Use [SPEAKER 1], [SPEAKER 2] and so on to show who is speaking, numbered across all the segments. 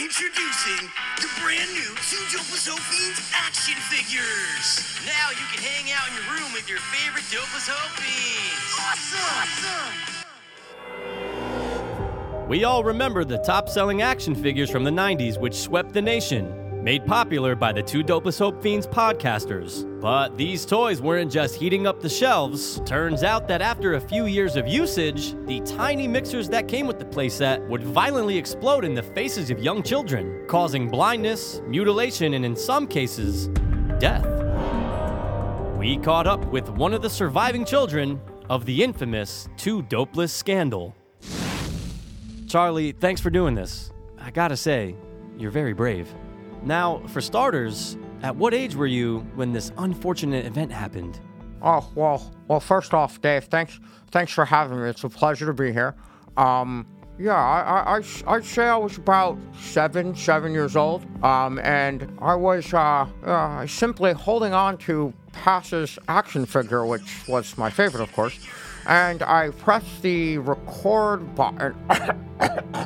[SPEAKER 1] Introducing the brand new Two Fiends action figures. Now you can hang out in your room with your favorite Fiends. Awesome!
[SPEAKER 2] We all remember the top selling action figures from the 90s, which swept the nation, made popular by the two Dopeless Hope Fiends podcasters. But these toys weren't just heating up the shelves. Turns out that after a few years of usage, the tiny mixers that came with the playset would violently explode in the faces of young children, causing blindness, mutilation, and in some cases, death. We caught up with one of the surviving children of the infamous Two Dopeless scandal. Charlie, thanks for doing this. I gotta say, you're very brave. Now, for starters, at what age were you when this unfortunate event happened?
[SPEAKER 3] Oh well, well. First off, Dave, thanks, thanks for having me. It's a pleasure to be here. Um, yeah, I, I, I would say I was about seven, seven years old. Um, and I was uh, uh simply holding on to Pass's action figure, which was my favorite, of course. And I pressed the record button.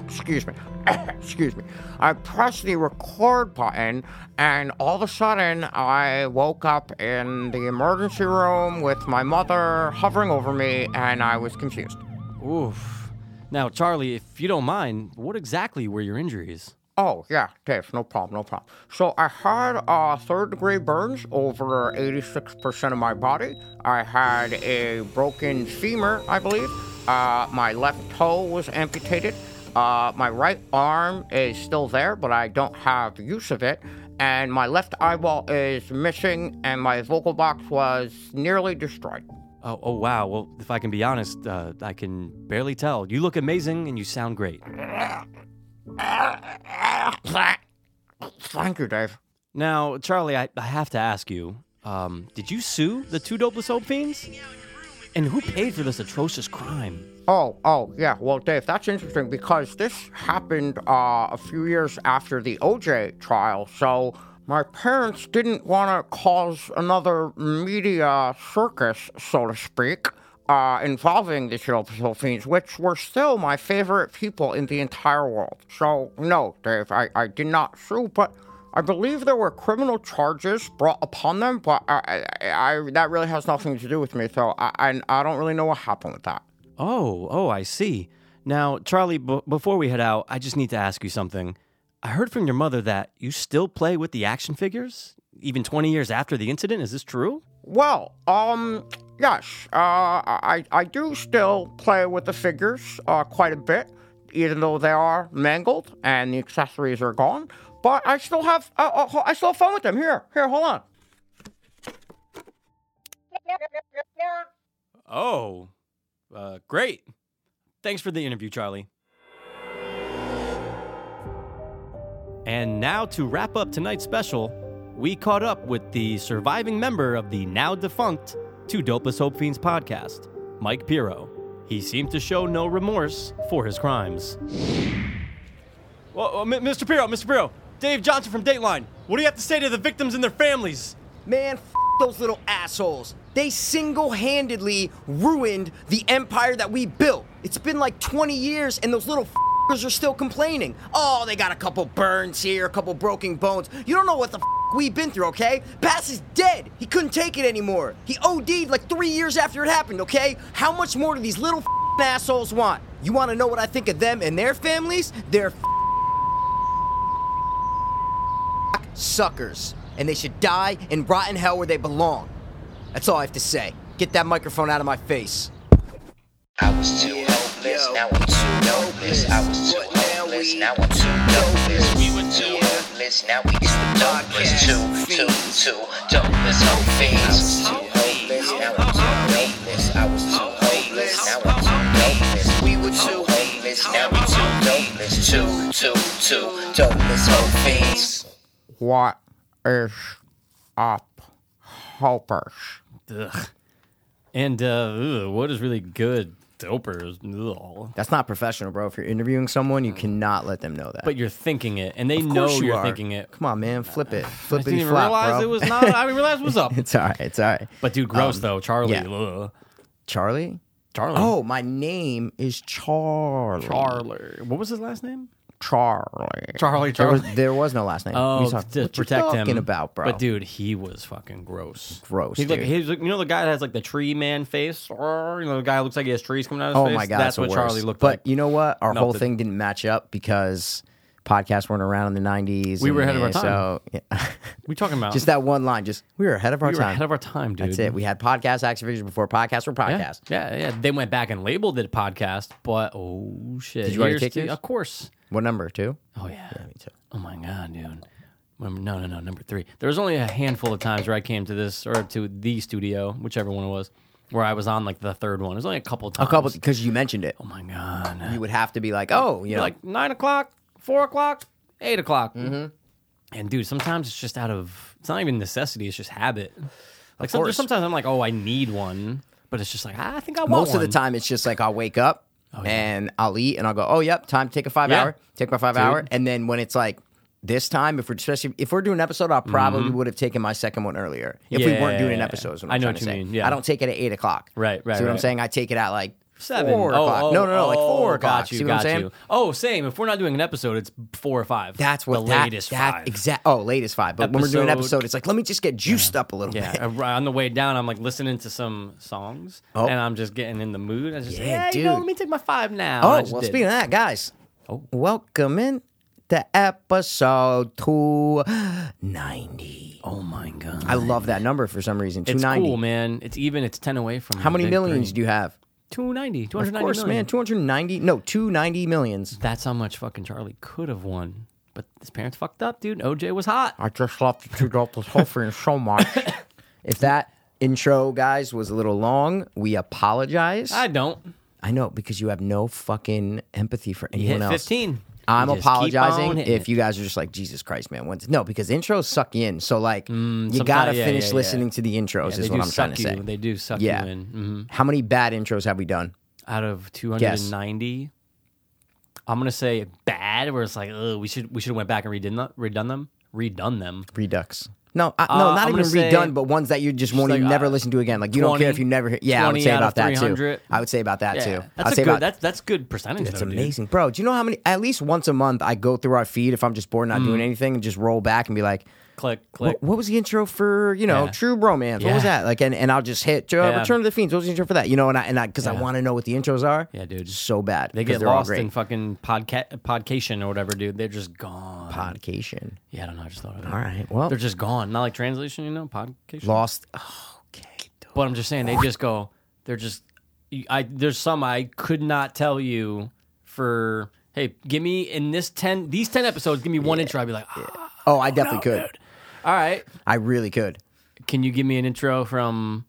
[SPEAKER 3] excuse me. excuse me. I pressed the record button, and all of a sudden, I woke up in the emergency room with my mother hovering over me, and I was confused.
[SPEAKER 2] Oof. Now, Charlie, if you don't mind, what exactly were your injuries?
[SPEAKER 3] Oh, yeah, Dave, no problem, no problem. So I had uh, third degree burns over 86% of my body. I had a broken femur, I believe. Uh, my left toe was amputated. Uh, my right arm is still there, but I don't have use of it. And my left eyeball is missing, and my vocal box was nearly destroyed.
[SPEAKER 2] Oh, oh wow. Well, if I can be honest, uh, I can barely tell. You look amazing and you sound great.
[SPEAKER 3] Thank you, Dave.
[SPEAKER 2] Now, Charlie, I, I have to ask you um, did you sue the two dopeless hope fiends? And who paid for this atrocious crime?
[SPEAKER 3] Oh, oh, yeah. Well, Dave, that's interesting because this happened uh, a few years after the OJ trial. So my parents didn't want to cause another media circus, so to speak, uh, involving the Chernobyl Fiends, which were still my favorite people in the entire world. So, no, Dave, I, I did not sue, but. I believe there were criminal charges brought upon them, but I, I, I, that really has nothing to do with me, so I, I, I don't really know what happened with that.
[SPEAKER 2] Oh, oh, I see. Now, Charlie, b- before we head out, I just need to ask you something. I heard from your mother that you still play with the action figures, even 20 years after the incident. Is this true?
[SPEAKER 3] Well, um, yes, uh, I I do still play with the figures uh, quite a bit, even though they are mangled and the accessories are gone. But I still have uh, uh, ho- I still have fun with them. Here, here, hold on.
[SPEAKER 2] Oh, uh, great. Thanks for the interview, Charlie. And now to wrap up tonight's special, we caught up with the surviving member of the now defunct Two Dopeless Hope Fiends podcast, Mike Pirro. He seemed to show no remorse for his crimes. Well, uh, M- Mr. Pirro, Mr. Pirro, Dave Johnson from Dateline. What do you have to say to the victims and their families?
[SPEAKER 4] Man, f- those little assholes. They single handedly ruined the empire that we built. It's been like 20 years, and those little f***ers are still complaining. Oh, they got a couple burns here, a couple broken bones. You don't know what the f- we've been through, okay? Pass is dead. He couldn't take it anymore. He OD'd like three years after it happened, okay? How much more do these little f- assholes want? You want to know what I think of them and their families? They're f- suckers, and they should die and rot in hell where they belong. That's all I have to say. Get that microphone out of my face.
[SPEAKER 5] I was too hopeless, now I'm too hopeless. I was too hopeless, now I'm too hopeless. We were too hopeless, now we it's the darkest two, two, two, dopeless hope fiends. I was too hopeless, now I'm too hopeless. I was too hopeless, now I'm too hopeless. We were too hopeless, now we too hopeless. Two, two, two, dopeless hope fiends.
[SPEAKER 3] What is up, helpers?
[SPEAKER 2] Ugh. And uh, ugh, what is really good dopers? Ugh.
[SPEAKER 4] That's not professional, bro. If you're interviewing someone, you cannot let them know that.
[SPEAKER 2] Mm. But you're thinking it, and they
[SPEAKER 4] Of
[SPEAKER 2] know
[SPEAKER 4] course you
[SPEAKER 2] you're
[SPEAKER 4] are.
[SPEAKER 2] thinking it.
[SPEAKER 4] Come on, man. Flip it.
[SPEAKER 2] I
[SPEAKER 4] Flip it.
[SPEAKER 2] didn't even realize it was not. I realized it was up.
[SPEAKER 4] It's all right. It's all right.
[SPEAKER 2] But dude, gross
[SPEAKER 3] um,
[SPEAKER 2] though, Charlie.
[SPEAKER 4] yeah.
[SPEAKER 2] ugh.
[SPEAKER 4] Charlie?
[SPEAKER 2] Charlie.
[SPEAKER 3] Oh.
[SPEAKER 4] Oh, my name is Charlie.
[SPEAKER 2] Charlie. What was his last name?
[SPEAKER 6] Charlie.
[SPEAKER 2] Charlie,
[SPEAKER 3] There
[SPEAKER 2] Charlie.
[SPEAKER 3] was, there was no last name.
[SPEAKER 2] Oh,
[SPEAKER 3] We saw-
[SPEAKER 2] to
[SPEAKER 3] what
[SPEAKER 2] protect
[SPEAKER 3] you talking
[SPEAKER 2] him.
[SPEAKER 3] about, bro?
[SPEAKER 2] But dude, he was fucking gross.
[SPEAKER 3] Gross,
[SPEAKER 2] He's like,
[SPEAKER 3] dude.
[SPEAKER 2] he's like, you know, the guy that has like the tree man face. Or, you know, the guy looks like he has trees coming out of his
[SPEAKER 3] oh
[SPEAKER 2] face.
[SPEAKER 3] my god, it's
[SPEAKER 2] that's
[SPEAKER 3] the
[SPEAKER 2] what
[SPEAKER 3] worst.
[SPEAKER 2] Charlie looked
[SPEAKER 3] but
[SPEAKER 2] like.
[SPEAKER 3] you know what? Our
[SPEAKER 2] Not
[SPEAKER 3] whole
[SPEAKER 2] the-
[SPEAKER 3] thing didn't match up because podcasts weren't around in the '90s.
[SPEAKER 2] We were
[SPEAKER 3] and-
[SPEAKER 2] ahead of our time.
[SPEAKER 3] So yeah.
[SPEAKER 2] we talking about
[SPEAKER 3] just that one line, just we were ahead of our
[SPEAKER 2] we were
[SPEAKER 3] time.
[SPEAKER 2] ahead of our time, dude.
[SPEAKER 3] That's it. We had podcast action figures before podcasts were
[SPEAKER 2] Yeah,
[SPEAKER 3] podcasts.
[SPEAKER 2] yeah, yeah. They went back and labeled it a podcast, but oh shit!
[SPEAKER 3] Did you already
[SPEAKER 2] Here's
[SPEAKER 3] take
[SPEAKER 2] the-
[SPEAKER 3] yours?
[SPEAKER 2] Of course.
[SPEAKER 3] What number? Two.
[SPEAKER 2] Oh yeah.
[SPEAKER 3] Me too.
[SPEAKER 2] Oh my god, dude. Remember- No, no, no. Number three. There was only a handful of times where I came to this or to the studio, whichever one it was, where I was on like the third one. It was only a couple
[SPEAKER 3] A
[SPEAKER 2] times.
[SPEAKER 3] couple because you mentioned it.
[SPEAKER 2] Oh my god.
[SPEAKER 3] You would have to be like, oh, you know,
[SPEAKER 2] like nine o'clock, four o'clock, eight o'clock.
[SPEAKER 3] Mm-hmm.
[SPEAKER 2] And dude, sometimes it's just out of it's not even necessity; it's just habit. Like some,
[SPEAKER 3] course.
[SPEAKER 2] sometimes I'm like, oh, I need one, but it's just like "Ah, I think I want
[SPEAKER 3] most
[SPEAKER 2] one.
[SPEAKER 3] of the time it's just like I'll wake up and I'll eat and I'll go, oh, yep, time to take a five
[SPEAKER 2] Oh, Yeah.
[SPEAKER 3] hour, take my five hour, and then when it's like. This time, if we're especially if we're doing an episode, I probably would have taken my second one earlier. If we weren't doing an
[SPEAKER 2] Mm-hmm. Yeah.
[SPEAKER 3] episode, is what
[SPEAKER 2] I
[SPEAKER 3] I'm
[SPEAKER 2] know
[SPEAKER 3] trying
[SPEAKER 2] what
[SPEAKER 3] to
[SPEAKER 2] you
[SPEAKER 3] say.
[SPEAKER 2] mean, yeah.
[SPEAKER 3] I don't take it at eight o'clock.
[SPEAKER 2] Right, right,
[SPEAKER 3] See what I'm
[SPEAKER 2] right.
[SPEAKER 3] saying? I take it at like
[SPEAKER 2] Seven.
[SPEAKER 3] four
[SPEAKER 2] Oh,
[SPEAKER 3] o'clock.
[SPEAKER 2] oh,
[SPEAKER 3] no, no, no, like
[SPEAKER 2] oh,
[SPEAKER 3] four
[SPEAKER 2] got
[SPEAKER 3] o'clock.
[SPEAKER 2] You,
[SPEAKER 3] See what I'm
[SPEAKER 2] got
[SPEAKER 3] saying?
[SPEAKER 2] You. Oh, same. If we're not doing an episode, it's four or five.
[SPEAKER 3] That's what
[SPEAKER 2] the
[SPEAKER 3] that,
[SPEAKER 2] latest
[SPEAKER 3] that,
[SPEAKER 2] five.
[SPEAKER 3] Exact. Oh, latest five. But when we're doing an
[SPEAKER 2] Episode-
[SPEAKER 3] episode, it's like let me just get juiced up a little
[SPEAKER 2] Yeah,
[SPEAKER 3] bit.
[SPEAKER 2] and right on the way down, I'm like listening to some songs,
[SPEAKER 3] Oh.
[SPEAKER 2] and I'm just getting in the mood. I just yeah,
[SPEAKER 3] Yeah,
[SPEAKER 2] you know,
[SPEAKER 3] dude.
[SPEAKER 2] let me take my five now. And I
[SPEAKER 3] Oh,
[SPEAKER 2] just
[SPEAKER 3] well,
[SPEAKER 2] did.
[SPEAKER 3] speaking of that, guys,
[SPEAKER 2] Oh.
[SPEAKER 3] welcome in to episode 290.
[SPEAKER 2] oh my god,
[SPEAKER 3] I love that number for some reason.
[SPEAKER 2] it's
[SPEAKER 3] 290.
[SPEAKER 2] cool, man. It's even. It's ten away from
[SPEAKER 3] How many millions do you have?
[SPEAKER 2] 290, 290
[SPEAKER 3] Of course,
[SPEAKER 2] million.
[SPEAKER 3] man. 290. No, 290 millions.
[SPEAKER 2] That's how much fucking Charlie could have won. But his parents fucked up, dude. OJ was hot.
[SPEAKER 6] I just love the two doubles hoping so much.
[SPEAKER 3] If that intro, guys, was a little long, we apologize.
[SPEAKER 2] I don't.
[SPEAKER 3] I know because you have no fucking empathy for
[SPEAKER 2] You
[SPEAKER 3] anyone
[SPEAKER 2] hit
[SPEAKER 3] else.
[SPEAKER 2] 15.
[SPEAKER 3] I'm
[SPEAKER 2] You just keep on
[SPEAKER 3] apologizing
[SPEAKER 2] hitting
[SPEAKER 3] if
[SPEAKER 2] it.
[SPEAKER 3] you guys are just like Jesus Christ, man. When's no? Because intros suck you in, so like you
[SPEAKER 2] sometime-
[SPEAKER 3] gotta
[SPEAKER 2] yeah,
[SPEAKER 3] finish
[SPEAKER 2] yeah, yeah.
[SPEAKER 3] listening to the intros.
[SPEAKER 2] They
[SPEAKER 3] is
[SPEAKER 2] do
[SPEAKER 3] what I'm trying
[SPEAKER 2] suck
[SPEAKER 3] to
[SPEAKER 2] you.
[SPEAKER 3] say.
[SPEAKER 2] They do suck
[SPEAKER 3] Yeah.
[SPEAKER 2] you in. Mhm.
[SPEAKER 3] How many bad intros have we done?
[SPEAKER 2] Out of 290, I'm gonna say bad. Where it's like, oh, we should we should have went back and redone them, redone them, redone them.
[SPEAKER 3] Redux. No, I,
[SPEAKER 2] Uh,
[SPEAKER 3] no, not
[SPEAKER 2] I'm
[SPEAKER 3] even
[SPEAKER 2] gonna say-
[SPEAKER 3] redone, but ones that you just won't
[SPEAKER 2] like,
[SPEAKER 3] even never
[SPEAKER 2] uh,
[SPEAKER 3] listen to again. Like you don't
[SPEAKER 2] 20,
[SPEAKER 3] care if you never. hear Yeah, I would
[SPEAKER 2] 20
[SPEAKER 3] say
[SPEAKER 2] out of
[SPEAKER 3] about that too.
[SPEAKER 2] 300.
[SPEAKER 3] I would say about that too.
[SPEAKER 2] that's
[SPEAKER 3] I'd
[SPEAKER 2] a
[SPEAKER 3] say
[SPEAKER 2] good.
[SPEAKER 3] about
[SPEAKER 2] that's that's good percentage.
[SPEAKER 3] It's
[SPEAKER 2] though, dude.
[SPEAKER 3] amazing, bro. Do you know how many? At least once a month, I go through our feed if I'm just bored, not
[SPEAKER 2] Mm.
[SPEAKER 3] doing anything, and just roll back and be like,
[SPEAKER 2] Click click.
[SPEAKER 3] what, what was the intro for you know
[SPEAKER 2] Yeah.
[SPEAKER 3] True Romance? What was
[SPEAKER 2] Yeah.
[SPEAKER 3] that like? And, and I'll just hit uh,
[SPEAKER 2] Yeah.
[SPEAKER 3] Return of the Fiends. What was the intro for that? You know, and I and I because I
[SPEAKER 2] Yeah.
[SPEAKER 3] want to know what the intros are.
[SPEAKER 2] Yeah, dude.
[SPEAKER 3] so bad.
[SPEAKER 2] they
[SPEAKER 3] 'cause
[SPEAKER 2] get
[SPEAKER 3] they're all
[SPEAKER 2] lost
[SPEAKER 3] great.
[SPEAKER 2] in fucking podca- podcation or whatever, dude. They're just gone.
[SPEAKER 3] podcation.
[SPEAKER 2] yeah, I don't know. I just thought of it.
[SPEAKER 3] All right, well,
[SPEAKER 2] They're just gone. Not like translation, you know, podcation.
[SPEAKER 3] lost. Okay,
[SPEAKER 2] But I'm just saying, they just go. They're just. you- I there's some I could not tell you for. Hey, give me in this ten these ten episodes. Give me one intro. I'd be like, "Ah,
[SPEAKER 3] oh, I definitely could.
[SPEAKER 2] all right.
[SPEAKER 3] I really could.
[SPEAKER 2] Can you give me an intro from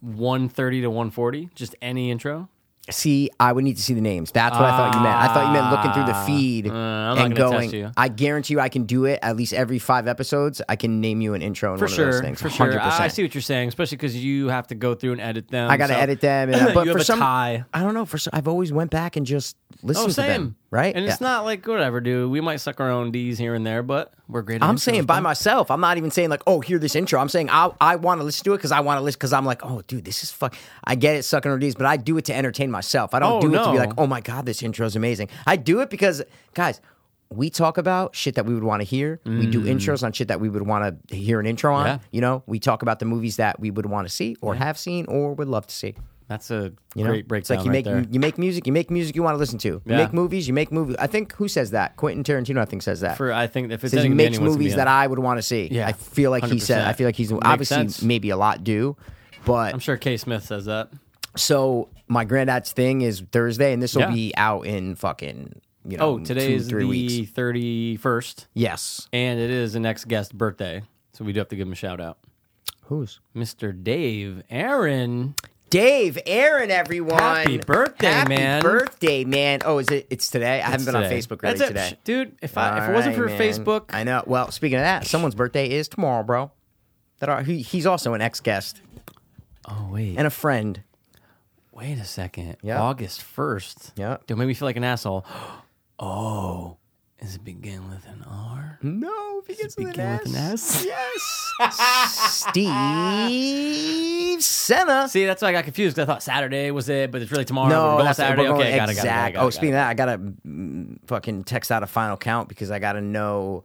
[SPEAKER 2] 130 to 140? Just any intro.
[SPEAKER 3] See, I would need to see the names. That's what I thought you meant. I thought you meant looking through the feed
[SPEAKER 2] Ah, uh, I'm not
[SPEAKER 3] and
[SPEAKER 2] gonna
[SPEAKER 3] going.
[SPEAKER 2] test you.
[SPEAKER 3] I guarantee you, I can do it. At least every five episodes, I can name you an intro in
[SPEAKER 2] For
[SPEAKER 3] one
[SPEAKER 2] sure,
[SPEAKER 3] of those things.
[SPEAKER 2] for sure.
[SPEAKER 3] 100%.
[SPEAKER 2] I I see what you're saying, especially because you have to go through and edit them.
[SPEAKER 3] I got to
[SPEAKER 2] so-
[SPEAKER 3] edit them. And, but
[SPEAKER 2] you have
[SPEAKER 3] for
[SPEAKER 2] a
[SPEAKER 3] some,
[SPEAKER 2] tie.
[SPEAKER 3] I don't know. For some, I've always went back and just listened
[SPEAKER 2] Oh,
[SPEAKER 3] to
[SPEAKER 2] same.
[SPEAKER 3] them. Right?
[SPEAKER 2] And it's
[SPEAKER 3] Yeah.
[SPEAKER 2] not like whatever, dude. We might suck our own D's here and there, but we're great. At
[SPEAKER 3] I'm
[SPEAKER 2] intros,
[SPEAKER 3] saying by
[SPEAKER 2] bro.
[SPEAKER 3] myself. I'm not even saying like, oh, hear this intro. I'm saying I I want to listen to it because I want to listen because I'm like, oh, dude, this is fuck. I get it, sucking on these, but I do it to entertain myself. I don't
[SPEAKER 2] Oh,
[SPEAKER 3] do it to be
[SPEAKER 2] no.
[SPEAKER 3] like, oh my god, this intro is amazing. I do it because guys, we talk about shit that we would want to hear. We do intros on shit that we would want to hear an intro on.
[SPEAKER 2] Mm. Yeah.
[SPEAKER 3] You know, we talk about the movies that we would want to see or have seen or would love to see.
[SPEAKER 2] That's a
[SPEAKER 3] You know?
[SPEAKER 2] great
[SPEAKER 3] It's
[SPEAKER 2] breakdown.
[SPEAKER 3] like you
[SPEAKER 2] right
[SPEAKER 3] make
[SPEAKER 2] there.
[SPEAKER 3] you make music, you make music you want to listen to. You
[SPEAKER 2] Yeah.
[SPEAKER 3] make movies, you make movies. I think who says that? Quentin Tarantino, I think, says that.
[SPEAKER 2] for uh, I think if it's
[SPEAKER 3] Says he
[SPEAKER 2] anyone,
[SPEAKER 3] makes
[SPEAKER 2] anyone's gonna be
[SPEAKER 3] movies
[SPEAKER 2] in
[SPEAKER 3] that
[SPEAKER 2] it.
[SPEAKER 3] I would want to see.
[SPEAKER 2] Yeah,
[SPEAKER 3] I feel like he said.
[SPEAKER 2] 100%.
[SPEAKER 3] I feel like he's
[SPEAKER 2] Makes
[SPEAKER 3] obviously
[SPEAKER 2] sense.
[SPEAKER 3] maybe a lot do, but
[SPEAKER 2] I'm sure K Smith says that.
[SPEAKER 3] so my granddad's thing is Thursday, and this will
[SPEAKER 2] Yeah.
[SPEAKER 3] be out in fucking you know
[SPEAKER 2] Oh, today
[SPEAKER 3] two,
[SPEAKER 2] is
[SPEAKER 3] three
[SPEAKER 2] the
[SPEAKER 3] weeks.
[SPEAKER 2] 31st,
[SPEAKER 3] Yes,
[SPEAKER 2] and it is the next guest birthday, so we do have to give him a shout out,
[SPEAKER 3] who's
[SPEAKER 2] Mr. Dave Aaron.
[SPEAKER 3] Dave Aaron? Everyone,
[SPEAKER 2] Happy birthday,
[SPEAKER 3] Happy
[SPEAKER 2] man.
[SPEAKER 3] birthday, man! Oh, is it? It's today. I haven't
[SPEAKER 2] It's
[SPEAKER 3] been
[SPEAKER 2] today.
[SPEAKER 3] on Facebook really
[SPEAKER 2] That's it.
[SPEAKER 3] today.
[SPEAKER 2] Sh- dude. If I, if it wasn't for
[SPEAKER 3] Alright, man.
[SPEAKER 2] Facebook,
[SPEAKER 3] I know. Well, speaking of that, someone's birthday is tomorrow, bro. That are, he, he's also an ex guest
[SPEAKER 2] oh wait,
[SPEAKER 3] and a friend.
[SPEAKER 2] wait a second,
[SPEAKER 3] Yeah.
[SPEAKER 2] August 1st,
[SPEAKER 3] Yeah.
[SPEAKER 2] don't make me feel like an asshole. oh, is Does it begin with an R?
[SPEAKER 3] No, because
[SPEAKER 2] Does it begin with an S?
[SPEAKER 3] Yes. Steve Senna.
[SPEAKER 2] See, that's why I got confused 'cause I thought Saturday was it, but it's really tomorrow. we're
[SPEAKER 3] No,
[SPEAKER 2] going
[SPEAKER 3] that's
[SPEAKER 2] Saturday.
[SPEAKER 3] We're going
[SPEAKER 2] okay, got it, got it, got it,
[SPEAKER 3] exact.
[SPEAKER 2] got it.
[SPEAKER 3] Oh, speaking of that, I gotta mm, fucking text out a final count because I gotta know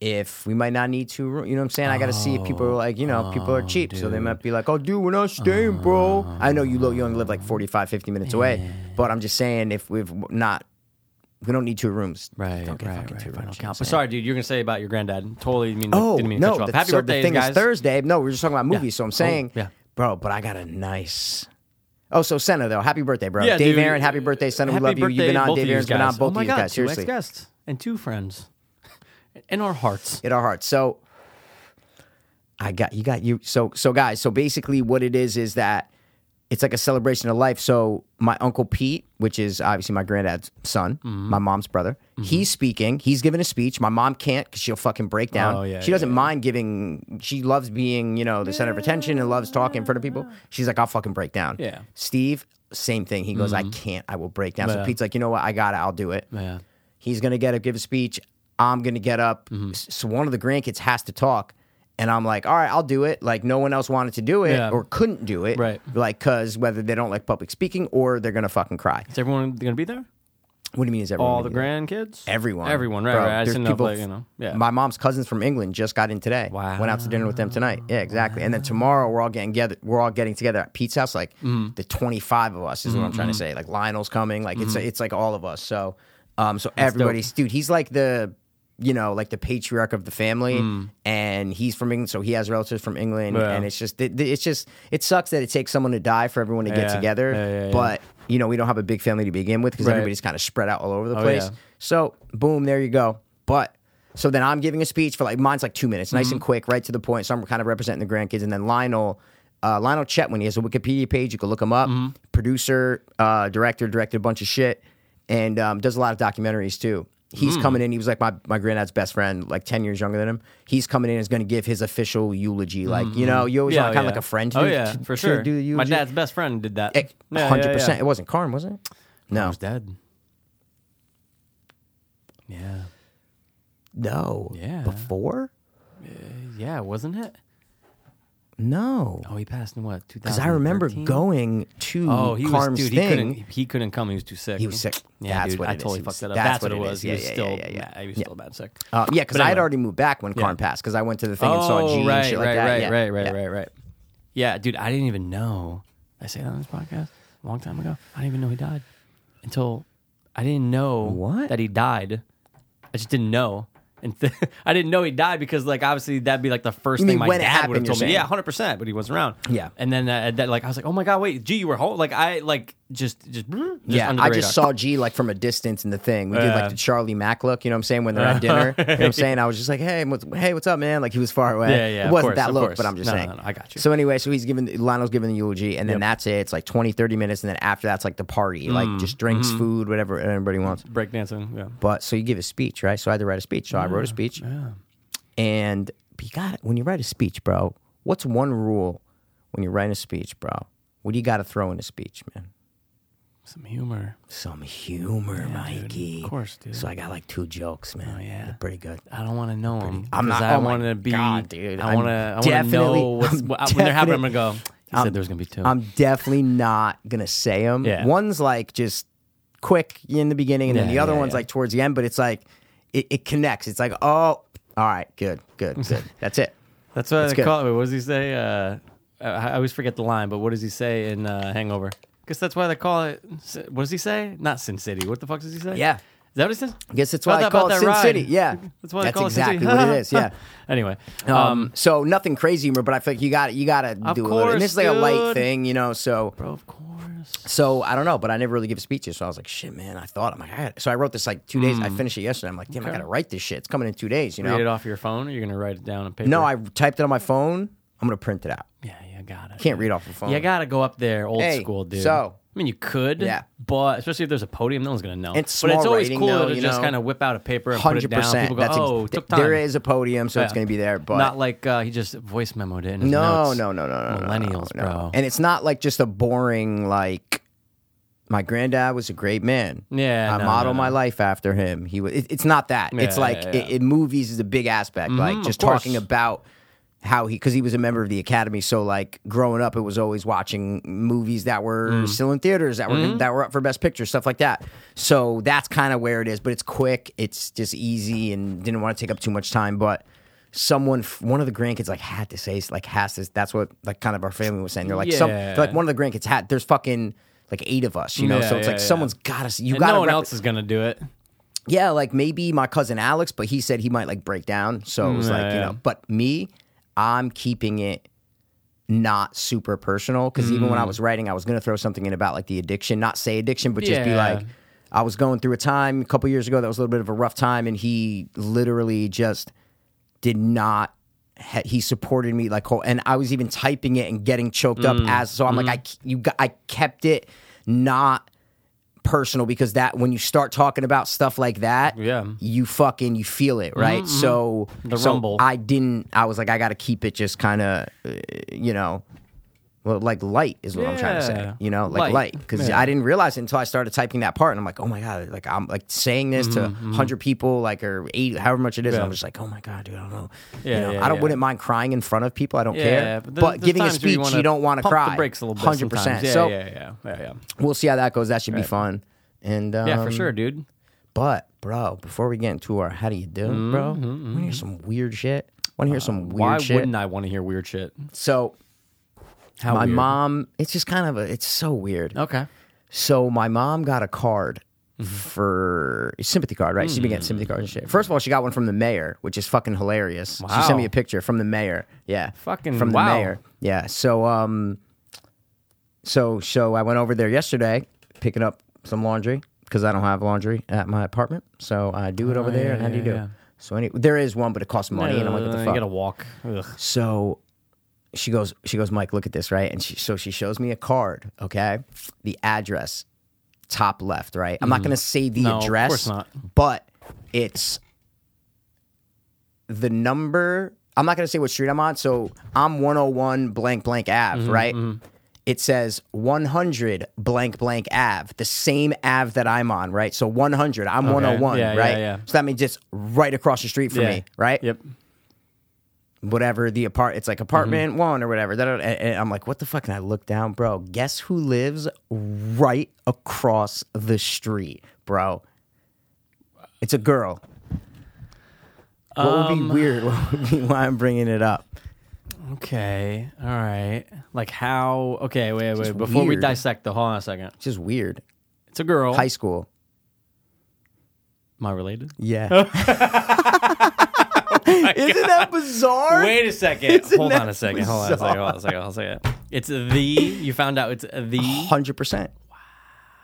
[SPEAKER 3] if we might not need to. ru- You know what I'm saying? I gotta see if people are like, you know, people
[SPEAKER 2] Oh,
[SPEAKER 3] are cheap, so they might be like, "Oh, dude, we're not staying, bro."
[SPEAKER 2] Uh-huh.
[SPEAKER 3] I know you, lo- you only live like 45, 50 minutes away, but I'm just saying if we've not, we don't need two rooms.
[SPEAKER 2] Right,
[SPEAKER 3] Don't get
[SPEAKER 2] right,
[SPEAKER 3] fucking
[SPEAKER 2] right.
[SPEAKER 3] two
[SPEAKER 2] Final
[SPEAKER 3] rooms, you know what
[SPEAKER 2] count.
[SPEAKER 3] I'm
[SPEAKER 2] But sorry, dude, you're gonna say about your granddad. Totally mean. to-
[SPEAKER 3] Oh
[SPEAKER 2] didn't mean to
[SPEAKER 3] no!
[SPEAKER 2] cut you off.
[SPEAKER 3] the-
[SPEAKER 2] Happy
[SPEAKER 3] so
[SPEAKER 2] birthday,
[SPEAKER 3] the thing
[SPEAKER 2] guys.
[SPEAKER 3] is Thursday. No, we are just talking about movies, so I'm saying,
[SPEAKER 2] yeah.
[SPEAKER 3] bro. But I got a nice. Oh, so Senna though. Happy birthday, bro.
[SPEAKER 2] Yeah,
[SPEAKER 3] Dave
[SPEAKER 2] dude.
[SPEAKER 3] Aaron, happy birthday, Senna.
[SPEAKER 2] Happy
[SPEAKER 3] we love you. You've
[SPEAKER 2] birthday,
[SPEAKER 3] been on.
[SPEAKER 2] both
[SPEAKER 3] Dave
[SPEAKER 2] of you
[SPEAKER 3] Aaron's been on.
[SPEAKER 2] guys.
[SPEAKER 3] Both
[SPEAKER 2] oh my
[SPEAKER 3] of you
[SPEAKER 2] God,
[SPEAKER 3] guys.
[SPEAKER 2] two
[SPEAKER 3] Seriously,
[SPEAKER 2] ex-guests and two friends, in our hearts.
[SPEAKER 3] in our hearts. So I got you. Got you. So so guys. So basically, what it is is that it's like a celebration of life. So my uncle Pete, which is obviously my granddad's son,
[SPEAKER 2] Mm-hmm.
[SPEAKER 3] my mom's brother, he's speaking. He's giving a speech. My mom can't because she'll fucking break down.
[SPEAKER 2] Oh, yeah,
[SPEAKER 3] she doesn't mind giving. She loves being you know the center of attention and loves talking in front of people. She's like, I'll fucking break down.
[SPEAKER 2] Yeah. Mm-hmm.
[SPEAKER 3] Steve, same thing. He goes, I can't. I will break down.
[SPEAKER 2] Yeah.
[SPEAKER 3] So Pete's like, you know what? I got it. I'll do it.
[SPEAKER 2] Yeah.
[SPEAKER 3] He's gonna get up, give a speech. I'm gonna get up.
[SPEAKER 2] Mm-hmm.
[SPEAKER 3] S- So one of the grandkids has to talk, and I'm like, all right, I'll do it. Like no one else wanted to do it
[SPEAKER 2] Yeah.
[SPEAKER 3] or couldn't do it,
[SPEAKER 2] Right.
[SPEAKER 3] Like because whether they don't like public speaking or they're gonna fucking cry.
[SPEAKER 2] Is everyone gonna be there?
[SPEAKER 3] What do you mean? Is everyone
[SPEAKER 2] All
[SPEAKER 3] gonna
[SPEAKER 2] the
[SPEAKER 3] do that?
[SPEAKER 2] grandkids?
[SPEAKER 3] Everyone,
[SPEAKER 2] Everyone, right,
[SPEAKER 3] Bro,
[SPEAKER 2] right. I
[SPEAKER 3] there's
[SPEAKER 2] just didn't know, if, like, you know. Yeah.
[SPEAKER 3] My mom's cousins from England just got in today.
[SPEAKER 2] Wow.
[SPEAKER 3] Went out to dinner with them tonight. Yeah, exactly. And then tomorrow we're all getting together. We're all getting together at Pete's house. Like
[SPEAKER 2] Mm-hmm.
[SPEAKER 3] the twenty five of us is what I'm trying to say. Like Lionel's coming. Like
[SPEAKER 2] Mm-hmm.
[SPEAKER 3] it's it's like all of us. So, um, so everybody's dude. He's like the you know like the patriarch of the family, and he's from England, so he has relatives from England,
[SPEAKER 2] Mm. Yeah.
[SPEAKER 3] and it's just it, it's just it sucks that it takes someone to die for everyone to get
[SPEAKER 2] Yeah.
[SPEAKER 3] together,
[SPEAKER 2] Yeah, yeah, yeah.
[SPEAKER 3] but. You know, we don't have a big family to begin with because
[SPEAKER 2] Right.
[SPEAKER 3] everybody's kind of spread out all over the place.
[SPEAKER 2] Oh, yeah.
[SPEAKER 3] So boom, there you go. But so then I'm giving a speech for like mine's like two minutes, nice and
[SPEAKER 2] Mm-hmm.
[SPEAKER 3] quick, right to the point. So I'm kind of representing the grandkids, and then Lionel. Uh, Lionel Chetwin, he has a Wikipedia page. You can look him up.
[SPEAKER 2] Mm-hmm.
[SPEAKER 3] Producer, uh, director, directed a bunch of shit, and um, does a lot of documentaries too. He's
[SPEAKER 2] Mm.
[SPEAKER 3] coming in. He was like my, my granddad's best friend, like ten years younger than him. He's coming in. and Is going to give his official eulogy. Like you know, you always
[SPEAKER 2] Mm-hmm. yeah,
[SPEAKER 3] want kind
[SPEAKER 2] yeah.
[SPEAKER 3] of like a friend. To
[SPEAKER 2] Oh
[SPEAKER 3] do,
[SPEAKER 2] yeah,
[SPEAKER 3] to- to
[SPEAKER 2] for sure.
[SPEAKER 3] Do the eulogy. Eh,
[SPEAKER 2] My dad's best friend did that. Yeah, yeah,
[SPEAKER 3] hundred
[SPEAKER 2] yeah.
[SPEAKER 3] percent. It wasn't Carm, was it?
[SPEAKER 2] I
[SPEAKER 3] No,
[SPEAKER 2] was dead. Yeah.
[SPEAKER 3] no.
[SPEAKER 2] Yeah.
[SPEAKER 3] Before?
[SPEAKER 2] Yeah, wasn't it?
[SPEAKER 3] No.
[SPEAKER 2] Oh, he passed in what?
[SPEAKER 3] Because I remember going to
[SPEAKER 2] Oh, he
[SPEAKER 3] Carm's
[SPEAKER 2] was dude. He
[SPEAKER 3] thing.
[SPEAKER 2] couldn't. He couldn't come. He was too sick.
[SPEAKER 3] He was sick.
[SPEAKER 2] Yeah,
[SPEAKER 3] That's
[SPEAKER 2] dude,
[SPEAKER 3] what
[SPEAKER 2] I
[SPEAKER 3] it is.
[SPEAKER 2] totally
[SPEAKER 3] He was-
[SPEAKER 2] fucked that up.
[SPEAKER 3] that's
[SPEAKER 2] That's,
[SPEAKER 3] what
[SPEAKER 2] what it
[SPEAKER 3] it
[SPEAKER 2] was.
[SPEAKER 3] is.
[SPEAKER 2] He
[SPEAKER 3] Yeah,
[SPEAKER 2] was
[SPEAKER 3] yeah,
[SPEAKER 2] still.
[SPEAKER 3] yeah, yeah, yeah.
[SPEAKER 2] mad. He was
[SPEAKER 3] Yeah.
[SPEAKER 2] still bad sick.
[SPEAKER 3] Uh, yeah, because
[SPEAKER 2] But
[SPEAKER 3] I had
[SPEAKER 2] anyway.
[SPEAKER 3] already moved back when Carm passed because I went to the thing and saw G
[SPEAKER 2] Oh, right,
[SPEAKER 3] and shit like
[SPEAKER 2] right,
[SPEAKER 3] that.
[SPEAKER 2] right,
[SPEAKER 3] yeah.
[SPEAKER 2] right, right,
[SPEAKER 3] yeah.
[SPEAKER 2] right, right. Yeah, dude, I didn't even know. Did I say that on this podcast a long time ago. I didn't even know he died until I didn't know
[SPEAKER 3] What?
[SPEAKER 2] that he died. I just didn't know. And th- I didn't know he died because, like, obviously that'd be like the first
[SPEAKER 3] You
[SPEAKER 2] thing
[SPEAKER 3] mean
[SPEAKER 2] my
[SPEAKER 3] when it
[SPEAKER 2] dad would
[SPEAKER 3] happened,
[SPEAKER 2] have told
[SPEAKER 3] you're
[SPEAKER 2] me.
[SPEAKER 3] saying?
[SPEAKER 2] Yeah, hundred percent. But he wasn't around.
[SPEAKER 3] Yeah.
[SPEAKER 2] And then uh, that, like, I was like, oh my god, wait, gee, you were home. Like, I like just just, just
[SPEAKER 3] Yeah,
[SPEAKER 2] under the
[SPEAKER 3] I just
[SPEAKER 2] radar.
[SPEAKER 3] saw G like from a distance in the thing. We did
[SPEAKER 2] Yeah.
[SPEAKER 3] like the Charlie Mack look, you know what I'm saying, when they're at dinner. You know what I'm saying? I was just like, hey, what's, hey, what's up, man? Like he was far away.
[SPEAKER 2] Yeah, yeah,
[SPEAKER 3] It
[SPEAKER 2] of
[SPEAKER 3] wasn't
[SPEAKER 2] course,
[SPEAKER 3] that
[SPEAKER 2] of
[SPEAKER 3] look,
[SPEAKER 2] course.
[SPEAKER 3] but I'm just
[SPEAKER 2] No, no,
[SPEAKER 3] saying.
[SPEAKER 2] no, I got you.
[SPEAKER 3] So anyway, so he's giving, Lionel's giving the eulogy, and then that's it. It's like 20, 30 minutes, and then after that's like the party,
[SPEAKER 2] Mm,
[SPEAKER 3] like just drinks,
[SPEAKER 2] mm-hmm.
[SPEAKER 3] food, whatever everybody wants.
[SPEAKER 2] breakdancing. Yeah.
[SPEAKER 3] But so you give a speech, right? So I had to write a speech. So I wrote a speech. And you got when you write a speech, bro, what's one rule when you're writing a speech, bro? What do you got to throw in a speech, man?
[SPEAKER 2] Some humor.
[SPEAKER 3] Some humor, Mikey.
[SPEAKER 2] Of course, dude.
[SPEAKER 3] So I got like two jokes, man. Oh,
[SPEAKER 2] yeah.
[SPEAKER 3] They're pretty good.
[SPEAKER 2] I don't want to know him.
[SPEAKER 3] I'm
[SPEAKER 2] because
[SPEAKER 3] not-
[SPEAKER 2] I
[SPEAKER 3] oh my
[SPEAKER 2] want to be.
[SPEAKER 3] God, dude.
[SPEAKER 2] I
[SPEAKER 3] I'm
[SPEAKER 2] want to. I want to
[SPEAKER 3] definitely-
[SPEAKER 2] know what's,
[SPEAKER 3] I'm
[SPEAKER 2] what, when they're happening. I'm
[SPEAKER 3] definite-
[SPEAKER 2] gonna go. He said there was gonna be 2
[SPEAKER 3] I'm definitely not gonna say them.
[SPEAKER 2] Yeah.
[SPEAKER 3] One's like just quick in the beginning, and then
[SPEAKER 2] Yeah,
[SPEAKER 3] the other
[SPEAKER 2] yeah,
[SPEAKER 3] one's
[SPEAKER 2] yeah.
[SPEAKER 3] like towards the end. But it's like it, it connects. It's like, oh, all right, good, good, good. That's it.
[SPEAKER 2] That's what
[SPEAKER 3] That's
[SPEAKER 2] I
[SPEAKER 3] good.
[SPEAKER 2] call it. What does he say? Uh, I I always forget the line, but what does he say in uh, Hangover? Because that's why they call it. What does he say? Not Sin City. What the fuck does he say?
[SPEAKER 3] Yeah.
[SPEAKER 2] Is that what he says?
[SPEAKER 3] Guess that's why
[SPEAKER 2] About
[SPEAKER 3] they
[SPEAKER 2] that-
[SPEAKER 3] call it
[SPEAKER 2] about that
[SPEAKER 3] Sin
[SPEAKER 2] ride.
[SPEAKER 3] City. Yeah,
[SPEAKER 2] That's why they
[SPEAKER 3] That's
[SPEAKER 2] call it Sin
[SPEAKER 3] exactly
[SPEAKER 2] City.
[SPEAKER 3] what it is, yeah.
[SPEAKER 2] anyway,
[SPEAKER 3] Um,
[SPEAKER 2] um,
[SPEAKER 3] so nothing crazy humor, but I feel like you got you got to do a little.
[SPEAKER 2] course,
[SPEAKER 3] And this is like a light
[SPEAKER 2] dude.
[SPEAKER 3] thing, you know. So
[SPEAKER 2] bro, of course.
[SPEAKER 3] so I don't know, but I never really give speeches. So I was like, shit, man. I thought I'm like, I gotta. so I wrote this like two days. I finished it yesterday. I'm like, damn, I gotta write this shit. It's coming in two days, you know.
[SPEAKER 2] Hmm. Read it off your phone, or you're gonna write it down on paper.
[SPEAKER 3] No, I typed it on my phone. I'm gonna print it out.
[SPEAKER 2] Yeah, you got it.
[SPEAKER 3] Can't read off the phone.
[SPEAKER 2] You gotta go up there, old
[SPEAKER 3] Oh. Hey,
[SPEAKER 2] school, dude.
[SPEAKER 3] so-
[SPEAKER 2] I mean, you could,
[SPEAKER 3] Yeah.
[SPEAKER 2] But especially if there's a podium, no one's gonna know.
[SPEAKER 3] It's
[SPEAKER 2] but it's
[SPEAKER 3] small
[SPEAKER 2] always
[SPEAKER 3] writing,
[SPEAKER 2] cooler
[SPEAKER 3] though,
[SPEAKER 2] to
[SPEAKER 3] you
[SPEAKER 2] just
[SPEAKER 3] know.
[SPEAKER 2] kind of whip out a paper and put it
[SPEAKER 3] Hundred
[SPEAKER 2] down.
[SPEAKER 3] percent.
[SPEAKER 2] People go,
[SPEAKER 3] That's ex-
[SPEAKER 2] "Oh, took
[SPEAKER 3] th-
[SPEAKER 2] time."
[SPEAKER 3] There is a podium, so it's
[SPEAKER 2] Yeah.
[SPEAKER 3] gonna be there. But
[SPEAKER 2] not like uh, he just voice memoed it. In his
[SPEAKER 3] no,
[SPEAKER 2] notes.
[SPEAKER 3] no, no, no, no, no,
[SPEAKER 2] millennials,
[SPEAKER 3] no, no.
[SPEAKER 2] bro.
[SPEAKER 3] And it's not like just a boring like my granddad was a great man.
[SPEAKER 2] Yeah,
[SPEAKER 3] I
[SPEAKER 2] no,
[SPEAKER 3] model
[SPEAKER 2] no,
[SPEAKER 3] my
[SPEAKER 2] no.
[SPEAKER 3] life after him. He was. It, it's not that. it's
[SPEAKER 2] Yeah,
[SPEAKER 3] like
[SPEAKER 2] yeah, Mm-hmm,
[SPEAKER 3] It, it- movies is a big aspect. like
[SPEAKER 2] of
[SPEAKER 3] just
[SPEAKER 2] course.
[SPEAKER 3] talking about how he because he was a member of the academy. So like growing up, it was always watching movies that were
[SPEAKER 2] Mm.
[SPEAKER 3] still in theaters that were
[SPEAKER 2] Mm-hmm.
[SPEAKER 3] that were up for best picture stuff like that. So that's kind of where it is. But it's quick. It's just easy and didn't want to take up too much time, but. Someone, f- one of the grandkids, like had to say, like has to. That's what, like, kind of our family was saying. They're like, some,
[SPEAKER 2] Yeah.
[SPEAKER 3] they're like one of the grandkids had. There's fucking like eight of us, you know.
[SPEAKER 2] Yeah,
[SPEAKER 3] so it's
[SPEAKER 2] yeah,
[SPEAKER 3] like
[SPEAKER 2] yeah.
[SPEAKER 3] someone's got to. You
[SPEAKER 2] And
[SPEAKER 3] got to.
[SPEAKER 2] no one else is gonna do it.
[SPEAKER 3] Yeah, like maybe my cousin Alex, but he said he might like break down. So it was like, you
[SPEAKER 2] yeah.
[SPEAKER 3] know, but me, I'm keeping it not super personal because even when I was writing, I was going to throw something in about like the addiction, not say addiction, but just be
[SPEAKER 2] Yeah.
[SPEAKER 3] like, I was going through a time a couple years ago that was a little bit of a rough time, and he literally just did not. ha- He supported me like whole, and I was even typing it and getting choked
[SPEAKER 2] Mm.
[SPEAKER 3] up as so. I'm
[SPEAKER 2] Mm-hmm.
[SPEAKER 3] like, I ke- you got, I kept it not personal because that when you start talking about stuff like that,
[SPEAKER 2] Yeah. Mm-hmm.
[SPEAKER 3] you fucking you feel it, right? So
[SPEAKER 2] The
[SPEAKER 3] so
[SPEAKER 2] rumble.
[SPEAKER 3] I didn't. I was like, I got to keep it just kind of, you know, well, like light is what I'm trying to say.
[SPEAKER 2] Yeah.
[SPEAKER 3] You know, like
[SPEAKER 2] Light.
[SPEAKER 3] light because
[SPEAKER 2] Yeah.
[SPEAKER 3] I didn't realize it until I started typing that part, and I'm like, oh my god, like I'm like saying this to 100 people, like or eight, however much it is, and
[SPEAKER 2] Mm-hmm, Yeah.
[SPEAKER 3] I'm just like, oh my god, dude, I don't know.
[SPEAKER 2] Yeah,
[SPEAKER 3] you know,
[SPEAKER 2] yeah,
[SPEAKER 3] I don't
[SPEAKER 2] yeah.
[SPEAKER 3] wouldn't mind crying in front of people. I don't
[SPEAKER 2] Yeah,
[SPEAKER 3] care.
[SPEAKER 2] but
[SPEAKER 3] But,
[SPEAKER 2] there's- there's
[SPEAKER 3] giving a
[SPEAKER 2] times where
[SPEAKER 3] speech, you,
[SPEAKER 2] wanna
[SPEAKER 3] don't want to
[SPEAKER 2] pump
[SPEAKER 3] cry.
[SPEAKER 2] The brakes a little bit.
[SPEAKER 3] 100.
[SPEAKER 2] sometimes.
[SPEAKER 3] percent
[SPEAKER 2] Yeah,
[SPEAKER 3] So
[SPEAKER 2] yeah, yeah, yeah, yeah.
[SPEAKER 3] we'll see how that goes. That should be fun. And um,
[SPEAKER 2] Yeah, for sure, dude.
[SPEAKER 3] But bro, before we get into our how do you do, bro, want to hear some weird shit? Want to hear some weird
[SPEAKER 2] Mm-hmm, Uh, Why
[SPEAKER 3] shit?
[SPEAKER 2] wouldn't I want to hear weird shit?
[SPEAKER 3] So
[SPEAKER 2] How
[SPEAKER 3] my
[SPEAKER 2] weird.
[SPEAKER 3] mom, it's just kind of a, it's so weird.
[SPEAKER 2] Okay.
[SPEAKER 3] So my mom got a card for a sympathy card, right? She's been
[SPEAKER 2] Hmm.
[SPEAKER 3] getting sympathy cards and shit. First of all, she got one from the mayor, which is fucking hilarious. She
[SPEAKER 2] Wow.
[SPEAKER 3] sent me a picture from the mayor. Yeah,
[SPEAKER 2] Fucking
[SPEAKER 3] from the
[SPEAKER 2] wow.
[SPEAKER 3] mayor. Yeah. So um, so so I went over there yesterday picking up some laundry because I don't have laundry at my apartment, so I do it over there.
[SPEAKER 2] Oh, yeah,
[SPEAKER 3] and how do you
[SPEAKER 2] yeah,
[SPEAKER 3] do?
[SPEAKER 2] yeah.
[SPEAKER 3] it? So any, there is one, but it costs money, and I'm like, what the
[SPEAKER 2] Uh,
[SPEAKER 3] fuck?
[SPEAKER 2] You gotta walk. Ugh.
[SPEAKER 3] So she goes, she goes, Mike, look at this, right? And she, so she shows me a card, okay? The address, top left, right? I'm not gonna say the
[SPEAKER 2] Mm-hmm. No, of
[SPEAKER 3] address,
[SPEAKER 2] course not.
[SPEAKER 3] but it's the number. I'm not gonna say what street I'm on. So I'm 101 blank blank
[SPEAKER 2] Mm-hmm,
[SPEAKER 3] Ave, right? It says 100 blank blank Ave, the same Ave that I'm on, right? So 100, I'm 101,
[SPEAKER 2] Yeah, yeah,
[SPEAKER 3] right?
[SPEAKER 2] yeah.
[SPEAKER 3] So that means it's right across the street from
[SPEAKER 2] Yeah.
[SPEAKER 3] me, right?
[SPEAKER 2] Yep.
[SPEAKER 3] whatever the apart it's like
[SPEAKER 2] Mm-hmm.
[SPEAKER 3] apartment one or whatever da, da, da, and, and i'm like what the fuck and i look down bro guess who lives right across the street bro it's a girl what
[SPEAKER 2] Um,
[SPEAKER 3] would be weird what would be why i'm bringing it up
[SPEAKER 2] Okay. All right. Like how? Okay. Wait. Wait. Before we
[SPEAKER 3] weird.
[SPEAKER 2] dissect the, hold on a second.
[SPEAKER 3] it's just weird
[SPEAKER 2] It's a girl.
[SPEAKER 3] high school
[SPEAKER 2] Am I related?
[SPEAKER 3] yeah isn't that bizarre
[SPEAKER 2] Wait a second. Hold
[SPEAKER 3] that
[SPEAKER 2] on a second. Hold on a second. Hold on a second. Hold on a second. It's the. You found out it's the.
[SPEAKER 3] 100% wow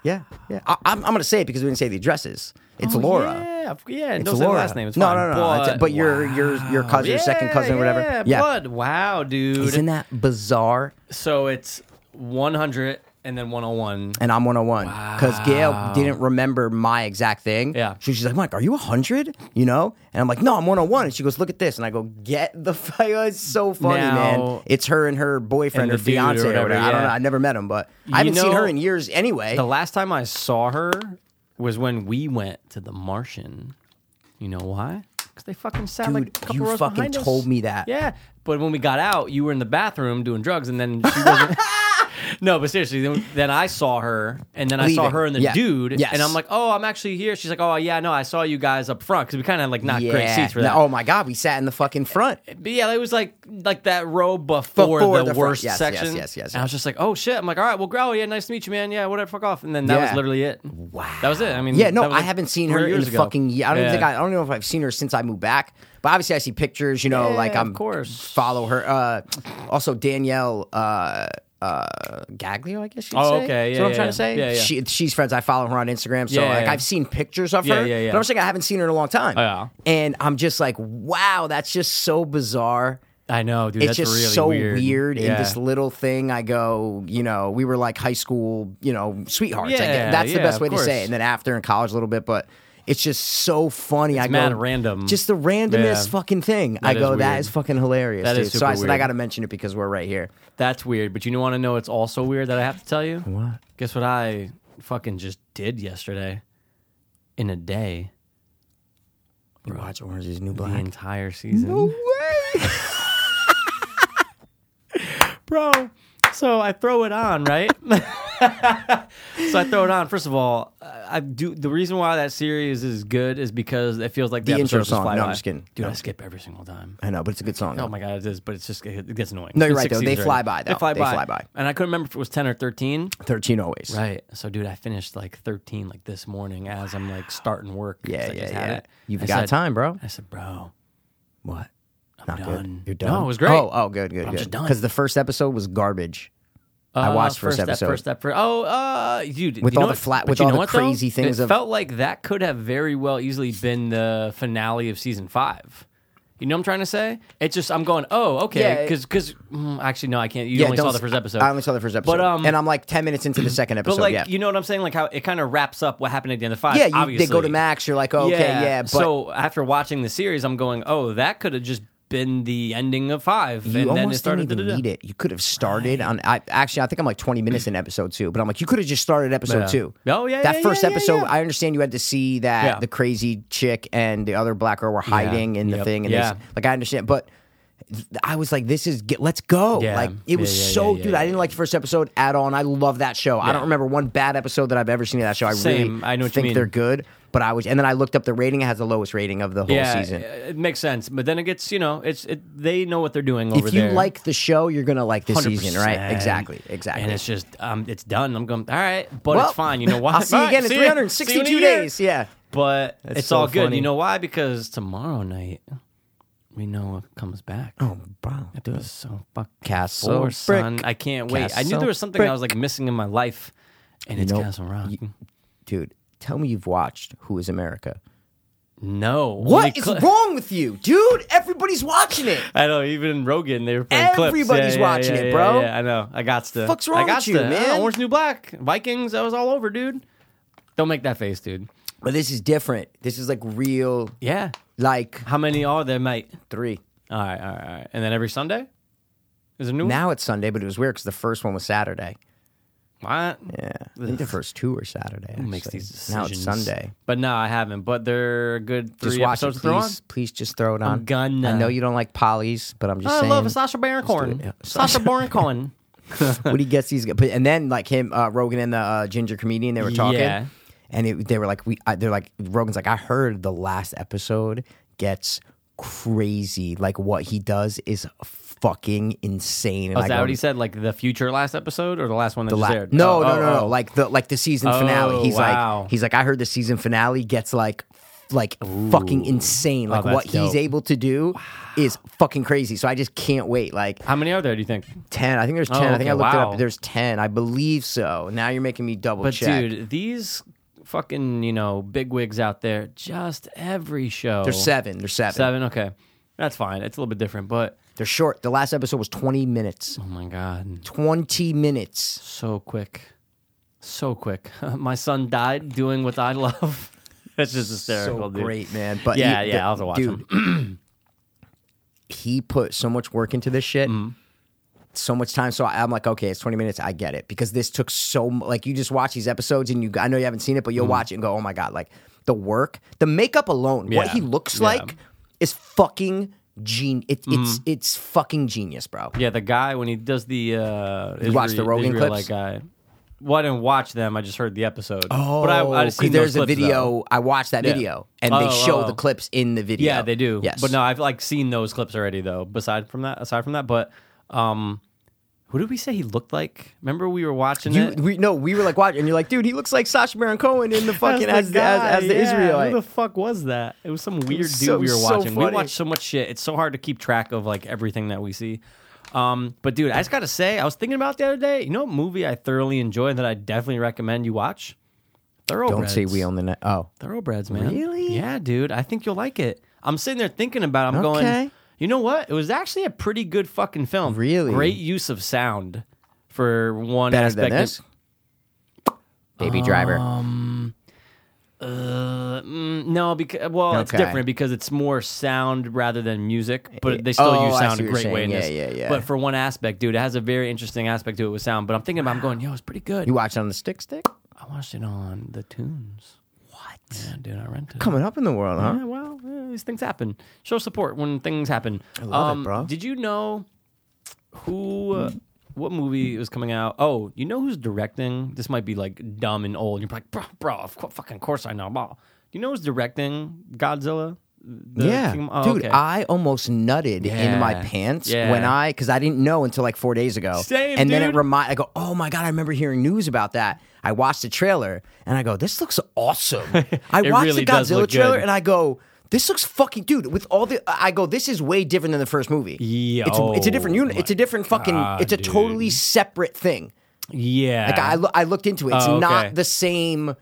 [SPEAKER 3] yeah yeah I, I'm, I'm gonna say it because we didn't say the addresses it's laura
[SPEAKER 2] Oh, Yeah. f- Yeah.
[SPEAKER 3] It's
[SPEAKER 2] don't say the
[SPEAKER 3] Laura.
[SPEAKER 2] last name. It's
[SPEAKER 3] no,
[SPEAKER 2] fine.
[SPEAKER 3] no, no, no. But,
[SPEAKER 2] Blood.
[SPEAKER 3] but your your your cousin, your second
[SPEAKER 2] Yeah,
[SPEAKER 3] cousin, whatever.
[SPEAKER 2] Yeah. Blood. Wow, dude.
[SPEAKER 3] Isn't that bizarre?
[SPEAKER 2] so it's 100 and then 101.
[SPEAKER 3] And I'm 101 because Gail didn't remember my exact thing.
[SPEAKER 2] Yeah.
[SPEAKER 3] so she's like, Mike, are you 100? You know? And I'm like, No, I'm 101. And she goes, Look at this. And I go, Get the fuck. It's so funny,
[SPEAKER 2] Now-
[SPEAKER 3] man. It's her and her boyfriend
[SPEAKER 2] And
[SPEAKER 3] or
[SPEAKER 2] the dude or
[SPEAKER 3] fiance or whatever.
[SPEAKER 2] whatever,
[SPEAKER 3] I don't
[SPEAKER 2] yeah.
[SPEAKER 3] know. I never met him, but I haven't seen
[SPEAKER 2] know-
[SPEAKER 3] her in years anyway.
[SPEAKER 2] The last time I saw her was when we went to the Martian. You know why? Because they fucking sat like a
[SPEAKER 3] Dude,
[SPEAKER 2] couple
[SPEAKER 3] you
[SPEAKER 2] rows
[SPEAKER 3] fucking
[SPEAKER 2] behind us.
[SPEAKER 3] told me that.
[SPEAKER 2] Yeah, but when we got out, you were in the bathroom doing drugs, and then she wasn't. no, but seriously, then, then I saw her, and then I saw
[SPEAKER 3] Leaving.
[SPEAKER 2] her and the
[SPEAKER 3] Yes.
[SPEAKER 2] dude,
[SPEAKER 3] Yes.
[SPEAKER 2] and I'm like, oh, I'm actually here. She's like, oh yeah, no, I saw you guys up front because we kind of like not great seats for
[SPEAKER 3] No,
[SPEAKER 2] that.
[SPEAKER 3] Oh my God, we sat in the fucking front.
[SPEAKER 2] But yeah, it was like like that row before,
[SPEAKER 3] Before
[SPEAKER 2] the,
[SPEAKER 3] the front.
[SPEAKER 2] worst
[SPEAKER 3] Yes, yes,
[SPEAKER 2] section.
[SPEAKER 3] yes, yes,
[SPEAKER 2] And I was just like, oh shit. I'm like, all right, well, grow. Yeah, nice to meet you, man. Yeah, whatever. Fuck off. And then that was
[SPEAKER 3] Yeah.
[SPEAKER 2] literally it.
[SPEAKER 3] Wow.
[SPEAKER 2] That was it. I mean,
[SPEAKER 3] Yeah, no,
[SPEAKER 2] that was,
[SPEAKER 3] I
[SPEAKER 2] like,
[SPEAKER 3] haven't seen
[SPEAKER 2] three
[SPEAKER 3] her in
[SPEAKER 2] years
[SPEAKER 3] the
[SPEAKER 2] ago.
[SPEAKER 3] fucking year. I don't
[SPEAKER 2] Yeah.
[SPEAKER 3] even think I, I don't know if I've seen her since I moved back. But obviously, I see pictures. You know, like
[SPEAKER 2] Yeah, of
[SPEAKER 3] I'm
[SPEAKER 2] course.
[SPEAKER 3] follow her. Uh, also, Danielle uh, uh, Gaglio, I guess. You'd
[SPEAKER 2] Oh,
[SPEAKER 3] say.
[SPEAKER 2] okay,
[SPEAKER 3] That's
[SPEAKER 2] yeah,
[SPEAKER 3] what I'm
[SPEAKER 2] yeah,
[SPEAKER 3] trying
[SPEAKER 2] yeah.
[SPEAKER 3] to say.
[SPEAKER 2] Yeah, yeah.
[SPEAKER 3] She, she's friends. I follow her on Instagram, so
[SPEAKER 2] Yeah,
[SPEAKER 3] like
[SPEAKER 2] yeah.
[SPEAKER 3] I've seen pictures of
[SPEAKER 2] Yeah,
[SPEAKER 3] her.
[SPEAKER 2] yeah, yeah. Oh,
[SPEAKER 3] But I'm saying I haven't seen her in a long time.
[SPEAKER 2] Yeah.
[SPEAKER 3] And I'm just like, wow, that's just so bizarre
[SPEAKER 2] I know, dude.
[SPEAKER 3] it's
[SPEAKER 2] that's
[SPEAKER 3] just
[SPEAKER 2] really
[SPEAKER 3] so
[SPEAKER 2] weird.
[SPEAKER 3] weird, in
[SPEAKER 2] Yeah.
[SPEAKER 3] this little thing. I go, you know, we were like high school, you know, sweethearts. I
[SPEAKER 2] Yeah,
[SPEAKER 3] guess. That's
[SPEAKER 2] yeah,
[SPEAKER 3] the best
[SPEAKER 2] of
[SPEAKER 3] way to
[SPEAKER 2] course.
[SPEAKER 3] say it. And then after in college a little bit, but it's just so funny. I go,
[SPEAKER 2] mad random.
[SPEAKER 3] Just the randomest
[SPEAKER 2] Yeah.
[SPEAKER 3] fucking thing. I
[SPEAKER 2] is
[SPEAKER 3] go, that
[SPEAKER 2] weird.
[SPEAKER 3] is fucking hilarious.
[SPEAKER 2] That
[SPEAKER 3] dude.
[SPEAKER 2] is
[SPEAKER 3] so I
[SPEAKER 2] super
[SPEAKER 3] said I
[SPEAKER 2] weird.
[SPEAKER 3] got to mention it because we're right here.
[SPEAKER 2] That's weird. But you want to know? It's also weird that I have to tell you.
[SPEAKER 3] What?
[SPEAKER 2] Guess what I fucking just did yesterday in a day,
[SPEAKER 3] You watch Orange is the New
[SPEAKER 2] the
[SPEAKER 3] Black.
[SPEAKER 2] entire season.
[SPEAKER 3] Way.
[SPEAKER 2] bro. So I throw it on, right? so I throw it on. First of all, I do the reason why that series is good is because it feels like the,
[SPEAKER 3] The intro
[SPEAKER 2] episodes just
[SPEAKER 3] song.
[SPEAKER 2] fly
[SPEAKER 3] No, I'm
[SPEAKER 2] by.
[SPEAKER 3] just kidding.
[SPEAKER 2] Dude,
[SPEAKER 3] No.
[SPEAKER 2] I skip every single time.
[SPEAKER 3] I know, but it's a good song.
[SPEAKER 2] Oh
[SPEAKER 3] though.
[SPEAKER 2] my god, it is, but it's just it gets annoying.
[SPEAKER 3] No, you're
[SPEAKER 2] It's
[SPEAKER 3] right,
[SPEAKER 2] six
[SPEAKER 3] though. They
[SPEAKER 2] seasons
[SPEAKER 3] fly
[SPEAKER 2] already.
[SPEAKER 3] by, though.
[SPEAKER 2] They fly
[SPEAKER 3] They
[SPEAKER 2] by.
[SPEAKER 3] fly by.
[SPEAKER 2] And I couldn't remember if it was ten or thirteen.
[SPEAKER 3] 13 always.
[SPEAKER 2] Right. So, dude, I finished like thirteen like this morning as I'm like starting work. 'cause
[SPEAKER 3] Yeah,
[SPEAKER 2] I
[SPEAKER 3] yeah,
[SPEAKER 2] just had
[SPEAKER 3] yeah.
[SPEAKER 2] it.
[SPEAKER 3] You've
[SPEAKER 2] I
[SPEAKER 3] got
[SPEAKER 2] said-
[SPEAKER 3] time, bro.
[SPEAKER 2] I said, bro,
[SPEAKER 3] What?
[SPEAKER 2] I'm
[SPEAKER 3] Not
[SPEAKER 2] done.
[SPEAKER 3] good. You're done.
[SPEAKER 2] No, it was great.
[SPEAKER 3] Oh, oh, good, good,
[SPEAKER 2] I'm
[SPEAKER 3] good.
[SPEAKER 2] just done.
[SPEAKER 3] Because the first episode was garbage. I
[SPEAKER 2] Uh,
[SPEAKER 3] watched first,
[SPEAKER 2] step,
[SPEAKER 3] episode.
[SPEAKER 2] First step, first. Oh, uh, dude,
[SPEAKER 3] With
[SPEAKER 2] you
[SPEAKER 3] all
[SPEAKER 2] know
[SPEAKER 3] the
[SPEAKER 2] what-
[SPEAKER 3] flat-
[SPEAKER 2] but
[SPEAKER 3] with
[SPEAKER 2] you
[SPEAKER 3] all
[SPEAKER 2] know
[SPEAKER 3] the
[SPEAKER 2] what, though?
[SPEAKER 3] crazy things
[SPEAKER 2] It
[SPEAKER 3] of-
[SPEAKER 2] felt like that could have very well easily been the finale of season five. You know what I'm trying to say? It's just I'm going, oh, okay,
[SPEAKER 3] Yeah, it-
[SPEAKER 2] because actually no, I can't. You
[SPEAKER 3] Yeah,
[SPEAKER 2] only
[SPEAKER 3] don't
[SPEAKER 2] saw the
[SPEAKER 3] s-
[SPEAKER 2] first episode.
[SPEAKER 3] I only saw the first episode.
[SPEAKER 2] But um,
[SPEAKER 3] and I'm like 10 minutes into the second episode.
[SPEAKER 2] but like
[SPEAKER 3] yeah.
[SPEAKER 2] you know what I'm saying? Like how it kind of wraps up what happened at the end of five.
[SPEAKER 3] yeah, you,
[SPEAKER 2] obviously.
[SPEAKER 3] they go to Max. You're like, "Oh, okay, yeah. but
[SPEAKER 2] so after watching the series, I'm going, oh, that could have just been the ending of five,
[SPEAKER 3] you
[SPEAKER 2] and
[SPEAKER 3] almost
[SPEAKER 2] then it started.
[SPEAKER 3] didn't even
[SPEAKER 2] da-da-da.
[SPEAKER 3] need it. You could have started on. I actually, I think I'm like 20 minutes in episode two, but I'm like, you could have just started episode
[SPEAKER 2] Yeah.
[SPEAKER 3] two.
[SPEAKER 2] Oh, yeah,
[SPEAKER 3] That
[SPEAKER 2] yeah,
[SPEAKER 3] first
[SPEAKER 2] yeah, yeah,
[SPEAKER 3] episode,
[SPEAKER 2] yeah.
[SPEAKER 3] I understand you had to see that
[SPEAKER 2] Yeah.
[SPEAKER 3] the crazy chick and the other black girl were hiding in the
[SPEAKER 2] Yep.
[SPEAKER 3] thing, and
[SPEAKER 2] Yeah.
[SPEAKER 3] this, like I understand, but. th- I was like, "This is get, let's go!"
[SPEAKER 2] Yeah.
[SPEAKER 3] Like it was
[SPEAKER 2] Yeah, yeah,
[SPEAKER 3] so,
[SPEAKER 2] yeah,
[SPEAKER 3] dude.
[SPEAKER 2] yeah,
[SPEAKER 3] I didn't like the first episode at all, and I love that show. I don't remember one bad episode that I've ever seen of that show. I
[SPEAKER 2] Same.
[SPEAKER 3] really
[SPEAKER 2] I know what you
[SPEAKER 3] think
[SPEAKER 2] mean.
[SPEAKER 3] they're good, but I was, and then I looked up the rating. It has the lowest rating of the whole season.
[SPEAKER 2] uh, It makes sense, but then it gets you know it's it, they know what they're doing over
[SPEAKER 3] If you
[SPEAKER 2] there.
[SPEAKER 3] like the show, you're gonna like this season, right?
[SPEAKER 2] 100%.
[SPEAKER 3] Exactly, exactly.
[SPEAKER 2] And it's just um, it's done. I'm going all right, but
[SPEAKER 3] Well,
[SPEAKER 2] it's fine. You know why?
[SPEAKER 3] I'll see you
[SPEAKER 2] All right,
[SPEAKER 3] again in
[SPEAKER 2] see ya. See
[SPEAKER 3] 362
[SPEAKER 2] you in a year.
[SPEAKER 3] days. Yeah.
[SPEAKER 2] but it's
[SPEAKER 3] so
[SPEAKER 2] all good.
[SPEAKER 3] funny.
[SPEAKER 2] You know why? Because tomorrow night we know what comes back. Oh,
[SPEAKER 3] Bro.
[SPEAKER 2] it was so fucking
[SPEAKER 3] Castle
[SPEAKER 2] poor,
[SPEAKER 3] Brick.
[SPEAKER 2] son. I can't wait. I knew
[SPEAKER 3] Castle
[SPEAKER 2] there was something I was like missing in my life, and it's
[SPEAKER 3] know,
[SPEAKER 2] Castle Rock.
[SPEAKER 3] you- Dude, tell me you've watched Who is America?
[SPEAKER 2] no, only
[SPEAKER 3] What is
[SPEAKER 2] cli-
[SPEAKER 3] wrong with you? Dude, everybody's watching it.
[SPEAKER 2] I know. Even Rogan, they were playing clips. Yeah,
[SPEAKER 3] Everybody's
[SPEAKER 2] yeah,
[SPEAKER 3] watching
[SPEAKER 2] yeah,
[SPEAKER 3] it,
[SPEAKER 2] yeah,
[SPEAKER 3] bro.
[SPEAKER 2] Yeah, I know. I got to.
[SPEAKER 3] Fuck's
[SPEAKER 2] I
[SPEAKER 3] wrong
[SPEAKER 2] got
[SPEAKER 3] with you,
[SPEAKER 2] to.
[SPEAKER 3] man?
[SPEAKER 2] Uh, Orange New Black, Vikings. I was all over, dude. Don't make that face, dude.
[SPEAKER 3] But this is different. This is like real,
[SPEAKER 2] Yeah.
[SPEAKER 3] like
[SPEAKER 2] How many are there, mate?
[SPEAKER 3] three.
[SPEAKER 2] All right, all right, all right. And then every Sunday is a new
[SPEAKER 3] Now it's Sunday, but it was weird because the first one was Saturday.
[SPEAKER 2] one. What?
[SPEAKER 3] Yeah. I think the first two were Saturday.
[SPEAKER 2] Who makes
[SPEAKER 3] actually.
[SPEAKER 2] these
[SPEAKER 3] Now
[SPEAKER 2] decisions?
[SPEAKER 3] it's Sunday.
[SPEAKER 2] But no, I haven't. But they're a good three
[SPEAKER 3] Just watch it,
[SPEAKER 2] episodes to throw on.
[SPEAKER 3] please. Please just throw it on.
[SPEAKER 2] gonna.
[SPEAKER 3] I know you don't like polys, but I'm just
[SPEAKER 2] I
[SPEAKER 3] saying.
[SPEAKER 2] love Sasha Baron Cohen.
[SPEAKER 3] it, yeah.
[SPEAKER 2] Sasha Baron Cohen.
[SPEAKER 3] when he gets these, but- and then like him, uh, Rogan and the uh, ginger comedian, they were talking,
[SPEAKER 2] Yeah.
[SPEAKER 3] and it, they were like, we, I, they're like, Rogan's like, I heard the last episode gets crazy, like what he does is fucking insane. And
[SPEAKER 2] Was
[SPEAKER 3] I
[SPEAKER 2] Oh, that
[SPEAKER 3] go,
[SPEAKER 2] what he said? Like the future last episode or the last one that
[SPEAKER 3] the
[SPEAKER 2] just
[SPEAKER 3] la-
[SPEAKER 2] aired?
[SPEAKER 3] No,
[SPEAKER 2] Oh,
[SPEAKER 3] no,
[SPEAKER 2] oh,
[SPEAKER 3] no, no,
[SPEAKER 2] oh.
[SPEAKER 3] like the like the season
[SPEAKER 2] Oh,
[SPEAKER 3] finale. He's
[SPEAKER 2] wow.
[SPEAKER 3] like, he's like, I heard the season finale gets like. Like fucking insane! Like
[SPEAKER 2] Oh, that's
[SPEAKER 3] what
[SPEAKER 2] dope.
[SPEAKER 3] he's able to do is fucking crazy. So I just can't wait. Like
[SPEAKER 2] How many are there? Do you think?
[SPEAKER 3] 10. I think there's 10. I think
[SPEAKER 2] Oh, okay,
[SPEAKER 3] I looked it
[SPEAKER 2] wow.
[SPEAKER 3] up. There's 10. I believe so. Now you're making me double
[SPEAKER 2] But
[SPEAKER 3] check.
[SPEAKER 2] dude, these fucking you know bigwigs out there, just every show.
[SPEAKER 3] There's seven. There's seven.
[SPEAKER 2] Seven. Okay, that's fine. It's a little bit different, but
[SPEAKER 3] They're short. The last episode was 20 minutes.
[SPEAKER 2] oh my god,
[SPEAKER 3] 20 minutes.
[SPEAKER 2] so quick, so quick. my son died doing what I love. That's just hysterical,
[SPEAKER 3] so
[SPEAKER 2] dude.
[SPEAKER 3] great, man. But
[SPEAKER 2] Yeah,
[SPEAKER 3] he-
[SPEAKER 2] yeah, I'll have to watch
[SPEAKER 3] dude, he put so much work into this shit.
[SPEAKER 2] Mm-hmm.
[SPEAKER 3] So much time, so I- I'm like, okay, it's 20 minutes. I get it because this took so mu- like you just watch these episodes and you. I know you haven't seen it, but
[SPEAKER 2] Mm-hmm.
[SPEAKER 3] you'll watch it and go, oh my god, like the work, the makeup alone, what
[SPEAKER 2] Yeah.
[SPEAKER 3] he looks
[SPEAKER 2] Yeah. Mm-hmm.
[SPEAKER 3] like is fucking genius. It, It's it's fucking genius, bro.
[SPEAKER 2] Yeah, the guy when he does the uh,
[SPEAKER 3] You watched
[SPEAKER 2] Isra-
[SPEAKER 3] the Rogan
[SPEAKER 2] Israelite
[SPEAKER 3] clips?
[SPEAKER 2] guy. Well, I didn't watch them. I just heard the episode.
[SPEAKER 3] Oh,
[SPEAKER 2] but I, I've
[SPEAKER 3] 'cause
[SPEAKER 2] seen those
[SPEAKER 3] there's a
[SPEAKER 2] clips,
[SPEAKER 3] video.
[SPEAKER 2] though.
[SPEAKER 3] I watched that
[SPEAKER 2] Yeah.
[SPEAKER 3] video, and
[SPEAKER 2] Oh,
[SPEAKER 3] they show
[SPEAKER 2] oh, oh.
[SPEAKER 3] the clips in the video.
[SPEAKER 2] Yeah, they do.
[SPEAKER 3] Yes,
[SPEAKER 2] but no, I've like seen those clips already though. Beside from that, aside from that, but um, who did we say he looked like? Remember we were watching
[SPEAKER 3] You,
[SPEAKER 2] it.
[SPEAKER 3] we no, we were like watching, and you're like, dude, he looks like Sacha Baron Cohen in the fucking as the, as, as the Israelite.
[SPEAKER 2] Who the fuck was that? It was some weird dude
[SPEAKER 3] so-
[SPEAKER 2] we were
[SPEAKER 3] so
[SPEAKER 2] watching. we
[SPEAKER 3] funny.
[SPEAKER 2] watch so much shit. It's so hard to keep track of like everything that we see. Um, but dude, I just gotta say, I was thinking about it the other day. You know, what movie I thoroughly enjoy that I definitely recommend you watch. Thoroughbreds.
[SPEAKER 3] Don't say we own the net. Oh,
[SPEAKER 2] Thoroughbreds, man.
[SPEAKER 3] Really?
[SPEAKER 2] Yeah, dude. I think you'll like it. I'm sitting there thinking about. It. I'm going.
[SPEAKER 3] Okay.
[SPEAKER 2] You know what? It was actually a pretty good fucking film.
[SPEAKER 3] Really?
[SPEAKER 2] great use of sound for one
[SPEAKER 3] better
[SPEAKER 2] aspect.
[SPEAKER 3] than this. Baby Driver.
[SPEAKER 2] Um, Uh, mm, no, because well, it's
[SPEAKER 3] Okay.
[SPEAKER 2] different because it's more sound rather than music, but they still
[SPEAKER 3] Oh,
[SPEAKER 2] use
[SPEAKER 3] I
[SPEAKER 2] sound
[SPEAKER 3] see
[SPEAKER 2] a
[SPEAKER 3] what
[SPEAKER 2] great
[SPEAKER 3] you're
[SPEAKER 2] way. In
[SPEAKER 3] saying.
[SPEAKER 2] this.
[SPEAKER 3] Yeah, yeah, yeah.
[SPEAKER 2] But for one aspect, dude, it has a very interesting aspect to it with sound. But I'm thinking about, I'm going, yo, it's pretty good.
[SPEAKER 3] You watched it on the stick stick?
[SPEAKER 2] I watched it on the tunes. What? Yeah, dude, I rented it.
[SPEAKER 6] Coming up in the world, huh?
[SPEAKER 2] Yeah, Eh, well, yeah, these things happen. Show support when things happen. I
[SPEAKER 6] love it, bro.
[SPEAKER 2] Did you know who, uh, what movie was coming out? Oh, you know who's directing? This might be like dumb and old. You're like, bro, bro, of course, fucking course I know. Bro. Do you know who's directing Godzilla? The
[SPEAKER 3] yeah,
[SPEAKER 2] King- oh,
[SPEAKER 3] dude,
[SPEAKER 2] okay.
[SPEAKER 3] I almost nutted in my
[SPEAKER 2] Yeah.
[SPEAKER 3] pants
[SPEAKER 2] Yeah.
[SPEAKER 3] when I because I didn't know until like four days ago.
[SPEAKER 2] Same,
[SPEAKER 3] and then it
[SPEAKER 2] dude.
[SPEAKER 3] remind I go, oh my god, I remember hearing news about that. I watched the trailer and I go, this looks awesome. I
[SPEAKER 2] It
[SPEAKER 3] watched
[SPEAKER 2] really
[SPEAKER 3] the
[SPEAKER 2] does
[SPEAKER 3] Godzilla
[SPEAKER 2] look
[SPEAKER 3] trailer
[SPEAKER 2] good.
[SPEAKER 3] and I go. This looks fucking dude with all the I go this is way different than the first movie.
[SPEAKER 2] Yeah,
[SPEAKER 3] It's a, it's a
[SPEAKER 2] oh
[SPEAKER 3] different unit.
[SPEAKER 2] my
[SPEAKER 3] It's a different fucking
[SPEAKER 2] God,
[SPEAKER 3] it's a
[SPEAKER 2] dude.
[SPEAKER 3] totally separate thing.
[SPEAKER 2] yeah.
[SPEAKER 3] Like I lo- I looked into it. It's
[SPEAKER 2] Oh, okay.
[SPEAKER 3] not the same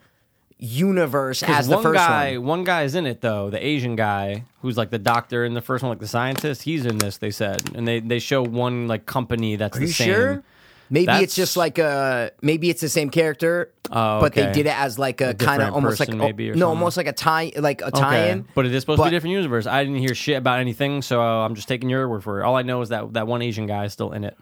[SPEAKER 3] universe
[SPEAKER 2] 'Cause
[SPEAKER 3] as the
[SPEAKER 2] one
[SPEAKER 3] first
[SPEAKER 2] guy,
[SPEAKER 3] one.
[SPEAKER 2] one guy is in it though. The Asian guy who's like the doctor in the first one, like the scientist. He's in this. They said, and they they show one like company that's
[SPEAKER 3] Are
[SPEAKER 2] the
[SPEAKER 3] you
[SPEAKER 2] same.
[SPEAKER 3] sure? Maybe it's
[SPEAKER 2] That's-
[SPEAKER 3] just like a maybe it's the same character,
[SPEAKER 2] Oh,
[SPEAKER 3] but they
[SPEAKER 2] okay.
[SPEAKER 3] did it as like a, kind
[SPEAKER 2] different
[SPEAKER 3] of almost like
[SPEAKER 2] person
[SPEAKER 3] oh,
[SPEAKER 2] maybe
[SPEAKER 3] no,
[SPEAKER 2] or something.
[SPEAKER 3] almost like a tie like a
[SPEAKER 2] Okay.
[SPEAKER 3] tie-in.
[SPEAKER 2] But it is supposed to
[SPEAKER 3] But-
[SPEAKER 2] be a different universe. I didn't hear shit about anything, so I'm just taking your word for it. All I know is that that one Asian guy is still in it,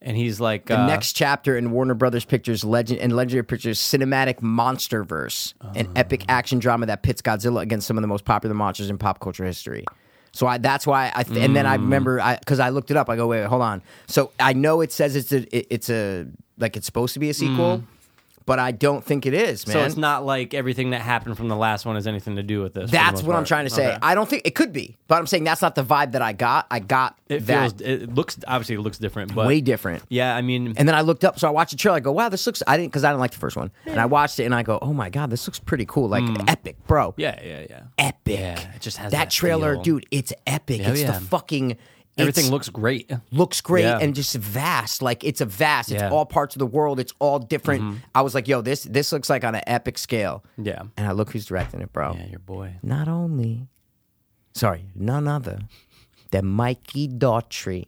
[SPEAKER 2] and he's like
[SPEAKER 3] The
[SPEAKER 2] uh,
[SPEAKER 3] next chapter in Warner Brothers Pictures Legend and Legendary Pictures Cinematic Monsterverse,
[SPEAKER 2] Uh.
[SPEAKER 3] an epic action drama that pits Godzilla against some of the most popular monsters in pop culture history. So I, that's why I th- and then I
[SPEAKER 2] Mm.
[SPEAKER 3] remember I because I looked it up. I go wait, wait, hold on. So I know it says it's a it- it's a like it's supposed to be a sequel, but I don't think it is, man.
[SPEAKER 2] Mm. So it's not like everything that happened from the last one has anything to do with this. for the
[SPEAKER 3] That's
[SPEAKER 2] most
[SPEAKER 3] what I'm
[SPEAKER 2] part.
[SPEAKER 3] trying to say.
[SPEAKER 2] Okay.
[SPEAKER 3] I don't think it could be, but I'm saying that's not the vibe that I got. I got
[SPEAKER 2] It
[SPEAKER 3] that
[SPEAKER 2] feels. It looks obviously it looks different, but
[SPEAKER 3] way different.
[SPEAKER 2] Yeah, I mean,
[SPEAKER 3] And then I looked up, so I watched the trailer. I go, wow, this looks. I didn't because I didn't like the first one, and I watched it, and I go, oh my god, this looks pretty cool, like epic, bro.
[SPEAKER 2] Mm. yeah, yeah, yeah.
[SPEAKER 3] epic.
[SPEAKER 2] Yeah, it just has
[SPEAKER 3] that,
[SPEAKER 2] that
[SPEAKER 3] trailer,
[SPEAKER 2] feel.
[SPEAKER 3] dude. It's epic.
[SPEAKER 2] Hell
[SPEAKER 3] it's
[SPEAKER 2] yeah.
[SPEAKER 3] the fucking.
[SPEAKER 2] Everything
[SPEAKER 3] it's-
[SPEAKER 2] looks great.
[SPEAKER 3] looks great
[SPEAKER 2] Yeah.
[SPEAKER 3] and just vast. Like it's a vast. It's
[SPEAKER 2] Yeah. Mm-hmm.
[SPEAKER 3] all parts of the world. It's all different. I was like, yo, this this looks like on an epic scale.
[SPEAKER 2] Yeah.
[SPEAKER 3] And I look who's directing it, bro
[SPEAKER 2] Yeah, your boy.
[SPEAKER 3] not only, sorry, none other than Mikey Daughtry,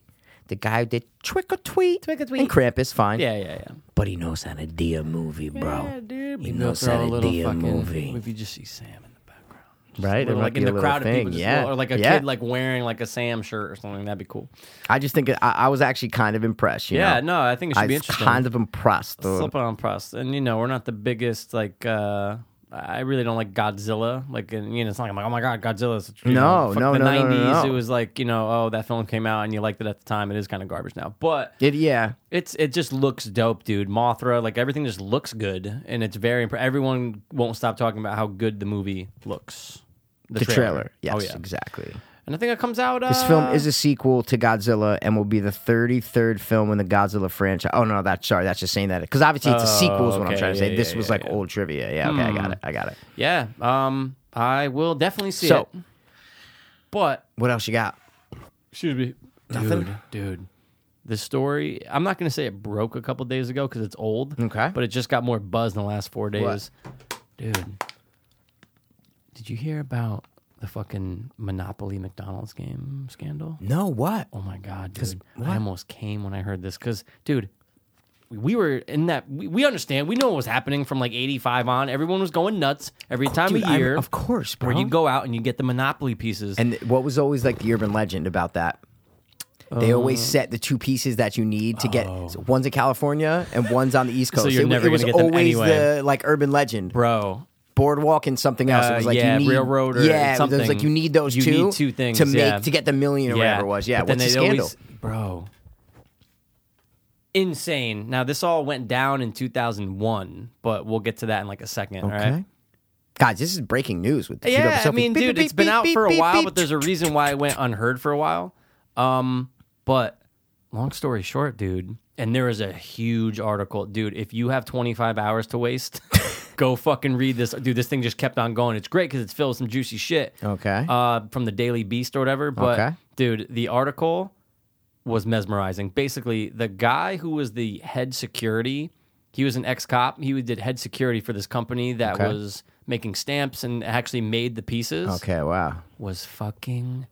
[SPEAKER 3] the guy who did Trick or Tweet, Trick or Tweet, and Krampus, fine.
[SPEAKER 2] Yeah, yeah, yeah.
[SPEAKER 3] but he knows how to do a movie, bro. he
[SPEAKER 2] You
[SPEAKER 3] knows how to do a movie,
[SPEAKER 2] If you just see Sam in the background,
[SPEAKER 3] right? There
[SPEAKER 2] or
[SPEAKER 3] might
[SPEAKER 2] like
[SPEAKER 3] be
[SPEAKER 2] in
[SPEAKER 3] a
[SPEAKER 2] the
[SPEAKER 3] little
[SPEAKER 2] crowd of
[SPEAKER 3] thing,
[SPEAKER 2] people, just,
[SPEAKER 3] yeah,
[SPEAKER 2] or like a
[SPEAKER 3] yeah.
[SPEAKER 2] kid like wearing like a Sam shirt or something. That'd be cool.
[SPEAKER 3] I just think I, I was actually kind of impressed. You
[SPEAKER 2] Yeah,
[SPEAKER 3] know?
[SPEAKER 2] no, I think it should
[SPEAKER 3] I
[SPEAKER 2] be
[SPEAKER 3] was
[SPEAKER 2] interesting.
[SPEAKER 3] kind of impressed. dude.
[SPEAKER 2] Slip on press, and you know we're not the biggest like. uh I really don't like Godzilla. Like, and, you know, it's not like, I'm like, oh my god, Godzilla. Is, you
[SPEAKER 3] No,
[SPEAKER 2] know, fuck
[SPEAKER 3] no,
[SPEAKER 2] the
[SPEAKER 3] no, no, no, no.
[SPEAKER 2] It was like, you know, oh, that film came out and you liked it at the time. It is kind of garbage now, but
[SPEAKER 3] It, yeah,
[SPEAKER 2] It's it just looks dope, dude. Mothra, like everything just looks good, and it's very. Imp- everyone won't stop talking about how good the movie looks.
[SPEAKER 3] the trailer. Yes,
[SPEAKER 2] Oh yeah,
[SPEAKER 3] exactly.
[SPEAKER 2] and I think it comes out. Uh,
[SPEAKER 3] This film is a sequel to Godzilla and will be the 33rd film in the Godzilla franchise. Oh no, that's sorry, that's just saying that because obviously it's a sequel is what I'm
[SPEAKER 2] Oh, okay,
[SPEAKER 3] trying to
[SPEAKER 2] yeah,
[SPEAKER 3] say. this
[SPEAKER 2] yeah,
[SPEAKER 3] was
[SPEAKER 2] yeah,
[SPEAKER 3] like
[SPEAKER 2] yeah. Hmm.
[SPEAKER 3] old trivia. Yeah, okay, I got it. I got it.
[SPEAKER 2] yeah. Um, I will definitely see
[SPEAKER 3] So-
[SPEAKER 2] it. But
[SPEAKER 3] What else you got?
[SPEAKER 2] Excuse me. Dude, dude. The story, I'm not going to say it broke a couple days ago because it's old.
[SPEAKER 3] Okay.
[SPEAKER 2] But it just got more buzz in the last four days. Dude. Did you hear about the fucking Monopoly McDonald's game scandal?
[SPEAKER 3] No, what?
[SPEAKER 2] Oh my God, dude. I almost came when I heard this because, dude, we were in that. We, we understand. We know what was happening from like 85 on. Everyone was going nuts every time
[SPEAKER 3] Dude,
[SPEAKER 2] of
[SPEAKER 3] I-
[SPEAKER 2] year.
[SPEAKER 3] of course, bro.
[SPEAKER 2] Where you go out and you get the Monopoly pieces.
[SPEAKER 3] Oh. And what was always like the urban legend about that? They
[SPEAKER 2] Uh,
[SPEAKER 3] always set the two pieces that you need to get. so one's in California and one's on the East Coast.
[SPEAKER 2] oh. you're
[SPEAKER 3] it,
[SPEAKER 2] never
[SPEAKER 3] it was
[SPEAKER 2] gonna get them
[SPEAKER 3] always
[SPEAKER 2] anyway.
[SPEAKER 3] the like urban legend,
[SPEAKER 2] Bro,
[SPEAKER 3] boardwalk and something else. it
[SPEAKER 2] Uh,
[SPEAKER 3] was like
[SPEAKER 2] yeah,
[SPEAKER 3] you need,
[SPEAKER 2] railroad or
[SPEAKER 3] yeah, It was like
[SPEAKER 2] something.
[SPEAKER 3] you need those
[SPEAKER 2] You
[SPEAKER 3] two,
[SPEAKER 2] need two things,
[SPEAKER 3] to make
[SPEAKER 2] yeah.
[SPEAKER 3] to get the million or whatever it was. Yeah,
[SPEAKER 2] but then
[SPEAKER 3] what's the
[SPEAKER 2] they'd
[SPEAKER 3] scandal?
[SPEAKER 2] always- bro? Insane. Now this all went down in 2001, but we'll get to that in like a second. All right.
[SPEAKER 3] Guys, this is breaking news with the Trudeau
[SPEAKER 2] Yeah, I
[SPEAKER 3] selfie.
[SPEAKER 2] mean,
[SPEAKER 3] Beep,
[SPEAKER 2] dude,
[SPEAKER 3] beep,
[SPEAKER 2] it's been
[SPEAKER 3] beep,
[SPEAKER 2] out
[SPEAKER 3] beep,
[SPEAKER 2] for a
[SPEAKER 3] beep,
[SPEAKER 2] while,
[SPEAKER 3] beep.
[SPEAKER 2] but there's a reason why it went unheard for a while. Um, but long story short, dude, and there is a huge article, dude. If you have 25 hours to waste, go fucking read this, dude. This thing just kept on going. It's great because it's filled with some juicy shit.
[SPEAKER 3] Okay.
[SPEAKER 2] Uh, from the Daily Beast or whatever. But
[SPEAKER 3] Okay.
[SPEAKER 2] dude, the article was mesmerizing. Basically, the guy who was the head security, he was an ex cop. He did head security for this company that
[SPEAKER 3] Okay.
[SPEAKER 2] was making stamps and actually made the pieces.
[SPEAKER 3] Okay, wow.
[SPEAKER 2] Was fucking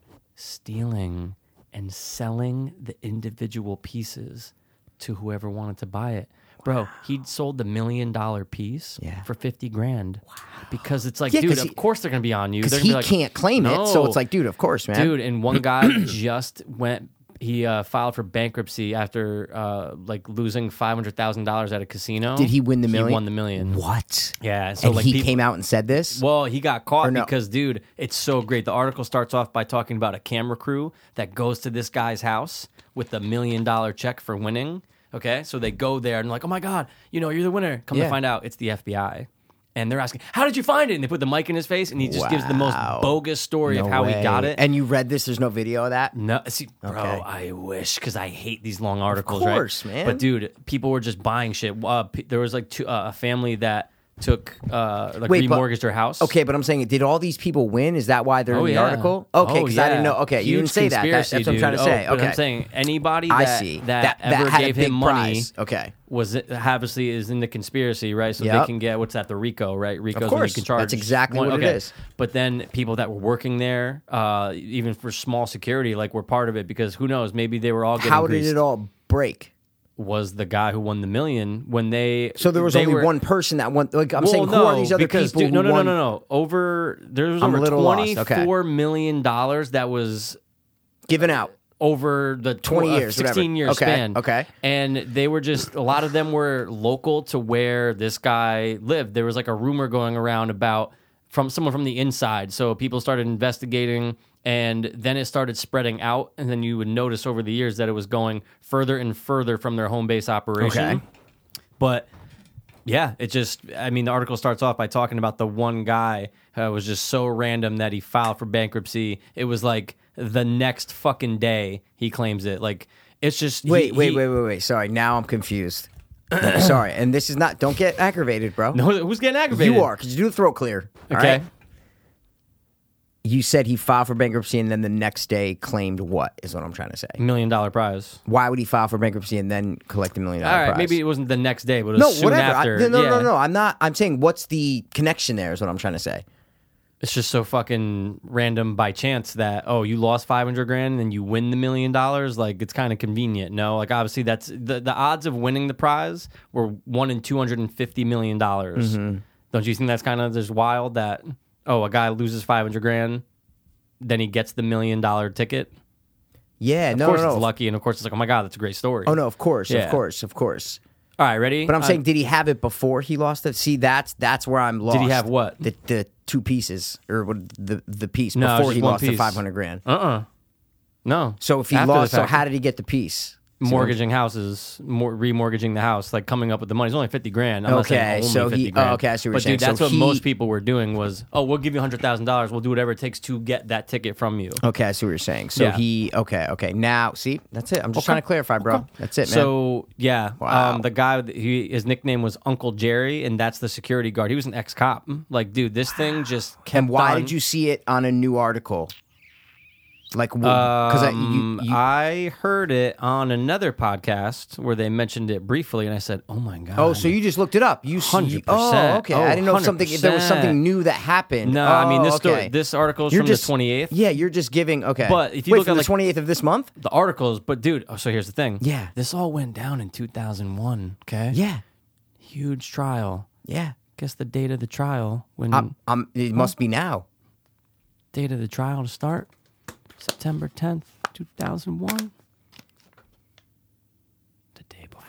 [SPEAKER 2] stealing and selling the individual pieces to whoever wanted to buy it. Bro, he'd sold the million dollar piece
[SPEAKER 3] Yeah.
[SPEAKER 2] for 50 grand. Wow. Because it's like,
[SPEAKER 3] Yeah,
[SPEAKER 2] dude,
[SPEAKER 3] 'cause he-
[SPEAKER 2] of course they're going to be on you.
[SPEAKER 3] Because
[SPEAKER 2] They're
[SPEAKER 3] he
[SPEAKER 2] gonna be like,
[SPEAKER 3] can't claim it, so
[SPEAKER 2] "No."
[SPEAKER 3] it's like, dude, of course, man.
[SPEAKER 2] Dude, and one guy just went he uh, filed for bankruptcy after uh, like losing five hundred thousand dollars at a casino.
[SPEAKER 3] Did he win the million?
[SPEAKER 2] He won the million.
[SPEAKER 3] What?
[SPEAKER 2] Yeah, so,
[SPEAKER 3] and
[SPEAKER 2] like,
[SPEAKER 3] he
[SPEAKER 2] peop-
[SPEAKER 3] came out and said this.
[SPEAKER 2] Well, he got caught
[SPEAKER 3] no.
[SPEAKER 2] because, dude, it's so great. The article starts off by talking about a camera crew that goes to this guy's house with a million dollar check for winning. Okay, so they go there and like, oh my god, you know, you're the winner. Come
[SPEAKER 3] Yeah.
[SPEAKER 2] to find out, it's the FBI. And they're asking, how did you find it? And they put the mic in his face, and he just gives the most
[SPEAKER 3] Wow.
[SPEAKER 2] bogus story of
[SPEAKER 3] No
[SPEAKER 2] how he
[SPEAKER 3] way.
[SPEAKER 2] got it.
[SPEAKER 3] And you read this? There's no video of that.
[SPEAKER 2] No, see, bro,
[SPEAKER 3] Okay.
[SPEAKER 2] I wish because I hate these long articles.
[SPEAKER 3] course,
[SPEAKER 2] right?
[SPEAKER 3] man.
[SPEAKER 2] But dude, people were just buying shit. Uh, p- there was like two, uh, a family that took uh, like
[SPEAKER 3] Wait, but-
[SPEAKER 2] remortgaged their house.
[SPEAKER 3] Okay, but I'm saying, did all these people win? Is that why they're
[SPEAKER 2] Oh,
[SPEAKER 3] in the
[SPEAKER 2] yeah.
[SPEAKER 3] article? Okay,
[SPEAKER 2] Oh,
[SPEAKER 3] because I didn't
[SPEAKER 2] yeah.
[SPEAKER 3] know. Okay, you
[SPEAKER 2] Huge
[SPEAKER 3] didn't say that. That-
[SPEAKER 2] conspiracy,
[SPEAKER 3] That's what I'm trying to
[SPEAKER 2] dude.
[SPEAKER 3] say.
[SPEAKER 2] Oh,
[SPEAKER 3] okay,
[SPEAKER 2] But I'm saying anybody that,
[SPEAKER 3] I see
[SPEAKER 2] that, ever
[SPEAKER 3] had a
[SPEAKER 2] gave him
[SPEAKER 3] big
[SPEAKER 2] money
[SPEAKER 3] prize. Okay,
[SPEAKER 2] was obviously is in the conspiracy, right? So
[SPEAKER 3] Yep.
[SPEAKER 2] they can get what's that? The RICO, right? RICO's when
[SPEAKER 3] course.
[SPEAKER 2] you can charge.
[SPEAKER 3] That's exactly what it is.
[SPEAKER 2] But then people that were working there, uh, even for small security, like were part of it because who knows? Maybe they were all getting
[SPEAKER 3] how did
[SPEAKER 2] greased.
[SPEAKER 3] it all break?
[SPEAKER 2] was the guy who won the million when they.
[SPEAKER 3] So there was
[SPEAKER 2] they
[SPEAKER 3] only
[SPEAKER 2] were-
[SPEAKER 3] one person that won. Like I'm
[SPEAKER 2] Well,
[SPEAKER 3] saying, who
[SPEAKER 2] no,
[SPEAKER 3] are these other
[SPEAKER 2] because,
[SPEAKER 3] people?
[SPEAKER 2] dude, no,
[SPEAKER 3] who
[SPEAKER 2] no,
[SPEAKER 3] won?
[SPEAKER 2] no, no, no. Over there was
[SPEAKER 3] I'm a
[SPEAKER 2] over
[SPEAKER 3] little
[SPEAKER 2] twenty
[SPEAKER 3] lost. Okay.
[SPEAKER 2] four million dollars that was
[SPEAKER 3] Given out.
[SPEAKER 2] over the tw-
[SPEAKER 3] 20
[SPEAKER 2] uh,
[SPEAKER 3] years,
[SPEAKER 2] 16
[SPEAKER 3] whatever.
[SPEAKER 2] year
[SPEAKER 3] Okay,
[SPEAKER 2] span.
[SPEAKER 3] okay.
[SPEAKER 2] And they were just, a lot of them were local to where this guy lived. There was like a rumor going around about from someone from the inside. So people started investigating and then it started spreading out. And then you would notice over the years that it was going further and further from their home base operation.
[SPEAKER 3] Okay.
[SPEAKER 2] But yeah, it just, I mean, the article starts off by talking about the one guy who was just so random that he filed for bankruptcy. It was like the next fucking day he claims it. Like, it's just. he-
[SPEAKER 3] Wait, wait,
[SPEAKER 2] he-
[SPEAKER 3] wait, wait, wait. Sorry, now I'm confused. Sorry, and this is not. Don't get aggravated, bro.
[SPEAKER 2] Who- Who's getting aggravated?
[SPEAKER 3] you are because you do the throat clear. all
[SPEAKER 2] Okay.
[SPEAKER 3] right? You said he filed for bankruptcy and then the next day claimed what is what I'm trying to say.
[SPEAKER 2] Million dollar prize.
[SPEAKER 3] Why would he file for bankruptcy and then collect a million
[SPEAKER 2] All
[SPEAKER 3] dollar
[SPEAKER 2] right,
[SPEAKER 3] prize?
[SPEAKER 2] maybe it wasn't the next day, but it was
[SPEAKER 3] no,
[SPEAKER 2] soon
[SPEAKER 3] whatever. I-
[SPEAKER 2] after.
[SPEAKER 3] no, no,
[SPEAKER 2] yeah.
[SPEAKER 3] no, no. I'm not. I'm saying what's the connection there is what I'm trying to say.
[SPEAKER 2] It's just so fucking random by chance that oh, you lost five hundred grand and then you win the million dollars. Like it's kind of convenient. No, like obviously that's the the odds of winning the prize were one in two hundred and fifty million dollars.
[SPEAKER 3] Mm-hmm.
[SPEAKER 2] Don't you think that's kind of just wild that oh, a guy loses five hundred grand, then he gets the million dollar ticket.
[SPEAKER 3] Yeah,
[SPEAKER 2] Of
[SPEAKER 3] no,
[SPEAKER 2] course
[SPEAKER 3] no, no.
[SPEAKER 2] it's lucky, and of course it's like oh my god, that's a great story.
[SPEAKER 3] Oh no, of course,
[SPEAKER 2] Yeah.
[SPEAKER 3] of course, of course.
[SPEAKER 2] All right, ready?
[SPEAKER 3] But I'm
[SPEAKER 2] Uh,
[SPEAKER 3] saying, did he have it before he lost it? See, that's that's where I'm lost.
[SPEAKER 2] he have what?
[SPEAKER 3] The, the two pieces or what- the the piece
[SPEAKER 2] No, it's
[SPEAKER 3] before
[SPEAKER 2] just
[SPEAKER 3] he
[SPEAKER 2] one
[SPEAKER 3] lost the
[SPEAKER 2] piece.
[SPEAKER 3] 500 grand.
[SPEAKER 2] no.
[SPEAKER 3] So if he
[SPEAKER 2] After the
[SPEAKER 3] lost, so
[SPEAKER 2] fact.
[SPEAKER 3] how did he get the piece? See what I'm
[SPEAKER 2] mortgaging houses, mor- remortgaging the house, like coming up with the money. It's only fifty grand. I'm not saying
[SPEAKER 3] Okay,
[SPEAKER 2] only
[SPEAKER 3] so
[SPEAKER 2] 50
[SPEAKER 3] he- oh,
[SPEAKER 2] grand.
[SPEAKER 3] okay, I see what
[SPEAKER 2] but
[SPEAKER 3] you're
[SPEAKER 2] dude,
[SPEAKER 3] saying.
[SPEAKER 2] that's
[SPEAKER 3] So
[SPEAKER 2] what
[SPEAKER 3] he-
[SPEAKER 2] most people were doing was, oh, we'll give you hundred thousand dollars. We'll do whatever it takes to get that ticket from you.
[SPEAKER 3] Okay, I see what you're saying. So
[SPEAKER 2] Yeah.
[SPEAKER 3] he okay, okay. Now see, that's it. I'm just trying to clarify, bro. That's it, man.
[SPEAKER 2] So yeah,
[SPEAKER 3] Wow.
[SPEAKER 2] um, the guy, he, his nickname was Uncle Jerry, and that's the security guard. He was an ex cop. Like, dude, this thing just kept.
[SPEAKER 3] and why
[SPEAKER 2] on.
[SPEAKER 3] did you see it on a new article? Like because
[SPEAKER 2] Um, I heard it on another podcast where they mentioned it briefly, and I said, "Oh my god!"
[SPEAKER 3] Oh, so you just looked it up. You see-
[SPEAKER 2] 100%.
[SPEAKER 3] Oh, okay.
[SPEAKER 2] Oh,
[SPEAKER 3] I didn't know if something if there was
[SPEAKER 2] 100%.
[SPEAKER 3] something new that happened.
[SPEAKER 2] No,
[SPEAKER 3] oh,
[SPEAKER 2] I mean, this
[SPEAKER 3] okay.
[SPEAKER 2] sto- this article's
[SPEAKER 3] You're
[SPEAKER 2] from the
[SPEAKER 3] just-
[SPEAKER 2] 28th.
[SPEAKER 3] Yeah, you're just giving. Okay,
[SPEAKER 2] But if you
[SPEAKER 3] Wait,
[SPEAKER 2] look
[SPEAKER 3] from
[SPEAKER 2] at,
[SPEAKER 3] the
[SPEAKER 2] like-
[SPEAKER 3] 28th of this month,
[SPEAKER 2] the articles, but dude, oh, so here's the thing.
[SPEAKER 3] Yeah.
[SPEAKER 2] This all went down in 2001, okay?
[SPEAKER 3] yeah,
[SPEAKER 2] Huge trial.
[SPEAKER 3] yeah.
[SPEAKER 2] Guess the date of the trial, when
[SPEAKER 3] I'm, I'm, it must be now.
[SPEAKER 2] date of the trial to start? September 10th, 2001. The day before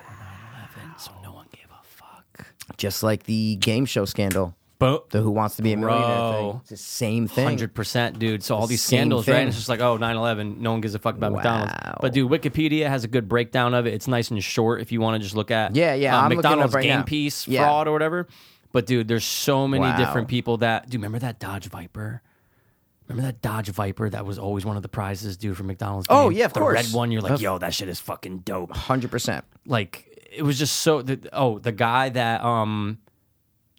[SPEAKER 2] 9/11, so no one gave a fuck.
[SPEAKER 3] Just like the game show scandal,
[SPEAKER 2] But
[SPEAKER 3] the Who Wants to Be a Millionaire thing.
[SPEAKER 2] Bro.
[SPEAKER 3] It's the same thing.
[SPEAKER 2] 100%, dude. So all these
[SPEAKER 3] Same
[SPEAKER 2] scandals, right?
[SPEAKER 3] thing.
[SPEAKER 2] And it's just like, oh, 9/11, no one gives a fuck about McDonald's.
[SPEAKER 3] Wow.
[SPEAKER 2] But dude, Wikipedia has a good breakdown of it. It's nice and short if you want to just look at
[SPEAKER 3] Yeah, yeah,
[SPEAKER 2] uh,
[SPEAKER 3] I'm looking it up
[SPEAKER 2] McDonald's
[SPEAKER 3] right
[SPEAKER 2] game
[SPEAKER 3] now.
[SPEAKER 2] piece
[SPEAKER 3] Yeah.
[SPEAKER 2] fraud or whatever. But dude, there's so many
[SPEAKER 3] Wow.
[SPEAKER 2] different people that. Dude, remember that Dodge Viper? Remember that Dodge Viper that was always one of the prizes, dude, for McDonald's?
[SPEAKER 3] Oh,
[SPEAKER 2] game?
[SPEAKER 3] yeah, of
[SPEAKER 2] the
[SPEAKER 3] course.
[SPEAKER 2] red one. You're like, yo, that shit is fucking dope
[SPEAKER 3] hundred percent.
[SPEAKER 2] like it was just so the, oh the guy that um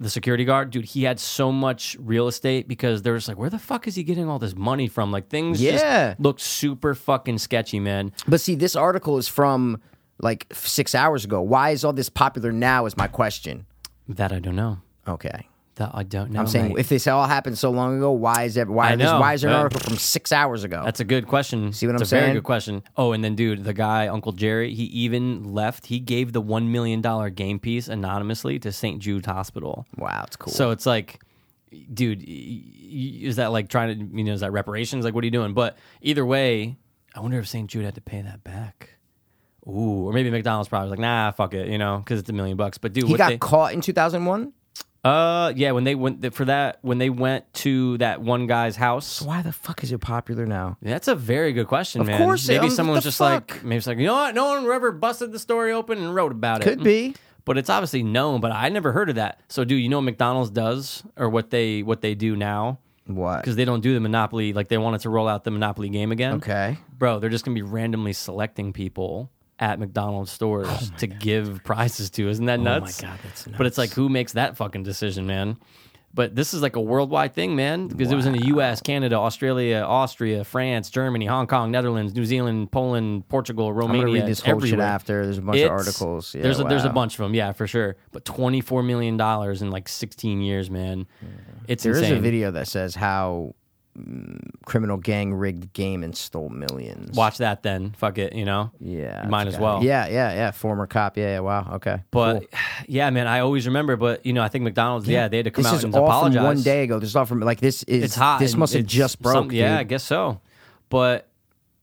[SPEAKER 2] the security guard dude he had so much real estate because they're just like where the fuck is he getting all this money from like things
[SPEAKER 3] Yeah.
[SPEAKER 2] just looked super fucking sketchy man
[SPEAKER 3] But see, this article is from like f- six hours ago. Why is all this popular now? Is my question.
[SPEAKER 2] that i don't know
[SPEAKER 3] Okay.
[SPEAKER 2] that i don't know
[SPEAKER 3] I'm saying
[SPEAKER 2] mate.
[SPEAKER 3] if this all happened so long ago, why is every,
[SPEAKER 2] Oh I
[SPEAKER 3] why, this,
[SPEAKER 2] know,
[SPEAKER 3] why is there an
[SPEAKER 2] right?
[SPEAKER 3] article from six hours ago?
[SPEAKER 2] that's a good question.
[SPEAKER 3] See what I'm
[SPEAKER 2] it's A
[SPEAKER 3] saying?
[SPEAKER 2] very good question. Oh, and then dude, the guy Uncle Jerry, he even left. He gave the one million dollar game piece anonymously to St. Jude Hospital.
[SPEAKER 3] wow, it's cool.
[SPEAKER 2] So it's like, dude, y- y- is that like trying to, you know, is that reparations? Like, what are you doing? But either way, I wonder if St. Jude had to pay that back. Ooh, or maybe McDonald's probably was like, nah, fuck it, you know, because it's a million bucks. But dude,
[SPEAKER 3] He
[SPEAKER 2] what
[SPEAKER 3] got
[SPEAKER 2] they,
[SPEAKER 3] caught in 2001.
[SPEAKER 2] uh, yeah, when they went for that, when they went to that one guy's house,
[SPEAKER 3] Why the fuck is it popular now?
[SPEAKER 2] That's a very good question, man.
[SPEAKER 3] course,
[SPEAKER 2] maybe
[SPEAKER 3] um,
[SPEAKER 2] someone
[SPEAKER 3] the
[SPEAKER 2] was just like,
[SPEAKER 3] fuck?
[SPEAKER 2] maybe it's like, you know what? No one ever busted the story open and wrote about it.
[SPEAKER 3] Could be.
[SPEAKER 2] but it's obviously known. But I never heard of that. So, dude, you know what McDonald's does or what they what they do now
[SPEAKER 3] What?
[SPEAKER 2] because they don't do the monopoly like they wanted to roll out the monopoly game again.
[SPEAKER 3] Okay.
[SPEAKER 2] bro, they're just gonna be randomly selecting people at McDonald's stores
[SPEAKER 3] Oh
[SPEAKER 2] to give prizes to. Isn't that nuts?
[SPEAKER 3] God, that's
[SPEAKER 2] But it's like, who makes that fucking decision, man? But this is like a worldwide thing, man, because it was in the U.S., Canada, Australia, Austria, France, Germany, Hong Kong, Netherlands, New Zealand, Poland, Portugal, Romania.
[SPEAKER 3] I'm gonna read this
[SPEAKER 2] It's
[SPEAKER 3] whole shit
[SPEAKER 2] everywhere.
[SPEAKER 3] after. There's a bunch of
[SPEAKER 2] It's-
[SPEAKER 3] articles. Yeah,
[SPEAKER 2] there's a, there's a
[SPEAKER 3] wow.
[SPEAKER 2] bunch of them, yeah, for sure. But twenty four million dollars in like sixteen years, man. It's
[SPEAKER 3] There is
[SPEAKER 2] insane.
[SPEAKER 3] a video that says how mm, criminal gang rigged the game and stole millions.
[SPEAKER 2] Watch that then. Fuck it, you know.
[SPEAKER 3] Yeah.
[SPEAKER 2] Mine
[SPEAKER 3] it's
[SPEAKER 2] as
[SPEAKER 3] got-
[SPEAKER 2] well.
[SPEAKER 3] Yeah, yeah, yeah. Former cop. Yeah, yeah. Wow. Okay.
[SPEAKER 2] But yeah, man, I always remember. But you know, I think McDonald's, yeah, they had to come
[SPEAKER 3] this
[SPEAKER 2] out
[SPEAKER 3] is
[SPEAKER 2] and
[SPEAKER 3] all
[SPEAKER 2] apologize.
[SPEAKER 3] from one day ago. This is all from like this is
[SPEAKER 2] it's hot.
[SPEAKER 3] This
[SPEAKER 2] and
[SPEAKER 3] must have
[SPEAKER 2] it's
[SPEAKER 3] just broke.
[SPEAKER 2] some- yeah, I
[SPEAKER 3] dude.
[SPEAKER 2] guess so. But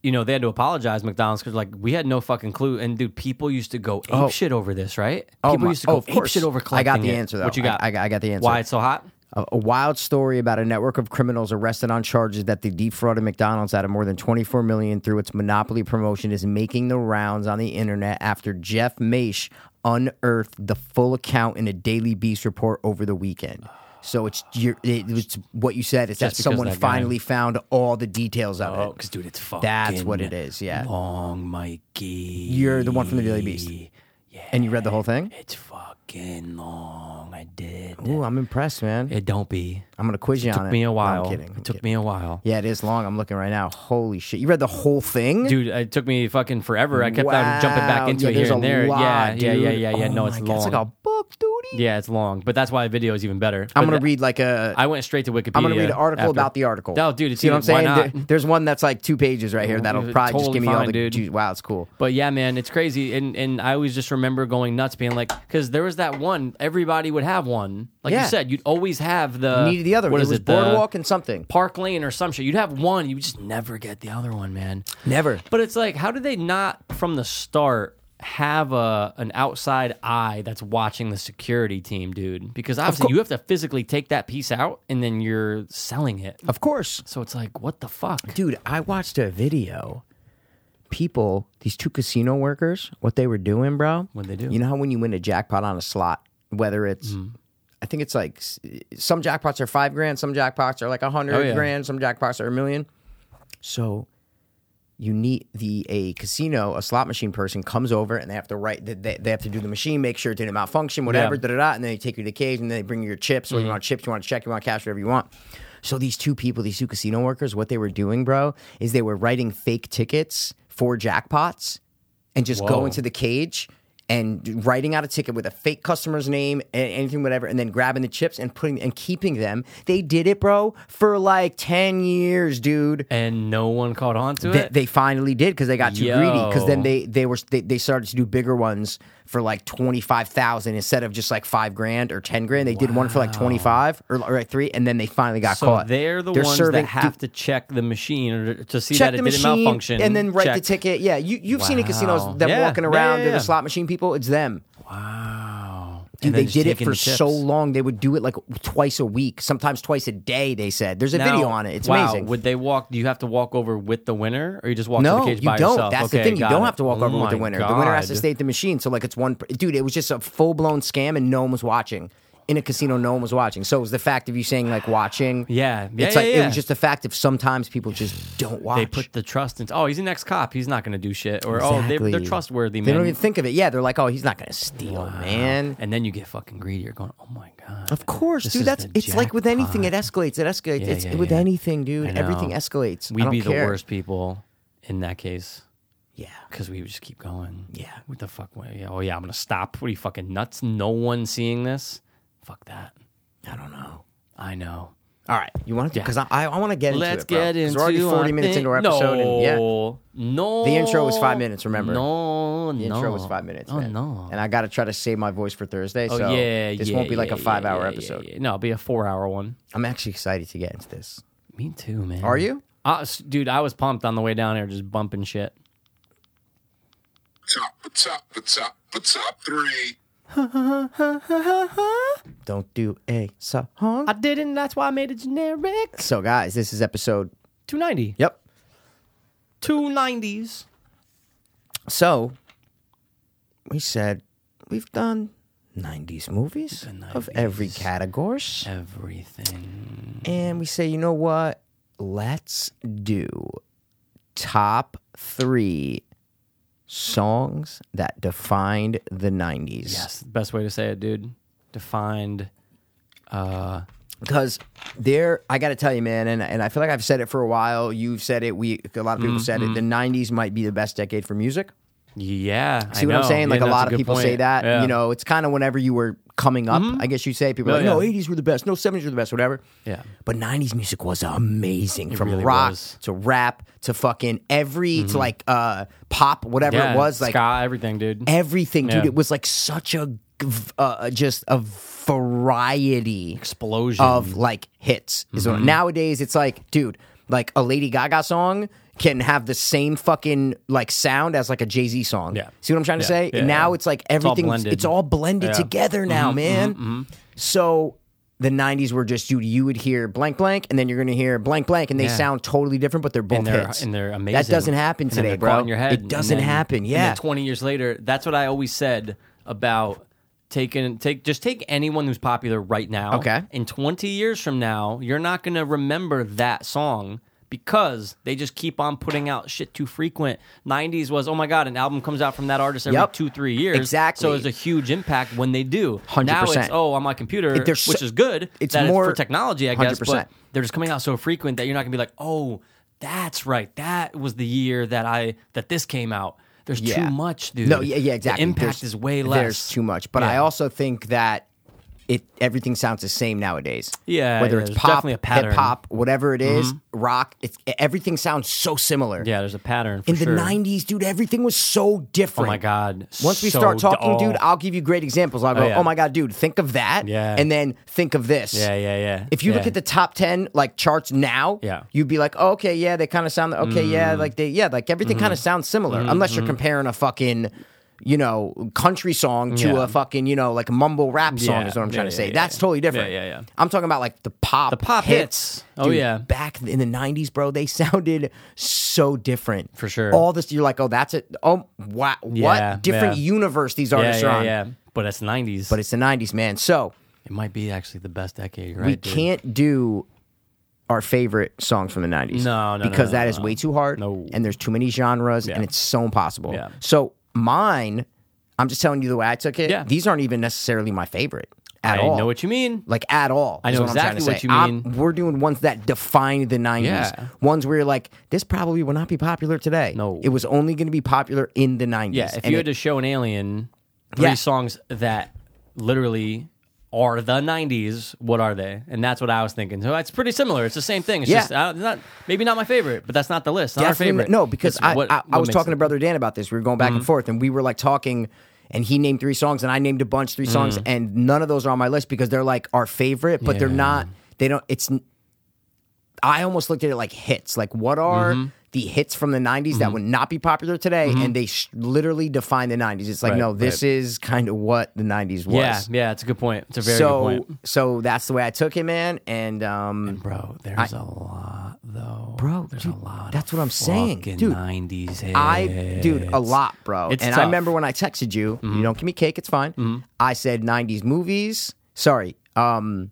[SPEAKER 2] you know, they had to apologize, McDonald's, because like we had no fucking clue. And dude, people used to go ape shit over this, right?
[SPEAKER 3] Oh
[SPEAKER 2] people
[SPEAKER 3] my-
[SPEAKER 2] used to go
[SPEAKER 3] oh, of course.
[SPEAKER 2] ape shit over
[SPEAKER 3] I
[SPEAKER 2] collecting.
[SPEAKER 3] got the
[SPEAKER 2] it.
[SPEAKER 3] answer though.
[SPEAKER 2] What you got?
[SPEAKER 3] I, I got? I got the answer.
[SPEAKER 2] Why it's so hot?
[SPEAKER 3] a, a wild story about a network of criminals arrested on charges that they defrauded McDonald's out of more than 24 million through its monopoly promotion is making the rounds on the internet after Jeff Mache unearthed the full account in a Daily Beast report over the weekend. So it's your, it was what you said. It's
[SPEAKER 2] Just
[SPEAKER 3] that
[SPEAKER 2] because
[SPEAKER 3] someone
[SPEAKER 2] that guy-
[SPEAKER 3] finally found all the details of
[SPEAKER 2] Oh,
[SPEAKER 3] it.
[SPEAKER 2] because dude, it's fucking.
[SPEAKER 3] That's what it is. Yeah,
[SPEAKER 2] Long Mikey.
[SPEAKER 3] you're the one from the Daily Beast, and you read the whole thing.
[SPEAKER 2] It's fucking long. I did.
[SPEAKER 3] Ooh, I'm impressed, man.
[SPEAKER 2] It don't be.
[SPEAKER 3] I'm gonna quiz you on it.
[SPEAKER 2] Took me a
[SPEAKER 3] No,
[SPEAKER 2] while.
[SPEAKER 3] I'm kidding. I'm
[SPEAKER 2] It took
[SPEAKER 3] kidding.
[SPEAKER 2] me a while.
[SPEAKER 3] Yeah, it is long. I'm looking right now. Holy shit! You read the whole thing,
[SPEAKER 2] dude. It took me fucking forever. I kept on jumping back
[SPEAKER 3] Wow.
[SPEAKER 2] into
[SPEAKER 3] Yeah,
[SPEAKER 2] it
[SPEAKER 3] there's
[SPEAKER 2] here and
[SPEAKER 3] a
[SPEAKER 2] there.
[SPEAKER 3] lot,
[SPEAKER 2] yeah, yeah, yeah,
[SPEAKER 3] dude.
[SPEAKER 2] yeah, yeah.
[SPEAKER 3] Oh
[SPEAKER 2] No,
[SPEAKER 3] my
[SPEAKER 2] it's
[SPEAKER 3] God,
[SPEAKER 2] long.
[SPEAKER 3] It's like a book, dude.
[SPEAKER 2] yeah, it's long, but that's why video is even better.
[SPEAKER 3] I'm
[SPEAKER 2] But
[SPEAKER 3] gonna
[SPEAKER 2] th-
[SPEAKER 3] read like a.
[SPEAKER 2] I went straight to Wikipedia.
[SPEAKER 3] I'm gonna read an article
[SPEAKER 2] after.
[SPEAKER 3] about the article.
[SPEAKER 2] No, dude, it's
[SPEAKER 3] see what I'm
[SPEAKER 2] even-
[SPEAKER 3] saying?
[SPEAKER 2] why not?
[SPEAKER 3] There- There's one that's like two pages right here that'll
[SPEAKER 2] It's
[SPEAKER 3] probably just
[SPEAKER 2] totally
[SPEAKER 3] give me all
[SPEAKER 2] fine,
[SPEAKER 3] the
[SPEAKER 2] dude.
[SPEAKER 3] juice. Wow, it's cool.
[SPEAKER 2] But yeah, man, it's crazy, and and I always just remember going nuts, being like, because there was that one. Everybody would have one, like
[SPEAKER 3] Yeah.
[SPEAKER 2] you said, you'd always have the
[SPEAKER 3] Needed the other.
[SPEAKER 2] Uh, What
[SPEAKER 3] it
[SPEAKER 2] is
[SPEAKER 3] was
[SPEAKER 2] it? the
[SPEAKER 3] Boardwalk and something.
[SPEAKER 2] Park Lane or some shit. You'd have one, you just never get the other one, man.
[SPEAKER 3] Never.
[SPEAKER 2] But it's like, how did they not from the start have a an outside eye that's watching the security team, dude? Because obviously you have to physically take that piece out and then you're selling it.
[SPEAKER 3] Of course.
[SPEAKER 2] So it's like, what the fuck?
[SPEAKER 3] Dude, I watched a video. People, these two casino workers, what they were doing, bro. What
[SPEAKER 2] they do? Mm-hmm.
[SPEAKER 3] You know how when you win a jackpot on a slot, whether it's, I think it's like s- some jackpots are five grand, some jackpots are like a hundred
[SPEAKER 2] Oh, yeah.
[SPEAKER 3] grand, some jackpots are a million. So you need the a casino, a slot machine person comes over and they have to write, they- they, they have to do the machine, make sure it didn't malfunction, whatever, da da da, and then they take you to the cage and then they bring you your chips. What you want chips, you want to check, you want cash, whatever you want. So these two people, these two casino workers, what they were doing, bro, is they were writing fake tickets for jackpots and just
[SPEAKER 2] Whoa.
[SPEAKER 3] going to the cage and writing out a ticket with a fake customer's name and anything whatever and then grabbing the chips and putting and keeping them they did it bro for like 10 years dude
[SPEAKER 2] And no one caught on to
[SPEAKER 3] they,
[SPEAKER 2] it.
[SPEAKER 3] they finally did because they got too greedy because
[SPEAKER 2] Yo.
[SPEAKER 3] then they they were they, they started to do bigger ones for like 25000 instead of just like five grand or 10 grand they did one for like 25 or, or like three and then they finally got
[SPEAKER 2] so
[SPEAKER 3] caught
[SPEAKER 2] they're the ones that
[SPEAKER 3] dude,
[SPEAKER 2] have to check the machine or to see
[SPEAKER 3] check
[SPEAKER 2] that it
[SPEAKER 3] the
[SPEAKER 2] didn't
[SPEAKER 3] machine
[SPEAKER 2] malfunction
[SPEAKER 3] and then write the
[SPEAKER 2] Check.
[SPEAKER 3] ticket. Yeah, you you've seen in
[SPEAKER 2] Wow.
[SPEAKER 3] casinos them
[SPEAKER 2] Yeah,
[SPEAKER 3] walking
[SPEAKER 2] yeah,
[SPEAKER 3] around.
[SPEAKER 2] yeah,
[SPEAKER 3] They're
[SPEAKER 2] yeah.
[SPEAKER 3] the slot machine people. It's them.
[SPEAKER 2] Wow.
[SPEAKER 3] Dude,
[SPEAKER 2] And then
[SPEAKER 3] they
[SPEAKER 2] just
[SPEAKER 3] did it
[SPEAKER 2] taking
[SPEAKER 3] for
[SPEAKER 2] the chips.
[SPEAKER 3] so long. They would do it like twice a week, sometimes twice a day. They said there's a
[SPEAKER 2] Now-
[SPEAKER 3] video on it. It's
[SPEAKER 2] wow,
[SPEAKER 3] amazing.
[SPEAKER 2] Would they walk? Do you have to walk over with the winner, or you just walk to
[SPEAKER 3] no,
[SPEAKER 2] the cage
[SPEAKER 3] you
[SPEAKER 2] by
[SPEAKER 3] don't.
[SPEAKER 2] yourself?
[SPEAKER 3] That's the
[SPEAKER 2] Okay,
[SPEAKER 3] thing. You
[SPEAKER 2] got
[SPEAKER 3] don't
[SPEAKER 2] it.
[SPEAKER 3] have to walk
[SPEAKER 2] Oh
[SPEAKER 3] over with the
[SPEAKER 2] my
[SPEAKER 3] winner. The winner has to
[SPEAKER 2] God.
[SPEAKER 3] stay at the machine. So like it's one. pr- Dude, it was just a full blown scam, and no one was watching. In a casino, no one was watching. So it was the fact of you saying like watching.
[SPEAKER 2] Yeah. Yeah,
[SPEAKER 3] it's
[SPEAKER 2] yeah,
[SPEAKER 3] like it
[SPEAKER 2] yeah.
[SPEAKER 3] was just the fact of sometimes people just don't watch.
[SPEAKER 2] They put the trust in. Oh, he's an ex-cop. He's not going to do shit. Or oh, they're,
[SPEAKER 3] Exactly.
[SPEAKER 2] they're trustworthy,
[SPEAKER 3] They
[SPEAKER 2] man.
[SPEAKER 3] don't even think of it. Yeah, they're like, oh, he's not gonna steal, man.
[SPEAKER 2] and then you get fucking greedy. You're going, oh my god.
[SPEAKER 3] Of course,
[SPEAKER 2] This
[SPEAKER 3] dude.
[SPEAKER 2] is
[SPEAKER 3] That's
[SPEAKER 2] the
[SPEAKER 3] it's like with anything, it escalates. It escalates.
[SPEAKER 2] Yeah,
[SPEAKER 3] it's
[SPEAKER 2] yeah,
[SPEAKER 3] with
[SPEAKER 2] yeah.
[SPEAKER 3] anything, dude.
[SPEAKER 2] I know.
[SPEAKER 3] Everything escalates. I
[SPEAKER 2] We'd
[SPEAKER 3] don't
[SPEAKER 2] be the
[SPEAKER 3] care.
[SPEAKER 2] worst people in that case
[SPEAKER 3] Yeah.
[SPEAKER 2] because we would just keep going.
[SPEAKER 3] Yeah.
[SPEAKER 2] What the fuck? Wait, yeah, Oh yeah, I'm gonna stop. What are you fucking nuts? No one seeing this. Fuck that.
[SPEAKER 3] I don't know.
[SPEAKER 2] I know.
[SPEAKER 3] All right, you want to? Because I, I want to get into
[SPEAKER 2] Let's
[SPEAKER 3] it. bro.
[SPEAKER 2] get
[SPEAKER 3] 'Cause
[SPEAKER 2] into.
[SPEAKER 3] We're already
[SPEAKER 2] I
[SPEAKER 3] forty minutes
[SPEAKER 2] think-
[SPEAKER 3] into our episode,
[SPEAKER 2] No,
[SPEAKER 3] and yeah,
[SPEAKER 2] no.
[SPEAKER 3] The intro was five minutes, remember?
[SPEAKER 2] No,
[SPEAKER 3] the
[SPEAKER 2] no.
[SPEAKER 3] intro was five minutes.
[SPEAKER 2] Oh
[SPEAKER 3] man.
[SPEAKER 2] no.
[SPEAKER 3] And I got to try to save my voice for Thursday,
[SPEAKER 2] Oh
[SPEAKER 3] so
[SPEAKER 2] yeah,
[SPEAKER 3] this
[SPEAKER 2] yeah,
[SPEAKER 3] won't be like
[SPEAKER 2] yeah,
[SPEAKER 3] a five-hour
[SPEAKER 2] yeah, yeah,
[SPEAKER 3] episode.
[SPEAKER 2] yeah. No, it'll be a four-hour one.
[SPEAKER 3] I'm actually excited to get into this.
[SPEAKER 2] Me too, man.
[SPEAKER 3] Are you?
[SPEAKER 2] I was- dude, I was pumped on the way down here, just bumping shit.
[SPEAKER 7] Top, top, top, top three.
[SPEAKER 3] Don't do a song.
[SPEAKER 2] I didn't. That's why I made it generic.
[SPEAKER 3] So, guys, this is episode.
[SPEAKER 2] Two ninety.
[SPEAKER 3] Yep.
[SPEAKER 2] Two nineties.
[SPEAKER 3] So, we said we've done 90s movies of every category.
[SPEAKER 2] Everything.
[SPEAKER 3] And we say, you know what? Let's do top three songs that defined the 90s.
[SPEAKER 2] Yes, best way to say it, dude. Defined.
[SPEAKER 3] because there i gotta tell you man and, and i feel like i've said it for a while you've said it we a lot of people said it the 90s might be the best decade for music
[SPEAKER 2] Yeah.
[SPEAKER 3] see
[SPEAKER 2] I
[SPEAKER 3] what i'm
[SPEAKER 2] know.
[SPEAKER 3] saying
[SPEAKER 2] Yeah,
[SPEAKER 3] like a
[SPEAKER 2] that's
[SPEAKER 3] lot of
[SPEAKER 2] good
[SPEAKER 3] people say
[SPEAKER 2] point.
[SPEAKER 3] that
[SPEAKER 2] Yeah.
[SPEAKER 3] you know it's kind of whenever you were coming up i guess you say people are
[SPEAKER 2] No,
[SPEAKER 3] like
[SPEAKER 2] yeah.
[SPEAKER 3] no 80s were the best no 70s were the best whatever
[SPEAKER 2] Yeah.
[SPEAKER 3] but 90s music was amazing from
[SPEAKER 2] really
[SPEAKER 3] rock
[SPEAKER 2] was. Mm-hmm.
[SPEAKER 3] to rap to fucking every to like uh pop whatever
[SPEAKER 2] Yeah,
[SPEAKER 3] it was like
[SPEAKER 2] ska, everything, dude.
[SPEAKER 3] everything dude
[SPEAKER 2] Yeah.
[SPEAKER 3] it was like such a g- v- uh, just a variety
[SPEAKER 2] Explosion.
[SPEAKER 3] of like hits. Is
[SPEAKER 2] Mm-hmm.
[SPEAKER 3] what, nowadays it's like, dude, like a Lady Gaga song can have the same fucking like sound as like a Jay Z song.
[SPEAKER 2] Yeah.
[SPEAKER 3] See what I'm trying to
[SPEAKER 2] Yeah,
[SPEAKER 3] say?
[SPEAKER 2] yeah,
[SPEAKER 3] And now
[SPEAKER 2] yeah.
[SPEAKER 3] it's like
[SPEAKER 2] all
[SPEAKER 3] everything. It's all
[SPEAKER 2] blended. Mm-hmm,
[SPEAKER 3] blended, together now, man. So the '90s were just, dude, you would hear blank blank, and then you're gonna hear blank blank, and they
[SPEAKER 2] Yeah.
[SPEAKER 3] sound totally different, but they're both
[SPEAKER 2] and they're,
[SPEAKER 3] hits.
[SPEAKER 2] and they're amazing.
[SPEAKER 3] That doesn't happen
[SPEAKER 2] And then
[SPEAKER 3] today,
[SPEAKER 2] they're
[SPEAKER 3] bro.
[SPEAKER 2] caught in your head.
[SPEAKER 3] It
[SPEAKER 2] and
[SPEAKER 3] doesn't
[SPEAKER 2] then-
[SPEAKER 3] happen.
[SPEAKER 2] and
[SPEAKER 3] Yeah.
[SPEAKER 2] then Twenty years later, that's what I always said about taking take just take anyone who's popular right now.
[SPEAKER 3] Okay.
[SPEAKER 2] And twenty years from now, you're not gonna remember that song. Because they just keep on putting out shit too frequent. '90s was oh my god, an album comes out from that artist every
[SPEAKER 3] Yep.
[SPEAKER 2] two, three years.
[SPEAKER 3] Exactly.
[SPEAKER 2] So it's a huge impact when they do.
[SPEAKER 3] 100%.
[SPEAKER 2] Now it's oh on my computer,
[SPEAKER 3] It- there's
[SPEAKER 2] which
[SPEAKER 3] so-
[SPEAKER 2] is good.
[SPEAKER 3] it's
[SPEAKER 2] that
[SPEAKER 3] more-
[SPEAKER 2] for technology, I guess. But
[SPEAKER 3] 100%.
[SPEAKER 2] they're just coming out so frequent that you're not gonna be like, oh, that's right, that was the year that I that this came out. There's
[SPEAKER 3] Yeah.
[SPEAKER 2] too much, dude.
[SPEAKER 3] No, yeah, yeah, exactly.
[SPEAKER 2] The impact
[SPEAKER 3] There's-
[SPEAKER 2] is way less.
[SPEAKER 3] There's too much, but I
[SPEAKER 2] Yeah.
[SPEAKER 3] also think that it everything sounds the same nowadays.
[SPEAKER 2] Yeah,
[SPEAKER 3] whether
[SPEAKER 2] yeah,
[SPEAKER 3] it's
[SPEAKER 2] there's
[SPEAKER 3] pop,
[SPEAKER 2] definitely a pattern.
[SPEAKER 3] hip
[SPEAKER 2] Mm-hmm.
[SPEAKER 3] hop, whatever it is, rock, it's e, everything sounds so similar.
[SPEAKER 2] Yeah, there's a pattern for
[SPEAKER 3] in
[SPEAKER 2] sure.
[SPEAKER 3] the '90s, dude, everything was so
[SPEAKER 2] Oh
[SPEAKER 3] different.
[SPEAKER 2] my god.
[SPEAKER 3] Once we
[SPEAKER 2] so
[SPEAKER 3] start talking,
[SPEAKER 2] dull.
[SPEAKER 3] dude, I'll give you great examples. I'll go,
[SPEAKER 2] yeah.
[SPEAKER 3] "Oh my god, dude, think of that,"
[SPEAKER 2] Yeah.
[SPEAKER 3] and then think of this.
[SPEAKER 2] yeah, yeah, yeah.
[SPEAKER 3] If you look
[SPEAKER 2] Yeah.
[SPEAKER 3] at the top ten like charts now,
[SPEAKER 2] Yeah. Mm.
[SPEAKER 3] you'd be like, oh, okay, yeah, they kind of sound okay, yeah, like they, yeah, like
[SPEAKER 2] Mm-hmm.
[SPEAKER 3] everything kind of sounds similar, unless you're comparing a fucking, you know, country song to
[SPEAKER 2] Yeah.
[SPEAKER 3] a fucking, you know, like mumble rap song
[SPEAKER 2] Yeah.
[SPEAKER 3] is what I'm
[SPEAKER 2] Yeah,
[SPEAKER 3] trying to
[SPEAKER 2] yeah,
[SPEAKER 3] say.
[SPEAKER 2] yeah,
[SPEAKER 3] That's
[SPEAKER 2] yeah.
[SPEAKER 3] totally different.
[SPEAKER 2] Yeah, yeah, yeah.
[SPEAKER 3] I'm talking about like the pop,
[SPEAKER 2] The pop hits. Oh,
[SPEAKER 3] Dude,
[SPEAKER 2] yeah.
[SPEAKER 3] back in the '90s, bro, they sounded so different
[SPEAKER 2] For sure.
[SPEAKER 3] All this, you're like, oh, that's it. Oh, wow,
[SPEAKER 2] Yeah,
[SPEAKER 3] what different
[SPEAKER 2] yeah.
[SPEAKER 3] universe these
[SPEAKER 2] yeah,
[SPEAKER 3] artists are
[SPEAKER 2] yeah,
[SPEAKER 3] on.
[SPEAKER 2] yeah. But it's '90s.
[SPEAKER 3] But it's the '90s, man. So
[SPEAKER 2] it might be actually the best decade, right?
[SPEAKER 3] we
[SPEAKER 2] dude?
[SPEAKER 3] can't do our favorite songs from the 90s.
[SPEAKER 2] No, no, no,
[SPEAKER 3] Because
[SPEAKER 2] no,
[SPEAKER 3] that is
[SPEAKER 2] no.
[SPEAKER 3] way too hard.
[SPEAKER 2] No.
[SPEAKER 3] And there's too many genres
[SPEAKER 2] Yeah.
[SPEAKER 3] and it's so impossible.
[SPEAKER 2] Yeah.
[SPEAKER 3] So mine, I'm just telling you the way I took it.
[SPEAKER 2] Yeah.
[SPEAKER 3] These aren't even necessarily my favorite at
[SPEAKER 2] I
[SPEAKER 3] all.
[SPEAKER 2] know what you mean.
[SPEAKER 3] Like at all.
[SPEAKER 2] I
[SPEAKER 3] is
[SPEAKER 2] know
[SPEAKER 3] what I'm trying to say.
[SPEAKER 2] exactly what you
[SPEAKER 3] I'm-
[SPEAKER 2] mean.
[SPEAKER 3] we're doing ones that define the 90s.
[SPEAKER 2] Yeah.
[SPEAKER 3] Ones where you're like, this probably will not be popular today.
[SPEAKER 2] No.
[SPEAKER 3] It was only going to be popular in the 90s.
[SPEAKER 2] Yeah, if
[SPEAKER 3] And
[SPEAKER 2] you
[SPEAKER 3] it-
[SPEAKER 2] had to show an alien three
[SPEAKER 3] Yeah.
[SPEAKER 2] songs that literally are the '90s, what are they? And that's what I was thinking. So it's pretty similar. It's the same thing. It's
[SPEAKER 3] Yeah.
[SPEAKER 2] just I, not maybe not my favorite, but that's not the list. Not our
[SPEAKER 3] Definitely-
[SPEAKER 2] favorite.
[SPEAKER 3] No, because
[SPEAKER 2] It's
[SPEAKER 3] I,
[SPEAKER 2] what-
[SPEAKER 3] I, I
[SPEAKER 2] what
[SPEAKER 3] was
[SPEAKER 2] makes Mm-hmm.
[SPEAKER 3] talking
[SPEAKER 2] it.
[SPEAKER 3] to Brother Dan about this. We were going back and forth, and we were like talking, and he named three songs, and I named a bunch, three songs, and none of those are on my list because they're like our favorite, but they're
[SPEAKER 2] Mm. Yeah.
[SPEAKER 3] not. They don't. It's. n- I almost looked at it like hits. Like what are
[SPEAKER 2] Mm-hmm.
[SPEAKER 3] the hits from the '90s that would not be popular today, and they sh- literally define the '90s. It's like
[SPEAKER 2] Right,
[SPEAKER 3] no, this is kind of what the '90s was.
[SPEAKER 2] Yeah, yeah, it's a good point. It's a very
[SPEAKER 3] so,
[SPEAKER 2] good point,
[SPEAKER 3] so that's the way I took it, man. And um,
[SPEAKER 2] bro. There's a lot though,
[SPEAKER 3] Bro,
[SPEAKER 2] There's
[SPEAKER 3] dude,
[SPEAKER 2] a lot.
[SPEAKER 3] that's
[SPEAKER 2] of
[SPEAKER 3] what I'm saying.
[SPEAKER 2] fucking
[SPEAKER 3] Dude,
[SPEAKER 2] '90s.
[SPEAKER 3] I, dude, a
[SPEAKER 2] hits.
[SPEAKER 3] lot, bro.
[SPEAKER 2] It's
[SPEAKER 3] and I
[SPEAKER 2] tough. Mm-hmm.
[SPEAKER 3] remember when I texted you, you don't give me cake, it's fine. I said 90s movies. Sorry. Um,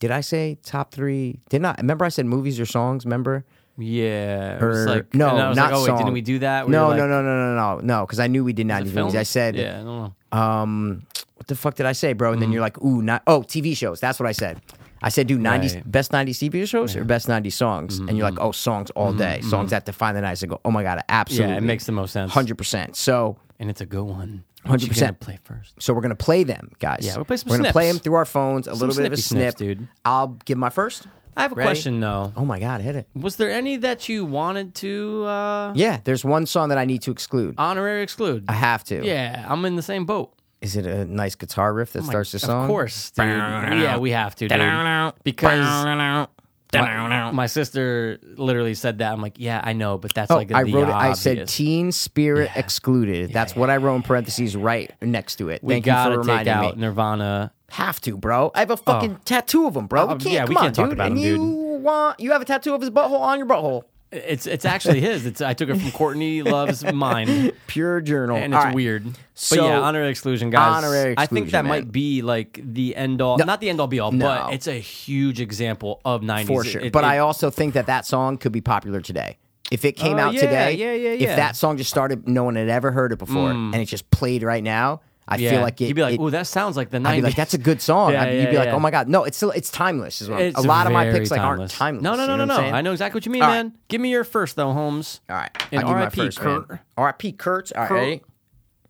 [SPEAKER 3] did I say top three? Did not. Remember I said movies or songs, remember?
[SPEAKER 2] Yeah, it was
[SPEAKER 3] Or-
[SPEAKER 2] like,
[SPEAKER 3] Er, no,
[SPEAKER 2] and I was
[SPEAKER 3] not
[SPEAKER 2] like, oh, wait,
[SPEAKER 3] song.
[SPEAKER 2] didn't we do that? We
[SPEAKER 3] no,
[SPEAKER 2] were like,
[SPEAKER 3] no, no, no, no, no, no, because I knew we did 90s movies.
[SPEAKER 2] film?
[SPEAKER 3] I said,
[SPEAKER 2] yeah, Mm-hmm. I don't know.
[SPEAKER 3] um, what the fuck did I say, bro? And then you're like, ooh, not, oh, TV shows. That's what I said. I said, dude, 90s,
[SPEAKER 2] Right. Mm-hmm,
[SPEAKER 3] best 90s TV shows or best 90s songs? And you're like, oh, songs all day. Songs that define the 90s. I go, oh my God, absolutely.
[SPEAKER 2] Yeah, it makes the most sense.
[SPEAKER 3] 100%. So,
[SPEAKER 2] and it's a good one. What you
[SPEAKER 3] 100%.
[SPEAKER 2] gonna Play first.
[SPEAKER 3] So we're gonna play them, guys.
[SPEAKER 2] Yeah, we'll play some
[SPEAKER 3] We're gonna play
[SPEAKER 2] snips.
[SPEAKER 3] them through our phones. A little bit of a
[SPEAKER 2] snippy
[SPEAKER 3] snip,
[SPEAKER 2] snips, dude.
[SPEAKER 3] I'll give my first.
[SPEAKER 2] I have a
[SPEAKER 3] Ready?
[SPEAKER 2] question though.
[SPEAKER 3] Oh my god, hit it!
[SPEAKER 2] Was there any that you wanted to uh,
[SPEAKER 3] Yeah, there's one song that I need to exclude.
[SPEAKER 2] honorary exclude?
[SPEAKER 3] I have to.
[SPEAKER 2] yeah, Oh I'm in the same boat.
[SPEAKER 3] Is it a nice guitar riff that starts the song?
[SPEAKER 2] Of course, dude. yeah, we have to, dude. Because My, my sister literally said that. I'm like, yeah, I know, but that's
[SPEAKER 3] Oh,
[SPEAKER 2] like
[SPEAKER 3] I wrote it. I said
[SPEAKER 2] obvious.
[SPEAKER 3] Teen Spirit excluded. That's what I wrote in parentheses right next to it.
[SPEAKER 2] We
[SPEAKER 3] Thank you
[SPEAKER 2] gotta
[SPEAKER 3] for
[SPEAKER 2] take
[SPEAKER 3] reminding
[SPEAKER 2] out
[SPEAKER 3] me.
[SPEAKER 2] Nirvana.
[SPEAKER 3] Have to, bro. I have a fucking tattoo of him, bro.
[SPEAKER 2] Oh,
[SPEAKER 3] we can't,
[SPEAKER 2] yeah, we
[SPEAKER 3] come on,
[SPEAKER 2] can't talk
[SPEAKER 3] dude.
[SPEAKER 2] about
[SPEAKER 3] and
[SPEAKER 2] him, dude.
[SPEAKER 3] you want you have a tattoo of his butthole on your butthole.
[SPEAKER 2] It's it's actually his. It's I took it from Courtney Love's mind,
[SPEAKER 3] Pure journal.
[SPEAKER 2] and
[SPEAKER 3] All
[SPEAKER 2] it's
[SPEAKER 3] right.
[SPEAKER 2] weird.
[SPEAKER 3] So-
[SPEAKER 2] but yeah, honorary exclusion, guys.
[SPEAKER 3] Honorary
[SPEAKER 2] I think
[SPEAKER 3] exclusion,
[SPEAKER 2] that
[SPEAKER 3] man.
[SPEAKER 2] might be like the end all, not the end all be all,
[SPEAKER 3] No.
[SPEAKER 2] but it's a huge example of '90s.
[SPEAKER 3] for sure.
[SPEAKER 2] It-
[SPEAKER 3] but
[SPEAKER 2] it-
[SPEAKER 3] I also think that that song could be popular today. If it came
[SPEAKER 2] Oh,
[SPEAKER 3] out
[SPEAKER 2] yeah,
[SPEAKER 3] today,
[SPEAKER 2] yeah, yeah, yeah. Mm.
[SPEAKER 3] if that song just started, no one had ever heard it before, and it's just played right now, I
[SPEAKER 2] yeah.
[SPEAKER 3] feel like it.
[SPEAKER 2] you'd be like,
[SPEAKER 3] it-
[SPEAKER 2] "Oh, that sounds like the '90s."
[SPEAKER 3] I'd be like, that's a good song.
[SPEAKER 2] Yeah,
[SPEAKER 3] I'd- you'd
[SPEAKER 2] yeah,
[SPEAKER 3] be like,
[SPEAKER 2] yeah.
[SPEAKER 3] oh my god, no, it's still it's timeless. Is what I'm-
[SPEAKER 2] It's
[SPEAKER 3] a lot of my
[SPEAKER 2] very
[SPEAKER 3] picks like aren't timeless.
[SPEAKER 2] No, no,
[SPEAKER 3] you
[SPEAKER 2] no,
[SPEAKER 3] know
[SPEAKER 2] no,
[SPEAKER 3] what I'm
[SPEAKER 2] no.
[SPEAKER 3] saying?
[SPEAKER 2] I know exactly what you mean,
[SPEAKER 3] All right.
[SPEAKER 2] man. Give me your first though, Holmes.
[SPEAKER 3] All right,
[SPEAKER 2] And
[SPEAKER 3] I'll give my
[SPEAKER 2] R.I.P.
[SPEAKER 3] first, man.
[SPEAKER 2] Kurt.
[SPEAKER 3] R.I.P. Kurtz. All right,
[SPEAKER 2] Kurt.
[SPEAKER 3] ready?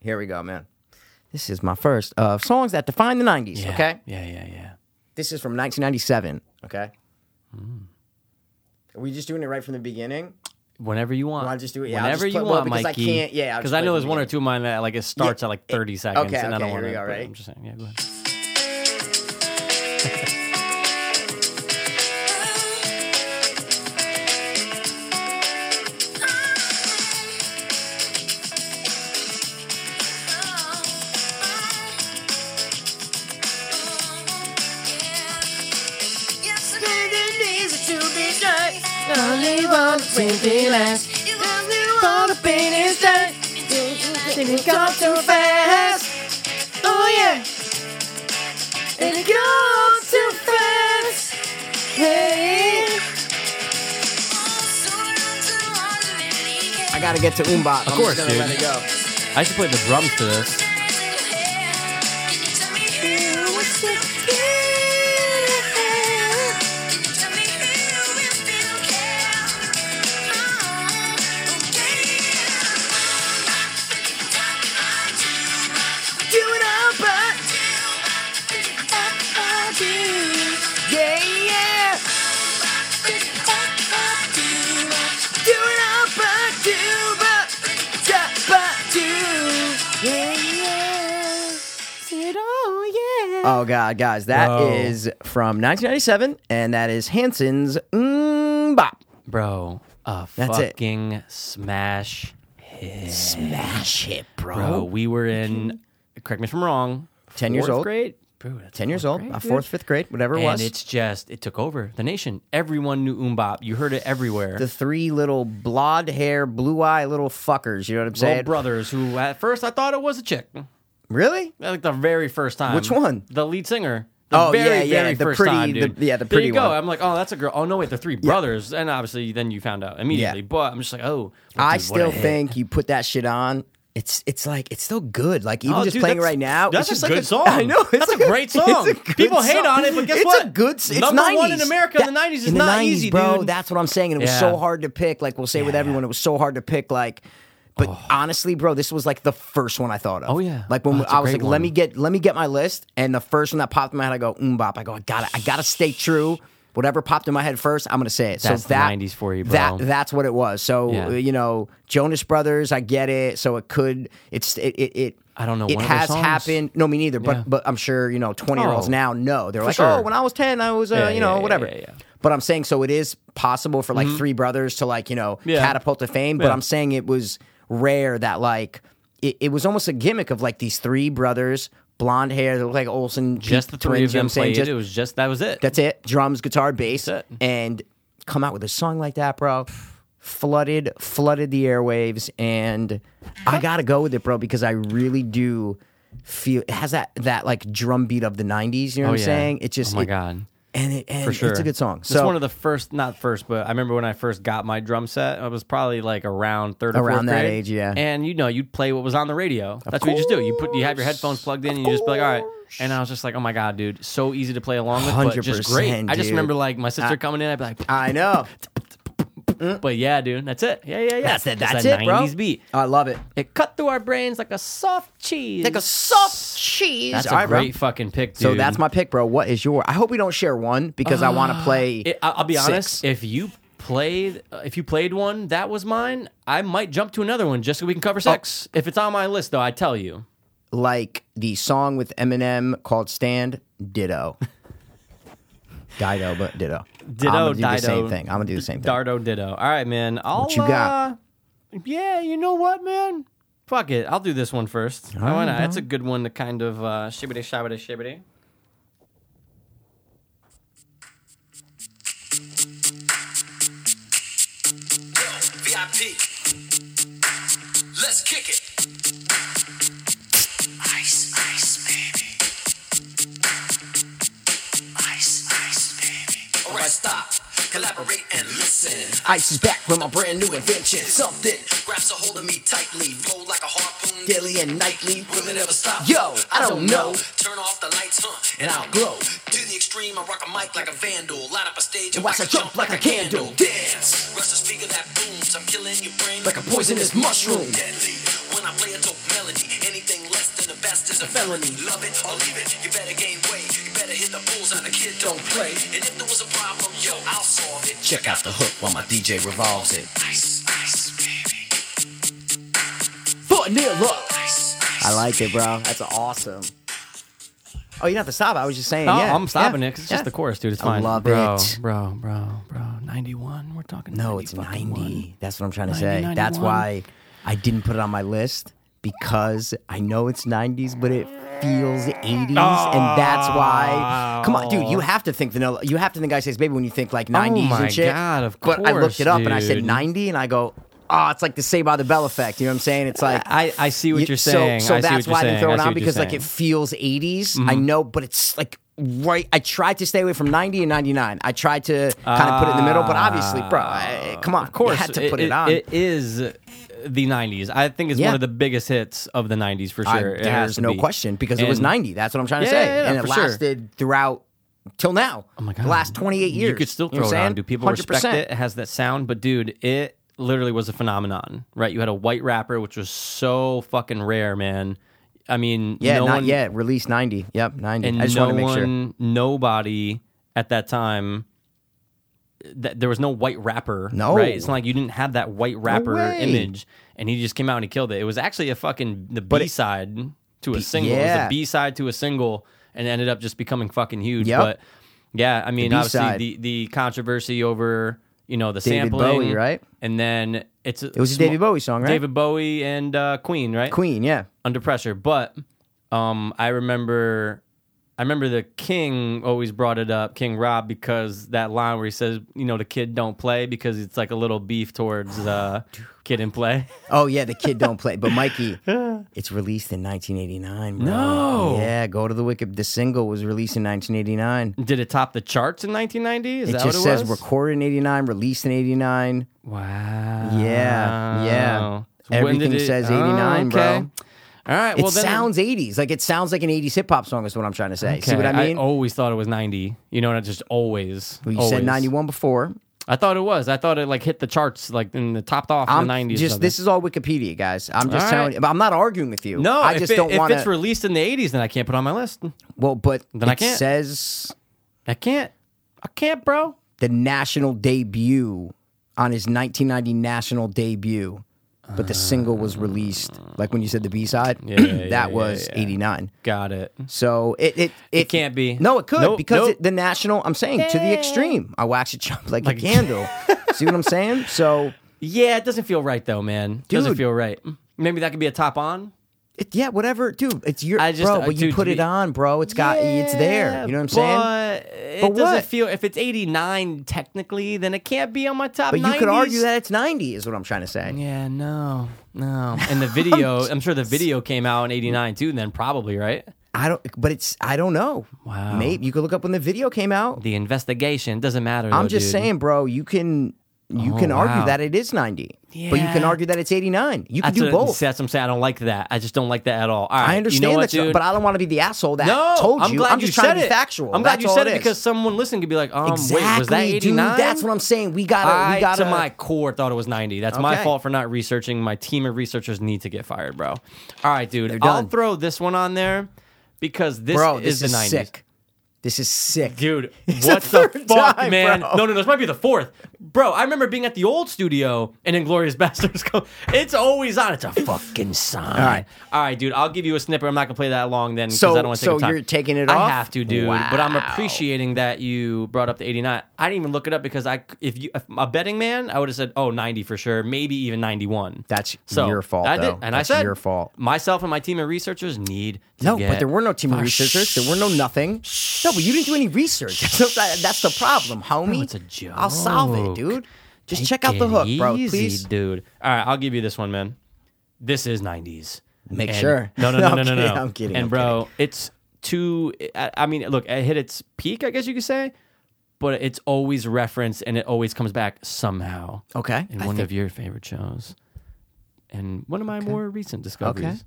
[SPEAKER 3] Here we go, man. This is my first of songs that define the '90s.
[SPEAKER 2] Yeah.
[SPEAKER 3] Okay,
[SPEAKER 2] Yeah, yeah, yeah.
[SPEAKER 3] this is from 1997. Okay.
[SPEAKER 2] Mm.
[SPEAKER 3] Are we just doing it right from the beginning?
[SPEAKER 2] Whenever you want.
[SPEAKER 3] Wanna just do it? Yeah, I'll
[SPEAKER 2] Whenever
[SPEAKER 3] just
[SPEAKER 2] you
[SPEAKER 3] play- well,
[SPEAKER 2] want,
[SPEAKER 3] because I
[SPEAKER 2] Mikey.
[SPEAKER 3] can't- yeah, I'll
[SPEAKER 2] Because
[SPEAKER 3] just
[SPEAKER 2] I
[SPEAKER 3] play
[SPEAKER 2] know
[SPEAKER 3] from
[SPEAKER 2] there's
[SPEAKER 3] the
[SPEAKER 2] one or two of mine that like it starts at like 30 seconds,
[SPEAKER 3] okay,
[SPEAKER 2] and I
[SPEAKER 3] okay,
[SPEAKER 2] don't
[SPEAKER 3] here
[SPEAKER 2] want
[SPEAKER 3] we
[SPEAKER 2] to.
[SPEAKER 3] go, ready?
[SPEAKER 2] I'm just saying, yeah, go ahead.
[SPEAKER 8] Oh,
[SPEAKER 3] I gotta get to Umbach. Of
[SPEAKER 2] course,
[SPEAKER 3] I'm just gonna
[SPEAKER 2] dude.
[SPEAKER 3] let it go.
[SPEAKER 2] I should play the drums to this.
[SPEAKER 3] Yeah, yeah. Do it all but do, but, da- but do. Yeah, yeah. Oh God, guys, that
[SPEAKER 2] Bro.
[SPEAKER 3] is from 1997, and that is Hanson's mm, Bop.
[SPEAKER 2] Bro, a
[SPEAKER 3] That's it.
[SPEAKER 2] fucking smash hit.
[SPEAKER 3] Smash it, bro.
[SPEAKER 2] Bro, we were in, correct me if I'm wrong,
[SPEAKER 3] 10 years
[SPEAKER 2] fourth
[SPEAKER 3] old.
[SPEAKER 2] grade? Bro, that's
[SPEAKER 3] Ten years
[SPEAKER 2] fourth
[SPEAKER 3] old,
[SPEAKER 2] grade,
[SPEAKER 3] uh,
[SPEAKER 2] dude.
[SPEAKER 3] fourth, fifth grade, whatever it
[SPEAKER 2] And
[SPEAKER 3] was.
[SPEAKER 2] it's just, it took over the nation. Everyone knew Umbop. You heard it everywhere.
[SPEAKER 3] the three little blonde hair, blue eye little fuckers. You know what I'm
[SPEAKER 2] Little
[SPEAKER 3] saying?
[SPEAKER 2] brothers who at first I thought it was a chick.
[SPEAKER 3] really?
[SPEAKER 2] Like the very first time.
[SPEAKER 3] Which one?
[SPEAKER 2] The lead singer. The
[SPEAKER 3] Oh,
[SPEAKER 2] very,
[SPEAKER 3] yeah, yeah,
[SPEAKER 2] very
[SPEAKER 3] the
[SPEAKER 2] first
[SPEAKER 3] pretty-
[SPEAKER 2] time,
[SPEAKER 3] the-
[SPEAKER 2] dude.
[SPEAKER 3] yeah, the
[SPEAKER 2] There
[SPEAKER 3] pretty
[SPEAKER 2] you go.
[SPEAKER 3] one.
[SPEAKER 2] I'm like, oh, that's a girl. Oh no, wait, the three brothers, and obviously then you found out immediately.
[SPEAKER 3] Yeah.
[SPEAKER 2] But I'm just like, oh, well,
[SPEAKER 3] I
[SPEAKER 2] dude, what a
[SPEAKER 3] still
[SPEAKER 2] hit.
[SPEAKER 3] think you put that shit on. It's it's like it's still good. Like even
[SPEAKER 2] Oh,
[SPEAKER 3] just
[SPEAKER 2] dude,
[SPEAKER 3] playing
[SPEAKER 2] that's-
[SPEAKER 3] right now.
[SPEAKER 2] That's
[SPEAKER 3] it's just
[SPEAKER 2] a good
[SPEAKER 3] like
[SPEAKER 2] song.
[SPEAKER 3] I know. It's
[SPEAKER 2] that's
[SPEAKER 3] like
[SPEAKER 2] a great song.
[SPEAKER 3] it's a good
[SPEAKER 2] People hate
[SPEAKER 3] song.
[SPEAKER 2] on it, but guess
[SPEAKER 3] it's
[SPEAKER 2] what?
[SPEAKER 3] a good. It's
[SPEAKER 2] number
[SPEAKER 3] 90s.
[SPEAKER 2] one in America in the
[SPEAKER 3] That-
[SPEAKER 2] '90s is
[SPEAKER 3] in the
[SPEAKER 2] not
[SPEAKER 3] 90s,
[SPEAKER 2] easy,
[SPEAKER 3] bro.
[SPEAKER 2] dude.
[SPEAKER 3] That's what I'm saying. And it was
[SPEAKER 2] Yeah.
[SPEAKER 3] so hard to pick. Like we'll say with everyone, it was so hard to pick. Like. But honestly, bro, this was like the first one I thought of.
[SPEAKER 2] Oh, yeah.
[SPEAKER 3] like when
[SPEAKER 2] Oh,
[SPEAKER 3] we-
[SPEAKER 2] it's a
[SPEAKER 3] I was like,
[SPEAKER 2] great
[SPEAKER 3] "Let
[SPEAKER 2] one.
[SPEAKER 3] me get, let me get my list," and the first one that popped in my head, I go, "Umbop." I go, "I gotta, I gotta stay true." Whatever popped in my head first, I'm gonna say it.
[SPEAKER 2] That's
[SPEAKER 3] so
[SPEAKER 2] the
[SPEAKER 3] that
[SPEAKER 2] 90s for you,
[SPEAKER 3] That
[SPEAKER 2] bro.
[SPEAKER 3] that's what it was. So
[SPEAKER 2] Yeah.
[SPEAKER 3] you know, Jonas Brothers, I get it. So it could, it's it it. it
[SPEAKER 2] I don't know
[SPEAKER 3] It
[SPEAKER 2] one of their
[SPEAKER 3] has
[SPEAKER 2] songs.
[SPEAKER 3] happened. No, me neither.
[SPEAKER 2] Yeah.
[SPEAKER 3] But but I'm sure you know, 20 year olds
[SPEAKER 2] Oh.
[SPEAKER 3] now know they're like,
[SPEAKER 2] sure.
[SPEAKER 3] oh, when I was 10, I was uh,
[SPEAKER 2] Yeah,
[SPEAKER 3] you know
[SPEAKER 2] yeah,
[SPEAKER 3] whatever.
[SPEAKER 2] yeah, yeah, yeah.
[SPEAKER 3] But I'm saying so it is possible for like three brothers to like you know
[SPEAKER 2] Yeah.
[SPEAKER 3] catapult to fame. But
[SPEAKER 2] Yeah.
[SPEAKER 3] I'm saying it was rare that like it, it was almost a gimmick of like these three brothers, blonde hair, they look like Olsen,
[SPEAKER 2] just the
[SPEAKER 3] Peep
[SPEAKER 2] three
[SPEAKER 3] twins,
[SPEAKER 2] of
[SPEAKER 3] you know what
[SPEAKER 2] them
[SPEAKER 3] I'm saying?
[SPEAKER 2] played.
[SPEAKER 3] Just-
[SPEAKER 2] it was just that was it.
[SPEAKER 3] that's it. Drums, guitar, bass,
[SPEAKER 2] That's it.
[SPEAKER 3] and come out with a song like that, bro. Flooded, flooded the airwaves, and I gotta go with it, bro, because I really do feel it has that that like drum beat of the '90s. You know
[SPEAKER 2] oh
[SPEAKER 3] what I'm
[SPEAKER 2] yeah.
[SPEAKER 3] saying? It just
[SPEAKER 2] oh my
[SPEAKER 3] it-
[SPEAKER 2] god.
[SPEAKER 3] and, it, and
[SPEAKER 2] For sure.
[SPEAKER 3] it's a good song.
[SPEAKER 2] it's
[SPEAKER 3] So
[SPEAKER 2] one of the first, not first, but I remember when I first got my drum set. I was probably like around third or
[SPEAKER 3] Around
[SPEAKER 2] fourth
[SPEAKER 3] that
[SPEAKER 2] grade.
[SPEAKER 3] age, yeah.
[SPEAKER 2] And you know, you'd play what was on the radio. That's what you just do. You put, you have your headphones plugged in, and you just be like, all right. And I was just like, oh my god, dude, so easy to play along with, but just great.
[SPEAKER 3] 100%,
[SPEAKER 2] I just
[SPEAKER 3] dude.
[SPEAKER 2] remember like my sister coming in, I'd be like,
[SPEAKER 3] I know
[SPEAKER 2] but yeah, dude, that's it. Yeah, yeah, yeah.
[SPEAKER 3] that's it.
[SPEAKER 2] It's
[SPEAKER 3] That's
[SPEAKER 2] that
[SPEAKER 3] it, bro.
[SPEAKER 2] 90s beat.
[SPEAKER 3] I love it.
[SPEAKER 2] It cut through our brains like a soft cheese.
[SPEAKER 3] Like a soft cheese.
[SPEAKER 2] That's
[SPEAKER 3] All
[SPEAKER 2] a
[SPEAKER 3] right, bro.
[SPEAKER 2] great fucking pick, dude. Uh,
[SPEAKER 3] So that's my pick, bro. What is your? I hope we don't share one because I want to play.
[SPEAKER 2] It, I- I'll be
[SPEAKER 3] six.
[SPEAKER 2] honest. If you played, uh, if you played one that was mine, I might jump to another one just so we can
[SPEAKER 3] Oh.
[SPEAKER 2] cover six. If it's on my list, though, I tell you.
[SPEAKER 3] like the song with Eminem called Stand Ditto. Dido, but ditto.
[SPEAKER 2] Ditto,
[SPEAKER 3] I'm gonna do
[SPEAKER 2] Dido,
[SPEAKER 3] the same thing. I'm gonna do the same thing.
[SPEAKER 2] Dardo Ditto. All right, man. I'll,
[SPEAKER 3] you got?
[SPEAKER 2] uh, yeah, you know what, man? Fuck it. I'll do this one first. Why not? That's a good one to kind of uh, shibbity shabbity shibbity.
[SPEAKER 1] VIP. Let's kick it. Ice, ice, baby. Ice, ice, baby. Alright, stop. Collaborate and listen.
[SPEAKER 3] Ice is back with my brand new invention. Something
[SPEAKER 1] Grabs a hold of me tightly. Roll like a harpoon.
[SPEAKER 3] daily and nightly.
[SPEAKER 1] Will it ever stop?
[SPEAKER 3] Yo, I don't know.
[SPEAKER 1] Turn off the lights, huh? And I'll glow. To the extreme, I rock a mic like a vandal. Light up a stage and
[SPEAKER 3] watch
[SPEAKER 1] watch
[SPEAKER 3] it
[SPEAKER 1] I jump like a candle. Dance. Rush the speaker that booms. I'm killing your brain
[SPEAKER 3] Like a poisonous mushroom.
[SPEAKER 1] deadly. When I play a dope melody, anything less than the best is a felony. Love it or leave it, you better gain weight. You better hit the bulls on the kid, don't play. And if there was a problem, yo, I'll solve it. Check out the hook while my DJ revolves it. Ice, ice, baby.
[SPEAKER 3] Vanilla.
[SPEAKER 1] Ice, ice.
[SPEAKER 3] I like it, bro. That's awesome. Oh, you don't have to stop. I was just saying.
[SPEAKER 2] Oh,
[SPEAKER 3] yeah,
[SPEAKER 2] I'm stopping
[SPEAKER 3] yeah,
[SPEAKER 2] it 'cause it's just
[SPEAKER 3] yeah.
[SPEAKER 2] the chorus, dude. It's
[SPEAKER 3] I
[SPEAKER 2] fine.
[SPEAKER 3] love
[SPEAKER 2] bro,
[SPEAKER 3] it.
[SPEAKER 2] Bro, bro, bro. 91. We're talking
[SPEAKER 3] No, it's 90.
[SPEAKER 2] fucking one.
[SPEAKER 3] That's what I'm trying to
[SPEAKER 2] 90,
[SPEAKER 3] say. That's
[SPEAKER 2] 91.
[SPEAKER 3] why I didn't put it on my list because I know it's 90s, but it feels 80s. and that's why. Come on, dude, you have to think vanilla. You have to think Ice Ice Baby when you think like 90s
[SPEAKER 2] Oh. my
[SPEAKER 3] and shit.
[SPEAKER 2] God, of
[SPEAKER 3] But I looked it up
[SPEAKER 2] course,
[SPEAKER 3] and I said
[SPEAKER 2] dude.
[SPEAKER 3] 90, and I go, oh, it's like the Say by the Bell effect. You know what I'm saying? It's like.
[SPEAKER 2] I, I see what
[SPEAKER 3] You-
[SPEAKER 2] you're saying.
[SPEAKER 3] So, so
[SPEAKER 2] I see
[SPEAKER 3] that's
[SPEAKER 2] what you're
[SPEAKER 3] why
[SPEAKER 2] saying.
[SPEAKER 3] I didn't throw
[SPEAKER 2] I
[SPEAKER 3] it
[SPEAKER 2] see
[SPEAKER 3] on
[SPEAKER 2] what you're
[SPEAKER 3] because like
[SPEAKER 2] saying.
[SPEAKER 3] it feels 80s. I
[SPEAKER 2] Mm-hmm.
[SPEAKER 3] know, but it's like right. I tried to stay away from 90 and 99. I tried to kind of put it in the middle, but obviously, bro, I, come on,
[SPEAKER 2] Ah, Of course,
[SPEAKER 3] you had to put it, on.
[SPEAKER 2] It is the '90s. I think it's
[SPEAKER 3] Yeah.
[SPEAKER 2] one of the biggest hits of the '90s for
[SPEAKER 3] I-
[SPEAKER 2] sure. It has
[SPEAKER 3] there's
[SPEAKER 2] to
[SPEAKER 3] no
[SPEAKER 2] be.
[SPEAKER 3] question because it was
[SPEAKER 2] And
[SPEAKER 3] 90. That's what I'm trying to
[SPEAKER 2] Yeah,
[SPEAKER 3] say,
[SPEAKER 2] yeah, yeah,
[SPEAKER 3] and it
[SPEAKER 2] for sure.
[SPEAKER 3] lasted throughout till now. Oh
[SPEAKER 2] my God.
[SPEAKER 3] the last 28 years.
[SPEAKER 2] You could still
[SPEAKER 3] know
[SPEAKER 2] throw
[SPEAKER 3] what
[SPEAKER 2] it
[SPEAKER 3] I'm
[SPEAKER 2] on.
[SPEAKER 3] saying?
[SPEAKER 2] Do people respect
[SPEAKER 3] 100%.
[SPEAKER 2] it? It has that sound, but dude, it literally was a phenomenon, right? You had a white rapper, which was so fucking rare, man. I mean,
[SPEAKER 3] Yeah,
[SPEAKER 2] no
[SPEAKER 3] not
[SPEAKER 2] one,
[SPEAKER 3] yet. Release 90. Yep, 90.
[SPEAKER 2] and
[SPEAKER 3] I just
[SPEAKER 2] no
[SPEAKER 3] want to make sure.
[SPEAKER 2] one, nobody at that time. That there was no white rapper.
[SPEAKER 3] No.
[SPEAKER 2] right? It's not like you didn't have that white rapper
[SPEAKER 3] way.
[SPEAKER 2] image, and he just came out and he killed it. It was actually a fucking the
[SPEAKER 3] But
[SPEAKER 2] B
[SPEAKER 3] it-
[SPEAKER 2] side to a single. It was
[SPEAKER 3] yeah.
[SPEAKER 2] the B side to a single, and ended up just becoming fucking huge.
[SPEAKER 3] Yep.
[SPEAKER 2] But yeah, I mean, obviously
[SPEAKER 3] B-side.
[SPEAKER 2] the the controversy over you know the
[SPEAKER 3] David
[SPEAKER 2] sampling,
[SPEAKER 3] Bowie, right?
[SPEAKER 2] And then it's
[SPEAKER 3] It was a David Bowie song, right?
[SPEAKER 2] David Bowie and uh, Queen, right?
[SPEAKER 3] Queen, yeah.
[SPEAKER 2] under pressure. But um, I remember, I remember the King always brought it up, King Rob, because that line where he says, you know, the kid don't play because it's like a little beef towards uh, kid and play.
[SPEAKER 3] Oh yeah, the kid don't play. But Mikey, it's released in 1989. Bro.
[SPEAKER 2] No.
[SPEAKER 3] yeah, go to the wiki. The single was released in 1989.
[SPEAKER 2] Did it top the charts in 1990? Is
[SPEAKER 3] It
[SPEAKER 2] that
[SPEAKER 3] just
[SPEAKER 2] what it
[SPEAKER 3] says
[SPEAKER 2] was?
[SPEAKER 3] recorded in 89, released in 89.
[SPEAKER 2] wow.
[SPEAKER 3] Yeah, yeah.
[SPEAKER 2] So when
[SPEAKER 3] Everything
[SPEAKER 2] did it-
[SPEAKER 3] says
[SPEAKER 2] Oh,
[SPEAKER 3] 89, bro.
[SPEAKER 2] okay. All right.
[SPEAKER 3] It
[SPEAKER 2] Well, then
[SPEAKER 3] sounds 80s. Like it sounds like an 80s hip hop song is what I'm trying to say. See what
[SPEAKER 2] Okay,
[SPEAKER 3] I mean?
[SPEAKER 2] always thought it was 90. You know, and I just always.
[SPEAKER 3] Well, you
[SPEAKER 2] always.
[SPEAKER 3] said 91 before.
[SPEAKER 2] I thought it was. I thought it like hit the charts like in the topped off
[SPEAKER 3] I'm
[SPEAKER 2] in the 90s. or
[SPEAKER 3] just
[SPEAKER 2] something.
[SPEAKER 3] this is all Wikipedia, guys. I'm just
[SPEAKER 2] All
[SPEAKER 3] telling
[SPEAKER 2] right.
[SPEAKER 3] you. I'm not arguing with you.
[SPEAKER 2] No,
[SPEAKER 3] I
[SPEAKER 2] if
[SPEAKER 3] just
[SPEAKER 2] it-
[SPEAKER 3] don't
[SPEAKER 2] if
[SPEAKER 3] want
[SPEAKER 2] it's released in the '80s, then I can't put it on my list.
[SPEAKER 3] Well, but
[SPEAKER 2] Then I
[SPEAKER 3] it
[SPEAKER 2] can't.
[SPEAKER 3] says
[SPEAKER 2] I can't. I can't, bro.
[SPEAKER 3] the national debut on his 1990 national debut, but the single was released like when you said the B side.
[SPEAKER 2] yeah, yeah,
[SPEAKER 3] that
[SPEAKER 2] yeah,
[SPEAKER 3] was
[SPEAKER 2] yeah.
[SPEAKER 3] 89.
[SPEAKER 2] Got it.
[SPEAKER 3] So it it, it
[SPEAKER 2] can't be.
[SPEAKER 3] No, it could
[SPEAKER 2] Nope,
[SPEAKER 3] because
[SPEAKER 2] nope.
[SPEAKER 3] It, the national. I'm saying to the extreme. I wax it chump like, a candle. See what I'm saying? So
[SPEAKER 2] Yeah, it doesn't feel right though, man. Doesn't
[SPEAKER 3] Dude.
[SPEAKER 2] feel right. Maybe that could be a top on.
[SPEAKER 3] it, yeah, whatever, dude. It's your
[SPEAKER 2] I just-
[SPEAKER 3] bro,
[SPEAKER 2] uh,
[SPEAKER 3] but you
[SPEAKER 2] dude,
[SPEAKER 3] put
[SPEAKER 2] to
[SPEAKER 3] it
[SPEAKER 2] be-
[SPEAKER 3] on, bro. It's got it's there. You know what I'm saying?
[SPEAKER 2] But it
[SPEAKER 3] But
[SPEAKER 2] doesn't
[SPEAKER 3] what?
[SPEAKER 2] feel. If it's '89 technically, then it can't be on my top.
[SPEAKER 3] But you could
[SPEAKER 2] 90s.
[SPEAKER 3] argue that it's 90 is what I'm trying to say.
[SPEAKER 2] Yeah, no, no. And the video, I'm sure the video came out in '89 too. Then probably right.
[SPEAKER 3] I don't, but it's I don't know.
[SPEAKER 2] Wow.
[SPEAKER 3] Maybe you could look up when the video came out.
[SPEAKER 2] The investigation doesn't matter.
[SPEAKER 3] I'm
[SPEAKER 2] though,
[SPEAKER 3] just
[SPEAKER 2] dude.
[SPEAKER 3] saying, bro. You can you
[SPEAKER 2] Oh,
[SPEAKER 3] can
[SPEAKER 2] wow.
[SPEAKER 3] argue that it is 90, but you can
[SPEAKER 2] Yeah.
[SPEAKER 3] argue that it's 89. You can
[SPEAKER 2] That's
[SPEAKER 3] do
[SPEAKER 2] what-
[SPEAKER 3] both.
[SPEAKER 2] That's what I'm saying. I don't like that. I just don't like that at all. All right,
[SPEAKER 3] I understand
[SPEAKER 2] you know what,
[SPEAKER 3] that,
[SPEAKER 2] dude?
[SPEAKER 3] but I don't want to be the asshole that
[SPEAKER 2] no,
[SPEAKER 3] told you.
[SPEAKER 2] I'm glad
[SPEAKER 3] just
[SPEAKER 2] you
[SPEAKER 3] trying
[SPEAKER 2] said
[SPEAKER 3] to be
[SPEAKER 2] it.
[SPEAKER 3] factual.
[SPEAKER 2] I'm glad
[SPEAKER 3] That's
[SPEAKER 2] you
[SPEAKER 3] all
[SPEAKER 2] said it,
[SPEAKER 3] is.
[SPEAKER 2] because someone listening could be like, um,
[SPEAKER 3] exactly,
[SPEAKER 2] wait, was that 89?
[SPEAKER 3] dude. That's what I'm saying. We gotta,
[SPEAKER 2] I,
[SPEAKER 3] we gotta.
[SPEAKER 2] to my core, thought it was 90. That's my
[SPEAKER 3] Okay.
[SPEAKER 2] fault for not researching. My team of researchers need to get fired, bro. All right, dude. I'll
[SPEAKER 3] done.
[SPEAKER 2] throw this one on there because this
[SPEAKER 3] bro,
[SPEAKER 2] is
[SPEAKER 3] this
[SPEAKER 2] the
[SPEAKER 3] is
[SPEAKER 2] 90s.
[SPEAKER 3] sick. This is sick.
[SPEAKER 2] Dude,
[SPEAKER 3] the
[SPEAKER 2] what the
[SPEAKER 3] third
[SPEAKER 2] fuck,
[SPEAKER 3] time,
[SPEAKER 2] man?
[SPEAKER 3] bro.
[SPEAKER 2] No, no, no. This might be the fourth. Bro, I remember being at the old studio and Inglorious Bastards go. It's always on. It's a fucking sign. All right, all right, dude. I'll give you a snippet. I'm not gonna play that long then because
[SPEAKER 3] So-
[SPEAKER 2] I don't want to
[SPEAKER 3] so
[SPEAKER 2] take up time.
[SPEAKER 3] you're taking it
[SPEAKER 2] I
[SPEAKER 3] off?
[SPEAKER 2] have to, dude. But I'm
[SPEAKER 3] Wow.
[SPEAKER 2] appreciating that you brought up the 89. I didn't even look it up because I, if you, if I'm a betting man, I would have said, oh, 90 for sure, maybe even 91.
[SPEAKER 3] That's
[SPEAKER 2] so
[SPEAKER 3] your fault,
[SPEAKER 2] I did,
[SPEAKER 3] though.
[SPEAKER 2] and
[SPEAKER 3] That's
[SPEAKER 2] I said,
[SPEAKER 3] your fault.
[SPEAKER 2] Myself and my team of researchers need to
[SPEAKER 3] No,
[SPEAKER 2] get
[SPEAKER 3] but there were no team
[SPEAKER 2] our-
[SPEAKER 3] researchers. There were no nothing. No, but you didn't do any research. So that- that's the problem, homie.
[SPEAKER 2] No, it's a joke.
[SPEAKER 3] I'll solve it, dude. Just
[SPEAKER 2] Take
[SPEAKER 3] check out the
[SPEAKER 2] it
[SPEAKER 3] hook, bro.
[SPEAKER 2] easy,
[SPEAKER 3] Please.
[SPEAKER 2] dude. All right, I'll give you this one, man. This is '90s.
[SPEAKER 3] Make
[SPEAKER 2] And-
[SPEAKER 3] sure.
[SPEAKER 2] No, no, no,
[SPEAKER 3] I'm
[SPEAKER 2] no, no, no.
[SPEAKER 3] kidding, I'm kidding,
[SPEAKER 2] And
[SPEAKER 3] I'm
[SPEAKER 2] bro, it's too. I, I mean, look, it hit its peak, I guess you could say, but it's always referenced and it always comes back somehow
[SPEAKER 3] Okay.
[SPEAKER 2] in
[SPEAKER 3] I
[SPEAKER 2] one
[SPEAKER 3] think-
[SPEAKER 2] of your favorite shows, and one of my more recent discoveries.
[SPEAKER 3] Okay.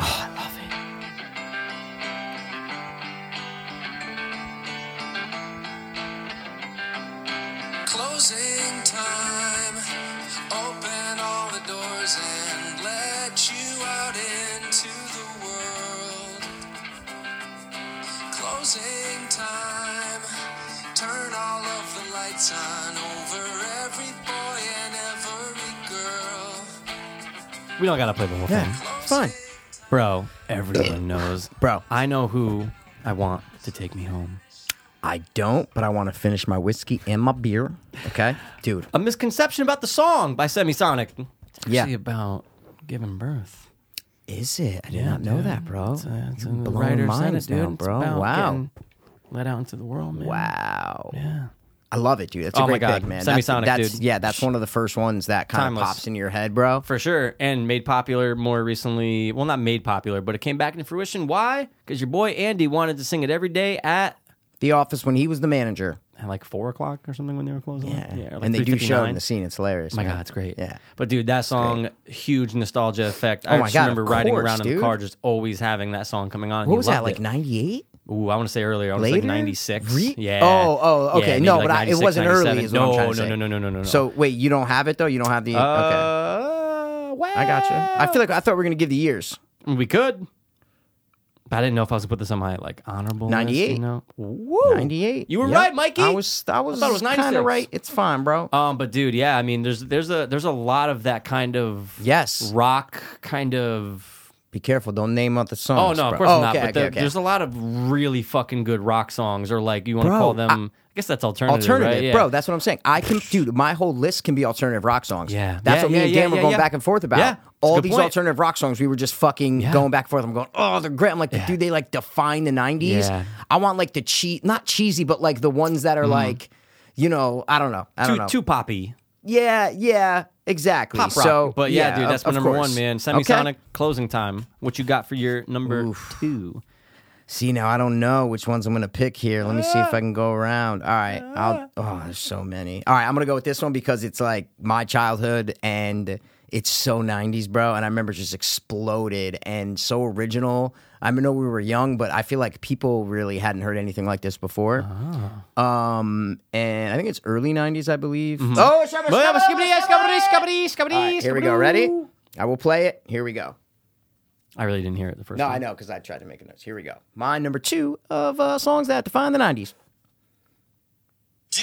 [SPEAKER 2] I love it.
[SPEAKER 8] Closing time. Open all the doors and let you out into the world. Closing time. Turn all of the lights on over every boy and every girl.
[SPEAKER 2] We don't gotta play the whole
[SPEAKER 3] yeah,
[SPEAKER 2] thing,
[SPEAKER 3] it's fine.
[SPEAKER 2] bro. Everyone knows,
[SPEAKER 3] Bro.
[SPEAKER 2] I know who I want to take me home.
[SPEAKER 3] I don't, but I want to finish my whiskey and my beer. Okay, dude.
[SPEAKER 2] A misconception about the song by Semisonic. It's
[SPEAKER 3] Yeah.
[SPEAKER 2] actually about giving birth.
[SPEAKER 3] Is it? I did not know that, bro.
[SPEAKER 2] It's a, it's a
[SPEAKER 3] You're blowing
[SPEAKER 2] writer
[SPEAKER 3] minds
[SPEAKER 2] sentence, dude.
[SPEAKER 3] down,
[SPEAKER 2] It's
[SPEAKER 3] bro.
[SPEAKER 2] about
[SPEAKER 3] Wow.
[SPEAKER 2] getting Let out into the world, man.
[SPEAKER 3] Wow.
[SPEAKER 2] Yeah.
[SPEAKER 3] I love it, dude. That's a
[SPEAKER 2] Oh my
[SPEAKER 3] great
[SPEAKER 2] God.
[SPEAKER 3] pick, man.
[SPEAKER 2] Semisonic,
[SPEAKER 3] that's, that's,
[SPEAKER 2] dude.
[SPEAKER 3] Yeah, that's one of the first ones that kind
[SPEAKER 2] Timeless.
[SPEAKER 3] of pops into your head, bro.
[SPEAKER 2] For sure. And made popular more recently. Well, not made popular, but it came back into fruition. Why? Because your boy Andy wanted to sing it every day at,
[SPEAKER 3] The Office when he was the manager.
[SPEAKER 2] at like four o'clock or something when they were closing. up. yeah like
[SPEAKER 3] and they do show it
[SPEAKER 2] 3:59.
[SPEAKER 3] in the scene. It's hilarious.
[SPEAKER 2] Oh my
[SPEAKER 3] man.
[SPEAKER 2] god, it's great.
[SPEAKER 3] Yeah.
[SPEAKER 2] But dude, that song, huge nostalgia effect. I
[SPEAKER 3] Oh my
[SPEAKER 2] just
[SPEAKER 3] God,
[SPEAKER 2] remember
[SPEAKER 3] of
[SPEAKER 2] riding
[SPEAKER 3] course,
[SPEAKER 2] around in the
[SPEAKER 3] dude.
[SPEAKER 2] car just always having that song coming on. and
[SPEAKER 3] What
[SPEAKER 2] you
[SPEAKER 3] was that?
[SPEAKER 2] loved
[SPEAKER 3] Like
[SPEAKER 2] it.
[SPEAKER 3] '98?
[SPEAKER 2] Ooh, I want to say earlier. I was like
[SPEAKER 3] Later?
[SPEAKER 2] 96.
[SPEAKER 3] Re-
[SPEAKER 2] yeah.
[SPEAKER 3] Oh, oh,
[SPEAKER 2] Yeah,
[SPEAKER 3] okay.
[SPEAKER 2] maybe
[SPEAKER 3] no,
[SPEAKER 2] like
[SPEAKER 3] but I, it
[SPEAKER 2] 96,
[SPEAKER 3] wasn't early.
[SPEAKER 2] 97.
[SPEAKER 3] Is what
[SPEAKER 2] no,
[SPEAKER 3] I'm trying
[SPEAKER 2] no,
[SPEAKER 3] to say.
[SPEAKER 2] no, no, no, no, no, no.
[SPEAKER 3] So wait, you don't have it though. You don't have the. okay.
[SPEAKER 2] Uh, well,
[SPEAKER 3] I got you. I feel like I thought we were gonna give the years.
[SPEAKER 2] we could. But I didn't know if I was gonna put this on my like honorable.
[SPEAKER 3] 98.
[SPEAKER 2] List, you know? Woo.
[SPEAKER 3] '98.
[SPEAKER 2] You were right, Mikey.
[SPEAKER 3] I was. I was.
[SPEAKER 2] thought it was
[SPEAKER 3] kind
[SPEAKER 2] 96.
[SPEAKER 3] of right. It's fine, bro.
[SPEAKER 2] Um, but dude, yeah, I mean, there's there's a there's a lot of that kind of
[SPEAKER 3] Yes.
[SPEAKER 2] rock kind of
[SPEAKER 3] Be careful. Don't name out the songs.
[SPEAKER 2] Oh no,
[SPEAKER 3] bro.
[SPEAKER 2] of course
[SPEAKER 3] Oh,
[SPEAKER 2] not.
[SPEAKER 3] okay,
[SPEAKER 2] but
[SPEAKER 3] okay,
[SPEAKER 2] there-
[SPEAKER 3] okay.
[SPEAKER 2] there's a lot of really fucking good rock songs, or like you want to
[SPEAKER 3] Bro,
[SPEAKER 2] call them. I, guess that's alternative.
[SPEAKER 3] alternative,
[SPEAKER 2] right? Yeah.
[SPEAKER 3] bro. That's what I'm saying. I can, dude. My whole list can be alternative rock songs.
[SPEAKER 2] Yeah.
[SPEAKER 3] that's
[SPEAKER 2] Yeah,
[SPEAKER 3] what me
[SPEAKER 2] yeah,
[SPEAKER 3] and
[SPEAKER 2] yeah,
[SPEAKER 3] Dan were
[SPEAKER 2] yeah,
[SPEAKER 3] going
[SPEAKER 2] yeah.
[SPEAKER 3] back and forth about.
[SPEAKER 2] Yeah, it's a
[SPEAKER 3] all
[SPEAKER 2] good
[SPEAKER 3] these
[SPEAKER 2] point.
[SPEAKER 3] alternative rock songs, we were just fucking going back and forth. I'm going, oh, they're great. I'm like, dude, they like define the '90s.
[SPEAKER 2] Yeah. Mm-hmm.
[SPEAKER 3] I want like the cheat, not cheesy, but like the ones that are like, you know, I don't know, I don't
[SPEAKER 2] too,
[SPEAKER 3] know.
[SPEAKER 2] too poppy,
[SPEAKER 3] Yeah, yeah, exactly.
[SPEAKER 2] pop rock.
[SPEAKER 3] so,
[SPEAKER 2] but yeah, dude,
[SPEAKER 3] of-
[SPEAKER 2] that's my
[SPEAKER 3] of
[SPEAKER 2] number
[SPEAKER 3] course.
[SPEAKER 2] one, man.
[SPEAKER 3] Okay.
[SPEAKER 2] Semisonic closing time. What you got for your number two?
[SPEAKER 3] See, now I don't know which ones I'm gonna pick here. Let me see if I can go around. All right, I'll. Oh, there's so many. All right, I'm gonna go with this one because it's like my childhood and it's so 90s, bro. And I remember it just exploded and so original. I know we were young, but I feel like people really hadn't heard anything like this before. Um, and I think it's early 90s, I believe. Oh, shabba, shabba, shabba, shabba. All right, here we go. Ready? I will play it. Here we go.
[SPEAKER 2] I really didn't hear it the first.
[SPEAKER 3] No,
[SPEAKER 2] time.
[SPEAKER 3] I know because I tried to make a note. Here we go. My number two of uh, songs that define the '90s.
[SPEAKER 8] Do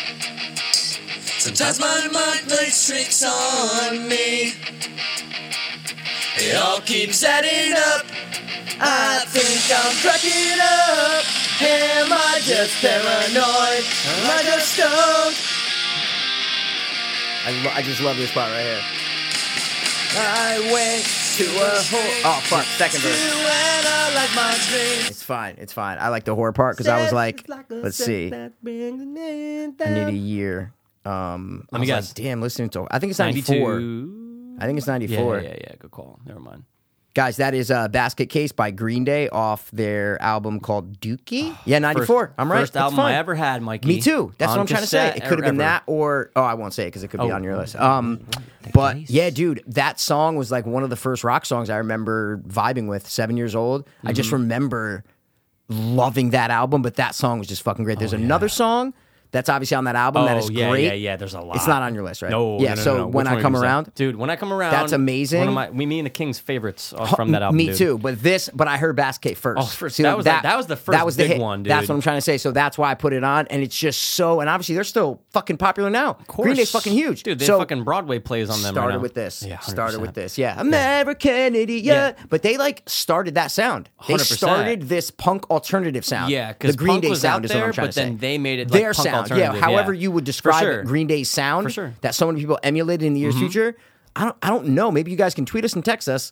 [SPEAKER 8] Sometimes my mind plays tricks on me. It all keeps adding up. I think I'm cracking up. Am I just paranoid? Am I just stoned?
[SPEAKER 3] I, lo- I just love this part right here.
[SPEAKER 8] I went to a hole
[SPEAKER 3] Oh fuck, second verse.
[SPEAKER 8] and I like my dreams.
[SPEAKER 3] It's fine. It's fine. I like the horror part because I was like, let's see, I need a year. Um, I
[SPEAKER 2] me
[SPEAKER 3] was like,
[SPEAKER 2] guess.
[SPEAKER 3] damn, listening to. I think it's '94.
[SPEAKER 2] 92.
[SPEAKER 3] I think it's
[SPEAKER 2] Yeah,
[SPEAKER 3] '94.
[SPEAKER 2] yeah, yeah, yeah. Good call. Never mind.
[SPEAKER 3] Guys, that is uh, Basket Case by Green Day off their album called Dookie. Yeah, 94.
[SPEAKER 2] Ah, First-
[SPEAKER 3] I'm right.
[SPEAKER 2] First
[SPEAKER 3] That's
[SPEAKER 2] album
[SPEAKER 3] fine.
[SPEAKER 2] I ever had, Mikey.
[SPEAKER 3] Me too. That's
[SPEAKER 2] On
[SPEAKER 3] what I'm trying to say.
[SPEAKER 2] cassette
[SPEAKER 3] It could have
[SPEAKER 2] or
[SPEAKER 3] been
[SPEAKER 2] ever.
[SPEAKER 3] that or oh, I won't say it because it could be
[SPEAKER 2] Oh.
[SPEAKER 3] on your list. Um, but yeah, dude, that song was like one of the first rock songs I remember vibing with. Seven years old, I just
[SPEAKER 2] Mm-hmm.
[SPEAKER 3] remember loving that album. But that song was just fucking great. There's another song that's obviously on that album that
[SPEAKER 2] Oh,
[SPEAKER 3] is
[SPEAKER 2] yeah,
[SPEAKER 3] great.
[SPEAKER 2] yeah, yeah. There's a lot.
[SPEAKER 3] It's not on your list, right?
[SPEAKER 2] No.
[SPEAKER 3] Yeah.
[SPEAKER 2] no, no,
[SPEAKER 3] so
[SPEAKER 2] no, no.
[SPEAKER 3] when
[SPEAKER 2] Which
[SPEAKER 3] I
[SPEAKER 2] one
[SPEAKER 3] come
[SPEAKER 2] was that?
[SPEAKER 3] around,
[SPEAKER 2] dude, when I come around,
[SPEAKER 3] That's amazing.
[SPEAKER 2] One of my, we, me and the King's favorites are from that album.
[SPEAKER 3] Me
[SPEAKER 2] dude.
[SPEAKER 3] too, but this, but I heard Basket first.
[SPEAKER 2] Oh, first- that was the- that was the first
[SPEAKER 3] was
[SPEAKER 2] big
[SPEAKER 3] hit.
[SPEAKER 2] one,
[SPEAKER 3] That's
[SPEAKER 2] dude.
[SPEAKER 3] what I'm trying to say. So that's why I put it on, and it's just so. And obviously, they're still fucking popular now. Of
[SPEAKER 2] Of
[SPEAKER 3] Green Day's
[SPEAKER 2] course.
[SPEAKER 3] fucking huge,
[SPEAKER 2] dude. They
[SPEAKER 3] so
[SPEAKER 2] fucking Broadway plays on them. right
[SPEAKER 3] started
[SPEAKER 2] now.
[SPEAKER 3] with this.
[SPEAKER 2] Yeah,
[SPEAKER 3] started
[SPEAKER 2] 100%.
[SPEAKER 3] with this. Yeah, American idiot.
[SPEAKER 2] Yeah.
[SPEAKER 3] But they like started that sound. They
[SPEAKER 2] 100%.
[SPEAKER 3] started this punk alternative sound.
[SPEAKER 2] Yeah,
[SPEAKER 3] the
[SPEAKER 2] because
[SPEAKER 3] Green
[SPEAKER 2] punk
[SPEAKER 3] Day
[SPEAKER 2] was
[SPEAKER 3] sound
[SPEAKER 2] out
[SPEAKER 3] is
[SPEAKER 2] there,
[SPEAKER 3] what I'm trying
[SPEAKER 2] but
[SPEAKER 3] to say.
[SPEAKER 2] then they made it like
[SPEAKER 3] Their sound,
[SPEAKER 2] punk
[SPEAKER 3] yeah.
[SPEAKER 2] alternative,
[SPEAKER 3] However
[SPEAKER 2] yeah.
[SPEAKER 3] you would
[SPEAKER 2] For
[SPEAKER 3] describe
[SPEAKER 2] sure.
[SPEAKER 3] Green Day's sound,
[SPEAKER 2] For sure. Mm-hmm.
[SPEAKER 3] that so many people emulated in the years future. I don't, I don't know. Maybe you guys can tweet us and text us.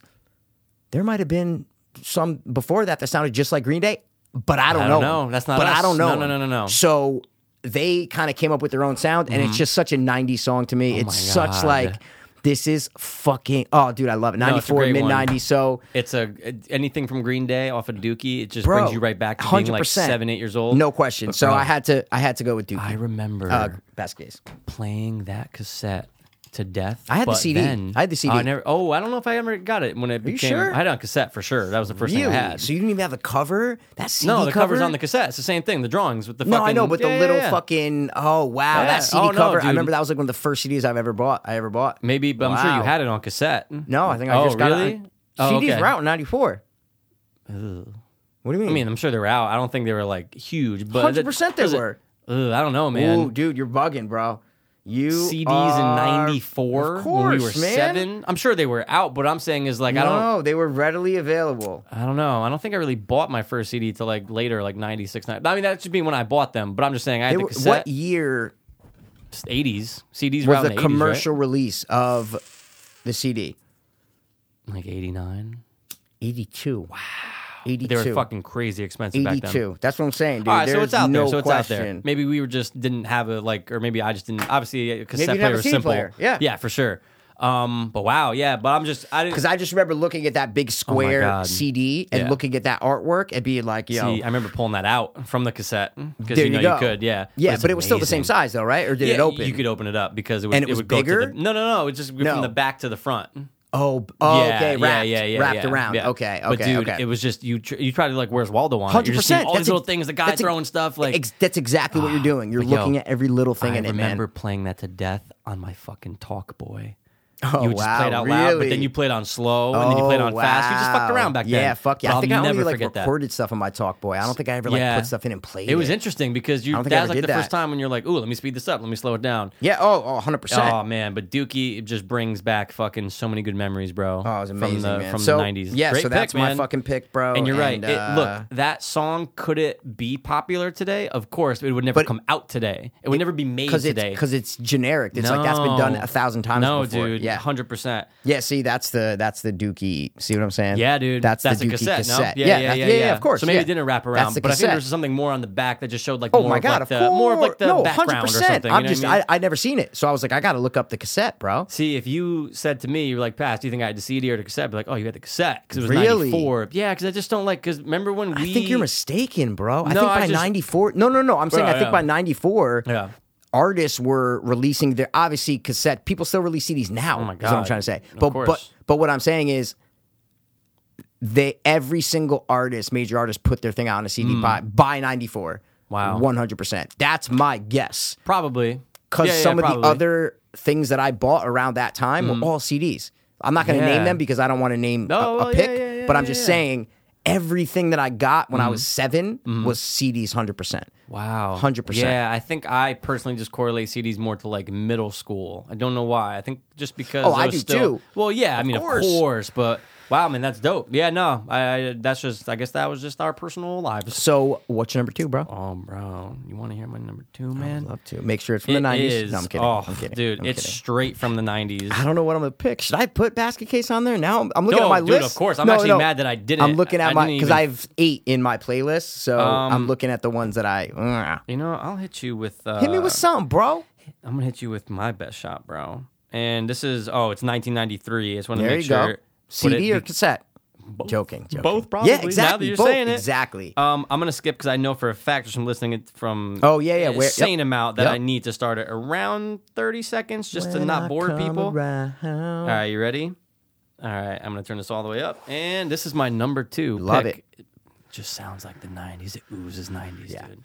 [SPEAKER 3] There might have been some before that that sounded just like Green Day, but I don't,
[SPEAKER 2] I don't
[SPEAKER 3] know.
[SPEAKER 2] know. That's not
[SPEAKER 3] But I
[SPEAKER 2] us.
[SPEAKER 3] don't know.
[SPEAKER 2] No, no, no, no, no.
[SPEAKER 3] So they kind of came up with their own sound, and it's just such a '90s song to me. it's such
[SPEAKER 2] Mm-hmm. Oh God.
[SPEAKER 3] like this is fucking. Oh, dude, I love it.
[SPEAKER 2] it's a
[SPEAKER 3] 94,
[SPEAKER 2] great
[SPEAKER 3] mid
[SPEAKER 2] one.
[SPEAKER 3] 90s. So
[SPEAKER 2] It's a anything from Green Day off of Dookie. It just
[SPEAKER 3] bro,
[SPEAKER 2] brings you right back to being like
[SPEAKER 3] 100%.
[SPEAKER 2] seven, eight years old.
[SPEAKER 3] No question. so I had to. I had to go with Duke.
[SPEAKER 2] I remember
[SPEAKER 3] Uh, best case.
[SPEAKER 2] playing that cassette to death.
[SPEAKER 3] I had the
[SPEAKER 2] but
[SPEAKER 3] CD.
[SPEAKER 2] then-
[SPEAKER 3] I had the CD.
[SPEAKER 2] I never. Oh, I don't know if I ever got it when it became.
[SPEAKER 3] sure?
[SPEAKER 2] I had it on cassette for sure. That was the first
[SPEAKER 3] Really?
[SPEAKER 2] thing I had.
[SPEAKER 3] So you didn't even have the cover. That's CD
[SPEAKER 2] no, the
[SPEAKER 3] cover?
[SPEAKER 2] covers on the cassette. It's the same thing. The drawings with the
[SPEAKER 3] No,
[SPEAKER 2] fucking,
[SPEAKER 3] I know, but
[SPEAKER 2] Yeah,
[SPEAKER 3] the
[SPEAKER 2] yeah,
[SPEAKER 3] little
[SPEAKER 2] yeah.
[SPEAKER 3] fucking oh wow,
[SPEAKER 2] Yeah.
[SPEAKER 3] that CD
[SPEAKER 2] Oh, no,
[SPEAKER 3] cover. I
[SPEAKER 2] dude.
[SPEAKER 3] remember that was like one of the first CDs I've ever bought. I ever bought.
[SPEAKER 2] Maybe, but I'm sure
[SPEAKER 3] Wow.
[SPEAKER 2] you had it on cassette.
[SPEAKER 3] No, I think I
[SPEAKER 2] Oh,
[SPEAKER 3] just got
[SPEAKER 2] really?
[SPEAKER 3] it. on-
[SPEAKER 2] Oh,
[SPEAKER 3] CDs
[SPEAKER 2] okay.
[SPEAKER 3] were out in '94. What do you mean?
[SPEAKER 2] I mean, I'm sure they were out. I don't think they were like huge, but
[SPEAKER 3] 100% they
[SPEAKER 2] there's a-
[SPEAKER 3] were.
[SPEAKER 2] Ugh, I don't know, man.
[SPEAKER 3] Ooh, dude, you're bugging, bro. You
[SPEAKER 2] CDs
[SPEAKER 3] are-
[SPEAKER 2] in '94
[SPEAKER 3] Of
[SPEAKER 2] when we were
[SPEAKER 3] course, man.
[SPEAKER 2] seven. I'm sure they were out, but I'm saying is like I don't.
[SPEAKER 3] No, they were readily available.
[SPEAKER 2] I don't know. I don't think I really bought my first CD till like later, like '96. I mean, that should be when I bought them. But I'm just saying
[SPEAKER 3] They
[SPEAKER 2] I had the
[SPEAKER 3] were-
[SPEAKER 2] cassette.
[SPEAKER 3] what year
[SPEAKER 2] '80s CDs were
[SPEAKER 3] was
[SPEAKER 2] out
[SPEAKER 3] the
[SPEAKER 2] in the
[SPEAKER 3] commercial
[SPEAKER 2] 80s,
[SPEAKER 3] release of the CD?
[SPEAKER 2] right? Like '89.
[SPEAKER 3] 82. Wow. 82.
[SPEAKER 2] They were fucking crazy expensive back then.
[SPEAKER 3] 82. That's what I'm saying, dude.
[SPEAKER 2] All right,
[SPEAKER 3] There's
[SPEAKER 2] so it's out
[SPEAKER 3] no
[SPEAKER 2] there. So it's out there.
[SPEAKER 3] question.
[SPEAKER 2] Maybe we were just didn't have a like, or maybe I just didn't. Obviously, a cassette
[SPEAKER 3] you didn't have
[SPEAKER 2] player
[SPEAKER 3] a
[SPEAKER 2] was
[SPEAKER 3] CD
[SPEAKER 2] simple.
[SPEAKER 3] player. Yeah.
[SPEAKER 2] yeah, for sure. Um, but wow, yeah. But I'm just I didn't.
[SPEAKER 3] Because I just remember looking at that big square
[SPEAKER 2] Oh God.
[SPEAKER 3] CD and
[SPEAKER 2] Yeah.
[SPEAKER 3] looking at that artwork and being like, yo.
[SPEAKER 2] See, I remember pulling that out from the cassette because
[SPEAKER 3] there
[SPEAKER 2] you know
[SPEAKER 3] go.
[SPEAKER 2] you could, yeah.
[SPEAKER 3] Yeah,
[SPEAKER 2] it's
[SPEAKER 3] but it was still the same
[SPEAKER 2] amazing.
[SPEAKER 3] size, though, right? Or did
[SPEAKER 2] Yeah,
[SPEAKER 3] it open?
[SPEAKER 2] You could open it up because it would,
[SPEAKER 3] And it was
[SPEAKER 2] would go to the-
[SPEAKER 3] bigger?
[SPEAKER 2] no, no, no. It just
[SPEAKER 3] No.
[SPEAKER 2] from the back to the front.
[SPEAKER 3] Oh, b- oh
[SPEAKER 2] yeah,
[SPEAKER 3] okay.
[SPEAKER 2] yeah,
[SPEAKER 3] Wrapped,
[SPEAKER 2] yeah, yeah,
[SPEAKER 3] wrapped
[SPEAKER 2] yeah,
[SPEAKER 3] around.
[SPEAKER 2] yeah.
[SPEAKER 3] Okay, okay,
[SPEAKER 2] But dude,
[SPEAKER 3] okay.
[SPEAKER 2] it was just you. Tr- you try to like, where's Waldo on? it?
[SPEAKER 3] Hundred
[SPEAKER 2] You're just seeing
[SPEAKER 3] percent.
[SPEAKER 2] All these little things, the guy throwing stuff. Like
[SPEAKER 3] that's exactly what you're doing. You're
[SPEAKER 2] But yo,
[SPEAKER 3] looking at every little thing
[SPEAKER 2] I
[SPEAKER 3] in it,
[SPEAKER 2] remember
[SPEAKER 3] man.
[SPEAKER 2] playing that to death on my fucking talk boy.
[SPEAKER 3] Oh,
[SPEAKER 2] you would just
[SPEAKER 3] wow,
[SPEAKER 2] play it out loud, but then
[SPEAKER 3] really?
[SPEAKER 2] you played on slow, and then you played
[SPEAKER 3] Oh,
[SPEAKER 2] on fast. You just fucked
[SPEAKER 3] wow.
[SPEAKER 2] around back then.
[SPEAKER 3] Yeah, fuck yeah.
[SPEAKER 2] But
[SPEAKER 3] I think
[SPEAKER 2] I'll
[SPEAKER 3] I only
[SPEAKER 2] never
[SPEAKER 3] like
[SPEAKER 2] forget that.
[SPEAKER 3] recorded stuff on my talk boy. I don't think I ever like
[SPEAKER 2] Yeah.
[SPEAKER 3] put stuff in and played.
[SPEAKER 2] It was interesting because you
[SPEAKER 3] don't think I
[SPEAKER 2] that
[SPEAKER 3] ever
[SPEAKER 2] was like
[SPEAKER 3] did
[SPEAKER 2] the first
[SPEAKER 3] that.
[SPEAKER 2] time when you're like, "Ooh, let me speed this up, let me slow it down."
[SPEAKER 3] Yeah. Oh, oh, 100 percent.
[SPEAKER 2] Oh man, but Dookie it just brings back fucking so many good memories, bro.
[SPEAKER 3] Oh, it was amazing,
[SPEAKER 2] from the,
[SPEAKER 3] man.
[SPEAKER 2] From
[SPEAKER 3] so,
[SPEAKER 2] the '90s,
[SPEAKER 3] Yeah,
[SPEAKER 2] Great
[SPEAKER 3] so that's
[SPEAKER 2] pick,
[SPEAKER 3] my
[SPEAKER 2] man.
[SPEAKER 3] fucking pick, bro.
[SPEAKER 2] And you're right. it,
[SPEAKER 3] uh,
[SPEAKER 2] look, that song could it be popular today? Of course, it would never
[SPEAKER 3] But-
[SPEAKER 2] come out today. It would never be made
[SPEAKER 3] because it's
[SPEAKER 2] today.
[SPEAKER 3] because it's generic. It's like that's been done
[SPEAKER 2] No.
[SPEAKER 3] a thousand times.
[SPEAKER 2] No,
[SPEAKER 3] before.
[SPEAKER 2] dude.
[SPEAKER 3] Yeah,
[SPEAKER 2] hundred percent.
[SPEAKER 3] yeah. See, that's the that's the Dookie. See what I'm saying?
[SPEAKER 2] Yeah, dude.
[SPEAKER 3] That's,
[SPEAKER 2] that's
[SPEAKER 3] the
[SPEAKER 2] a
[SPEAKER 3] Dookie
[SPEAKER 2] cassette. No?
[SPEAKER 3] Yeah,
[SPEAKER 2] Yeah, yeah,
[SPEAKER 3] that's-
[SPEAKER 2] yeah,
[SPEAKER 3] Of course.
[SPEAKER 2] So maybe
[SPEAKER 3] yeah.
[SPEAKER 2] it didn't wrap around,
[SPEAKER 3] That's the
[SPEAKER 2] but I think
[SPEAKER 3] cassette.
[SPEAKER 2] there was something more on the back that just showed like
[SPEAKER 3] Oh
[SPEAKER 2] more
[SPEAKER 3] my
[SPEAKER 2] of,
[SPEAKER 3] god!
[SPEAKER 2] like
[SPEAKER 3] of
[SPEAKER 2] the,
[SPEAKER 3] course.
[SPEAKER 2] more of like the
[SPEAKER 3] no,
[SPEAKER 2] background or
[SPEAKER 3] 100%.
[SPEAKER 2] something. you
[SPEAKER 3] I'm
[SPEAKER 2] know what
[SPEAKER 3] just
[SPEAKER 2] I, mean?
[SPEAKER 3] I, would never seen it, so I was like, I gotta look up the cassette, bro.
[SPEAKER 2] See, if you said to me, you're like, "Pass, do you think I had the CD or the cassette?" I'd be like, "Oh, you had the cassette because it was
[SPEAKER 3] Really?
[SPEAKER 2] '94." Yeah, because I just don't like. Because remember when we?
[SPEAKER 3] I think you're mistaken, bro. I
[SPEAKER 2] No,
[SPEAKER 3] think
[SPEAKER 2] I
[SPEAKER 3] by
[SPEAKER 2] just-
[SPEAKER 3] '94. No, no, no. I'm saying
[SPEAKER 2] Bro,
[SPEAKER 3] I think
[SPEAKER 2] yeah.
[SPEAKER 3] by '94.
[SPEAKER 2] Yeah.
[SPEAKER 3] Artists were releasing their obviously cassette. People still release CDs now. Oh
[SPEAKER 2] my
[SPEAKER 3] Is what I'm
[SPEAKER 2] God.
[SPEAKER 3] trying to say.
[SPEAKER 2] Of
[SPEAKER 3] But but
[SPEAKER 2] course.
[SPEAKER 3] but what I'm saying is, they every single artist, major artist, put their thing out on a CD by by '94.
[SPEAKER 2] Hmm. Wow.
[SPEAKER 3] 100. percent That's my guess
[SPEAKER 2] Probably
[SPEAKER 3] because
[SPEAKER 2] Yeah, yeah,
[SPEAKER 3] some of
[SPEAKER 2] probably. Mm.
[SPEAKER 3] the other things that I bought around that time were all CDs. I'm not going to
[SPEAKER 2] Yeah.
[SPEAKER 3] name them because I don't want to name a-
[SPEAKER 2] Oh,
[SPEAKER 3] a,
[SPEAKER 2] well, yeah,
[SPEAKER 3] pick,
[SPEAKER 2] yeah, yeah,
[SPEAKER 3] but I'm
[SPEAKER 2] yeah, Mm.
[SPEAKER 3] just
[SPEAKER 2] yeah.
[SPEAKER 3] saying everything that I got when I was 7 was CDs 100%.
[SPEAKER 2] Wow,
[SPEAKER 3] 100%.
[SPEAKER 2] Yeah, I think I personally just correlate CDs more to like middle school. I don't know why. I think just because.
[SPEAKER 3] Oh, I
[SPEAKER 2] was
[SPEAKER 3] do
[SPEAKER 2] still,
[SPEAKER 3] too.
[SPEAKER 2] Well, yeah, I mean,
[SPEAKER 3] course.
[SPEAKER 2] of course, but wow, man, that's dope. Yeah, no, I, I that's just. I guess that was just our personal lives.
[SPEAKER 3] So, what's your number two, bro?
[SPEAKER 2] Oh, bro, you want to hear my number two, man?
[SPEAKER 3] Love to. Make sure it's from the 90s.
[SPEAKER 2] is-
[SPEAKER 3] No, I'm kidding.
[SPEAKER 2] Oh,
[SPEAKER 3] I'm kidding.
[SPEAKER 2] dude,
[SPEAKER 3] I'm
[SPEAKER 2] it's
[SPEAKER 3] kidding.
[SPEAKER 2] straight from the '90s.
[SPEAKER 3] I don't know what I'm gonna pick. Should I put basket case on there? Now I'm, I'm looking
[SPEAKER 2] No,
[SPEAKER 3] at my
[SPEAKER 2] dude,
[SPEAKER 3] list.
[SPEAKER 2] of course. I'm actually mad that I didn't.
[SPEAKER 3] I'm looking at
[SPEAKER 2] I
[SPEAKER 3] my
[SPEAKER 2] didn't
[SPEAKER 3] because
[SPEAKER 2] even- Um,
[SPEAKER 3] I have eight in my playlist, so I'm looking at the ones that I uh,
[SPEAKER 2] You know, I'll hit you with. Uh,
[SPEAKER 3] hit me with something, bro.
[SPEAKER 2] I'm gonna hit you with my best shot, bro. And this is oh, it's 1993. I just want to
[SPEAKER 3] There
[SPEAKER 2] make
[SPEAKER 3] you
[SPEAKER 2] sure.
[SPEAKER 3] go.
[SPEAKER 2] Would it
[SPEAKER 3] CD or
[SPEAKER 2] be-
[SPEAKER 3] cassette? Joking, joking.
[SPEAKER 2] Both probably.
[SPEAKER 3] Yeah, exactly.
[SPEAKER 2] Now that you're
[SPEAKER 3] both,
[SPEAKER 2] saying it.
[SPEAKER 3] Exactly.
[SPEAKER 2] Um, I'm gonna skip because I know for a fact just from listening it from
[SPEAKER 3] Oh, yeah, yeah,
[SPEAKER 2] an
[SPEAKER 3] where- yep.
[SPEAKER 2] insane amount that
[SPEAKER 3] Yep.
[SPEAKER 2] I need to start at around 30 seconds just to
[SPEAKER 3] When
[SPEAKER 2] not
[SPEAKER 3] I
[SPEAKER 2] bore
[SPEAKER 3] come
[SPEAKER 2] people. Uh,
[SPEAKER 3] around.
[SPEAKER 2] All right, you ready? All right, I'm gonna turn this all the way up, and this is my number two.
[SPEAKER 3] Love
[SPEAKER 2] pick. it. Just sounds like the 90s. It oozes 90s,
[SPEAKER 3] Yeah.
[SPEAKER 2] dude.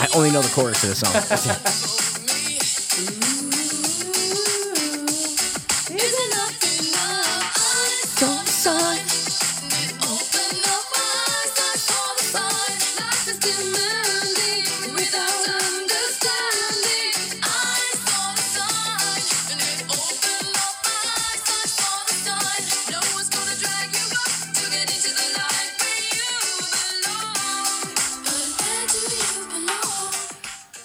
[SPEAKER 3] I only know the chorus of the song. That's it.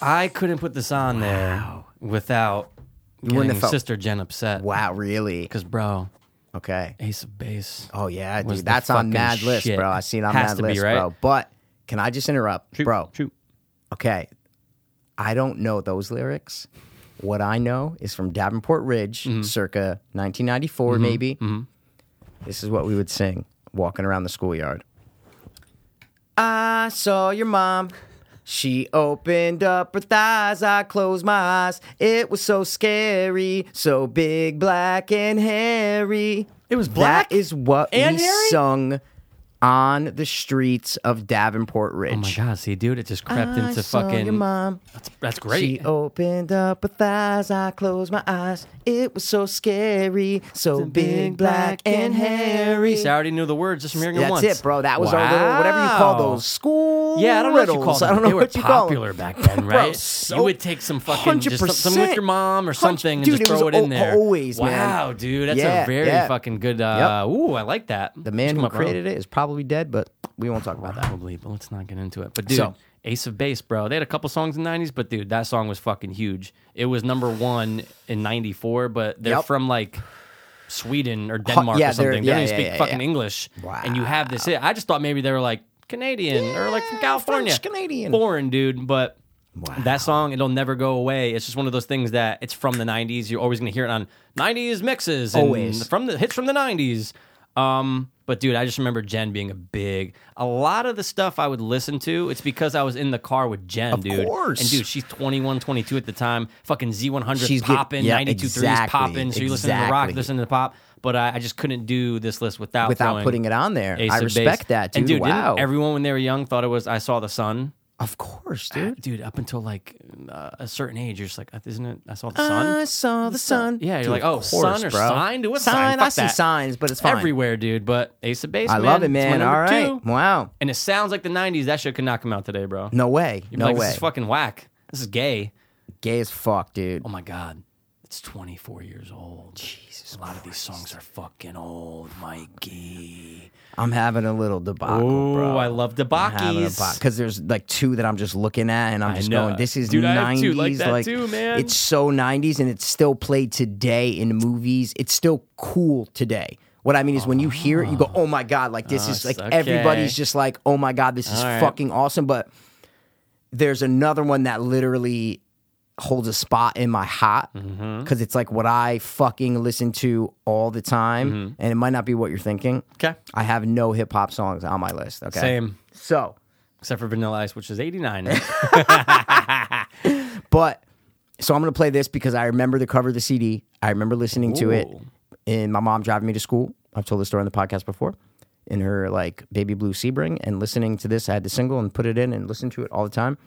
[SPEAKER 2] I couldn't put this on there without
[SPEAKER 3] wouldn't have
[SPEAKER 2] getting
[SPEAKER 3] felt-
[SPEAKER 2] Sister Jen upset.
[SPEAKER 3] wow, really?
[SPEAKER 2] Because bro,
[SPEAKER 3] Okay.
[SPEAKER 2] Ace of Base.
[SPEAKER 3] Oh yeah, dude,
[SPEAKER 2] was the
[SPEAKER 3] that's on
[SPEAKER 2] fucking
[SPEAKER 3] Mad List,
[SPEAKER 2] shit.
[SPEAKER 3] bro. I seen it on
[SPEAKER 2] Has
[SPEAKER 3] Mad
[SPEAKER 2] to be,
[SPEAKER 3] List,
[SPEAKER 2] right?
[SPEAKER 3] bro. But can I just interrupt,
[SPEAKER 2] Shoot,
[SPEAKER 3] bro?
[SPEAKER 2] shoot.
[SPEAKER 3] Okay, I don't know those lyrics. What I know is from Davenport Ridge,
[SPEAKER 2] Mm-hmm.
[SPEAKER 3] circa 1994, maybe. This is what we would sing walking around the schoolyard. I saw your mom. She opened up her thighs. I closed my eyes. It was so scary, so big, black, and hairy.
[SPEAKER 2] It was black
[SPEAKER 3] That is what
[SPEAKER 2] and
[SPEAKER 3] we
[SPEAKER 2] hairy?
[SPEAKER 3] sung on the streets of Davenport Ridge.
[SPEAKER 2] Oh my god, see, dude, it just crept
[SPEAKER 3] I
[SPEAKER 2] into
[SPEAKER 3] saw
[SPEAKER 2] fucking.
[SPEAKER 3] your mom.
[SPEAKER 2] That's, that's
[SPEAKER 3] She
[SPEAKER 2] great.
[SPEAKER 3] opened up her thighs. I closed my eyes. It was so scary, so big, black, and hairy.
[SPEAKER 2] See, I already knew the words just from hearing it
[SPEAKER 3] That's
[SPEAKER 2] once.
[SPEAKER 3] it, bro. That was our little, whatever you call
[SPEAKER 2] Wow.
[SPEAKER 3] those school.
[SPEAKER 2] Yeah, I don't know
[SPEAKER 3] riddles.
[SPEAKER 2] what you call them.
[SPEAKER 3] I don't know
[SPEAKER 2] they
[SPEAKER 3] what
[SPEAKER 2] were
[SPEAKER 3] you
[SPEAKER 2] popular
[SPEAKER 3] call them.
[SPEAKER 2] back then,
[SPEAKER 3] Bro,
[SPEAKER 2] right?
[SPEAKER 3] so-
[SPEAKER 2] you would take some fucking just some, some with
[SPEAKER 3] 100%.
[SPEAKER 2] your mom or
[SPEAKER 3] Hundred-
[SPEAKER 2] something
[SPEAKER 3] dude,
[SPEAKER 2] and just
[SPEAKER 3] it was
[SPEAKER 2] throw it, in
[SPEAKER 3] al-
[SPEAKER 2] there.
[SPEAKER 3] always, man.
[SPEAKER 2] wow, dude, that's
[SPEAKER 3] Yeah,
[SPEAKER 2] a very
[SPEAKER 3] yeah.
[SPEAKER 2] fucking good. Uh, Ooh, I like that.
[SPEAKER 3] The man who created it is probably dead, but we won't talk about that.
[SPEAKER 2] probably, but let's not get into it. But dude,
[SPEAKER 3] So-
[SPEAKER 2] Ace of Base, bro. They had a couple songs in the '90s, but dude, that song was fucking huge. It was number one in '94, but they're
[SPEAKER 3] Yep.
[SPEAKER 2] from like. Sweden or Denmark
[SPEAKER 3] yeah,
[SPEAKER 2] or
[SPEAKER 3] they're-
[SPEAKER 2] something.
[SPEAKER 3] yeah,
[SPEAKER 2] they don't even
[SPEAKER 3] yeah,
[SPEAKER 2] speak
[SPEAKER 3] yeah,
[SPEAKER 2] fucking
[SPEAKER 3] yeah.
[SPEAKER 2] English. And you have this hit. I just thought maybe they were like Canadian or like from
[SPEAKER 3] Yeah,
[SPEAKER 2] California.
[SPEAKER 3] French Canadian.
[SPEAKER 2] Foreign, dude. But that song, it'll never go away. It's just one of those things that it's from the 90s. You're always going to hear it on 90s mixes. And
[SPEAKER 3] Always.
[SPEAKER 2] Mm, From the hits from the 90s. Um, but dude, I just remember Jen being a big. A lot of the stuff I would listen to, it's because I was in the car with Jen, dude.
[SPEAKER 3] course.
[SPEAKER 2] And dude, she's 21, 22 at the time. Fucking Z100
[SPEAKER 3] She's get-
[SPEAKER 2] popping,
[SPEAKER 3] yeah,
[SPEAKER 2] 92 threes
[SPEAKER 3] exactly,
[SPEAKER 2] popping. So you're listening to rock,
[SPEAKER 3] exactly.
[SPEAKER 2] listening to pop. But I, I just couldn't do this list without
[SPEAKER 3] Without
[SPEAKER 2] throwing
[SPEAKER 3] putting it on there.
[SPEAKER 2] Ace
[SPEAKER 3] I
[SPEAKER 2] of
[SPEAKER 3] respect
[SPEAKER 2] Base.
[SPEAKER 3] that, dude.
[SPEAKER 2] And dude, didn't
[SPEAKER 3] wow.
[SPEAKER 2] everyone when they were young thought it was I saw the sun.
[SPEAKER 3] of course, dude.
[SPEAKER 2] Dude, up until like uh, a certain age, you're just like, "Uh, isn't it? I saw the sun.
[SPEAKER 3] I saw the sun.
[SPEAKER 2] Yeah, you're
[SPEAKER 3] Dude,
[SPEAKER 2] like, oh,
[SPEAKER 3] of
[SPEAKER 2] sun or
[SPEAKER 3] bro.
[SPEAKER 2] sign? Dude, what sign?
[SPEAKER 3] sign? I
[SPEAKER 2] Fuck
[SPEAKER 3] see
[SPEAKER 2] that.
[SPEAKER 3] signs, but it's fine.
[SPEAKER 2] Everywhere, dude. But Ace of Base,
[SPEAKER 3] I love it,
[SPEAKER 2] It's my
[SPEAKER 3] man.
[SPEAKER 2] number
[SPEAKER 3] All right.
[SPEAKER 2] two.
[SPEAKER 3] Wow.
[SPEAKER 2] And it sounds like the '90s. That shit could not come out today, bro.
[SPEAKER 3] No way.
[SPEAKER 2] You'd be
[SPEAKER 3] no
[SPEAKER 2] like,
[SPEAKER 3] way.
[SPEAKER 2] This is fucking whack. This is gay.
[SPEAKER 3] Gay as fuck, dude.
[SPEAKER 2] Oh my god, it's 24 years old. Jesus, a lot of these songs are fucking old, Mikey.
[SPEAKER 3] I'm having a little debacle,
[SPEAKER 2] Ooh,
[SPEAKER 3] bro.
[SPEAKER 2] I love debacchies.
[SPEAKER 3] because there's like two that I'm just looking at, and I'm
[SPEAKER 2] I
[SPEAKER 3] just
[SPEAKER 2] know.
[SPEAKER 3] going, "This is
[SPEAKER 2] Dude, I have
[SPEAKER 3] 90s."
[SPEAKER 2] two like that too, man.
[SPEAKER 3] It's so 90s, and it's still played today in movies. It's still cool today. What I mean is, when you hear it, you go, "Oh my god!" Like this is like
[SPEAKER 2] Ah. okay.
[SPEAKER 3] everybody's just like, "Oh my god, this is
[SPEAKER 2] All right.
[SPEAKER 3] fucking awesome." But there's another one that literally holds a spot in my hot because
[SPEAKER 2] Mm-hmm.
[SPEAKER 3] it's like what I fucking listen to all the time, and it might not be what you're thinking.
[SPEAKER 2] Mm-hmm. Okay.
[SPEAKER 3] I have no hip hop songs on my list. Okay,
[SPEAKER 2] Same,
[SPEAKER 3] So,
[SPEAKER 2] except for Vanilla Ice, which is 89.
[SPEAKER 3] but so I'm gonna play this because I remember the cover of the CD. I remember listening to it,
[SPEAKER 2] Ooh.
[SPEAKER 3] and my mom driving me to school. I've told this story on the podcast before. In her like baby blue Sebring, and listening to this, I had the single and put it in and listened to it all the time.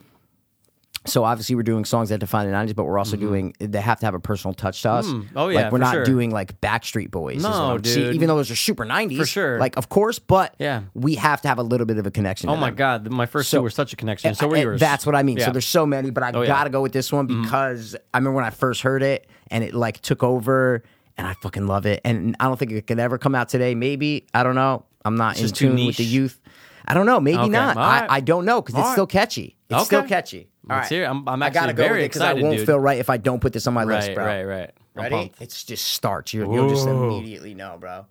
[SPEAKER 3] So obviously we're doing songs that define the '90s, but we're also doing they have to have a personal touch to us.
[SPEAKER 2] Mm-hmm. Oh, yeah,
[SPEAKER 3] like we're
[SPEAKER 2] for
[SPEAKER 3] not
[SPEAKER 2] sure.
[SPEAKER 3] doing like Backstreet Boys. is what
[SPEAKER 2] No,
[SPEAKER 3] I'm- see,
[SPEAKER 2] dude.
[SPEAKER 3] even though those are super '90s,
[SPEAKER 2] For sure.
[SPEAKER 3] Like of course, but
[SPEAKER 2] Yeah.
[SPEAKER 3] we have to have a little bit of a connection.
[SPEAKER 2] oh
[SPEAKER 3] to
[SPEAKER 2] my
[SPEAKER 3] them.
[SPEAKER 2] god, my first
[SPEAKER 3] So-
[SPEAKER 2] two were such a connection. So were
[SPEAKER 3] I- I-
[SPEAKER 2] yours.
[SPEAKER 3] That's what I mean.
[SPEAKER 2] Yeah. Oh,
[SPEAKER 3] So there's so many, but I
[SPEAKER 2] yeah. Mm-hmm.
[SPEAKER 3] gotta go with this one because I remember when I first heard it and it like took over, and I fucking love it. And I don't think it could ever come out today. Maybe I don't know. I'm not in
[SPEAKER 2] just too
[SPEAKER 3] tune with the
[SPEAKER 2] niche.
[SPEAKER 3] youth. I don't know. Maybe
[SPEAKER 2] Okay.
[SPEAKER 3] not.
[SPEAKER 2] All
[SPEAKER 3] I,
[SPEAKER 2] right.
[SPEAKER 3] I don't know because it's
[SPEAKER 2] All
[SPEAKER 3] still
[SPEAKER 2] right.
[SPEAKER 3] catchy. It's still
[SPEAKER 2] Okay.
[SPEAKER 3] catchy. All
[SPEAKER 2] Let's hear it. I'm- I'm
[SPEAKER 3] I gotta
[SPEAKER 2] actually
[SPEAKER 3] go with
[SPEAKER 2] very
[SPEAKER 3] it 'cause I
[SPEAKER 2] excited,
[SPEAKER 3] won't
[SPEAKER 2] dude.
[SPEAKER 3] feel right if I don't put this on my list,
[SPEAKER 2] right,
[SPEAKER 3] bro.
[SPEAKER 2] right, right. I'm
[SPEAKER 3] Ready?
[SPEAKER 2] pumped.
[SPEAKER 3] It's just starts. You'll, you'll just
[SPEAKER 2] Whoa.
[SPEAKER 3] immediately know, bro.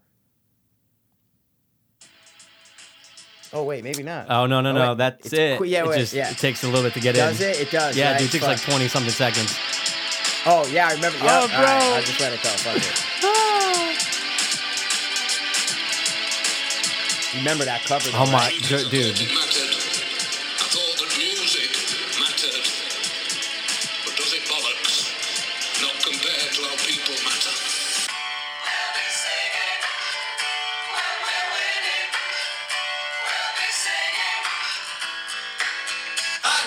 [SPEAKER 3] Oh wait, maybe not.
[SPEAKER 2] Oh no no
[SPEAKER 3] Oh,
[SPEAKER 2] no,
[SPEAKER 3] wait.
[SPEAKER 2] that's
[SPEAKER 3] It's
[SPEAKER 2] it.
[SPEAKER 3] qu- yeah,
[SPEAKER 2] it
[SPEAKER 3] wait,
[SPEAKER 2] just
[SPEAKER 3] yeah.
[SPEAKER 2] it takes a little bit to get
[SPEAKER 3] Does
[SPEAKER 2] in.
[SPEAKER 3] it? It does,
[SPEAKER 2] Yeah,
[SPEAKER 3] right?
[SPEAKER 2] dude, it takes like
[SPEAKER 3] Fuck.
[SPEAKER 2] twenty something seconds.
[SPEAKER 3] oh yeah, I remember. Yeah, all
[SPEAKER 2] Oh,
[SPEAKER 3] right,
[SPEAKER 2] bro.
[SPEAKER 3] I just let it go. Fuck it. remember that cover?
[SPEAKER 2] Oh
[SPEAKER 3] though,
[SPEAKER 2] my
[SPEAKER 3] right?
[SPEAKER 2] ju- dude,
[SPEAKER 7] mattered. I thought that music mattered. But does it bollocks? Not compared to how people matter. I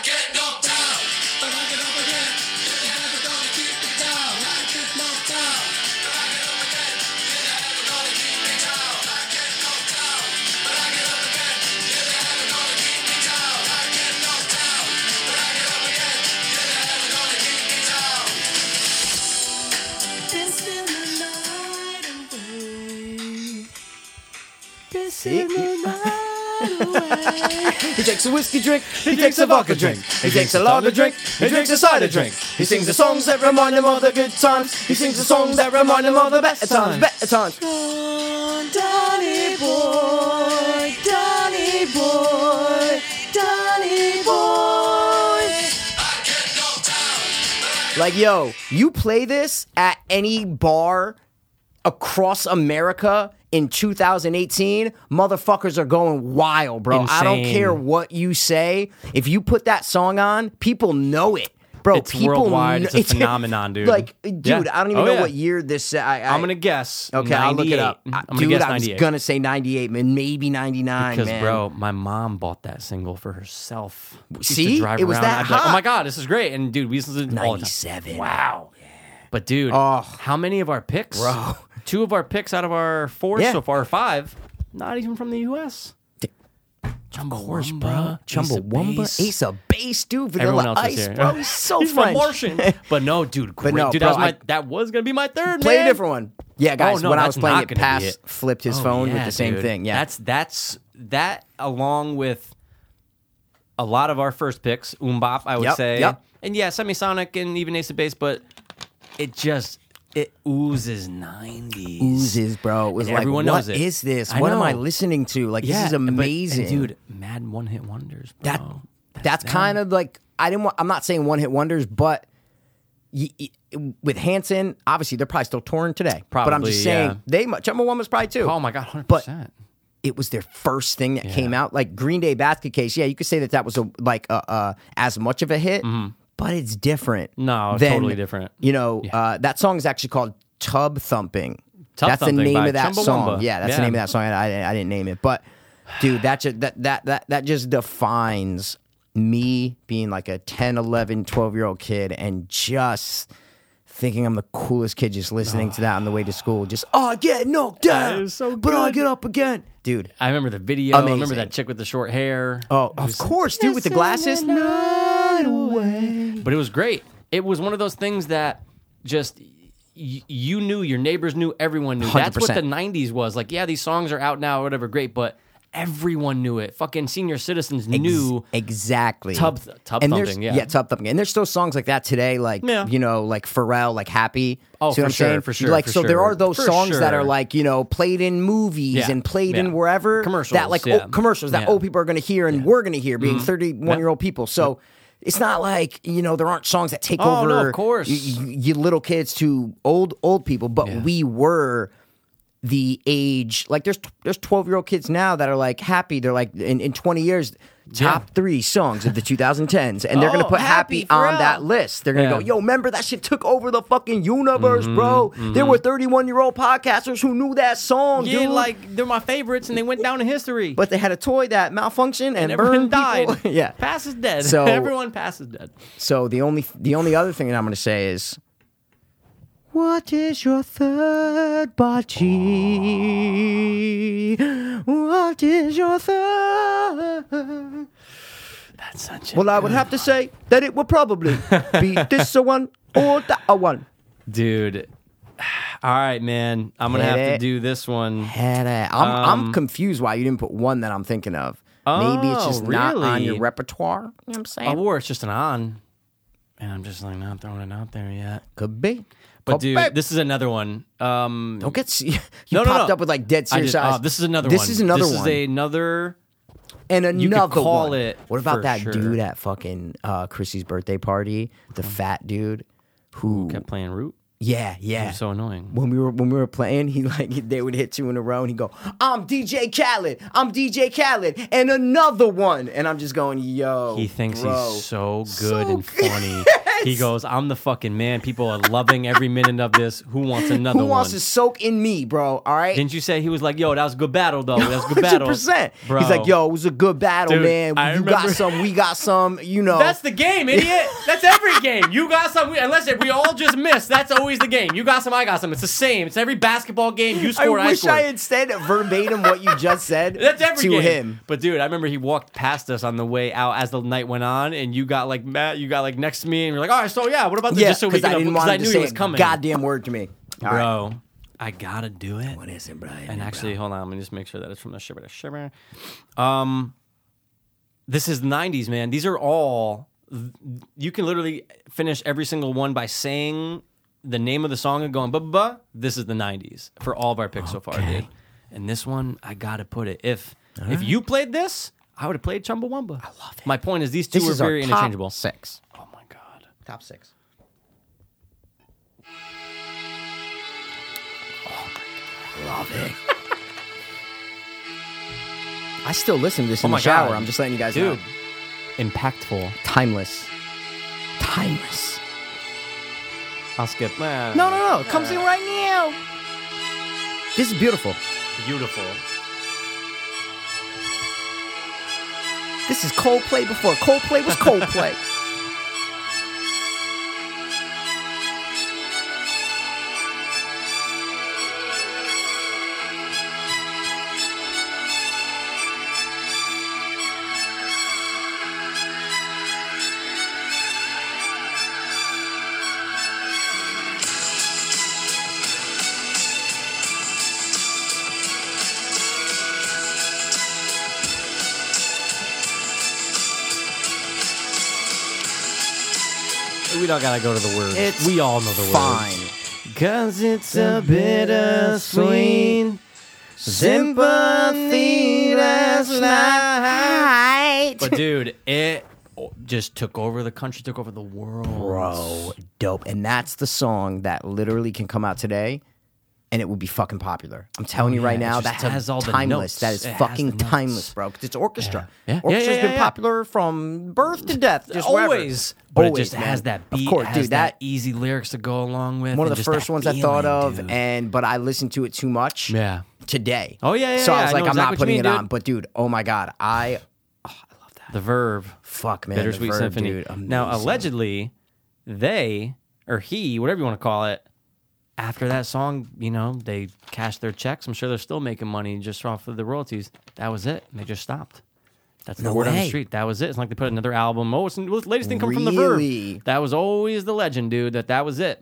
[SPEAKER 7] get knocked down, but I get up again. If you have it all, you keep it down. I get knocked down, but I get up again. If you have it all, you keep me down. I get knocked down, but I get up again. If you have it all, you keep me down. I get knocked down, but I get up again. If you have it all, you keep me down.
[SPEAKER 3] See? He takes a whiskey drink, he takes a vodka drink, he takes a lager drink, he drinks a cider drink. He sings the songs that remind him of the good times. He sings the songs that remind him of the better times, better times.
[SPEAKER 8] Donny boy, Donny boy, Donny boy.
[SPEAKER 3] Like, yo, you play this at any bar across America in 2018, motherfuckers are going wild, bro. I don't
[SPEAKER 2] Insane.
[SPEAKER 3] care what you say. If you put that song on, people know it. Bro,
[SPEAKER 2] It's
[SPEAKER 3] people
[SPEAKER 2] worldwide.
[SPEAKER 3] kn-
[SPEAKER 2] It's a phenomenon, dude.
[SPEAKER 3] Like, dude,
[SPEAKER 2] Yeah.
[SPEAKER 3] I don't even
[SPEAKER 2] Oh,
[SPEAKER 3] know
[SPEAKER 2] yeah.
[SPEAKER 3] what year this. I, I,
[SPEAKER 2] I'm gonna guess.
[SPEAKER 3] Okay, I'll look it up.
[SPEAKER 2] 98. Mm-hmm. I'm gonna
[SPEAKER 3] Dude,
[SPEAKER 2] guess
[SPEAKER 3] I was
[SPEAKER 2] 98.
[SPEAKER 3] gonna say 98, man, maybe 99,
[SPEAKER 2] Because,
[SPEAKER 3] man.
[SPEAKER 2] bro, my mom bought that single for herself. She used
[SPEAKER 3] See?
[SPEAKER 2] to drive
[SPEAKER 3] It was
[SPEAKER 2] around,
[SPEAKER 3] that
[SPEAKER 2] I'd be like, oh
[SPEAKER 3] hot.
[SPEAKER 2] my god, this is great! And dude, we listened to it all the time.
[SPEAKER 3] 97.
[SPEAKER 2] Wow. But dude,
[SPEAKER 3] Oh.
[SPEAKER 2] how many of our picks,
[SPEAKER 3] Bro.
[SPEAKER 2] Two of our picks out of our four
[SPEAKER 3] Yeah.
[SPEAKER 2] so far, five, not even from the U.S. Chumbawamba,
[SPEAKER 3] Chumbawamba, Ace of Base, dude,
[SPEAKER 2] Everyone
[SPEAKER 3] Vanilla
[SPEAKER 2] else
[SPEAKER 3] Ice,
[SPEAKER 2] is here.
[SPEAKER 3] bro. He's so
[SPEAKER 2] He's from
[SPEAKER 3] French.
[SPEAKER 2] Martian. But no, dude, great.
[SPEAKER 3] no,
[SPEAKER 2] dude,
[SPEAKER 3] bro,
[SPEAKER 2] that was my
[SPEAKER 3] I-
[SPEAKER 2] that was gonna be my third.
[SPEAKER 3] Play a
[SPEAKER 2] man. Oh,
[SPEAKER 3] different one. Yeah, guys,
[SPEAKER 2] no,
[SPEAKER 3] when I was
[SPEAKER 2] that's
[SPEAKER 3] playing
[SPEAKER 2] not
[SPEAKER 3] it,
[SPEAKER 2] gonna
[SPEAKER 3] Pass
[SPEAKER 2] be it.
[SPEAKER 3] flipped his
[SPEAKER 2] Oh,
[SPEAKER 3] phone with
[SPEAKER 2] yeah,
[SPEAKER 3] the same
[SPEAKER 2] dude.
[SPEAKER 3] thing. Yeah.
[SPEAKER 2] that's that's that along with a lot of our first picks, Umbop, I would
[SPEAKER 3] Yep,
[SPEAKER 2] say,
[SPEAKER 3] yep.
[SPEAKER 2] and yeah, Semisonic and even Ace of Base, but it just it oozes nineties,
[SPEAKER 3] oozes, bro. It was
[SPEAKER 2] And
[SPEAKER 3] like,
[SPEAKER 2] everyone
[SPEAKER 3] what
[SPEAKER 2] knows it.
[SPEAKER 3] is this?
[SPEAKER 2] I
[SPEAKER 3] what am
[SPEAKER 2] know.
[SPEAKER 3] I listening to? Like,
[SPEAKER 2] Yeah,
[SPEAKER 3] this is
[SPEAKER 2] but- and
[SPEAKER 3] amazing,
[SPEAKER 2] dude. Mad one hit wonders, bro.
[SPEAKER 3] That that's,
[SPEAKER 2] Oh, them.
[SPEAKER 3] kind of like I didn't. Want, I'm not saying one hit wonders, but y- y- with Hanson, obviously they're probably still touring today. but I'm
[SPEAKER 2] Probably,
[SPEAKER 3] just
[SPEAKER 2] yeah.
[SPEAKER 3] saying they mu- Chumbawamba's probably too.
[SPEAKER 2] Oh my god, hundred
[SPEAKER 3] But
[SPEAKER 2] percent.
[SPEAKER 3] it was their first thing that came out. Like Green Day Basket Case, yeah, you could say that that was a, like uh, uh, as much of a hit, but it's different.
[SPEAKER 2] Mm-hmm. No,
[SPEAKER 3] than-
[SPEAKER 2] totally different.
[SPEAKER 3] You know, uh, that song is actually called Tub Thumping.
[SPEAKER 2] Tub
[SPEAKER 3] that's
[SPEAKER 2] Thumping
[SPEAKER 3] the name
[SPEAKER 2] by
[SPEAKER 3] of that
[SPEAKER 2] Chumbawamba.
[SPEAKER 3] song. Yeah, that's the
[SPEAKER 2] Yeah.
[SPEAKER 3] name of that song. I, I, I didn't name it, but dude, that just, that that that that just defines me being like a 10, 11, 12 year old kid and just thinking I'm the coolest kid just listening to that on the way to school. Just oh, I get knocked down,
[SPEAKER 2] is so
[SPEAKER 3] but I
[SPEAKER 2] good.
[SPEAKER 3] get up again, dude.
[SPEAKER 2] I remember the video. I remember
[SPEAKER 3] Amazing.
[SPEAKER 2] that chick with the short hair.
[SPEAKER 3] Oh, of course, dude, with the glasses. Night away.
[SPEAKER 2] but it was great. It was one of those things that just y- you knew, your neighbors knew, everyone knew. That's what the
[SPEAKER 3] 100%.
[SPEAKER 2] '90s was like. Yeah, these songs are out now, or whatever, great, but everyone knew it. Fucking senior citizens knew.
[SPEAKER 3] exactly
[SPEAKER 2] Tub th- tub
[SPEAKER 3] and there's-
[SPEAKER 2] thumping, yeah.
[SPEAKER 3] yeah, tub thumping, and there's still songs like that today, like
[SPEAKER 2] Yeah.
[SPEAKER 3] you know, like Pharrell, like Happy.
[SPEAKER 2] Oh,
[SPEAKER 3] See
[SPEAKER 2] for
[SPEAKER 3] what I'm
[SPEAKER 2] sure,
[SPEAKER 3] saying?
[SPEAKER 2] for sure,
[SPEAKER 3] Like
[SPEAKER 2] for
[SPEAKER 3] so, there
[SPEAKER 2] sure.
[SPEAKER 3] are those
[SPEAKER 2] For
[SPEAKER 3] songs that are
[SPEAKER 2] sure.
[SPEAKER 3] like you know played in movies
[SPEAKER 2] Yeah,
[SPEAKER 3] and played
[SPEAKER 2] yeah.
[SPEAKER 3] in wherever that
[SPEAKER 2] Commercials,
[SPEAKER 3] like
[SPEAKER 2] yeah.
[SPEAKER 3] oh, commercials that
[SPEAKER 2] Yeah. Mm-hmm.
[SPEAKER 3] old people are gonna hear and we're gonna hear being 31 year old people. So. It's not like you know there aren't songs that take
[SPEAKER 2] Oh,
[SPEAKER 3] over.
[SPEAKER 2] no, of course.
[SPEAKER 3] y- y- you, little kids to old old people, but we were the age like there's there's 12 year old kids now that are like happy they're like in, in 20 years top three songs of the 2010s and they're gonna
[SPEAKER 2] Oh,
[SPEAKER 3] put
[SPEAKER 2] Happy
[SPEAKER 3] happy,
[SPEAKER 2] for
[SPEAKER 3] on
[SPEAKER 2] all.
[SPEAKER 3] that list they're gonna
[SPEAKER 2] Yeah. Mm-hmm,
[SPEAKER 3] go yo remember that shit took over the fucking universe bro there were 31 year old podcasters who knew that song
[SPEAKER 2] Yeah,
[SPEAKER 3] dude
[SPEAKER 2] like they're my favorites, and they went down in history.
[SPEAKER 3] but they had a toy that malfunctioned and,
[SPEAKER 2] and everyone
[SPEAKER 3] burned
[SPEAKER 2] died.
[SPEAKER 3] people. yeah
[SPEAKER 2] passes dead.
[SPEAKER 3] So-
[SPEAKER 2] everyone passes dead.
[SPEAKER 3] So the only the only other thing that I'm going to say is, what is your third bocce? What is your third?
[SPEAKER 2] That's such a
[SPEAKER 3] Well, I would have to say that it will probably be this one or that one.
[SPEAKER 2] dude. All right, man. I'm gonna
[SPEAKER 3] Hit
[SPEAKER 2] have to
[SPEAKER 3] it.
[SPEAKER 2] do this one.
[SPEAKER 3] Had a- I'm I'm
[SPEAKER 2] Um,
[SPEAKER 3] confused why you didn't put one that I'm thinking of. Maybe it's
[SPEAKER 2] Oh,
[SPEAKER 3] just not on
[SPEAKER 2] really?
[SPEAKER 3] your repertoire. You know what I'm
[SPEAKER 2] I
[SPEAKER 3] saying?
[SPEAKER 2] wore it's just an on, and I'm just like not throwing it out there yet.
[SPEAKER 3] Could be.
[SPEAKER 2] But
[SPEAKER 3] Could
[SPEAKER 2] dude,
[SPEAKER 3] be.
[SPEAKER 2] this is another one. Um,
[SPEAKER 3] don't get se- you
[SPEAKER 2] no, no,
[SPEAKER 3] popped
[SPEAKER 2] no.
[SPEAKER 3] up with like dead
[SPEAKER 2] I
[SPEAKER 3] serious
[SPEAKER 2] did-
[SPEAKER 3] eyes.
[SPEAKER 2] oh, this is another
[SPEAKER 3] This
[SPEAKER 2] one.
[SPEAKER 3] is another
[SPEAKER 2] this
[SPEAKER 3] one.
[SPEAKER 2] is another
[SPEAKER 3] and
[SPEAKER 2] You could
[SPEAKER 3] another
[SPEAKER 2] call
[SPEAKER 3] one.
[SPEAKER 2] it
[SPEAKER 3] What
[SPEAKER 2] for
[SPEAKER 3] about that
[SPEAKER 2] sure. Uh-huh.
[SPEAKER 3] dude at fucking uh, Chrissy's birthday party? The fat dude who?
[SPEAKER 2] kept playing root.
[SPEAKER 3] Yeah, yeah.
[SPEAKER 2] So annoying.
[SPEAKER 3] when we were when we were playing, he like they would hit two in a row, and he go, "I'm DJ Khaled, I'm DJ Khaled," and another one, and I'm just going, "Yo."
[SPEAKER 2] He thinks
[SPEAKER 3] bro.
[SPEAKER 2] he's so good
[SPEAKER 3] So
[SPEAKER 2] and
[SPEAKER 3] good.
[SPEAKER 2] funny. He goes, "I'm the fucking man. People are loving every minute of this. Who wants another
[SPEAKER 3] Who wants
[SPEAKER 2] one?"
[SPEAKER 3] to soak in me, bro? All right.
[SPEAKER 2] Didn't you say he was like, "Yo, that was a good battle, though. That was a good battle."
[SPEAKER 3] 100%.
[SPEAKER 2] Bro.
[SPEAKER 3] He's like, yo, it was a good battle,
[SPEAKER 2] Dude,
[SPEAKER 3] man.
[SPEAKER 2] I
[SPEAKER 3] you got
[SPEAKER 2] remember-
[SPEAKER 3] some, we got some, you know.
[SPEAKER 2] That's the game, idiot. That's every game. You got some, we- unless if we all just miss. That's always the game. You got some, I got some. It's the same. It's every basketball game. You
[SPEAKER 3] I
[SPEAKER 2] scored, I,
[SPEAKER 3] wish
[SPEAKER 2] scored.
[SPEAKER 3] I had said verbatim what you just said
[SPEAKER 2] That's every
[SPEAKER 3] to
[SPEAKER 2] game.
[SPEAKER 3] him.
[SPEAKER 2] But dude, I remember he walked past us on the way out as the night went on, and you got like Matt, you got like next to me, and you're like, all right, so yeah, what about this?
[SPEAKER 3] Yeah,
[SPEAKER 2] just so we
[SPEAKER 3] because
[SPEAKER 2] can
[SPEAKER 3] I didn't
[SPEAKER 2] because
[SPEAKER 3] want
[SPEAKER 2] I
[SPEAKER 3] him to
[SPEAKER 2] knew he
[SPEAKER 3] say
[SPEAKER 2] was
[SPEAKER 3] a
[SPEAKER 2] coming,
[SPEAKER 3] goddamn word to me. All right.
[SPEAKER 2] bro. I gotta do it.
[SPEAKER 3] What is it, Brian?
[SPEAKER 2] And actually, hold on, let me just make sure that it's from the shiver to shiver. Um, this is '90s, man. These are all you can literally finish every single one by saying the name of the song and going blah blah. blah. This is the '90s for all of our picks so far, dude. And this one, I gotta put it. If if you played this, I would have played Chumbawamba. I love it. My point is, these two
[SPEAKER 3] This
[SPEAKER 2] are
[SPEAKER 3] is our
[SPEAKER 2] very
[SPEAKER 3] top
[SPEAKER 2] interchangeable.
[SPEAKER 3] Six.
[SPEAKER 2] Oh my god.
[SPEAKER 3] Top six. Oh, Love it. I still listen to this in
[SPEAKER 2] Oh my
[SPEAKER 3] the shower.
[SPEAKER 2] God.
[SPEAKER 3] I'm just letting you guys know.
[SPEAKER 2] Dude, impactful.
[SPEAKER 3] Timeless. Timeless.
[SPEAKER 2] I'll skip.
[SPEAKER 3] No, no, no. It comes in right now. This is beautiful.
[SPEAKER 2] Beautiful.
[SPEAKER 3] This is Coldplay before Coldplay was Coldplay.
[SPEAKER 2] We don't gotta go to the words.
[SPEAKER 3] It's
[SPEAKER 2] we all know the words.
[SPEAKER 3] Fine.
[SPEAKER 2] Cause it's a bittersweet sympathy last night. But dude, it just took over the country, took over the world.
[SPEAKER 3] Bro, dope. And that's the song that literally can come out today and it would be fucking popular. I'm telling you
[SPEAKER 2] Oh, yeah,
[SPEAKER 3] right
[SPEAKER 2] it
[SPEAKER 3] now,
[SPEAKER 2] just
[SPEAKER 3] that's a
[SPEAKER 2] has all the
[SPEAKER 3] timeless.
[SPEAKER 2] notes.
[SPEAKER 3] That is
[SPEAKER 2] It has the
[SPEAKER 3] fucking
[SPEAKER 2] notes.
[SPEAKER 3] timeless, bro. Because it's orchestra.
[SPEAKER 2] Yeah. Yeah, yeah,
[SPEAKER 3] Orchestra's
[SPEAKER 2] yeah,
[SPEAKER 3] been
[SPEAKER 2] yeah.
[SPEAKER 3] popular from birth to death. Just wherever.
[SPEAKER 2] Always. But it
[SPEAKER 3] Always,
[SPEAKER 2] just has
[SPEAKER 3] man.
[SPEAKER 2] that beat.
[SPEAKER 3] Of course,
[SPEAKER 2] has
[SPEAKER 3] dude. That,
[SPEAKER 2] easy lyrics to go along with.
[SPEAKER 3] one
[SPEAKER 2] and
[SPEAKER 3] of the
[SPEAKER 2] just
[SPEAKER 3] first
[SPEAKER 2] that
[SPEAKER 3] ones I
[SPEAKER 2] feeling,
[SPEAKER 3] thought of,
[SPEAKER 2] dude.
[SPEAKER 3] and but I listened to it too much.
[SPEAKER 2] Yeah.
[SPEAKER 3] Today.
[SPEAKER 2] Oh, yeah, yeah,
[SPEAKER 3] So
[SPEAKER 2] yeah,
[SPEAKER 3] I was
[SPEAKER 2] I
[SPEAKER 3] like,
[SPEAKER 2] know
[SPEAKER 3] I'm not
[SPEAKER 2] exactly what you
[SPEAKER 3] putting
[SPEAKER 2] mean,
[SPEAKER 3] it
[SPEAKER 2] dude.
[SPEAKER 3] on. But dude, oh my god, I
[SPEAKER 2] the verve.
[SPEAKER 3] fuck man, the
[SPEAKER 2] Bittersweet
[SPEAKER 3] verb,
[SPEAKER 2] Symphony.
[SPEAKER 3] Dude,
[SPEAKER 2] now,
[SPEAKER 3] amazing.
[SPEAKER 2] allegedly, they or he, whatever you want to call it, after that song, you know, they cashed their checks. I'm sure they're still making money just off of the royalties. That was it. They just stopped. That's the
[SPEAKER 3] No
[SPEAKER 2] word on the
[SPEAKER 3] way.
[SPEAKER 2] street. That was it. It's not like they put another album. Oh, it's the latest thing coming from the
[SPEAKER 3] Really?
[SPEAKER 2] verve. That was always the legend, dude. That that was it.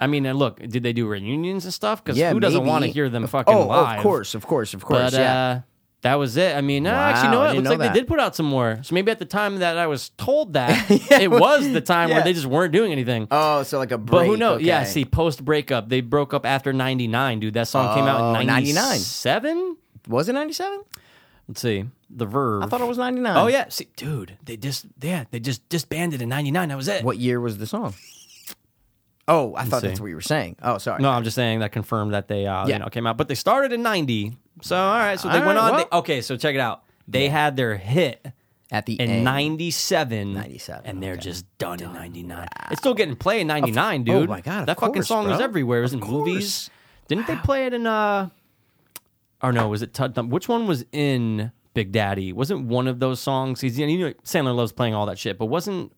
[SPEAKER 2] I mean, and look, did they do reunions and stuff? Because
[SPEAKER 3] yeah,
[SPEAKER 2] who doesn't want to
[SPEAKER 3] maybe.
[SPEAKER 2] hear them
[SPEAKER 3] Of-
[SPEAKER 2] fucking
[SPEAKER 3] oh,
[SPEAKER 2] live?
[SPEAKER 3] Of course, of course, of course.
[SPEAKER 2] But
[SPEAKER 3] yeah.
[SPEAKER 2] uh, that was it. I mean, nah, actually, you know
[SPEAKER 3] Wow, I
[SPEAKER 2] what?
[SPEAKER 3] didn't
[SPEAKER 2] Looks
[SPEAKER 3] know
[SPEAKER 2] like
[SPEAKER 3] that.
[SPEAKER 2] they did put out some more. So maybe at the time that I was told that, it was the time where
[SPEAKER 3] Yeah.
[SPEAKER 2] they just weren't doing anything.
[SPEAKER 3] Oh, so like a break.
[SPEAKER 2] but who knows?
[SPEAKER 3] Okay.
[SPEAKER 2] Yeah, see, post breakup, they broke up after 99, dude. That song came out in
[SPEAKER 3] Oh, 99.
[SPEAKER 2] 97?
[SPEAKER 3] was it ninety seven?
[SPEAKER 2] Let's see. The Verve.
[SPEAKER 3] I thought it was ninety nine.
[SPEAKER 2] Oh, yeah. See, dude, they just, yeah, they just disbanded in 99. That was it.
[SPEAKER 3] What year was the song? Oh, I thought
[SPEAKER 2] see.
[SPEAKER 3] that's what you were saying. Oh, sorry.
[SPEAKER 2] No, I'm just saying that confirmed that they uh,
[SPEAKER 3] Yeah.
[SPEAKER 2] you know came out, but they started in '90. So all right, so they
[SPEAKER 3] All
[SPEAKER 2] went
[SPEAKER 3] right,
[SPEAKER 2] on.
[SPEAKER 3] well-
[SPEAKER 2] they- okay, so check it out. They had their hit
[SPEAKER 3] At the
[SPEAKER 2] in
[SPEAKER 3] end.
[SPEAKER 2] 97,
[SPEAKER 3] 97,
[SPEAKER 2] and they're
[SPEAKER 3] okay.
[SPEAKER 2] just done, in 99 it's still getting played in 99 dude
[SPEAKER 3] oh my God, of
[SPEAKER 2] that fucking
[SPEAKER 3] course,
[SPEAKER 2] song was
[SPEAKER 3] bro.
[SPEAKER 2] everywhere it was
[SPEAKER 3] Of
[SPEAKER 2] in movies
[SPEAKER 3] course.
[SPEAKER 2] didn't they play it in uh or no was it Tud Thumb which one was in Big Daddy wasn't one of those songs he's you know Sandler loves playing all that shit but wasn't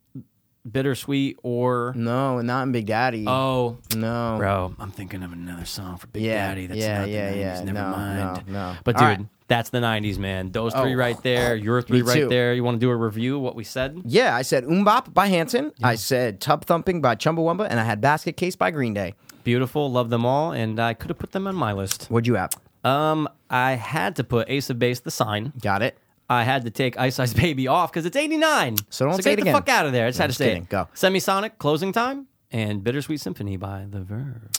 [SPEAKER 2] Bittersweet or
[SPEAKER 3] No, not in Big Daddy.
[SPEAKER 2] oh
[SPEAKER 3] no.
[SPEAKER 2] bro I'm thinking of another song for Big
[SPEAKER 3] Yeah,
[SPEAKER 2] Daddy that's
[SPEAKER 3] yeah,
[SPEAKER 2] not
[SPEAKER 3] yeah,
[SPEAKER 2] the 90s
[SPEAKER 3] yeah.
[SPEAKER 2] never
[SPEAKER 3] No,
[SPEAKER 2] mind
[SPEAKER 3] no, no.
[SPEAKER 2] but dude
[SPEAKER 3] All right.
[SPEAKER 2] that's the 90s man those three
[SPEAKER 3] Oh,
[SPEAKER 2] right there your three right
[SPEAKER 3] too.
[SPEAKER 2] there you want to do a review of what we said
[SPEAKER 3] Yeah, I said Umbop by Hanson. I said Tub Thumping by Chumbawamba, and I had Basket Case by Green Day.
[SPEAKER 2] Beautiful, love them all, and I could have put them on my list.
[SPEAKER 3] What'd you have?
[SPEAKER 2] Um, I had to put Ace of Base, the sign.
[SPEAKER 3] Got it.
[SPEAKER 2] I had to take Ice Ice Baby off because it's 89.
[SPEAKER 3] So don't
[SPEAKER 2] so
[SPEAKER 3] say
[SPEAKER 2] get
[SPEAKER 3] it
[SPEAKER 2] the
[SPEAKER 3] again.
[SPEAKER 2] fuck out of there. I just
[SPEAKER 3] No,
[SPEAKER 2] had to
[SPEAKER 3] just
[SPEAKER 2] say
[SPEAKER 3] kidding.
[SPEAKER 2] it.
[SPEAKER 3] Go.
[SPEAKER 2] Semisonic, Closing Time, and Bittersweet Symphony by The Verve.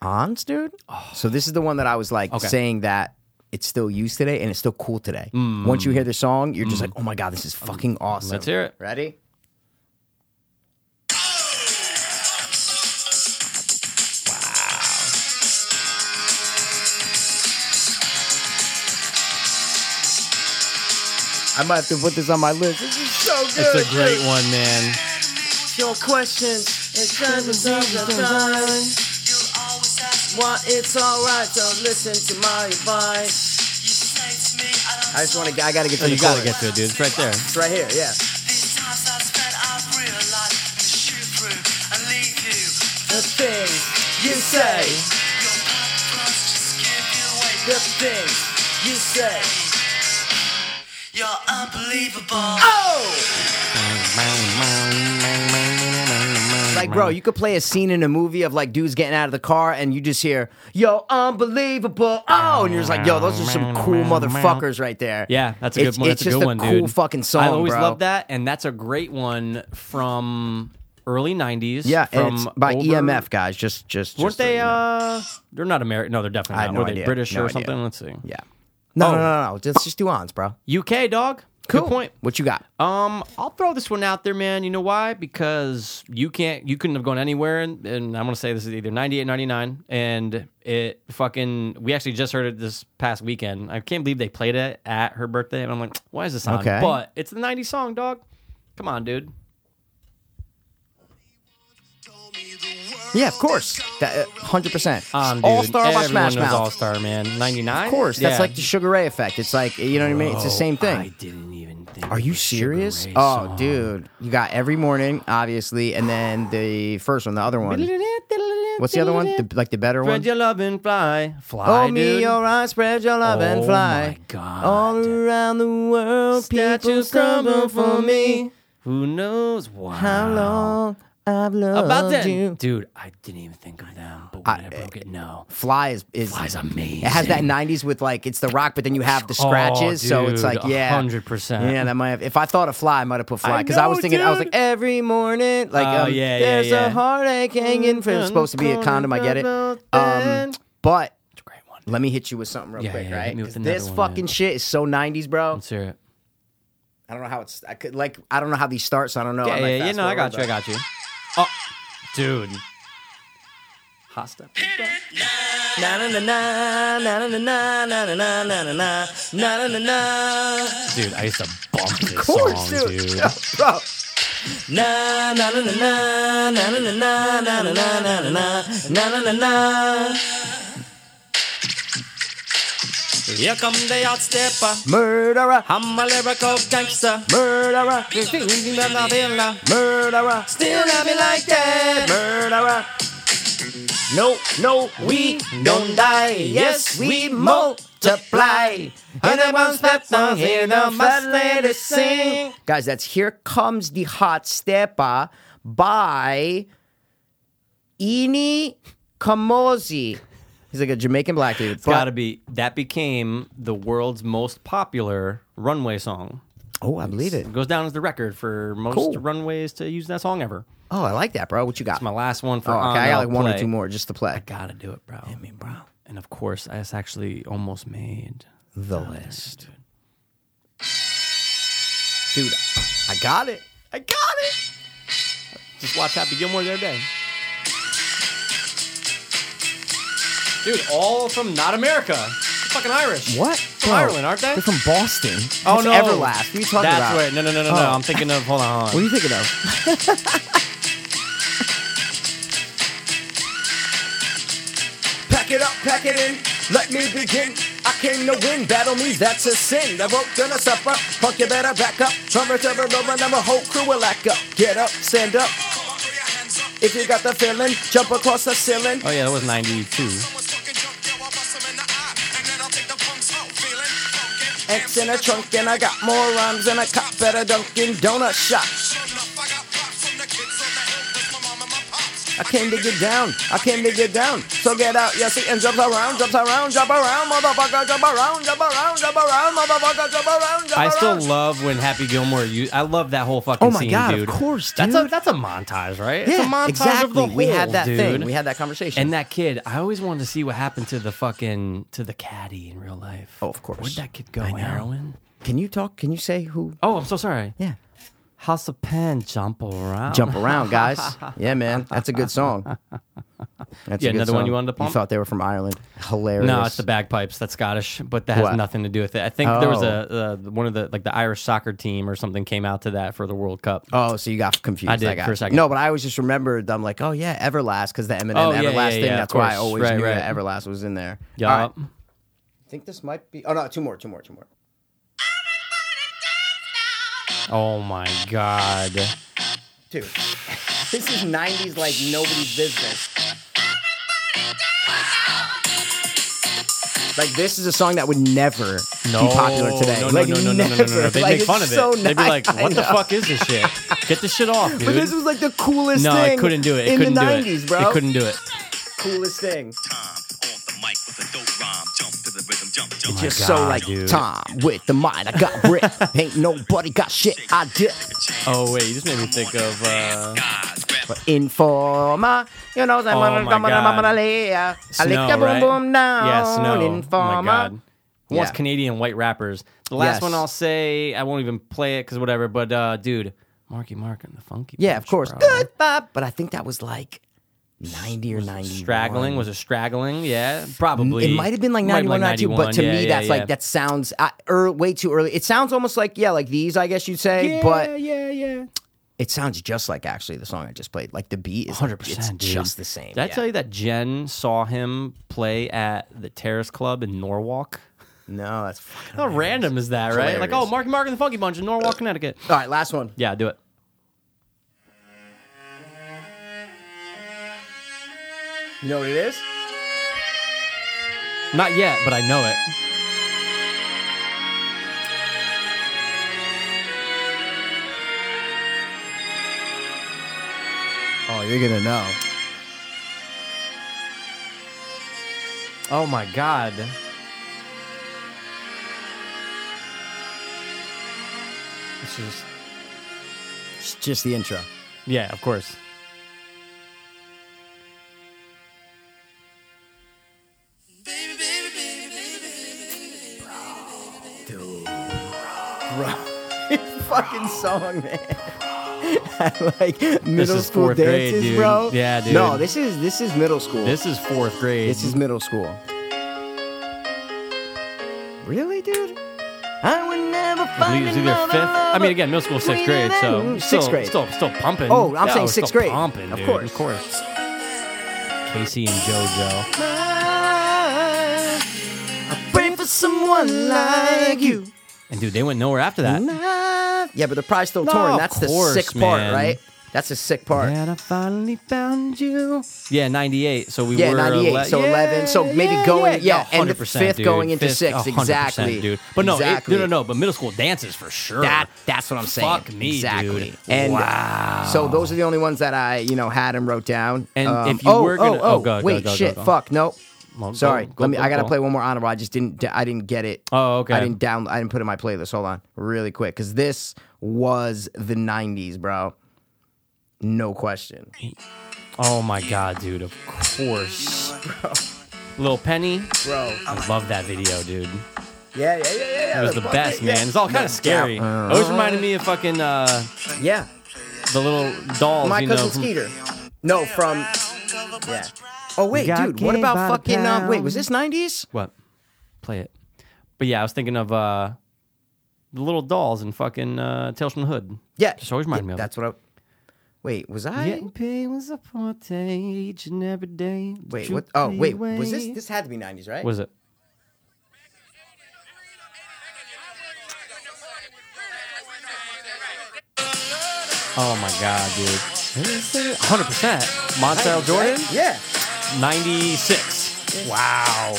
[SPEAKER 3] Ons, dude. So this is the one that I was like
[SPEAKER 2] Okay.
[SPEAKER 3] saying that it's still used today and it's still cool today. Once you hear the song, you're just like, oh my God, this is fucking awesome.
[SPEAKER 2] Mm. Let's hear it.
[SPEAKER 3] Ready? I might have to put this on my list. This is so good.
[SPEAKER 2] It's a great one, man.
[SPEAKER 3] Your questions and concerns of the time. Why it's alright to listen to my advice. I just want to. I gotta get to
[SPEAKER 2] Oh,
[SPEAKER 3] the
[SPEAKER 2] you gotta
[SPEAKER 3] chorus.
[SPEAKER 2] get to it, dude. It's right there.
[SPEAKER 3] It's right here. Yeah. The things you say. The things you say.
[SPEAKER 7] You're unbelievable.
[SPEAKER 3] Oh! Like, bro, you could play a scene in a movie of like dudes getting out of the car and you just hear, yo, unbelievable. Oh! And you're just like, yo, those are some cool motherfuckers right there.
[SPEAKER 2] Yeah, that's a
[SPEAKER 3] It's-
[SPEAKER 2] good one.
[SPEAKER 3] It's
[SPEAKER 2] That's a
[SPEAKER 3] just
[SPEAKER 2] good one,
[SPEAKER 3] cool
[SPEAKER 2] dude.
[SPEAKER 3] fucking song.
[SPEAKER 2] I always
[SPEAKER 3] bro.
[SPEAKER 2] love that, and that's a great one from early '90s.
[SPEAKER 3] Yeah,
[SPEAKER 2] from
[SPEAKER 3] and it's by
[SPEAKER 2] over-
[SPEAKER 3] EMF guys. Just, just
[SPEAKER 2] Weren't
[SPEAKER 3] just so
[SPEAKER 2] they?
[SPEAKER 3] you know.
[SPEAKER 2] Uh, they're not American. No, they're definitely
[SPEAKER 3] I
[SPEAKER 2] not.
[SPEAKER 3] have
[SPEAKER 2] Were
[SPEAKER 3] no
[SPEAKER 2] they
[SPEAKER 3] idea.
[SPEAKER 2] British
[SPEAKER 3] No
[SPEAKER 2] or
[SPEAKER 3] idea.
[SPEAKER 2] something? Let's see.
[SPEAKER 3] Yeah. No,
[SPEAKER 2] Oh.
[SPEAKER 3] no, no, no. Let's just do ons, bro.
[SPEAKER 2] UK dog. Good point.
[SPEAKER 3] What you got?
[SPEAKER 2] Um, I'll throw this one out there, man. You know why? Because you can't, you couldn't have gone anywhere, and, and I'm gonna say this is either 98, 99, and it fucking. We actually just heard it this past weekend. I can't believe they played it at her birthday, and I'm like, why is this on?
[SPEAKER 3] Okay.
[SPEAKER 2] But it's the 90s song, dog. Come on, dude.
[SPEAKER 3] Yeah, of course. That, uh, 100%.
[SPEAKER 2] Um, dude,
[SPEAKER 3] All star by Smash Mouth.
[SPEAKER 2] All star, man. 99.
[SPEAKER 3] of course. That's
[SPEAKER 2] Yeah. Oh,
[SPEAKER 3] like the Sugar Ray effect. It's like, you know what I mean? It's the same thing.
[SPEAKER 2] I didn't even think.
[SPEAKER 3] Are
[SPEAKER 2] of
[SPEAKER 3] you
[SPEAKER 2] the Sugar
[SPEAKER 3] serious?
[SPEAKER 2] Ray
[SPEAKER 3] Oh,
[SPEAKER 2] song.
[SPEAKER 3] dude. You got Every Morning, obviously, and then the first one, the other one. What's the other one? The, like the better
[SPEAKER 2] Spread
[SPEAKER 3] one?
[SPEAKER 2] your love and fly, fly,
[SPEAKER 3] Oh, me,
[SPEAKER 2] dude.
[SPEAKER 3] your eyes, spread your love and
[SPEAKER 2] Oh
[SPEAKER 3] fly.
[SPEAKER 2] my God.
[SPEAKER 3] All around the world, people
[SPEAKER 2] Statues
[SPEAKER 3] stumble for me.
[SPEAKER 2] Who knows why?
[SPEAKER 3] How long I've loved
[SPEAKER 2] About that,
[SPEAKER 3] you.
[SPEAKER 2] dude. I didn't even think of them, but when I, broke it, no.
[SPEAKER 3] Fly is, is Oh,
[SPEAKER 2] Flies amazing.
[SPEAKER 3] It has that '90s with like it's the rock, but then you have the scratches, so it's
[SPEAKER 2] Oh, dude,
[SPEAKER 3] like yeah,
[SPEAKER 2] 100%.
[SPEAKER 3] Yeah, that might have. If I thought of fly, I might have put fly
[SPEAKER 2] I
[SPEAKER 3] because I, was
[SPEAKER 2] know,
[SPEAKER 3] thinking I was
[SPEAKER 2] dude.
[SPEAKER 3] like every morning, like
[SPEAKER 2] Oh,
[SPEAKER 3] um,
[SPEAKER 2] yeah, yeah,
[SPEAKER 3] there's
[SPEAKER 2] yeah.
[SPEAKER 3] a heartache hanging. From, it's supposed to be a condom. I get it. Um, but
[SPEAKER 2] It's a great one.
[SPEAKER 3] let me hit you with something real
[SPEAKER 2] Yeah,
[SPEAKER 3] quick,
[SPEAKER 2] yeah, hit
[SPEAKER 3] right?
[SPEAKER 2] me with
[SPEAKER 3] 'Cause
[SPEAKER 2] another
[SPEAKER 3] This
[SPEAKER 2] one, man.
[SPEAKER 3] fucking shit is so '90s, bro.
[SPEAKER 2] Let's hear it.
[SPEAKER 3] I don't know how it's. I could like. I don't know how these start, so I don't know.
[SPEAKER 2] Yeah,
[SPEAKER 3] I
[SPEAKER 2] yeah,
[SPEAKER 3] might
[SPEAKER 2] yeah,
[SPEAKER 3] Oh, fast
[SPEAKER 2] no, I
[SPEAKER 3] forward,
[SPEAKER 2] got you, I
[SPEAKER 3] but-
[SPEAKER 2] got you. Oh, dude. Hot stuff.
[SPEAKER 3] Na na na na na na na na na na na na na na na na.
[SPEAKER 2] Dude, I used to bump this
[SPEAKER 3] course,
[SPEAKER 2] song,
[SPEAKER 3] dude.
[SPEAKER 2] dude.
[SPEAKER 3] Yo, bro. Na na na na na na na na na na na na na na na na.
[SPEAKER 2] Here come the hot stepper.
[SPEAKER 3] Murderer,
[SPEAKER 2] I'm a lyrical gangster.
[SPEAKER 3] murderer, murderer,
[SPEAKER 2] Still love me like that.
[SPEAKER 3] murderer. No, no, we don't die. Yes, we multiply. And the ones that don't hear the first let it sing. Guys, that's Here Comes the Hot Stepper by Ini Kamozi. He's like a Jamaican black dude.
[SPEAKER 2] It's gotta be. That became the world's most popular runway song.
[SPEAKER 3] Oh, I believe it.
[SPEAKER 2] It goes down as the record for most
[SPEAKER 3] Cool.
[SPEAKER 2] runways to use that song ever.
[SPEAKER 3] Oh, I like that, bro. What you got?
[SPEAKER 2] My last one for
[SPEAKER 3] oh,
[SPEAKER 2] on
[SPEAKER 3] okay. I got
[SPEAKER 2] the
[SPEAKER 3] like one or
[SPEAKER 2] play.
[SPEAKER 3] two more just to play.
[SPEAKER 2] Gotta do it, bro. I mean, bro. And of course, I just actually almost made.
[SPEAKER 3] The list. Dude, I got it. I got it.
[SPEAKER 2] Just watch Happy Gilmore the other day. Dude, all from not America. They're fucking Irish.
[SPEAKER 3] What?
[SPEAKER 2] From Ireland, aren't they?
[SPEAKER 3] They're from Boston.
[SPEAKER 2] Oh
[SPEAKER 3] That's
[SPEAKER 2] no,
[SPEAKER 3] Everlast. What are you talking
[SPEAKER 2] That's
[SPEAKER 3] about?
[SPEAKER 2] right. No, no, no, no, no.
[SPEAKER 3] Oh.
[SPEAKER 2] I'm thinking of. Hold on,
[SPEAKER 3] What
[SPEAKER 2] hold
[SPEAKER 3] are
[SPEAKER 2] on.
[SPEAKER 3] you thinking of? pack it up, pack it in. Let me begin. I came to win. Battle me, that's a sin. I won't gonna suffer. Punk, you better back up. Trumpets ever over, and my whole crew will act up. Get up, stand up. If you got the feeling, jump across the ceiling.
[SPEAKER 2] Oh yeah, that was '92.
[SPEAKER 3] X in a trunk, and I got more rhymes than a cop at a Dunkin' Donut shop. I came to get down. I came to get down. So get out your seat and jump around, jump around, jump around, motherfucker, jump around, jump around, jump around, motherfucker, jump around, jump
[SPEAKER 2] I still
[SPEAKER 3] around.
[SPEAKER 2] love when Happy Gilmore. You, I love that whole fucking
[SPEAKER 3] Oh my
[SPEAKER 2] scene,
[SPEAKER 3] God, of
[SPEAKER 2] dude.
[SPEAKER 3] course,
[SPEAKER 2] That's a
[SPEAKER 3] dude.
[SPEAKER 2] that's a montage, right?
[SPEAKER 3] yeah,
[SPEAKER 2] it's a montage
[SPEAKER 3] exactly.
[SPEAKER 2] of the whole.
[SPEAKER 3] we had that
[SPEAKER 2] dude.
[SPEAKER 3] thing. We had that conversation.
[SPEAKER 2] And that kid, I always wanted to see what happened to the fucking to the caddy in real life.
[SPEAKER 3] Oh, of course.
[SPEAKER 2] Where'd that kid go?
[SPEAKER 3] I know.
[SPEAKER 2] Heroin.
[SPEAKER 3] Can you talk? Can you say who?
[SPEAKER 2] Oh, I'm so sorry.
[SPEAKER 3] Yeah.
[SPEAKER 2] House of Pen, jump around.
[SPEAKER 3] Jump around, guys. Yeah, man. That's a good song. That's
[SPEAKER 2] Yeah,
[SPEAKER 3] a good
[SPEAKER 2] another one
[SPEAKER 3] song.
[SPEAKER 2] you wanted to pump?
[SPEAKER 3] You thought they were from Ireland. Hilarious.
[SPEAKER 2] No, it's the bagpipes. That's Scottish, but that has
[SPEAKER 3] What?
[SPEAKER 2] nothing to do with it. I think there was a,
[SPEAKER 3] Oh.
[SPEAKER 2] uh one of the like the Irish soccer team or something came out to that for the World Cup.
[SPEAKER 3] Oh, so you got confused.
[SPEAKER 2] I did
[SPEAKER 3] got
[SPEAKER 2] for a
[SPEAKER 3] you.
[SPEAKER 2] second.
[SPEAKER 3] No, but I always just remembered. I'm like, oh yeah, Everlast, because the Eminem
[SPEAKER 2] Oh, yeah,
[SPEAKER 3] Everlast
[SPEAKER 2] yeah,
[SPEAKER 3] thing.
[SPEAKER 2] yeah, of
[SPEAKER 3] that's why I
[SPEAKER 2] course.
[SPEAKER 3] always
[SPEAKER 2] Right,
[SPEAKER 3] knew
[SPEAKER 2] right.
[SPEAKER 3] that Everlast was in there.
[SPEAKER 2] Yup.
[SPEAKER 3] All right. I think this might be. Oh no, two more, two more, two more.
[SPEAKER 2] Oh my god.
[SPEAKER 3] Dude, this is '90s like nobody's business. Like this is a song that would never
[SPEAKER 2] No,
[SPEAKER 3] be popular today.
[SPEAKER 2] No, no,
[SPEAKER 3] like,
[SPEAKER 2] no, no, no, no, no, no, no.
[SPEAKER 3] never.
[SPEAKER 2] They
[SPEAKER 3] Like,
[SPEAKER 2] make
[SPEAKER 3] it's
[SPEAKER 2] fun of it.
[SPEAKER 3] so
[SPEAKER 2] They'd be like,
[SPEAKER 3] nice. I
[SPEAKER 2] "What the
[SPEAKER 3] know.
[SPEAKER 2] fuck is this shit? Get this shit off, dude."
[SPEAKER 3] But this was like the coolest
[SPEAKER 2] no,
[SPEAKER 3] thing.
[SPEAKER 2] it couldn't do it. It
[SPEAKER 3] in
[SPEAKER 2] couldn't
[SPEAKER 3] the
[SPEAKER 2] do
[SPEAKER 3] '90s,
[SPEAKER 2] it.
[SPEAKER 3] bro.
[SPEAKER 2] It couldn't do it.
[SPEAKER 3] Coolest thing.
[SPEAKER 1] On the mic with a dope rhyme. Jump to the rhythm, jump, jump.
[SPEAKER 3] Just
[SPEAKER 2] God,
[SPEAKER 3] so like
[SPEAKER 2] dude.
[SPEAKER 3] Tom with the mind, I got brick. Ain't nobody got shit. I dip.
[SPEAKER 2] Oh wait, you just made me think of. Uh,
[SPEAKER 1] Guys, grab
[SPEAKER 3] Informa, you know that
[SPEAKER 2] Oh,
[SPEAKER 3] man-
[SPEAKER 2] my God.
[SPEAKER 3] I lick
[SPEAKER 2] Snow,
[SPEAKER 3] the boom
[SPEAKER 2] right?
[SPEAKER 3] boom down.
[SPEAKER 2] Yeah, Snow. Oh my
[SPEAKER 3] Informa.
[SPEAKER 2] God. Who wants
[SPEAKER 3] Yeah.
[SPEAKER 2] Canadian white rappers? The last
[SPEAKER 3] Yes.
[SPEAKER 2] one I'll say, I won't even play it because whatever. But uh, dude, Marky Mark and the Funky.
[SPEAKER 3] Yeah, of
[SPEAKER 2] Bunch,
[SPEAKER 3] course.
[SPEAKER 2] bro.
[SPEAKER 3] Good vibe. But I think that was like 90 or 90.
[SPEAKER 2] Straggling was it straggling? Yeah, probably.
[SPEAKER 3] It might have been like
[SPEAKER 2] Might have
[SPEAKER 3] 91, 92, but to
[SPEAKER 2] yeah,
[SPEAKER 3] me,
[SPEAKER 2] yeah,
[SPEAKER 3] that's
[SPEAKER 2] yeah.
[SPEAKER 3] like, that sounds uh, er, way too early. It sounds almost like, yeah, like these, I guess you'd say,
[SPEAKER 2] Yeah,
[SPEAKER 3] but
[SPEAKER 2] yeah, yeah.
[SPEAKER 3] it sounds just like actually the song I just played. Like the beat is 100%,
[SPEAKER 2] 100%.
[SPEAKER 3] it's
[SPEAKER 2] dude.
[SPEAKER 3] just the same.
[SPEAKER 2] Did I
[SPEAKER 3] yeah.
[SPEAKER 2] tell you that Jen saw him play at the Terrace Club in Norwalk?
[SPEAKER 3] No, that's fucking.
[SPEAKER 2] How random is that, right? Like, oh,
[SPEAKER 3] Hilarious.
[SPEAKER 2] Marky Mark and the Funky Bunch in Norwalk, Connecticut.
[SPEAKER 3] All right, last one.
[SPEAKER 2] Yeah, do it.
[SPEAKER 3] You know what it is?
[SPEAKER 2] Not yet, but I know it.
[SPEAKER 3] Oh, you're gonna know.
[SPEAKER 2] Oh my god. This is
[SPEAKER 3] It's just the intro.
[SPEAKER 2] yeah, of course.
[SPEAKER 3] Fucking song, man. like middle
[SPEAKER 2] is
[SPEAKER 3] school
[SPEAKER 2] fourth grade,
[SPEAKER 3] dances,
[SPEAKER 2] dude.
[SPEAKER 3] bro.
[SPEAKER 2] Yeah, dude.
[SPEAKER 3] No, this is this is middle school.
[SPEAKER 2] This is fourth grade.
[SPEAKER 3] this is middle school. Really, dude? I would never
[SPEAKER 2] I
[SPEAKER 3] find
[SPEAKER 2] believe it's either
[SPEAKER 3] another
[SPEAKER 2] fifth. I mean,
[SPEAKER 3] lover
[SPEAKER 2] again, middle school is sixth
[SPEAKER 3] sweeter
[SPEAKER 2] grade, so
[SPEAKER 3] than-
[SPEAKER 2] still,
[SPEAKER 3] sixth grade.
[SPEAKER 2] still, still pumping.
[SPEAKER 3] Oh, I'm
[SPEAKER 2] Yeah,
[SPEAKER 3] saying
[SPEAKER 2] we're
[SPEAKER 3] sixth
[SPEAKER 2] still
[SPEAKER 3] grade.
[SPEAKER 2] pumping,
[SPEAKER 3] Of
[SPEAKER 2] dude.
[SPEAKER 3] course.
[SPEAKER 2] of course. Casey and JoJo.
[SPEAKER 3] I pray for someone like you.
[SPEAKER 2] And dude, they went nowhere after that.
[SPEAKER 3] Yeah, but they're probably still
[SPEAKER 2] No,
[SPEAKER 3] touring.
[SPEAKER 2] of
[SPEAKER 3] That's
[SPEAKER 2] course,
[SPEAKER 3] the sick part,
[SPEAKER 2] man.
[SPEAKER 3] right? That's the sick part.
[SPEAKER 2] And I finally found you. Yeah, 98. So we
[SPEAKER 3] Yeah,
[SPEAKER 2] were
[SPEAKER 3] 98, so 11, so maybe going- yeah, end of
[SPEAKER 2] 100%,
[SPEAKER 3] fifth,
[SPEAKER 2] dude.
[SPEAKER 3] going into
[SPEAKER 2] Fifth,
[SPEAKER 3] sixth,
[SPEAKER 2] 100%,
[SPEAKER 3] exactly.
[SPEAKER 2] Dude. But no, it-
[SPEAKER 3] Exactly.
[SPEAKER 2] no, no, no. But middle school dances for sure.
[SPEAKER 3] That that's what I'm saying.
[SPEAKER 2] Fuck me,
[SPEAKER 3] exactly.
[SPEAKER 2] dude.
[SPEAKER 3] And
[SPEAKER 2] wow.
[SPEAKER 3] so those are the only ones that I you know had and wrote down.
[SPEAKER 2] And
[SPEAKER 3] Um,
[SPEAKER 2] if you
[SPEAKER 3] oh,
[SPEAKER 2] were gonna-
[SPEAKER 3] oh,
[SPEAKER 2] oh, go, go,
[SPEAKER 3] wait,
[SPEAKER 2] go, go,
[SPEAKER 3] shit,
[SPEAKER 2] go.
[SPEAKER 3] fuck, no.
[SPEAKER 2] Well, go-
[SPEAKER 3] Sorry,
[SPEAKER 2] go,
[SPEAKER 3] let me.
[SPEAKER 2] go,
[SPEAKER 3] I gotta
[SPEAKER 2] go.
[SPEAKER 3] play one more honorable. I just didn't. I didn't get it.
[SPEAKER 2] Oh, okay.
[SPEAKER 3] I didn't down. I didn't put it in my playlist. Hold on, really quick, because this was the '90s, bro. No question.
[SPEAKER 2] Oh my god, dude! Of course, Little Penny.
[SPEAKER 3] Bro.
[SPEAKER 2] I love that video, dude.
[SPEAKER 3] Yeah, yeah, yeah, yeah. yeah.
[SPEAKER 2] It was the best, man. It's all kind of scary. It always reminded me of fucking uh,
[SPEAKER 3] Yeah.
[SPEAKER 2] the little dolls,
[SPEAKER 3] My
[SPEAKER 2] you know.
[SPEAKER 3] cousin
[SPEAKER 2] from-
[SPEAKER 3] Skeeter. No, from. Yeah. Oh wait,
[SPEAKER 2] got
[SPEAKER 3] dude. What
[SPEAKER 2] game
[SPEAKER 3] about
[SPEAKER 2] by the
[SPEAKER 3] fucking? Uh, wait,
[SPEAKER 2] pound.
[SPEAKER 3] was this '90s?
[SPEAKER 2] What? Play it. But yeah, I was thinking of uh, the little dolls and fucking uh, Tales from the Hood.
[SPEAKER 3] Yeah.
[SPEAKER 2] Just always reminded me of
[SPEAKER 3] That's what I. Wait, was I?
[SPEAKER 2] Getting paid was a forte each and every day.
[SPEAKER 3] Wait, what? Oh, wait. Was this? This had to be '90s, right?
[SPEAKER 2] Was it? Oh my god, dude! Hundred percent. Montel Jordan,
[SPEAKER 3] Yeah.
[SPEAKER 2] ninety six. Wow.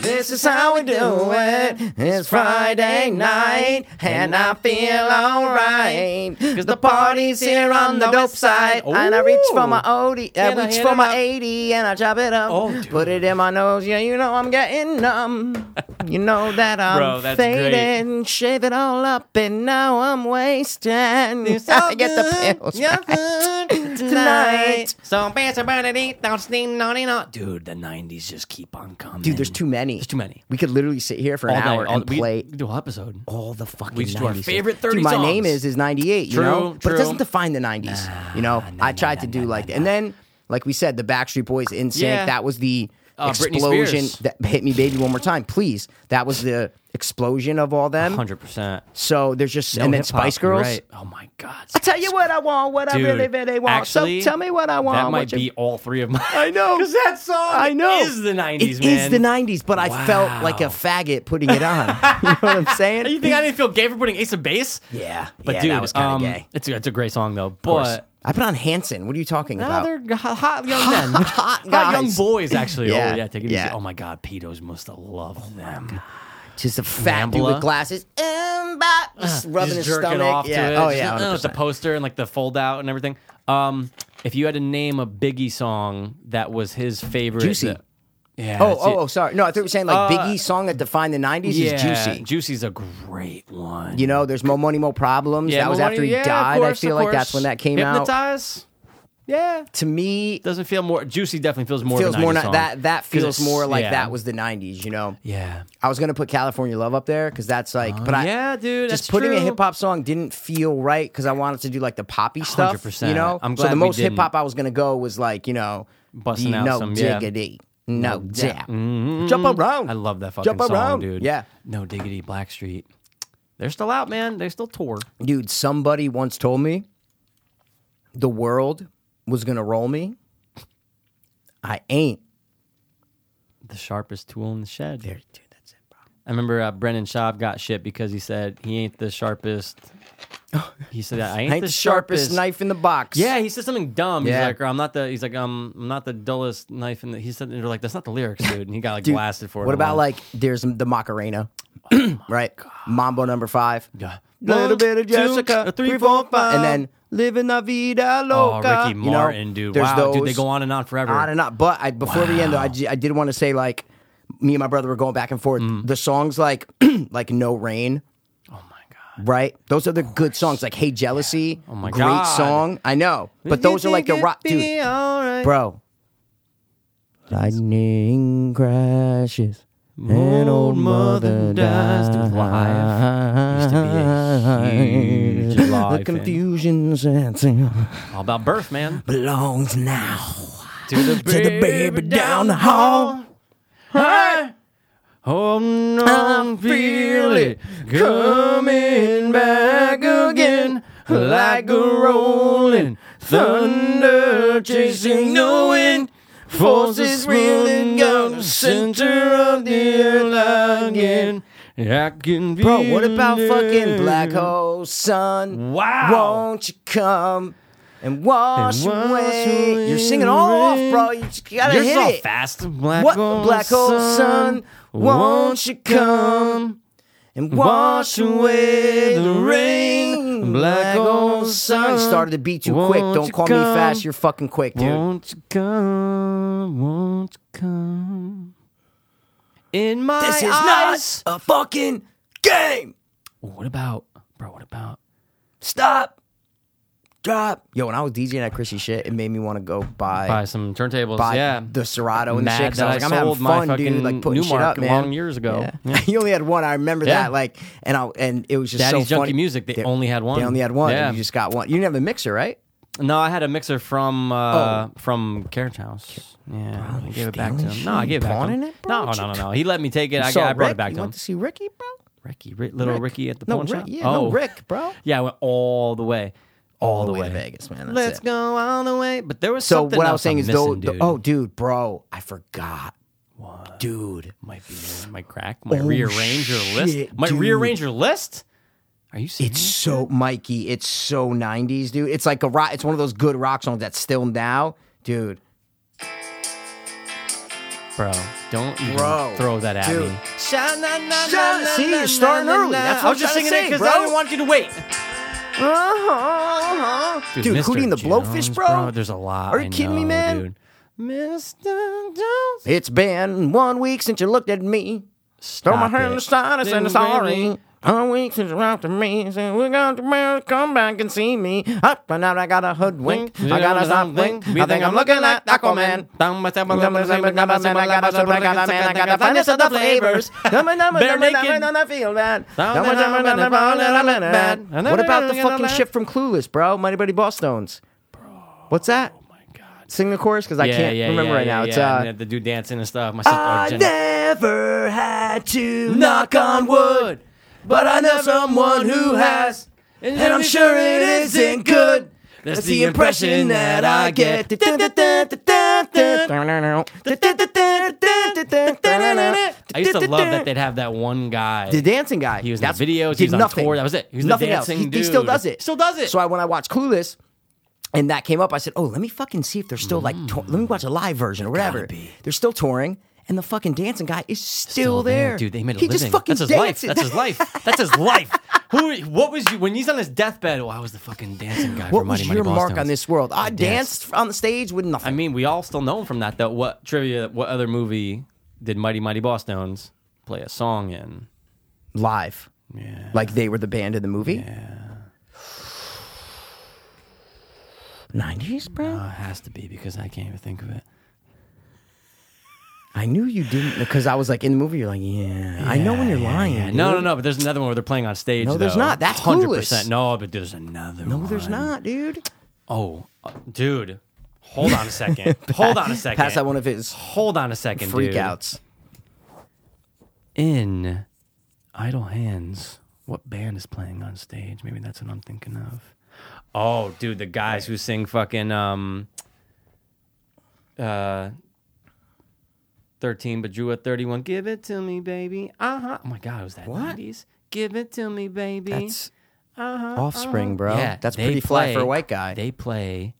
[SPEAKER 3] This is how we do it. It's Friday night, and I feel alright. Cause the party's here on the dope side. And I reach for my OD, I
[SPEAKER 2] Can I
[SPEAKER 3] reach
[SPEAKER 2] hit
[SPEAKER 3] for my
[SPEAKER 2] it up?
[SPEAKER 3] 80, and I chop it up.
[SPEAKER 2] Oh, dude.
[SPEAKER 3] Put it in my nose, yeah, you know I'm getting numb. You know that I'm
[SPEAKER 2] Bro, that's great.
[SPEAKER 3] fading. Shave it all up, and now I'm wasting. I get the pills. right. tonight.
[SPEAKER 2] So bad about it, don't sneak naughty naughty. Dude, the '90s just keep on coming.
[SPEAKER 3] Dude, there's too many.
[SPEAKER 2] There's too many.
[SPEAKER 3] We could literally sit here for an
[SPEAKER 2] night,
[SPEAKER 3] hour and
[SPEAKER 2] we-
[SPEAKER 3] play
[SPEAKER 2] we could do a whole episode.
[SPEAKER 3] all the fucking.
[SPEAKER 2] We just do our
[SPEAKER 3] 90s.
[SPEAKER 2] favorite 30
[SPEAKER 3] Dude, my
[SPEAKER 2] songs.
[SPEAKER 3] name is is ninety eight. You
[SPEAKER 2] True,
[SPEAKER 3] know, but it
[SPEAKER 2] true.
[SPEAKER 3] doesn't define the nineties. you know, I tried to do like, and then like we said, the Backstreet Boys, in sync.
[SPEAKER 2] Yeah.
[SPEAKER 3] That was the
[SPEAKER 2] Uh, Britney
[SPEAKER 3] explosion.
[SPEAKER 2] Spears.
[SPEAKER 3] That hit me, baby, one more time, please. That was the explosion of all them.
[SPEAKER 2] Hundred percent.
[SPEAKER 3] So there's just and then Spice Girls.
[SPEAKER 2] Oh my God.
[SPEAKER 3] I tell you what I want, what I
[SPEAKER 2] Dude,
[SPEAKER 3] really really want.
[SPEAKER 2] actually,
[SPEAKER 3] so tell me what I want.
[SPEAKER 2] That
[SPEAKER 3] what
[SPEAKER 2] might
[SPEAKER 3] you-
[SPEAKER 2] be all three of mine.
[SPEAKER 3] I know.
[SPEAKER 2] Because that song
[SPEAKER 3] I know
[SPEAKER 2] is the 90s,
[SPEAKER 3] It is
[SPEAKER 2] man.
[SPEAKER 3] the '90s, but I felt like a
[SPEAKER 2] Wow.
[SPEAKER 3] faggot putting it on. you know what I'm saying?
[SPEAKER 2] You think I didn't feel gay for putting Ace of Base?
[SPEAKER 3] Yeah,
[SPEAKER 2] But
[SPEAKER 3] yeah,
[SPEAKER 2] dude,
[SPEAKER 3] that was kind of
[SPEAKER 2] um,
[SPEAKER 3] gay.
[SPEAKER 2] It's a, it's a great song though.
[SPEAKER 3] Of course.
[SPEAKER 2] But
[SPEAKER 3] I put on Hanson. What are you talking
[SPEAKER 2] now
[SPEAKER 3] about?
[SPEAKER 2] they're g- hot, hot young men, hot, young
[SPEAKER 3] guys.
[SPEAKER 2] boys actually.
[SPEAKER 3] Yeah,
[SPEAKER 2] Oh yeah, take it
[SPEAKER 3] yeah.
[SPEAKER 2] easy. Oh my God, pedos must have loved them.
[SPEAKER 3] Just a fat dude
[SPEAKER 2] Nambla.
[SPEAKER 3] with glasses, um, bah, just rubbing
[SPEAKER 2] Ah, just
[SPEAKER 3] his
[SPEAKER 2] jerking
[SPEAKER 3] stomach.
[SPEAKER 2] off
[SPEAKER 3] yeah.
[SPEAKER 2] to it.
[SPEAKER 3] Oh
[SPEAKER 2] Just,
[SPEAKER 3] yeah.
[SPEAKER 2] uh, with
[SPEAKER 3] 100%.
[SPEAKER 2] the poster and like the fold out and everything. Um, if you had to name a Biggie song that was his favorite,
[SPEAKER 3] Juicy.
[SPEAKER 2] that- yeah.
[SPEAKER 3] Oh,
[SPEAKER 2] that's
[SPEAKER 3] oh,
[SPEAKER 2] it.
[SPEAKER 3] oh, sorry. No, I thought you were saying like
[SPEAKER 2] Uh,
[SPEAKER 3] Biggie's song that defined the '90s is
[SPEAKER 2] yeah.
[SPEAKER 3] Juicy.
[SPEAKER 2] Juicy's a great one.
[SPEAKER 3] You know, there's Mo Money Mo Problems.
[SPEAKER 2] Yeah,
[SPEAKER 3] that was
[SPEAKER 2] Maloney-
[SPEAKER 3] after he
[SPEAKER 2] yeah, of
[SPEAKER 3] died.
[SPEAKER 2] course,
[SPEAKER 3] I feel
[SPEAKER 2] of
[SPEAKER 3] like that's
[SPEAKER 2] course.
[SPEAKER 3] when that came out.
[SPEAKER 2] Hypnotize? Yeah.
[SPEAKER 3] To me,
[SPEAKER 2] Doesn't feel more juicy. Definitely feels more. of a
[SPEAKER 3] feels more
[SPEAKER 2] 90s
[SPEAKER 3] not
[SPEAKER 2] song.
[SPEAKER 3] that that
[SPEAKER 2] 'Cause
[SPEAKER 3] feels
[SPEAKER 2] it's-
[SPEAKER 3] more like
[SPEAKER 2] yeah.
[SPEAKER 3] that was the '90s. You know.
[SPEAKER 2] Yeah.
[SPEAKER 3] I was gonna put California Love up there because that's like, but I
[SPEAKER 2] yeah, dude, that's
[SPEAKER 3] just putting a
[SPEAKER 2] true.
[SPEAKER 3] hip hop song didn't feel right because I wanted to do like the poppy stuff,
[SPEAKER 2] 100%.
[SPEAKER 3] you know.
[SPEAKER 2] I'm
[SPEAKER 3] so
[SPEAKER 2] glad
[SPEAKER 3] the
[SPEAKER 2] we
[SPEAKER 3] most
[SPEAKER 2] didn't.
[SPEAKER 3] hip hop I was gonna go was like you know,
[SPEAKER 2] Busting
[SPEAKER 3] the
[SPEAKER 2] out
[SPEAKER 3] no
[SPEAKER 2] some- yeah. Mm-hmm.
[SPEAKER 3] diggity, no dap, jump around.
[SPEAKER 2] I love that fucking
[SPEAKER 3] Jump
[SPEAKER 2] song,
[SPEAKER 3] around.
[SPEAKER 2] dude.
[SPEAKER 3] Yeah.
[SPEAKER 2] No diggity, Blackstreet. They're still out, man. They still tour.
[SPEAKER 3] dude. Somebody once told me the world was gonna roll me. I ain't.
[SPEAKER 2] The sharpest tool in the shed.
[SPEAKER 3] There, dude, that's it, bro.
[SPEAKER 2] I remember uh, Brendan Schaub got shit because he said he ain't the sharpest. He said I ain't,
[SPEAKER 3] I ain't
[SPEAKER 2] the,
[SPEAKER 3] the sharpest, knife in the box.
[SPEAKER 2] Yeah, he said something dumb.
[SPEAKER 3] Yeah.
[SPEAKER 2] He's like, or I'm not the. He's like, um, I'm not the dullest knife in the. He said, they're like, that's not the lyrics, dude. And he got like
[SPEAKER 3] Dude,
[SPEAKER 2] blasted for it.
[SPEAKER 3] What about
[SPEAKER 2] online. Oh
[SPEAKER 3] like there's the Macarena, right? Mambo number five.
[SPEAKER 2] Yeah.
[SPEAKER 3] Little bit of
[SPEAKER 2] One, two,
[SPEAKER 3] Jessica,
[SPEAKER 2] a
[SPEAKER 3] three, four, five, and then living la vida
[SPEAKER 2] Oh,
[SPEAKER 3] loca.
[SPEAKER 2] Ricky
[SPEAKER 3] You know,
[SPEAKER 2] Martin, dude.
[SPEAKER 3] there's
[SPEAKER 2] Wow, dude, they
[SPEAKER 3] those
[SPEAKER 2] go on and on forever.
[SPEAKER 3] on and on. But I, before we end, though, I, ju- I did want to say like me and my brother were going back and forth.
[SPEAKER 2] Mm.
[SPEAKER 3] The songs like like No Rain.
[SPEAKER 2] Oh
[SPEAKER 3] Right, those are the good songs. Like "Hey Jealousy," oh
[SPEAKER 2] my
[SPEAKER 3] great
[SPEAKER 2] God.
[SPEAKER 3] song. I know, but those are like the rock, dude, bro. Lightning crashes.
[SPEAKER 2] An old mother dies. Dude, live used to be a huge
[SPEAKER 3] The
[SPEAKER 2] live thing.
[SPEAKER 3] confusion's answer
[SPEAKER 2] All about birth, man.
[SPEAKER 3] belongs now
[SPEAKER 2] to the
[SPEAKER 3] to the baby down the hall.
[SPEAKER 2] Oh, no, I feel it coming back again like a rolling thunder chasing the wind. Forces reeling down the center of the earth again. I can
[SPEAKER 3] Bro,
[SPEAKER 2] feel
[SPEAKER 3] what about fucking
[SPEAKER 2] it.
[SPEAKER 3] Black Hole Sun?
[SPEAKER 2] Wow.
[SPEAKER 3] Won't you come and wash,
[SPEAKER 2] And wash
[SPEAKER 3] away?
[SPEAKER 2] away
[SPEAKER 3] You're singing all
[SPEAKER 2] the
[SPEAKER 3] off, bro. You just gotta
[SPEAKER 2] Yours is
[SPEAKER 3] hit
[SPEAKER 2] all
[SPEAKER 3] it.
[SPEAKER 2] fast. Black
[SPEAKER 3] What?
[SPEAKER 2] hole
[SPEAKER 3] Black hole sun, won't you come and wash away the rain?
[SPEAKER 2] Black hole sun,
[SPEAKER 3] You started the beat too quick.
[SPEAKER 2] won't
[SPEAKER 3] Don't
[SPEAKER 2] you
[SPEAKER 3] call me
[SPEAKER 2] come?
[SPEAKER 3] fast. You're fucking quick, dude.
[SPEAKER 2] Won't you come? Won't you come? In my
[SPEAKER 3] This is
[SPEAKER 2] eyes.
[SPEAKER 3] not a fucking game.
[SPEAKER 2] What about, bro? What about?
[SPEAKER 3] Stop. Drop. Yo, when I was DJing at Chrissy shit, it made me want to go buy
[SPEAKER 2] Buy some turntables.
[SPEAKER 3] buy
[SPEAKER 2] yeah.
[SPEAKER 3] the Serato and
[SPEAKER 2] Mad
[SPEAKER 3] the shit. 'cause
[SPEAKER 2] that
[SPEAKER 3] I was
[SPEAKER 2] I
[SPEAKER 3] like, I'm having
[SPEAKER 2] sold my
[SPEAKER 3] fun, dude.
[SPEAKER 2] fucking
[SPEAKER 3] Like putting shit
[SPEAKER 2] Newmark
[SPEAKER 3] up, man.
[SPEAKER 2] long years ago. Yeah.
[SPEAKER 3] you only had one. I remember
[SPEAKER 2] Yeah.
[SPEAKER 3] that. Like, and I and it was just
[SPEAKER 2] Daddy's
[SPEAKER 3] so
[SPEAKER 2] Junkie
[SPEAKER 3] funny.
[SPEAKER 2] Music, they only had one.
[SPEAKER 3] They only had one.
[SPEAKER 2] Yeah.
[SPEAKER 3] And you just got one. You didn't have a mixer, right?
[SPEAKER 2] No, I had a mixer from
[SPEAKER 3] Oh.
[SPEAKER 2] uh, from Carriage House. Yeah, I gave it back to him. No, I gave it back to him.
[SPEAKER 3] Pawning it, bro?
[SPEAKER 2] no, no, no, no. He let me take it. I,
[SPEAKER 3] Saw
[SPEAKER 2] I brought
[SPEAKER 3] Rick?
[SPEAKER 2] it back
[SPEAKER 3] you
[SPEAKER 2] to him.
[SPEAKER 3] Went to see Ricky, bro.
[SPEAKER 2] Ricky, Rick, little Ricky at the
[SPEAKER 3] No,
[SPEAKER 2] pawn
[SPEAKER 3] Rick.
[SPEAKER 2] shop. Oh.
[SPEAKER 3] Yeah, no, Rick, bro.
[SPEAKER 2] Yeah, I went all the way, all, the
[SPEAKER 3] way
[SPEAKER 2] way,
[SPEAKER 3] to Vegas, man. That's
[SPEAKER 2] Let's
[SPEAKER 3] it.
[SPEAKER 2] go all the way. But there was
[SPEAKER 3] So
[SPEAKER 2] something
[SPEAKER 3] what I
[SPEAKER 2] else
[SPEAKER 3] was saying
[SPEAKER 2] I'm
[SPEAKER 3] is, though,
[SPEAKER 2] missing,
[SPEAKER 3] the-
[SPEAKER 2] dude.
[SPEAKER 3] oh, dude, bro, I forgot. What? Dude,
[SPEAKER 2] might be my crack, might
[SPEAKER 3] Oh,
[SPEAKER 2] rearrange your list,
[SPEAKER 3] shit,
[SPEAKER 2] might
[SPEAKER 3] dude.
[SPEAKER 2] rearrange your list. Are you serious?
[SPEAKER 3] it's so Mikey. It's so '90s, dude. It's like a rock. It's one of those good rock songs that's still now, dude.
[SPEAKER 2] Bro, don't even
[SPEAKER 3] Bro,
[SPEAKER 2] throw that at
[SPEAKER 3] dude.
[SPEAKER 2] me.
[SPEAKER 3] Shut- na, see, na, you're starting na, na, early. na. That's what
[SPEAKER 2] I
[SPEAKER 3] I'm
[SPEAKER 2] was just
[SPEAKER 3] trying to
[SPEAKER 2] singing it
[SPEAKER 3] say,
[SPEAKER 2] because
[SPEAKER 3] bro.
[SPEAKER 2] I didn't want you to wait.
[SPEAKER 3] Dude, Hootie and the Blowfish,
[SPEAKER 2] Jones,
[SPEAKER 3] bro?
[SPEAKER 2] There's a lot.
[SPEAKER 3] Are you
[SPEAKER 2] I
[SPEAKER 3] kidding me,
[SPEAKER 2] know,
[SPEAKER 3] man?
[SPEAKER 2] dude. Mr. Jones.
[SPEAKER 3] It's been one week since you looked at me. Throw my
[SPEAKER 2] Stop
[SPEAKER 3] hand
[SPEAKER 2] it.
[SPEAKER 3] in the side, I said
[SPEAKER 2] Didn't
[SPEAKER 3] sorry.
[SPEAKER 2] really-
[SPEAKER 3] One week since you after me, said we're going to marry, come back and see me. Up and out, I got a hoodwink,
[SPEAKER 2] Mm-hmm.
[SPEAKER 3] I got a soft wink. I think I'm looking at Aquaman. What about the fucking shit from Clueless, bro? Mighty Buddy Ballstones. What's that? Sing the chorus because I can't remember right now. It's uh,
[SPEAKER 2] the dude dancing and stuff. My
[SPEAKER 3] I never had to uh, knock on wood, but I know someone who has, and I'm sure it isn't good. That's the impression that I get.
[SPEAKER 2] I
[SPEAKER 3] I
[SPEAKER 2] used to love that they'd have that one guy.
[SPEAKER 3] the dancing guy.
[SPEAKER 2] He was in
[SPEAKER 3] That's,
[SPEAKER 2] the videos, he
[SPEAKER 3] did
[SPEAKER 2] was on
[SPEAKER 3] nothing.
[SPEAKER 2] tour, that was it. He was the
[SPEAKER 3] nothing
[SPEAKER 2] dancing
[SPEAKER 3] else. He, he still
[SPEAKER 2] dude.
[SPEAKER 3] does it.
[SPEAKER 2] Still does it.
[SPEAKER 3] So I, when I watched Clueless, and that came up, I said, "Oh, let me fucking see if they're still like,
[SPEAKER 2] Mm.
[SPEAKER 3] to- let me watch a live version or whatever." They're still touring, and the fucking dancing guy is still,
[SPEAKER 2] Still
[SPEAKER 3] there.
[SPEAKER 2] dude. They made a
[SPEAKER 3] he
[SPEAKER 2] living.
[SPEAKER 3] just fucking
[SPEAKER 2] That's his
[SPEAKER 3] dances.
[SPEAKER 2] life. That's his life. That's his life. Who? What was you when he's on his deathbed? Oh, I was the fucking dancing guy.
[SPEAKER 3] what
[SPEAKER 2] for
[SPEAKER 3] was
[SPEAKER 2] Mighty,
[SPEAKER 3] your
[SPEAKER 2] Mighty
[SPEAKER 3] mark
[SPEAKER 2] Bosstones.
[SPEAKER 3] on this world? I
[SPEAKER 2] danced.
[SPEAKER 3] danced on the stage with
[SPEAKER 2] I
[SPEAKER 3] nothing.
[SPEAKER 2] mean, we all still know him from that. Though, what trivia? What other movie did Mighty Mighty Bosstones play a song in?
[SPEAKER 3] live. Yeah. Like they were the band in the movie. Yeah. 90s, bro?
[SPEAKER 2] Uh, it has to be because I can't even think of it.
[SPEAKER 3] I knew you didn't because I was like in the movie. You're like, yeah, I know when you're lying.
[SPEAKER 2] No, no, no. But there's another one where they're playing on stage.
[SPEAKER 3] No, there's
[SPEAKER 2] though.
[SPEAKER 3] not. That's Clueless.
[SPEAKER 2] No, but there's another.
[SPEAKER 3] no, there's not, dude.
[SPEAKER 2] Oh, uh, dude. Hold on a second. Hold on a second.
[SPEAKER 3] Pass that one of his
[SPEAKER 2] Hold on a second, dude.
[SPEAKER 3] freakouts.
[SPEAKER 2] in Idle Hands, what band is playing on stage? Maybe that's what I'm thinking of. Oh, dude, the guys who sing fucking um uh 13 but drew a 31. Give it to me, baby. Uh-huh. Oh my god, was that
[SPEAKER 3] What?
[SPEAKER 2] 90s? Give it to me, baby.
[SPEAKER 3] That's Uh-huh, offspring, bro.
[SPEAKER 2] Yeah,
[SPEAKER 3] That's
[SPEAKER 2] they
[SPEAKER 3] pretty fly for
[SPEAKER 2] play-
[SPEAKER 3] a white guy.
[SPEAKER 2] They play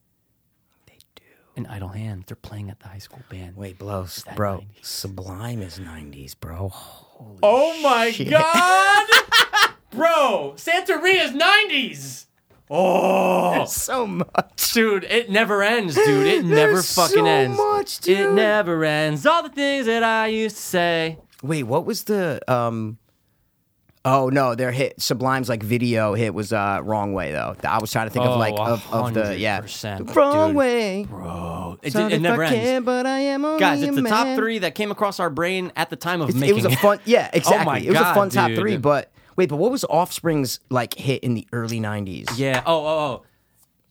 [SPEAKER 2] they do in Idle Hands. They're playing at the high school band.
[SPEAKER 3] Wait, blows,
[SPEAKER 2] that
[SPEAKER 3] bro.
[SPEAKER 2] 90s?
[SPEAKER 3] Sublime is 90s, bro.
[SPEAKER 2] Oh my god! Bro, Santoria's 90s! Oh,
[SPEAKER 3] So much.
[SPEAKER 2] dude, it never ends, dude. It never
[SPEAKER 3] There's
[SPEAKER 2] fucking
[SPEAKER 3] so
[SPEAKER 2] ends.
[SPEAKER 3] much,
[SPEAKER 2] It
[SPEAKER 3] dude.
[SPEAKER 2] never ends. All the things that I used to say.
[SPEAKER 3] Wait, what was the um? Oh no, their hit Sublime's like video hit was uh wrong way though. I was trying to think
[SPEAKER 2] Oh,
[SPEAKER 3] of like of, of the yeah
[SPEAKER 2] 100%,
[SPEAKER 3] The wrong
[SPEAKER 2] dude.
[SPEAKER 3] way.
[SPEAKER 2] Bro, it,
[SPEAKER 3] Sorry
[SPEAKER 2] it
[SPEAKER 3] if
[SPEAKER 2] never
[SPEAKER 3] I
[SPEAKER 2] ends.
[SPEAKER 3] Can, but I am only
[SPEAKER 2] Guys, it's
[SPEAKER 3] a
[SPEAKER 2] the top
[SPEAKER 3] man.
[SPEAKER 2] three that came across our brain at the time of
[SPEAKER 3] It's-
[SPEAKER 2] making Oh
[SPEAKER 3] it was a fun, yeah, exactly.
[SPEAKER 2] my
[SPEAKER 3] it was
[SPEAKER 2] God,
[SPEAKER 3] a fun top
[SPEAKER 2] dude.
[SPEAKER 3] three, but wait, but what was Offspring's like hit in the early nineties?
[SPEAKER 2] Yeah, oh, oh, oh.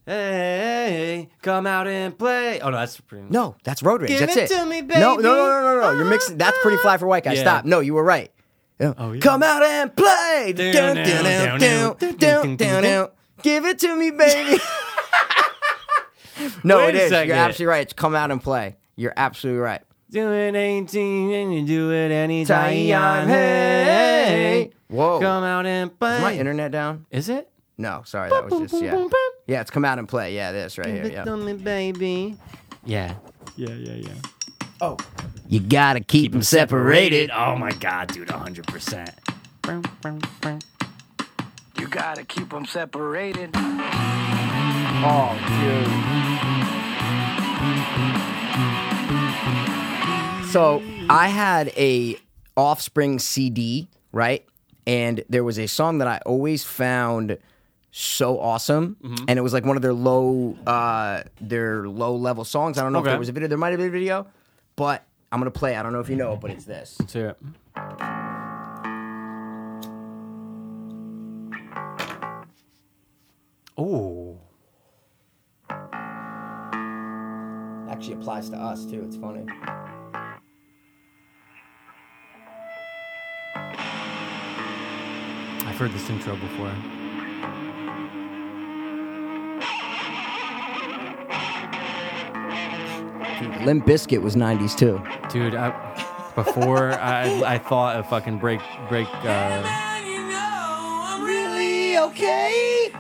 [SPEAKER 2] Hey, come out and play. Oh, no, that's pretty
[SPEAKER 3] No, that's Road Rage.
[SPEAKER 2] Give
[SPEAKER 3] that's
[SPEAKER 2] it
[SPEAKER 3] it.
[SPEAKER 2] to me,
[SPEAKER 3] No, no, no,
[SPEAKER 2] baby.
[SPEAKER 3] no, no, no. You're mixing. That's pretty fly for white guy.
[SPEAKER 2] Yeah.
[SPEAKER 3] Stop. No, you were right. Oh,
[SPEAKER 2] yeah.
[SPEAKER 3] Come out and play. Dun,
[SPEAKER 2] Down,
[SPEAKER 3] dun,
[SPEAKER 2] down,
[SPEAKER 3] dun, dun,
[SPEAKER 2] down, down,
[SPEAKER 3] dun, dun,
[SPEAKER 2] dun, dun,
[SPEAKER 3] dun. Give it to me, baby. No, it
[SPEAKER 2] Wait a
[SPEAKER 3] is.
[SPEAKER 2] second.
[SPEAKER 3] You're absolutely right. It's come out and play. You're absolutely right.
[SPEAKER 2] Do it 18 and you do it
[SPEAKER 3] Zion,
[SPEAKER 2] anytime.
[SPEAKER 3] hey.
[SPEAKER 2] Hey,
[SPEAKER 3] Whoa.
[SPEAKER 2] Come out and play.
[SPEAKER 3] Is my internet down?
[SPEAKER 2] Is it?
[SPEAKER 3] No, sorry. That was just yeah. Yeah, it's come out and play. Yeah, this right here. Yeah.
[SPEAKER 2] me, baby. Yeah.
[SPEAKER 3] You gotta keep them separated.
[SPEAKER 2] Oh my god, dude, 100%.
[SPEAKER 9] You gotta keep them separated.
[SPEAKER 3] Oh, dude. So I had a Offspring CD, right? And there was a song that I always found so awesome, and it was like one of their low, uh, their low level songs. I don't know if
[SPEAKER 2] Okay.
[SPEAKER 3] there was a video. There might have been a video, but I'm gonna play. I don't know if you know, it, but it's this.
[SPEAKER 2] Let's hear it. Oh.
[SPEAKER 3] Actually, applies to us too. It's funny.
[SPEAKER 2] I've heard this intro before.
[SPEAKER 3] Limp Biscuit was '90s too.
[SPEAKER 2] Dude, I, before I, I thought of fucking break break uh,
[SPEAKER 3] Really okay?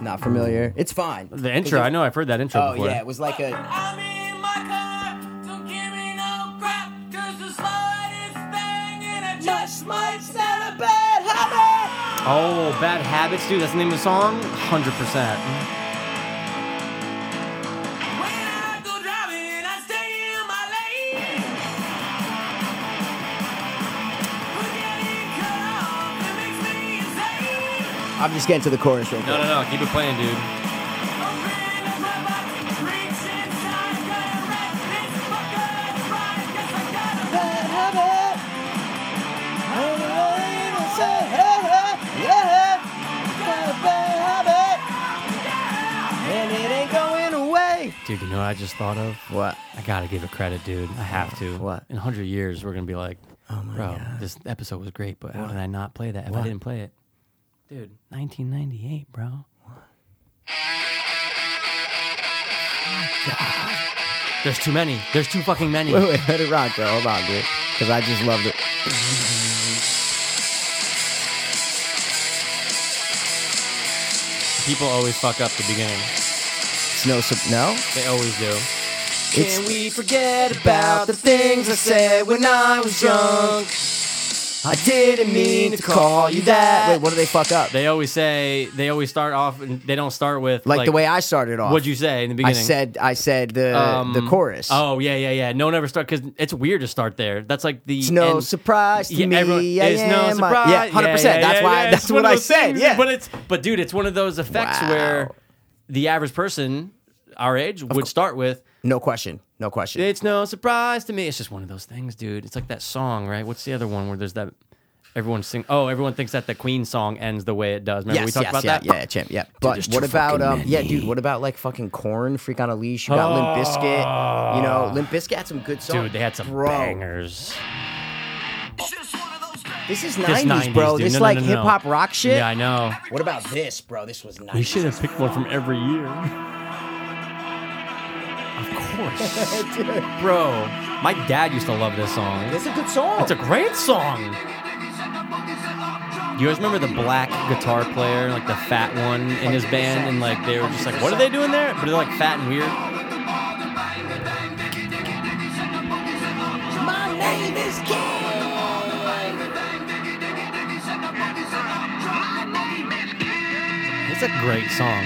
[SPEAKER 3] Not familiar. It's fine.
[SPEAKER 2] The intro, I know I've heard that intro
[SPEAKER 3] Oh
[SPEAKER 2] before.
[SPEAKER 3] yeah, it was like a.
[SPEAKER 7] I'm in my car, don't give me no crap, cause the slightest thing and I just might set a bad habit.
[SPEAKER 2] Oh, Bad Habits, dude. That's the name of the song. Hundred percent.
[SPEAKER 7] When I go driving, I stay in my lane. We're getting cut off, it makes me insane.
[SPEAKER 3] I'm just getting to the chorus real quick.
[SPEAKER 2] No, no, no. Keep it playing, dude.
[SPEAKER 3] And it ain't going away.
[SPEAKER 2] Dude, you know what I just thought of?
[SPEAKER 3] What?
[SPEAKER 2] I gotta give it credit, dude. I have to.
[SPEAKER 3] What?
[SPEAKER 2] In hundred years, we're gonna be like, oh
[SPEAKER 3] my
[SPEAKER 2] bro,
[SPEAKER 3] God.
[SPEAKER 2] this episode was great, but how did I not play that? If I
[SPEAKER 3] What?
[SPEAKER 2] didn't play it, dude, 1998, bro. God. There's too many. There's too fucking many.
[SPEAKER 3] Wait, wait, let it rock, bro. Hold on, dude. Because I just loved it.
[SPEAKER 2] People always fuck up the beginning.
[SPEAKER 3] It's no, sup- no.
[SPEAKER 2] They always do.
[SPEAKER 3] It's,
[SPEAKER 8] we forget
[SPEAKER 3] about the things I said when I was young. I didn't mean to call you that. Wait, what do they fuck up?
[SPEAKER 2] They always say they always start off and they don't start with
[SPEAKER 3] like, the way I started off.
[SPEAKER 2] What'd you say in the
[SPEAKER 3] I
[SPEAKER 2] beginning?
[SPEAKER 3] said I said the
[SPEAKER 2] Um,
[SPEAKER 3] the chorus.
[SPEAKER 2] Oh yeah, yeah, yeah. No one ever start because it's weird to start there. That's like the
[SPEAKER 3] It's no
[SPEAKER 2] end-
[SPEAKER 3] surprise to
[SPEAKER 2] Yeah,
[SPEAKER 3] me.
[SPEAKER 2] everyone-
[SPEAKER 3] I
[SPEAKER 2] it's no
[SPEAKER 3] am a-
[SPEAKER 2] surprise.
[SPEAKER 3] Yeah, hundred percent.
[SPEAKER 2] yeah,
[SPEAKER 3] That's
[SPEAKER 2] yeah,
[SPEAKER 3] why.
[SPEAKER 2] yeah.
[SPEAKER 3] That's
[SPEAKER 2] It's one
[SPEAKER 3] what
[SPEAKER 2] of
[SPEAKER 3] I
[SPEAKER 2] those
[SPEAKER 3] said.
[SPEAKER 2] things,
[SPEAKER 3] Yeah.
[SPEAKER 2] but it's but dude, it's one of those effects
[SPEAKER 3] Wow.
[SPEAKER 2] where the average person, our age, would start with.
[SPEAKER 3] no question. No question.
[SPEAKER 2] It's no surprise to me. It's just one of those things, dude. It's like that song, right? What's the other one where there's that everyone sing? Oh, everyone thinks that the Queen song ends the way it does. Remember
[SPEAKER 3] yes,
[SPEAKER 2] we talked
[SPEAKER 3] yes,
[SPEAKER 2] about
[SPEAKER 3] yeah,
[SPEAKER 2] that?
[SPEAKER 3] yeah, champ, yeah. But
[SPEAKER 8] there's
[SPEAKER 3] what
[SPEAKER 8] too
[SPEAKER 3] about
[SPEAKER 8] fucking
[SPEAKER 3] um?
[SPEAKER 8] many.
[SPEAKER 3] Yeah, dude. What about like fucking corn? Freak on a leash. You got Limp Bizkit. You know, Limp Bizkit had some good songs.
[SPEAKER 2] Ah. Dude, they had some
[SPEAKER 3] Bro,
[SPEAKER 2] bangers.
[SPEAKER 3] This is
[SPEAKER 2] This
[SPEAKER 3] nineties, bro.
[SPEAKER 2] dude.
[SPEAKER 3] This
[SPEAKER 2] No, no,
[SPEAKER 3] like
[SPEAKER 2] no, no, no.
[SPEAKER 3] hip hop rock shit.
[SPEAKER 2] Yeah, I know.
[SPEAKER 3] What about this, bro? This was nice.
[SPEAKER 2] We should have picked one from every year. Of course. Bro, my dad used to love this song.
[SPEAKER 3] It's a good song.
[SPEAKER 2] It's a great song. You guys remember the black guitar player, like the fat one in his band, and like they were just like, "What are they doing there?" But they're like fat and weird.
[SPEAKER 8] My name is King.
[SPEAKER 2] It's a great song.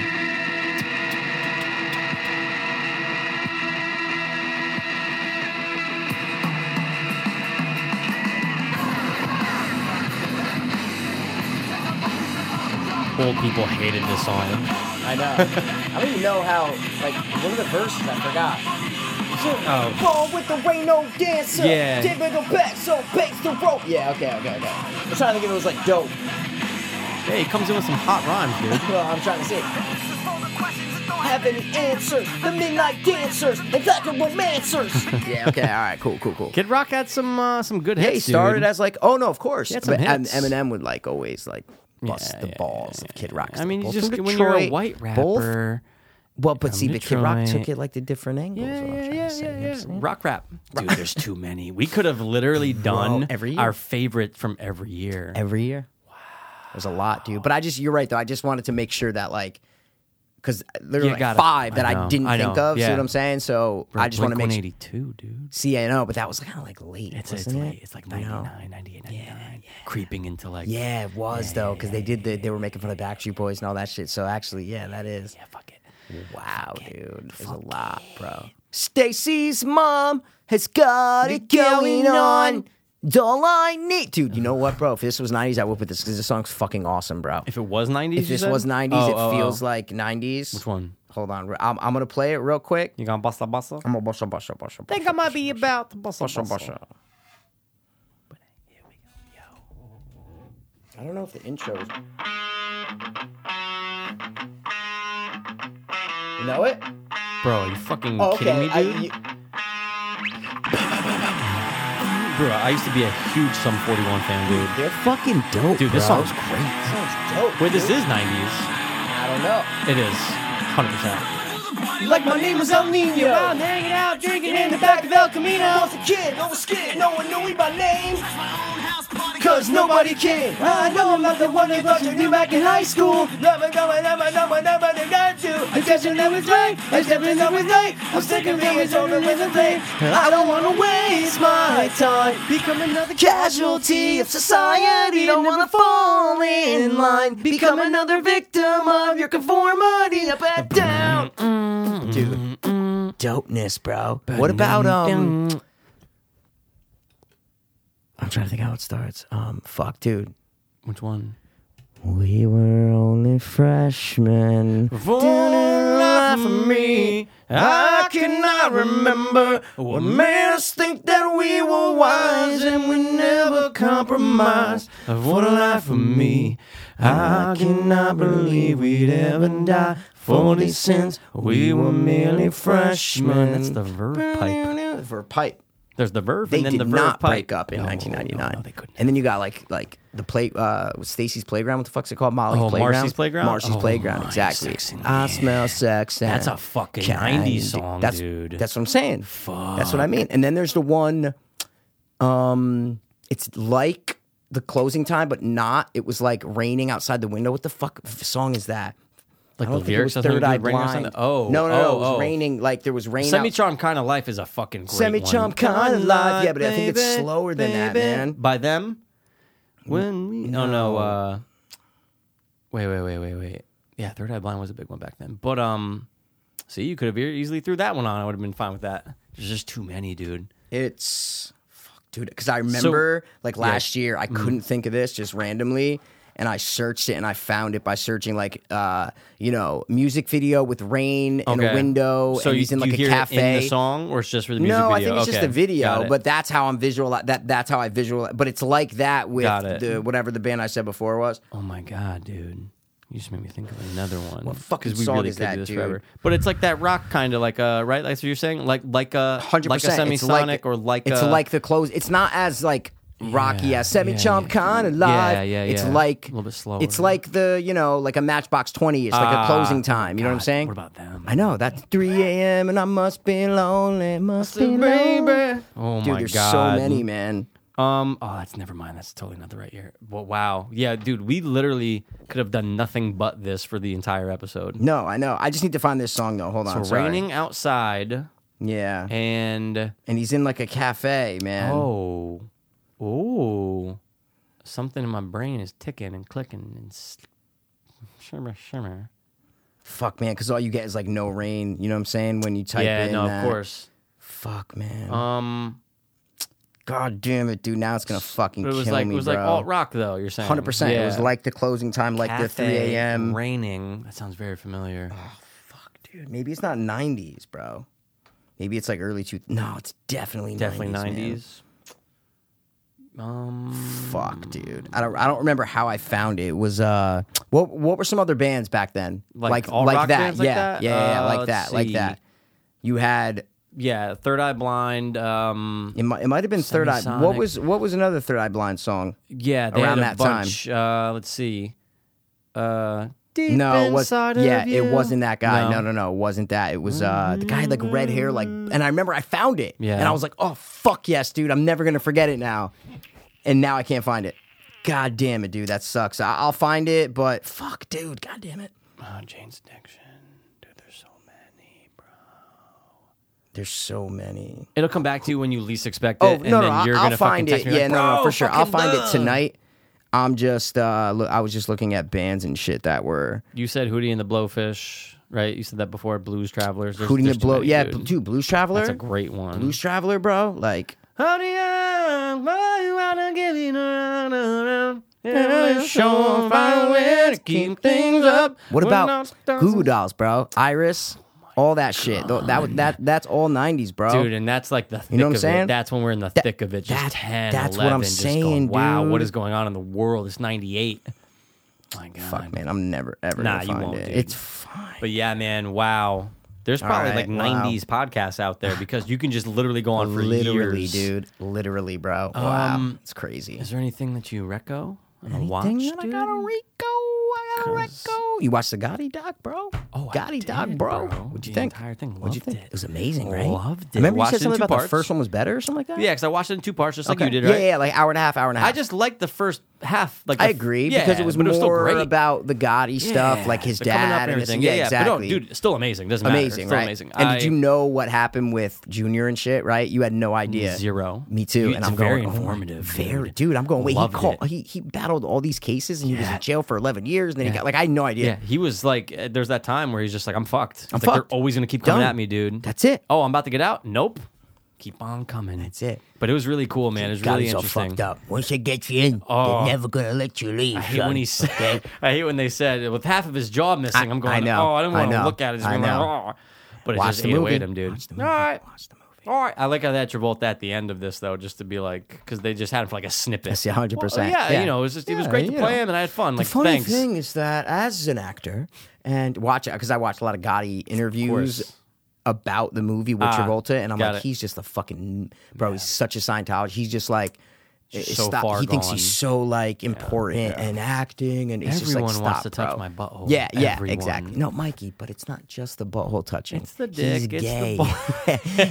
[SPEAKER 2] Old people hated this song.
[SPEAKER 3] I know. I don't even know how. Like one of the verses, I forgot.
[SPEAKER 2] Oh,
[SPEAKER 3] Ball with the rain, no dancer.
[SPEAKER 2] Yeah.
[SPEAKER 3] Typical back, so base the rope. Yeah, okay, okay, okay. I'm trying to think if it was like dope.
[SPEAKER 2] hey, he comes in with some hot rhymes, dude.
[SPEAKER 3] Well, I'm trying to see. Have any answers? The midnight dancers and black romancers. yeah, okay, all right, cool, cool, cool.
[SPEAKER 2] Kid Rock had some uh, some good
[SPEAKER 3] Yeah,
[SPEAKER 2] hits.
[SPEAKER 3] he started
[SPEAKER 2] dude.
[SPEAKER 3] as like, oh no, of course.
[SPEAKER 2] He had
[SPEAKER 3] But
[SPEAKER 2] some
[SPEAKER 3] M-
[SPEAKER 2] hits.
[SPEAKER 3] Eminem would like always like bust
[SPEAKER 2] Yeah,
[SPEAKER 3] the
[SPEAKER 2] yeah,
[SPEAKER 3] balls of Kid Rock.
[SPEAKER 2] I mean, you
[SPEAKER 3] Both
[SPEAKER 2] just
[SPEAKER 3] from
[SPEAKER 2] when you're a
[SPEAKER 3] Detroit,
[SPEAKER 2] white rapper.
[SPEAKER 3] both. Well, but
[SPEAKER 2] from
[SPEAKER 3] see, the Kid Rock
[SPEAKER 2] Detroit.
[SPEAKER 3] took it like the different angles.
[SPEAKER 2] Yeah,
[SPEAKER 3] is what I'm
[SPEAKER 2] yeah,
[SPEAKER 3] trying to
[SPEAKER 2] yeah,
[SPEAKER 3] say, you know
[SPEAKER 2] yeah,
[SPEAKER 3] what I'm
[SPEAKER 2] yeah.
[SPEAKER 3] saying?
[SPEAKER 2] Rock rap. Dude, there's too many. We could have literally done
[SPEAKER 3] every year.
[SPEAKER 2] our favorite from every year.
[SPEAKER 3] every year. Wow, there's a lot, dude. But I just, you're right though. I just wanted to make sure that like, because there were
[SPEAKER 2] You
[SPEAKER 3] like
[SPEAKER 2] gotta-
[SPEAKER 3] five that
[SPEAKER 2] I
[SPEAKER 3] I,
[SPEAKER 2] know,
[SPEAKER 3] didn't
[SPEAKER 2] I
[SPEAKER 3] think
[SPEAKER 2] know,
[SPEAKER 3] of. See
[SPEAKER 2] yeah.
[SPEAKER 3] what I'm saying? So I just want to make sure.
[SPEAKER 2] 182, dude.
[SPEAKER 3] See, I know, but that was kind of like late.
[SPEAKER 2] It's, it's,
[SPEAKER 3] wasn't
[SPEAKER 2] late.
[SPEAKER 3] it?
[SPEAKER 2] it's like
[SPEAKER 3] You know?
[SPEAKER 2] 99, 98, 99. Creeping into like.
[SPEAKER 3] Yeah, it was though, because they did the, they were making fun of Backstreet Boys and all that shit. So actually, yeah, that is.
[SPEAKER 2] Yeah, fuck it.
[SPEAKER 3] Wow, dude, it's a lot, bro. Stacy's mom has got it going on. All I need, dude. You know what, bro? If this was '90s, I would put this because this song's fucking awesome, bro.
[SPEAKER 2] If it was 90s,
[SPEAKER 3] If this was 90s,
[SPEAKER 2] Oh,
[SPEAKER 3] it feels like 90s.
[SPEAKER 2] Which one?
[SPEAKER 3] Hold on. I'm, I'm going to play it real quick.
[SPEAKER 2] You gonna bust a bustle?
[SPEAKER 3] I'm going to busha, busha, busha. busha,
[SPEAKER 2] think I might be about to bustle,
[SPEAKER 3] busha, busha. I don't know if the intro is. You know it?
[SPEAKER 2] Bro, are you fucking
[SPEAKER 3] Oh,
[SPEAKER 2] kidding
[SPEAKER 3] okay.
[SPEAKER 2] me,
[SPEAKER 3] I-
[SPEAKER 2] dude?
[SPEAKER 3] you-
[SPEAKER 2] Bro, I used to be a huge Sum 41 fan, dude.
[SPEAKER 3] they're fucking dope.
[SPEAKER 2] Dude, this
[SPEAKER 3] bro.
[SPEAKER 2] song's
[SPEAKER 3] This
[SPEAKER 2] great.
[SPEAKER 3] song's dope.
[SPEAKER 2] Wait, this
[SPEAKER 3] dude.
[SPEAKER 2] is 90s.
[SPEAKER 3] I don't know.
[SPEAKER 2] It is. 100%.
[SPEAKER 3] Like my name was El Nino. I'm hanging out, drinking in the back of El Camino. I was a kid, no one scared, no one knew me by name. Cause nobody cared. I know I'm not the one they thought you knew back in high school. Never, never, never, never, never,
[SPEAKER 8] Discussion always right, acceptance always right. I'm sick of being told to live and play. I don't wanna waste my time. Become another casualty of society. Don't wanna fall in line. Become another victim of your conformity. Up and down. Dude, Mm-hmm. dopeness, bro. What about, um. I'm trying to think how it starts. Um, fuck, dude.
[SPEAKER 2] Which one?
[SPEAKER 8] We were only freshmen.
[SPEAKER 2] Falling for me. I cannot remember what made us think that we were wise and we never compromised. For the life of me, I cannot believe we'd ever die. Forty cents, we were merely freshmen. That's the verb pipe.
[SPEAKER 3] For a pipe.
[SPEAKER 2] There's the verb
[SPEAKER 3] They
[SPEAKER 2] and then
[SPEAKER 3] did
[SPEAKER 2] the verb
[SPEAKER 3] not
[SPEAKER 2] pipe.
[SPEAKER 3] break up in
[SPEAKER 2] No, no, no,
[SPEAKER 3] 1999.
[SPEAKER 2] no, they couldn't.
[SPEAKER 3] And then you got like like the play uh Stacy's playground. What the fuck's it called? Molly's
[SPEAKER 2] Oh,
[SPEAKER 3] playground.
[SPEAKER 2] Marcy's Playground?
[SPEAKER 3] Marcy's
[SPEAKER 2] Oh,
[SPEAKER 3] playground.
[SPEAKER 2] my
[SPEAKER 3] Exactly.
[SPEAKER 2] sex in the
[SPEAKER 3] I
[SPEAKER 2] air.
[SPEAKER 3] smell sex. and
[SPEAKER 2] That's a fucking
[SPEAKER 3] candy.
[SPEAKER 2] 90s song,
[SPEAKER 3] that's,
[SPEAKER 2] dude.
[SPEAKER 3] That's what I'm saying. That's what I mean. And then there's the one. Um, it's like the closing time, but not. It was like raining outside the window. What the fuck f- song is that?
[SPEAKER 2] Like
[SPEAKER 3] I
[SPEAKER 2] the
[SPEAKER 3] don't think it
[SPEAKER 2] lyrics
[SPEAKER 3] was
[SPEAKER 2] has nothing
[SPEAKER 3] Third
[SPEAKER 2] to do
[SPEAKER 3] Eye
[SPEAKER 2] with rain or
[SPEAKER 3] Blind.
[SPEAKER 2] something. Oh,
[SPEAKER 3] no, no, no, it was
[SPEAKER 2] oh, oh.
[SPEAKER 3] raining. Like there was rain. out-
[SPEAKER 2] Semi-charm kind of life is a fucking great
[SPEAKER 3] Semi
[SPEAKER 2] one.
[SPEAKER 3] Chum kind of life. Yeah, but I think it's
[SPEAKER 2] Baby,
[SPEAKER 3] slower than that,
[SPEAKER 2] baby.
[SPEAKER 3] man.
[SPEAKER 2] By them? When we No no uh Wait, wait, wait, wait, wait. Yeah, Third Eye Blind was a big one back then. But um see you could have very easily threw that one on. I would have been fine with that. There's just too many, dude.
[SPEAKER 3] It's fuck, dude. Because I remember like last year, I
[SPEAKER 2] Mm-hmm.
[SPEAKER 3] couldn't think of this just randomly, and I searched it and I found it by searching like uh you know music video with rain in a window,
[SPEAKER 2] So
[SPEAKER 3] and
[SPEAKER 2] you,
[SPEAKER 3] he's in like
[SPEAKER 2] you
[SPEAKER 3] a
[SPEAKER 2] hear
[SPEAKER 3] cafe.
[SPEAKER 2] it in the song or it's just for the music
[SPEAKER 3] no, I
[SPEAKER 2] video?
[SPEAKER 3] think it's just
[SPEAKER 2] Okay,
[SPEAKER 3] the video,
[SPEAKER 2] got it.
[SPEAKER 3] but that's how I'm visual. That that's how I visualize. But it's like that with
[SPEAKER 2] Got it.
[SPEAKER 3] the whatever the band I said before was.
[SPEAKER 2] Oh my god, dude. You just made me think of another one. What
[SPEAKER 3] fucking
[SPEAKER 2] we
[SPEAKER 3] song
[SPEAKER 2] really
[SPEAKER 3] is
[SPEAKER 2] could do
[SPEAKER 3] that,
[SPEAKER 2] this
[SPEAKER 3] dude?
[SPEAKER 2] forever. But it's like that rock kind of like uh right? Like so you're saying like like a
[SPEAKER 3] Hundred
[SPEAKER 2] like a
[SPEAKER 3] percent.
[SPEAKER 2] semisonic
[SPEAKER 3] It's like-
[SPEAKER 2] or like
[SPEAKER 3] it's
[SPEAKER 2] a,
[SPEAKER 3] like the close. It's not as like rocky
[SPEAKER 2] Yeah,
[SPEAKER 3] as semi chump
[SPEAKER 2] yeah,
[SPEAKER 3] kind of live.
[SPEAKER 2] Yeah, yeah,
[SPEAKER 3] It's
[SPEAKER 2] yeah.
[SPEAKER 3] like
[SPEAKER 2] A little bit slower. Ah,
[SPEAKER 3] It's like the you know like a Matchbox Twenty. It's like a closing time. You know what I'm
[SPEAKER 2] God,
[SPEAKER 3] saying?
[SPEAKER 2] What about them?
[SPEAKER 3] I know that's 3 a.m. and I must be lonely. Must be lonely.
[SPEAKER 2] Oh
[SPEAKER 3] Dude,
[SPEAKER 2] my
[SPEAKER 3] there's
[SPEAKER 2] god.
[SPEAKER 3] so many, man.
[SPEAKER 2] Um. Oh, that's never mind. That's totally not the right year. Well, wow. Yeah, dude. We literally could have done nothing but this for the entire episode.
[SPEAKER 3] No, I know. I just need to find this song though. Hold on.
[SPEAKER 2] so
[SPEAKER 3] sorry.
[SPEAKER 2] raining outside,
[SPEAKER 3] Yeah,
[SPEAKER 2] and
[SPEAKER 3] and he's in like a cafe, man.
[SPEAKER 2] oh, oh, something in my brain is ticking and clicking and s- shimmer, shimmer.
[SPEAKER 3] Fuck, man, because all you get is like no rain. You know what I'm saying? When you type
[SPEAKER 2] yeah.
[SPEAKER 3] in
[SPEAKER 2] No,
[SPEAKER 3] that.
[SPEAKER 2] of course.
[SPEAKER 3] Fuck, man.
[SPEAKER 2] Um.
[SPEAKER 3] God damn it, dude! Now it's gonna fucking
[SPEAKER 2] But it was
[SPEAKER 3] kill
[SPEAKER 2] like
[SPEAKER 3] me,
[SPEAKER 2] it was
[SPEAKER 3] bro.
[SPEAKER 2] like alt rock though. You're saying
[SPEAKER 3] Hundred percent. It was
[SPEAKER 2] Yeah.
[SPEAKER 3] like the closing time, like the three Oh,
[SPEAKER 2] Cafe,
[SPEAKER 3] a.m.
[SPEAKER 2] Raining. That sounds very familiar.
[SPEAKER 3] Fuck, dude. Maybe it's not nineties, bro. Maybe it's like early two. No, it's definitely
[SPEAKER 2] Definitely
[SPEAKER 3] 90s, man.
[SPEAKER 2] nineties. Um,
[SPEAKER 3] Fuck, dude. I don't. I don't remember how I found it. it was uh, what what were some other bands back then?
[SPEAKER 2] Like
[SPEAKER 3] like,
[SPEAKER 2] alt rock
[SPEAKER 3] that.
[SPEAKER 2] bands like
[SPEAKER 3] yeah,
[SPEAKER 2] that?
[SPEAKER 3] yeah, yeah, yeah,
[SPEAKER 2] Uh,
[SPEAKER 3] like
[SPEAKER 2] let's
[SPEAKER 3] that, like
[SPEAKER 2] see.
[SPEAKER 3] that. You had
[SPEAKER 2] yeah, Third Eye Blind. Um,
[SPEAKER 3] it. Might, it might have been Third Eye. What
[SPEAKER 2] Semisonic.
[SPEAKER 3] was what was another Third Eye Blind song?
[SPEAKER 2] yeah, they
[SPEAKER 3] Around
[SPEAKER 2] had a
[SPEAKER 3] that time.
[SPEAKER 2] bunch. Uh, let's see. Uh, deep
[SPEAKER 3] No, it was
[SPEAKER 2] inside
[SPEAKER 3] yeah,
[SPEAKER 2] of
[SPEAKER 3] it
[SPEAKER 2] you.
[SPEAKER 3] wasn't that guy. No.
[SPEAKER 2] No. Mm.
[SPEAKER 3] no, no, it wasn't that. It was uh the guy had like red hair, like and I remember I found it.
[SPEAKER 2] Yeah.
[SPEAKER 3] And I was like, oh fuck yes, dude, I'm never gonna forget it now. And now I can't find it. God damn it, dude, that sucks. I- I'll find it, but fuck, dude, god damn it.
[SPEAKER 2] Oh, Jane's Addiction. Dude, there's so many. bro.
[SPEAKER 3] There's so many.
[SPEAKER 2] It'll come back to you when you least expect it.
[SPEAKER 3] Oh
[SPEAKER 2] and
[SPEAKER 3] no, no,
[SPEAKER 2] then
[SPEAKER 3] I-
[SPEAKER 2] you're
[SPEAKER 3] I'll
[SPEAKER 2] gonna fucking
[SPEAKER 3] find it.
[SPEAKER 2] text me like,
[SPEAKER 3] Yeah, no, no, for
[SPEAKER 2] "Bro,
[SPEAKER 3] sure. I'll
[SPEAKER 2] fucking
[SPEAKER 3] find it
[SPEAKER 2] duh."
[SPEAKER 3] tonight. I'm just uh lo- I was just looking at bands and shit that were
[SPEAKER 2] You said Hootie and the Blowfish, right? You said that before. Blues Travelers. There's,
[SPEAKER 3] Hooting the
[SPEAKER 2] there's too
[SPEAKER 3] Blow.
[SPEAKER 2] many,
[SPEAKER 3] Yeah,
[SPEAKER 2] dude.
[SPEAKER 3] dude. dude, Blues Traveler.
[SPEAKER 2] That's a great one.
[SPEAKER 3] Blues Traveler, bro. Like
[SPEAKER 2] Honey, I'm gonna give you around and around. Yeah, show find a way to keep things up.
[SPEAKER 3] What
[SPEAKER 2] We're
[SPEAKER 3] about
[SPEAKER 2] not dancing-
[SPEAKER 3] Goo Goo Dolls, bro? Iris, all that shit. Tho- That was that. That's all '90s, bro.
[SPEAKER 2] Dude, and that's like the thick
[SPEAKER 3] You know what I'm
[SPEAKER 2] of
[SPEAKER 3] saying?
[SPEAKER 2] it. That's when we're in the
[SPEAKER 3] That-
[SPEAKER 2] thick of it. Just
[SPEAKER 3] that-
[SPEAKER 2] 10,
[SPEAKER 3] that's
[SPEAKER 2] 11,
[SPEAKER 3] what I'm
[SPEAKER 2] just
[SPEAKER 3] saying,
[SPEAKER 2] going, wow, what
[SPEAKER 3] dude.
[SPEAKER 2] is going on in the world? It's 98. My God.
[SPEAKER 3] Fuck, man, I'm never ever
[SPEAKER 2] Nah,
[SPEAKER 3] gonna
[SPEAKER 2] you
[SPEAKER 3] find
[SPEAKER 2] won't,
[SPEAKER 3] it.
[SPEAKER 2] dude.
[SPEAKER 3] It's fine.
[SPEAKER 2] But yeah, man, wow. There's probably
[SPEAKER 3] right,
[SPEAKER 2] like
[SPEAKER 3] wow.
[SPEAKER 2] 90s podcasts out there because you can just literally go on for
[SPEAKER 3] literally,
[SPEAKER 2] years.
[SPEAKER 3] dude. Literally, bro. Wow, it's crazy.
[SPEAKER 2] Is there anything that you reco? and a watch,
[SPEAKER 3] Anything that I
[SPEAKER 2] dude?
[SPEAKER 3] gotta Rico, I Cocorico. You watched the Gotti doc, bro?
[SPEAKER 2] Oh, I
[SPEAKER 3] Gotti doc,
[SPEAKER 2] did,
[SPEAKER 3] bro.
[SPEAKER 2] bro.
[SPEAKER 3] What'd you
[SPEAKER 2] The
[SPEAKER 3] think?
[SPEAKER 2] entire thing.
[SPEAKER 3] What'd you think?
[SPEAKER 2] Loved it.
[SPEAKER 3] It was amazing, right?
[SPEAKER 2] Loved it.
[SPEAKER 3] Remember you
[SPEAKER 2] Watched it
[SPEAKER 3] said
[SPEAKER 2] in
[SPEAKER 3] something
[SPEAKER 2] two
[SPEAKER 3] about the
[SPEAKER 2] parts.
[SPEAKER 3] first one was better or something like that?
[SPEAKER 2] Yeah, because I watched it in two parts, just like you did,
[SPEAKER 3] Yeah,
[SPEAKER 2] right?
[SPEAKER 3] Yeah, like hour and a half, hour and a half.
[SPEAKER 2] I just liked the first half. Like
[SPEAKER 3] I
[SPEAKER 2] the f-
[SPEAKER 3] agree
[SPEAKER 2] yeah,
[SPEAKER 3] because it was
[SPEAKER 2] but
[SPEAKER 3] more
[SPEAKER 2] still great.
[SPEAKER 3] about the Gotti stuff,
[SPEAKER 2] Yeah,
[SPEAKER 3] like his
[SPEAKER 2] the coming up
[SPEAKER 3] dad and this-
[SPEAKER 2] everything.
[SPEAKER 3] Yeah,
[SPEAKER 2] yeah,
[SPEAKER 3] exactly.
[SPEAKER 2] But no, dude, it's still amazing. Doesn't matter. It's
[SPEAKER 3] amazing,
[SPEAKER 2] still
[SPEAKER 3] right?
[SPEAKER 2] Amazing.
[SPEAKER 3] And
[SPEAKER 2] I,
[SPEAKER 3] did you know what happened with Junior and shit? Right? You had no idea.
[SPEAKER 2] Zero.
[SPEAKER 3] Me too.
[SPEAKER 2] You-
[SPEAKER 3] and
[SPEAKER 2] it's
[SPEAKER 3] I'm
[SPEAKER 2] very
[SPEAKER 3] going, oh my-
[SPEAKER 2] informative,
[SPEAKER 3] very,
[SPEAKER 2] dude.
[SPEAKER 3] dude. I'm going. Wait,
[SPEAKER 2] Loved
[SPEAKER 3] he called.
[SPEAKER 2] it.
[SPEAKER 3] He he battled all these cases, and he was
[SPEAKER 2] Yeah.
[SPEAKER 3] in jail for 11 years, and then he got like I had no idea.
[SPEAKER 2] Yeah, he was like, uh, there's that time where he's just like, I'm fucked. It's
[SPEAKER 3] I'm
[SPEAKER 2] like,
[SPEAKER 3] fucked.
[SPEAKER 2] They're always gonna keep coming
[SPEAKER 3] Done.
[SPEAKER 2] at me, dude.
[SPEAKER 3] That's it.
[SPEAKER 2] Oh, I'm about to get out. Nope. Keep on coming.
[SPEAKER 3] That's it.
[SPEAKER 2] But it was really cool, man. It was
[SPEAKER 3] Got
[SPEAKER 2] really
[SPEAKER 3] himself
[SPEAKER 2] interesting.
[SPEAKER 3] fucked up.
[SPEAKER 10] Once they get you in,
[SPEAKER 2] Oh.
[SPEAKER 10] they're never gonna let you leave.
[SPEAKER 2] I hate when he said. I hate when they said with half of his jaw missing. I, am going.
[SPEAKER 3] I know,
[SPEAKER 2] Oh, I didn't
[SPEAKER 3] I
[SPEAKER 2] want to
[SPEAKER 3] know,
[SPEAKER 2] look at it. It's
[SPEAKER 3] I
[SPEAKER 2] been like,
[SPEAKER 3] know.
[SPEAKER 2] "Oh." But it
[SPEAKER 3] Watch
[SPEAKER 2] just
[SPEAKER 3] the
[SPEAKER 2] ate away
[SPEAKER 3] movie.
[SPEAKER 2] at him, dude.
[SPEAKER 3] Watch the movie.
[SPEAKER 2] All right.
[SPEAKER 3] Watch the movie.
[SPEAKER 2] All right. I like how they had Travolta at the end of this though, just to be like, because they just had him for like a snippet.
[SPEAKER 3] That's 100.
[SPEAKER 2] Well,
[SPEAKER 3] percent
[SPEAKER 2] yeah, you know, it was just it was great to play him, and I had fun.
[SPEAKER 3] The
[SPEAKER 2] Like,
[SPEAKER 3] funny
[SPEAKER 2] thanks.
[SPEAKER 3] thing is that as an actor and watch it because I watched a lot of Gotti interviews
[SPEAKER 2] course.
[SPEAKER 3] about the movie with
[SPEAKER 2] Ah,
[SPEAKER 3] Travolta, and I'm
[SPEAKER 2] got
[SPEAKER 3] like,
[SPEAKER 2] it.
[SPEAKER 3] he's just a fucking bro. He's such a Scientologist. He's just like. it- it
[SPEAKER 2] So
[SPEAKER 3] stop-
[SPEAKER 2] far
[SPEAKER 3] he thinks
[SPEAKER 2] gone.
[SPEAKER 3] he's so like important and acting, and he's
[SPEAKER 2] Everyone
[SPEAKER 3] just like,
[SPEAKER 2] wants
[SPEAKER 3] stop,
[SPEAKER 2] to touch
[SPEAKER 3] bro."
[SPEAKER 2] my butthole.
[SPEAKER 3] Yeah, yeah,
[SPEAKER 2] Everyone.
[SPEAKER 3] exactly. No, Mikey, but it's not just the butthole touching.
[SPEAKER 2] It's the
[SPEAKER 3] He's
[SPEAKER 2] dick, it's the
[SPEAKER 3] gay.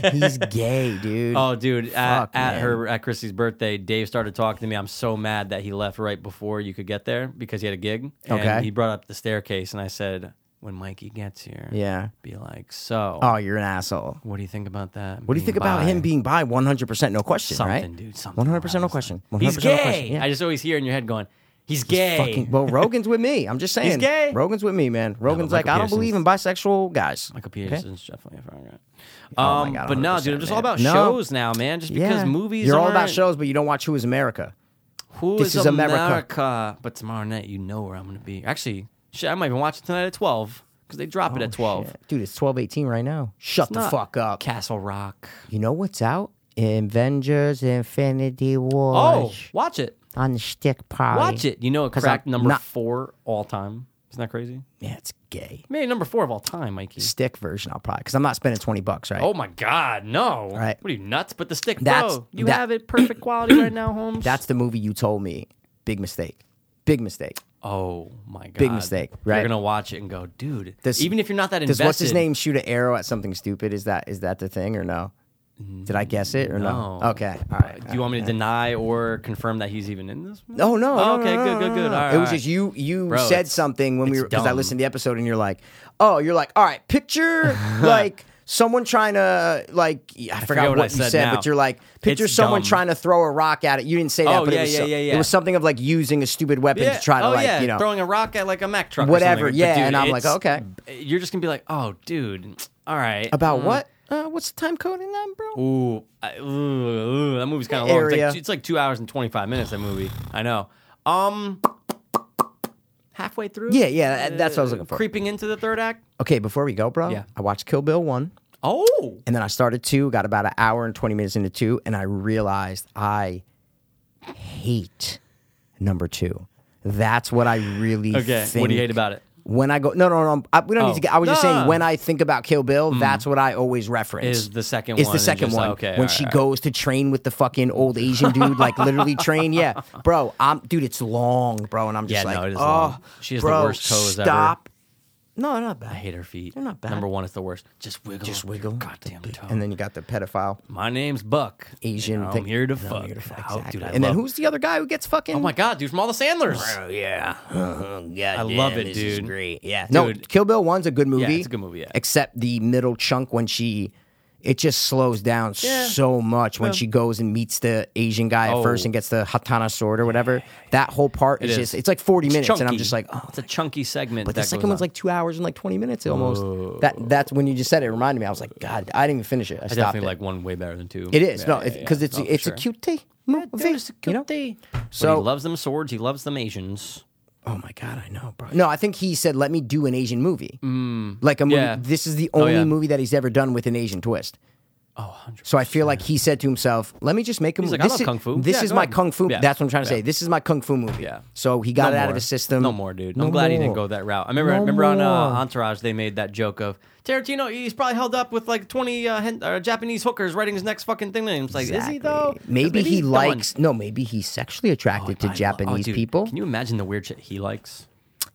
[SPEAKER 2] butt-
[SPEAKER 3] he's gay, dude.
[SPEAKER 2] Oh, dude! At,
[SPEAKER 3] Fuck,
[SPEAKER 2] at
[SPEAKER 3] man.
[SPEAKER 2] her at Christy's birthday, Dave started talking to me. I'm so mad that he left right before you could get there because he had a gig. And
[SPEAKER 3] Okay.
[SPEAKER 2] He brought up the staircase, and I said, "When Mikey gets here,
[SPEAKER 3] Yeah.
[SPEAKER 2] be like, so,
[SPEAKER 3] Oh, you're an asshole.
[SPEAKER 2] what do you think about that?
[SPEAKER 3] What do you think about him being bi? 100% no question,
[SPEAKER 2] Mm, something,
[SPEAKER 3] right?
[SPEAKER 2] dude? Something.
[SPEAKER 3] 100% no
[SPEAKER 2] about
[SPEAKER 3] question.
[SPEAKER 2] him.
[SPEAKER 3] 100%
[SPEAKER 2] He's
[SPEAKER 3] no
[SPEAKER 2] gay.
[SPEAKER 3] question. Yeah.
[SPEAKER 2] I just always hear in your head going, "He's gay."
[SPEAKER 3] Fucking, well, Rogan's with me. I'm just saying.
[SPEAKER 2] gay.
[SPEAKER 3] Rogan's with me, man. Rogan's like,
[SPEAKER 2] Michael
[SPEAKER 3] I don't believe in bisexual guys.
[SPEAKER 2] Michael Peterson's definitely a fucking guy.
[SPEAKER 3] Oh
[SPEAKER 2] Um,
[SPEAKER 3] my God,
[SPEAKER 2] but no, dude, I'm
[SPEAKER 3] 100%,
[SPEAKER 2] just all about
[SPEAKER 3] man. No.
[SPEAKER 2] shows now, man. Just
[SPEAKER 3] Yeah.
[SPEAKER 2] because movies
[SPEAKER 3] You're all
[SPEAKER 2] aren't,
[SPEAKER 3] about shows, but you don't watch Who is America.
[SPEAKER 2] Who
[SPEAKER 3] This
[SPEAKER 2] is
[SPEAKER 3] is America.
[SPEAKER 2] But tomorrow night, you know where I'm gonna be. Actually, shit, I might even watch it tonight at twelve because they drop it at twelve.
[SPEAKER 3] Oh, Shit. Dude, it's 1218 right now. Shut the
[SPEAKER 2] Not
[SPEAKER 3] fuck up.
[SPEAKER 2] Castle Rock.
[SPEAKER 3] You know what's out? Avengers Infinity War
[SPEAKER 2] Oh, watch it.
[SPEAKER 3] on the stick party.
[SPEAKER 2] Watch it. You know it
[SPEAKER 3] 'Cause
[SPEAKER 2] cracked
[SPEAKER 3] I'm
[SPEAKER 2] number
[SPEAKER 3] not-
[SPEAKER 2] four all time. Isn't that crazy?
[SPEAKER 3] Yeah, it's gay.
[SPEAKER 2] Maybe number four of all time, Mikey.
[SPEAKER 3] Stick version, I'll probably, because I'm not spending 20 bucks, right?
[SPEAKER 2] Oh my God, no!
[SPEAKER 3] Right.
[SPEAKER 2] What are you nuts? But the stick,
[SPEAKER 3] That's-
[SPEAKER 2] bro, you
[SPEAKER 3] that-
[SPEAKER 2] have it perfect quality right now, Holmes.
[SPEAKER 3] That's the movie you told me. Big mistake. Big mistake.
[SPEAKER 2] oh my God,
[SPEAKER 3] Big mistake, right?
[SPEAKER 2] You're gonna watch it and go, dude.
[SPEAKER 3] Does-
[SPEAKER 2] even if you're not that
[SPEAKER 3] Does
[SPEAKER 2] invested,
[SPEAKER 3] what's his name shoot an arrow at something stupid? Is that is that the thing or no? Did I guess it or no?
[SPEAKER 2] No.
[SPEAKER 3] Okay. All
[SPEAKER 2] Uh,
[SPEAKER 3] right.
[SPEAKER 2] Do you want me to deny or confirm that he's even in this? movie?
[SPEAKER 3] No, no. no,
[SPEAKER 2] okay,
[SPEAKER 3] no, no,
[SPEAKER 2] good, good,
[SPEAKER 3] no,
[SPEAKER 2] good.
[SPEAKER 3] no.
[SPEAKER 2] All
[SPEAKER 3] it was
[SPEAKER 2] right.
[SPEAKER 3] just you. You
[SPEAKER 2] Bro,
[SPEAKER 3] said
[SPEAKER 2] it's-
[SPEAKER 3] something when we
[SPEAKER 2] it's
[SPEAKER 3] were because I
[SPEAKER 2] dumb.
[SPEAKER 3] listened to the episode and you're like, oh, you're like, all right, picture like someone trying to like I, forgot
[SPEAKER 2] forget
[SPEAKER 3] what,
[SPEAKER 2] what I
[SPEAKER 3] you
[SPEAKER 2] said
[SPEAKER 3] said,
[SPEAKER 2] now.
[SPEAKER 3] but you're like, picture
[SPEAKER 2] It's
[SPEAKER 3] someone
[SPEAKER 2] dumb.
[SPEAKER 3] trying to throw a rock at it. You didn't say that,
[SPEAKER 2] Oh,
[SPEAKER 3] but
[SPEAKER 2] yeah,
[SPEAKER 3] it was
[SPEAKER 2] yeah,
[SPEAKER 3] so-
[SPEAKER 2] yeah, yeah.
[SPEAKER 3] it was something of like using a stupid weapon to try to
[SPEAKER 2] oh,
[SPEAKER 3] like
[SPEAKER 2] yeah.
[SPEAKER 3] you know
[SPEAKER 2] throwing a rock at like a Mack truck, or
[SPEAKER 3] Whatever,
[SPEAKER 2] something. But
[SPEAKER 3] yeah,
[SPEAKER 2] dude,
[SPEAKER 3] and I'm like,
[SPEAKER 2] it's-
[SPEAKER 3] okay.
[SPEAKER 2] You're just gonna be like, oh, dude, all right.
[SPEAKER 3] about what? Uh, what's the time code in that, bro?
[SPEAKER 2] Mm. Ooh, I, ooh, ooh, that movie's kind of long. It's
[SPEAKER 3] Area.
[SPEAKER 2] like, it's like two hours and twenty five minutes. That movie. I know. Um, halfway through.
[SPEAKER 3] Yeah, yeah, that- that's what I was looking for.
[SPEAKER 2] Creeping into the third act.
[SPEAKER 3] Okay, before we go, bro,
[SPEAKER 2] Yeah.
[SPEAKER 3] I watched Kill Bill 1
[SPEAKER 2] Oh,
[SPEAKER 3] and then I started 2, got about an hour and 20 minutes into 2 and I realized I hate number 2. That's what I really
[SPEAKER 2] okay.
[SPEAKER 3] think.
[SPEAKER 2] What do you hate about it?
[SPEAKER 3] When I go No, no, no. I, we don't need
[SPEAKER 2] Oh.
[SPEAKER 3] to get I was just
[SPEAKER 2] No.
[SPEAKER 3] saying when I think about Kill Bill, that's what I always reference.
[SPEAKER 2] Is the second
[SPEAKER 3] Is
[SPEAKER 2] one
[SPEAKER 3] the
[SPEAKER 2] and
[SPEAKER 3] second
[SPEAKER 2] just,
[SPEAKER 3] one.
[SPEAKER 2] okay,
[SPEAKER 3] when
[SPEAKER 2] all
[SPEAKER 3] she
[SPEAKER 2] right.
[SPEAKER 3] goes to train with the fucking old Asian dude like literally train, yeah. Bro, I'm dude, it's long, bro, and I'm just
[SPEAKER 2] Yeah,
[SPEAKER 3] like,
[SPEAKER 2] no, it is
[SPEAKER 3] "Oh,
[SPEAKER 2] long. She has the
[SPEAKER 3] bro,
[SPEAKER 2] worst toes ever."
[SPEAKER 3] stop. No, not bad.
[SPEAKER 2] I hate her feet.
[SPEAKER 3] They're not bad.
[SPEAKER 2] Number one, it's the worst. Just wiggle.
[SPEAKER 3] just
[SPEAKER 2] up your
[SPEAKER 3] wiggle.
[SPEAKER 2] Goddamn toe.
[SPEAKER 3] And then you got the pedophile
[SPEAKER 2] My name's Buck.
[SPEAKER 3] Asian
[SPEAKER 2] And I'm
[SPEAKER 3] thing.
[SPEAKER 2] here to
[SPEAKER 3] And I'm
[SPEAKER 2] fuck.
[SPEAKER 3] here to fuck,
[SPEAKER 2] Oh, dude,
[SPEAKER 3] exactly.
[SPEAKER 2] I
[SPEAKER 3] and then
[SPEAKER 2] love-
[SPEAKER 3] who's the other guy who gets fucking?
[SPEAKER 2] Oh my god, dude, from all the Sandlers.
[SPEAKER 10] Oh, yeah. I
[SPEAKER 2] love it, dude.
[SPEAKER 10] great. Yeah.
[SPEAKER 3] no,
[SPEAKER 2] dude.
[SPEAKER 3] Kill Bill One's a good movie.
[SPEAKER 2] it's a good movie, yeah.
[SPEAKER 3] Except the middle chunk when she, it just slows down
[SPEAKER 2] Yeah.
[SPEAKER 3] so much when she goes and meets the Asian guy at
[SPEAKER 2] Oh.
[SPEAKER 3] first and gets the Hatana sword or whatever. That whole part is
[SPEAKER 2] is.
[SPEAKER 3] just it's like forty minutes, and I'm
[SPEAKER 2] chunky.
[SPEAKER 3] just like, oh.
[SPEAKER 2] it's a chunky segment.
[SPEAKER 3] But the
[SPEAKER 2] that goes
[SPEAKER 3] second one's
[SPEAKER 2] on.
[SPEAKER 3] like two hours and like twenty minutes almost. That that's when you just said it, it reminded me. I was like, God, I didn't even finish it. I,
[SPEAKER 2] I
[SPEAKER 3] stopped
[SPEAKER 2] definitely
[SPEAKER 3] it.
[SPEAKER 2] like one way better than two.
[SPEAKER 3] It is
[SPEAKER 2] Yeah,
[SPEAKER 3] no,
[SPEAKER 2] yeah,
[SPEAKER 3] because
[SPEAKER 2] yeah.
[SPEAKER 3] it's it's,
[SPEAKER 2] No, for
[SPEAKER 3] a
[SPEAKER 2] sure.
[SPEAKER 3] cute ute. movie, you know?
[SPEAKER 2] So
[SPEAKER 3] So-
[SPEAKER 2] he loves them swords. He loves them Asians.
[SPEAKER 3] Oh my god, I know, bro. No, I think he said, "Let me do an Asian movie." Mm, like a movie.
[SPEAKER 2] yeah. Oh,
[SPEAKER 3] This is the only
[SPEAKER 2] yeah.
[SPEAKER 3] movie that he's ever done with an Asian twist. Oh, so I feel like he said to himself, "Let me just make a
[SPEAKER 2] He's
[SPEAKER 3] movie."
[SPEAKER 2] like, I
[SPEAKER 3] this
[SPEAKER 2] love
[SPEAKER 3] is,
[SPEAKER 2] kung fu.
[SPEAKER 3] This
[SPEAKER 2] Yeah,
[SPEAKER 3] is
[SPEAKER 2] go
[SPEAKER 3] my
[SPEAKER 2] ahead.
[SPEAKER 3] kung fu.
[SPEAKER 2] Yeah.
[SPEAKER 3] That's what I'm trying to
[SPEAKER 2] Yeah.
[SPEAKER 3] say. This is my kung fu movie.
[SPEAKER 2] Yeah.
[SPEAKER 3] So he got
[SPEAKER 2] No
[SPEAKER 3] it out
[SPEAKER 2] more.
[SPEAKER 3] of his system.
[SPEAKER 2] No more, dude.
[SPEAKER 3] No
[SPEAKER 2] I'm glad he didn't
[SPEAKER 3] more.
[SPEAKER 2] go that route. I remember,
[SPEAKER 3] No
[SPEAKER 2] remember on uh,
[SPEAKER 3] more.
[SPEAKER 2] Entourage they made that joke of Tarantino. He's probably held up with like 20 uh, hen- uh, Japanese hookers writing his next fucking thing. And it's like, is he
[SPEAKER 3] Exactly.
[SPEAKER 2] though? 'Cause
[SPEAKER 3] Maybe, he
[SPEAKER 2] he's done.
[SPEAKER 3] likes. No, maybe he's sexually attracted
[SPEAKER 2] I
[SPEAKER 3] to
[SPEAKER 2] lo- oh,
[SPEAKER 3] Japanese
[SPEAKER 2] dude,
[SPEAKER 3] people.
[SPEAKER 2] Can you imagine the weird shit he likes?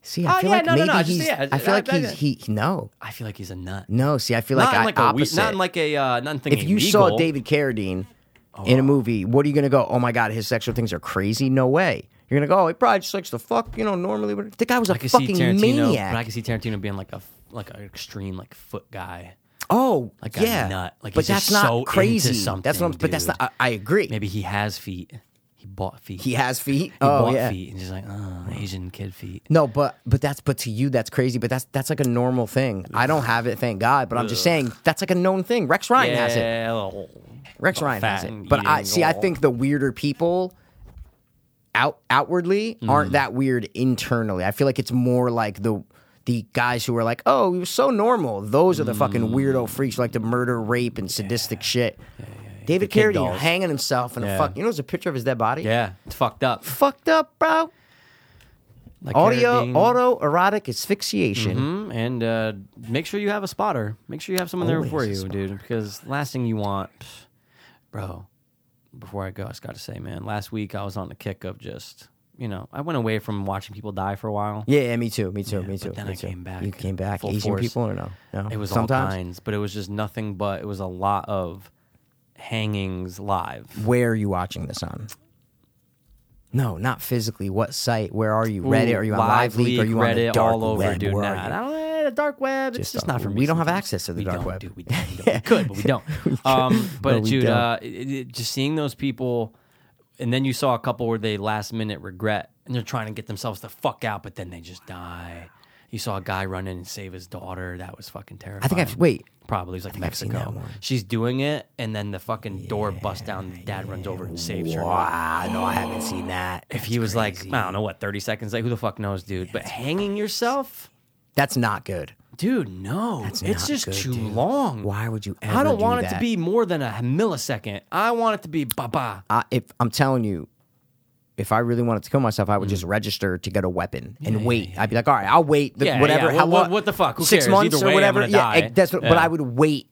[SPEAKER 3] See, I
[SPEAKER 2] Oh,
[SPEAKER 3] feel
[SPEAKER 2] yeah,
[SPEAKER 3] like
[SPEAKER 2] no, no,
[SPEAKER 3] maybe
[SPEAKER 2] no, just-
[SPEAKER 3] he's.
[SPEAKER 2] yeah,
[SPEAKER 3] I feel
[SPEAKER 2] I-
[SPEAKER 3] like
[SPEAKER 2] I-
[SPEAKER 3] he's. He no,
[SPEAKER 2] I feel like he's a nut.
[SPEAKER 3] no. See, I feel like
[SPEAKER 2] not in
[SPEAKER 3] I
[SPEAKER 2] like a we-
[SPEAKER 3] opposite.
[SPEAKER 2] not in like a uh, not in thinking
[SPEAKER 3] if you
[SPEAKER 2] illegal.
[SPEAKER 3] saw David Carradine
[SPEAKER 2] Oh.
[SPEAKER 3] in a movie, what are you gonna go? Oh my god, his sexual things are crazy. No way. You're gonna go. Oh, he probably just likes to fuck. You know, normally. But the guy was a
[SPEAKER 2] I could see
[SPEAKER 3] fucking
[SPEAKER 2] Tarantino,
[SPEAKER 3] maniac.
[SPEAKER 2] but I could see Tarantino being like a like an extreme like foot guy.
[SPEAKER 3] oh,
[SPEAKER 2] Like a
[SPEAKER 3] yeah.
[SPEAKER 2] nut. Like,
[SPEAKER 3] but
[SPEAKER 2] he's
[SPEAKER 3] that's
[SPEAKER 2] just
[SPEAKER 3] not
[SPEAKER 2] so into
[SPEAKER 3] crazy. that's
[SPEAKER 2] something,
[SPEAKER 3] what. I'm, but that's
[SPEAKER 2] dude.
[SPEAKER 3] not. I, I agree.
[SPEAKER 2] Maybe he has feet. He bought feet.
[SPEAKER 3] he
[SPEAKER 2] he
[SPEAKER 3] has feet. oh
[SPEAKER 2] bought
[SPEAKER 3] yeah.
[SPEAKER 2] feet, and he's like, oh, Asian kid feet.
[SPEAKER 3] No, but but that's but to you that's crazy. But that's that's like a normal thing. I don't have it, thank God. But I'm just saying that's like a known thing. Rex Ryan has it.
[SPEAKER 2] Yeah, little-
[SPEAKER 3] Rex Ryan has
[SPEAKER 2] fat
[SPEAKER 3] it.
[SPEAKER 2] and
[SPEAKER 3] But I
[SPEAKER 2] eating
[SPEAKER 3] see. I
[SPEAKER 2] all.
[SPEAKER 3] think the weirder people out outwardly
[SPEAKER 2] Mm.
[SPEAKER 3] aren't that weird internally. I feel like it's more like the the guys who are like, oh, he was so normal. Those are the fucking weirdo
[SPEAKER 2] Mm.
[SPEAKER 3] freaks who like to murder, rape, and sadistic shit. David
[SPEAKER 2] kid
[SPEAKER 3] Carradine
[SPEAKER 2] dolls.
[SPEAKER 3] hanging himself in a
[SPEAKER 2] Yeah.
[SPEAKER 3] fuck. You know, there's a picture of his dead body.
[SPEAKER 2] Yeah, it's fucked up.
[SPEAKER 3] Fucked up, bro.
[SPEAKER 2] Like
[SPEAKER 3] Audio,
[SPEAKER 2] Carradine.
[SPEAKER 3] auto erotic asphyxiation.
[SPEAKER 2] Mhm, And uh, make sure you have a spotter. Make sure you have someone there
[SPEAKER 3] Always
[SPEAKER 2] for
[SPEAKER 3] a
[SPEAKER 2] you,
[SPEAKER 3] spotter.
[SPEAKER 2] dude. Because last thing you want, bro. Before I go, I just got to say, man. Last week I was on the kick of just, you know, I went away from watching people die for a while.
[SPEAKER 3] Yeah, yeah, me too. Me too. me too.
[SPEAKER 2] then
[SPEAKER 3] me
[SPEAKER 2] I
[SPEAKER 3] too.
[SPEAKER 2] came back
[SPEAKER 3] You came back.
[SPEAKER 2] full
[SPEAKER 3] Asian
[SPEAKER 2] force.
[SPEAKER 3] people or no? No.
[SPEAKER 2] It was all
[SPEAKER 3] sometimes
[SPEAKER 2] kinds, but it was just nothing but it was a lot of hangings live.
[SPEAKER 3] Where are you watching this on? No, not physically. What site? Where are you? Reddit? Are you on Live Leak? Are you on the
[SPEAKER 2] Reddit?
[SPEAKER 3] dark
[SPEAKER 2] all over,
[SPEAKER 3] web?
[SPEAKER 2] dude.
[SPEAKER 3] Where are
[SPEAKER 2] Nah,
[SPEAKER 3] you?
[SPEAKER 2] I don't know, the dark web.
[SPEAKER 3] Just
[SPEAKER 2] it's just
[SPEAKER 3] don't-
[SPEAKER 2] not for me.
[SPEAKER 3] we don't have
[SPEAKER 2] sometimes.
[SPEAKER 3] access to the
[SPEAKER 2] We
[SPEAKER 3] dark
[SPEAKER 2] don't,
[SPEAKER 3] web.
[SPEAKER 2] dude. We, don't, we, don't. We could, but we don't. Um, but
[SPEAKER 3] we
[SPEAKER 2] dude,
[SPEAKER 3] don't.
[SPEAKER 2] Uh, it, it- just seeing those people, and then you saw a couple where they last minute regret and they're trying to get themselves the fuck out, but then they just die. You saw a guy run in and save his daughter. That was fucking terrifying.
[SPEAKER 3] I've- wait.
[SPEAKER 2] Probably it was like
[SPEAKER 3] seen
[SPEAKER 2] Mexico.
[SPEAKER 3] that one.
[SPEAKER 2] She's doing it, and then the fucking door busts down. and Dad runs over and saves her
[SPEAKER 3] Wow, no, I haven't seen that.
[SPEAKER 2] if he was like, I don't know what, 30 seconds, like who the fuck knows, dude. but hanging yourself,
[SPEAKER 3] That's not good.
[SPEAKER 2] dude, no. it's
[SPEAKER 3] not
[SPEAKER 2] just
[SPEAKER 3] good,
[SPEAKER 2] too
[SPEAKER 3] dude.
[SPEAKER 2] long.
[SPEAKER 3] Why would you
[SPEAKER 2] I
[SPEAKER 3] ever
[SPEAKER 2] don't
[SPEAKER 3] do
[SPEAKER 2] want it to
[SPEAKER 3] that?
[SPEAKER 2] be more than a millisecond. I want it to be ba ba.
[SPEAKER 3] I, if I'm telling you, if I really wanted to kill myself, I would
[SPEAKER 2] Mm.
[SPEAKER 3] just register to get a weapon and wait. I'd be like, all right, I'll wait. The,
[SPEAKER 2] Yeah,
[SPEAKER 3] whatever.
[SPEAKER 2] yeah,
[SPEAKER 3] How
[SPEAKER 2] what- what-
[SPEAKER 3] long-
[SPEAKER 2] what the fuck? Who
[SPEAKER 3] six
[SPEAKER 2] cares?
[SPEAKER 3] months
[SPEAKER 2] Either
[SPEAKER 3] or
[SPEAKER 2] way, I'm
[SPEAKER 3] whatever.
[SPEAKER 2] gonna
[SPEAKER 3] yeah,
[SPEAKER 2] die.
[SPEAKER 3] it- that's what, But
[SPEAKER 2] Yeah.
[SPEAKER 3] I would wait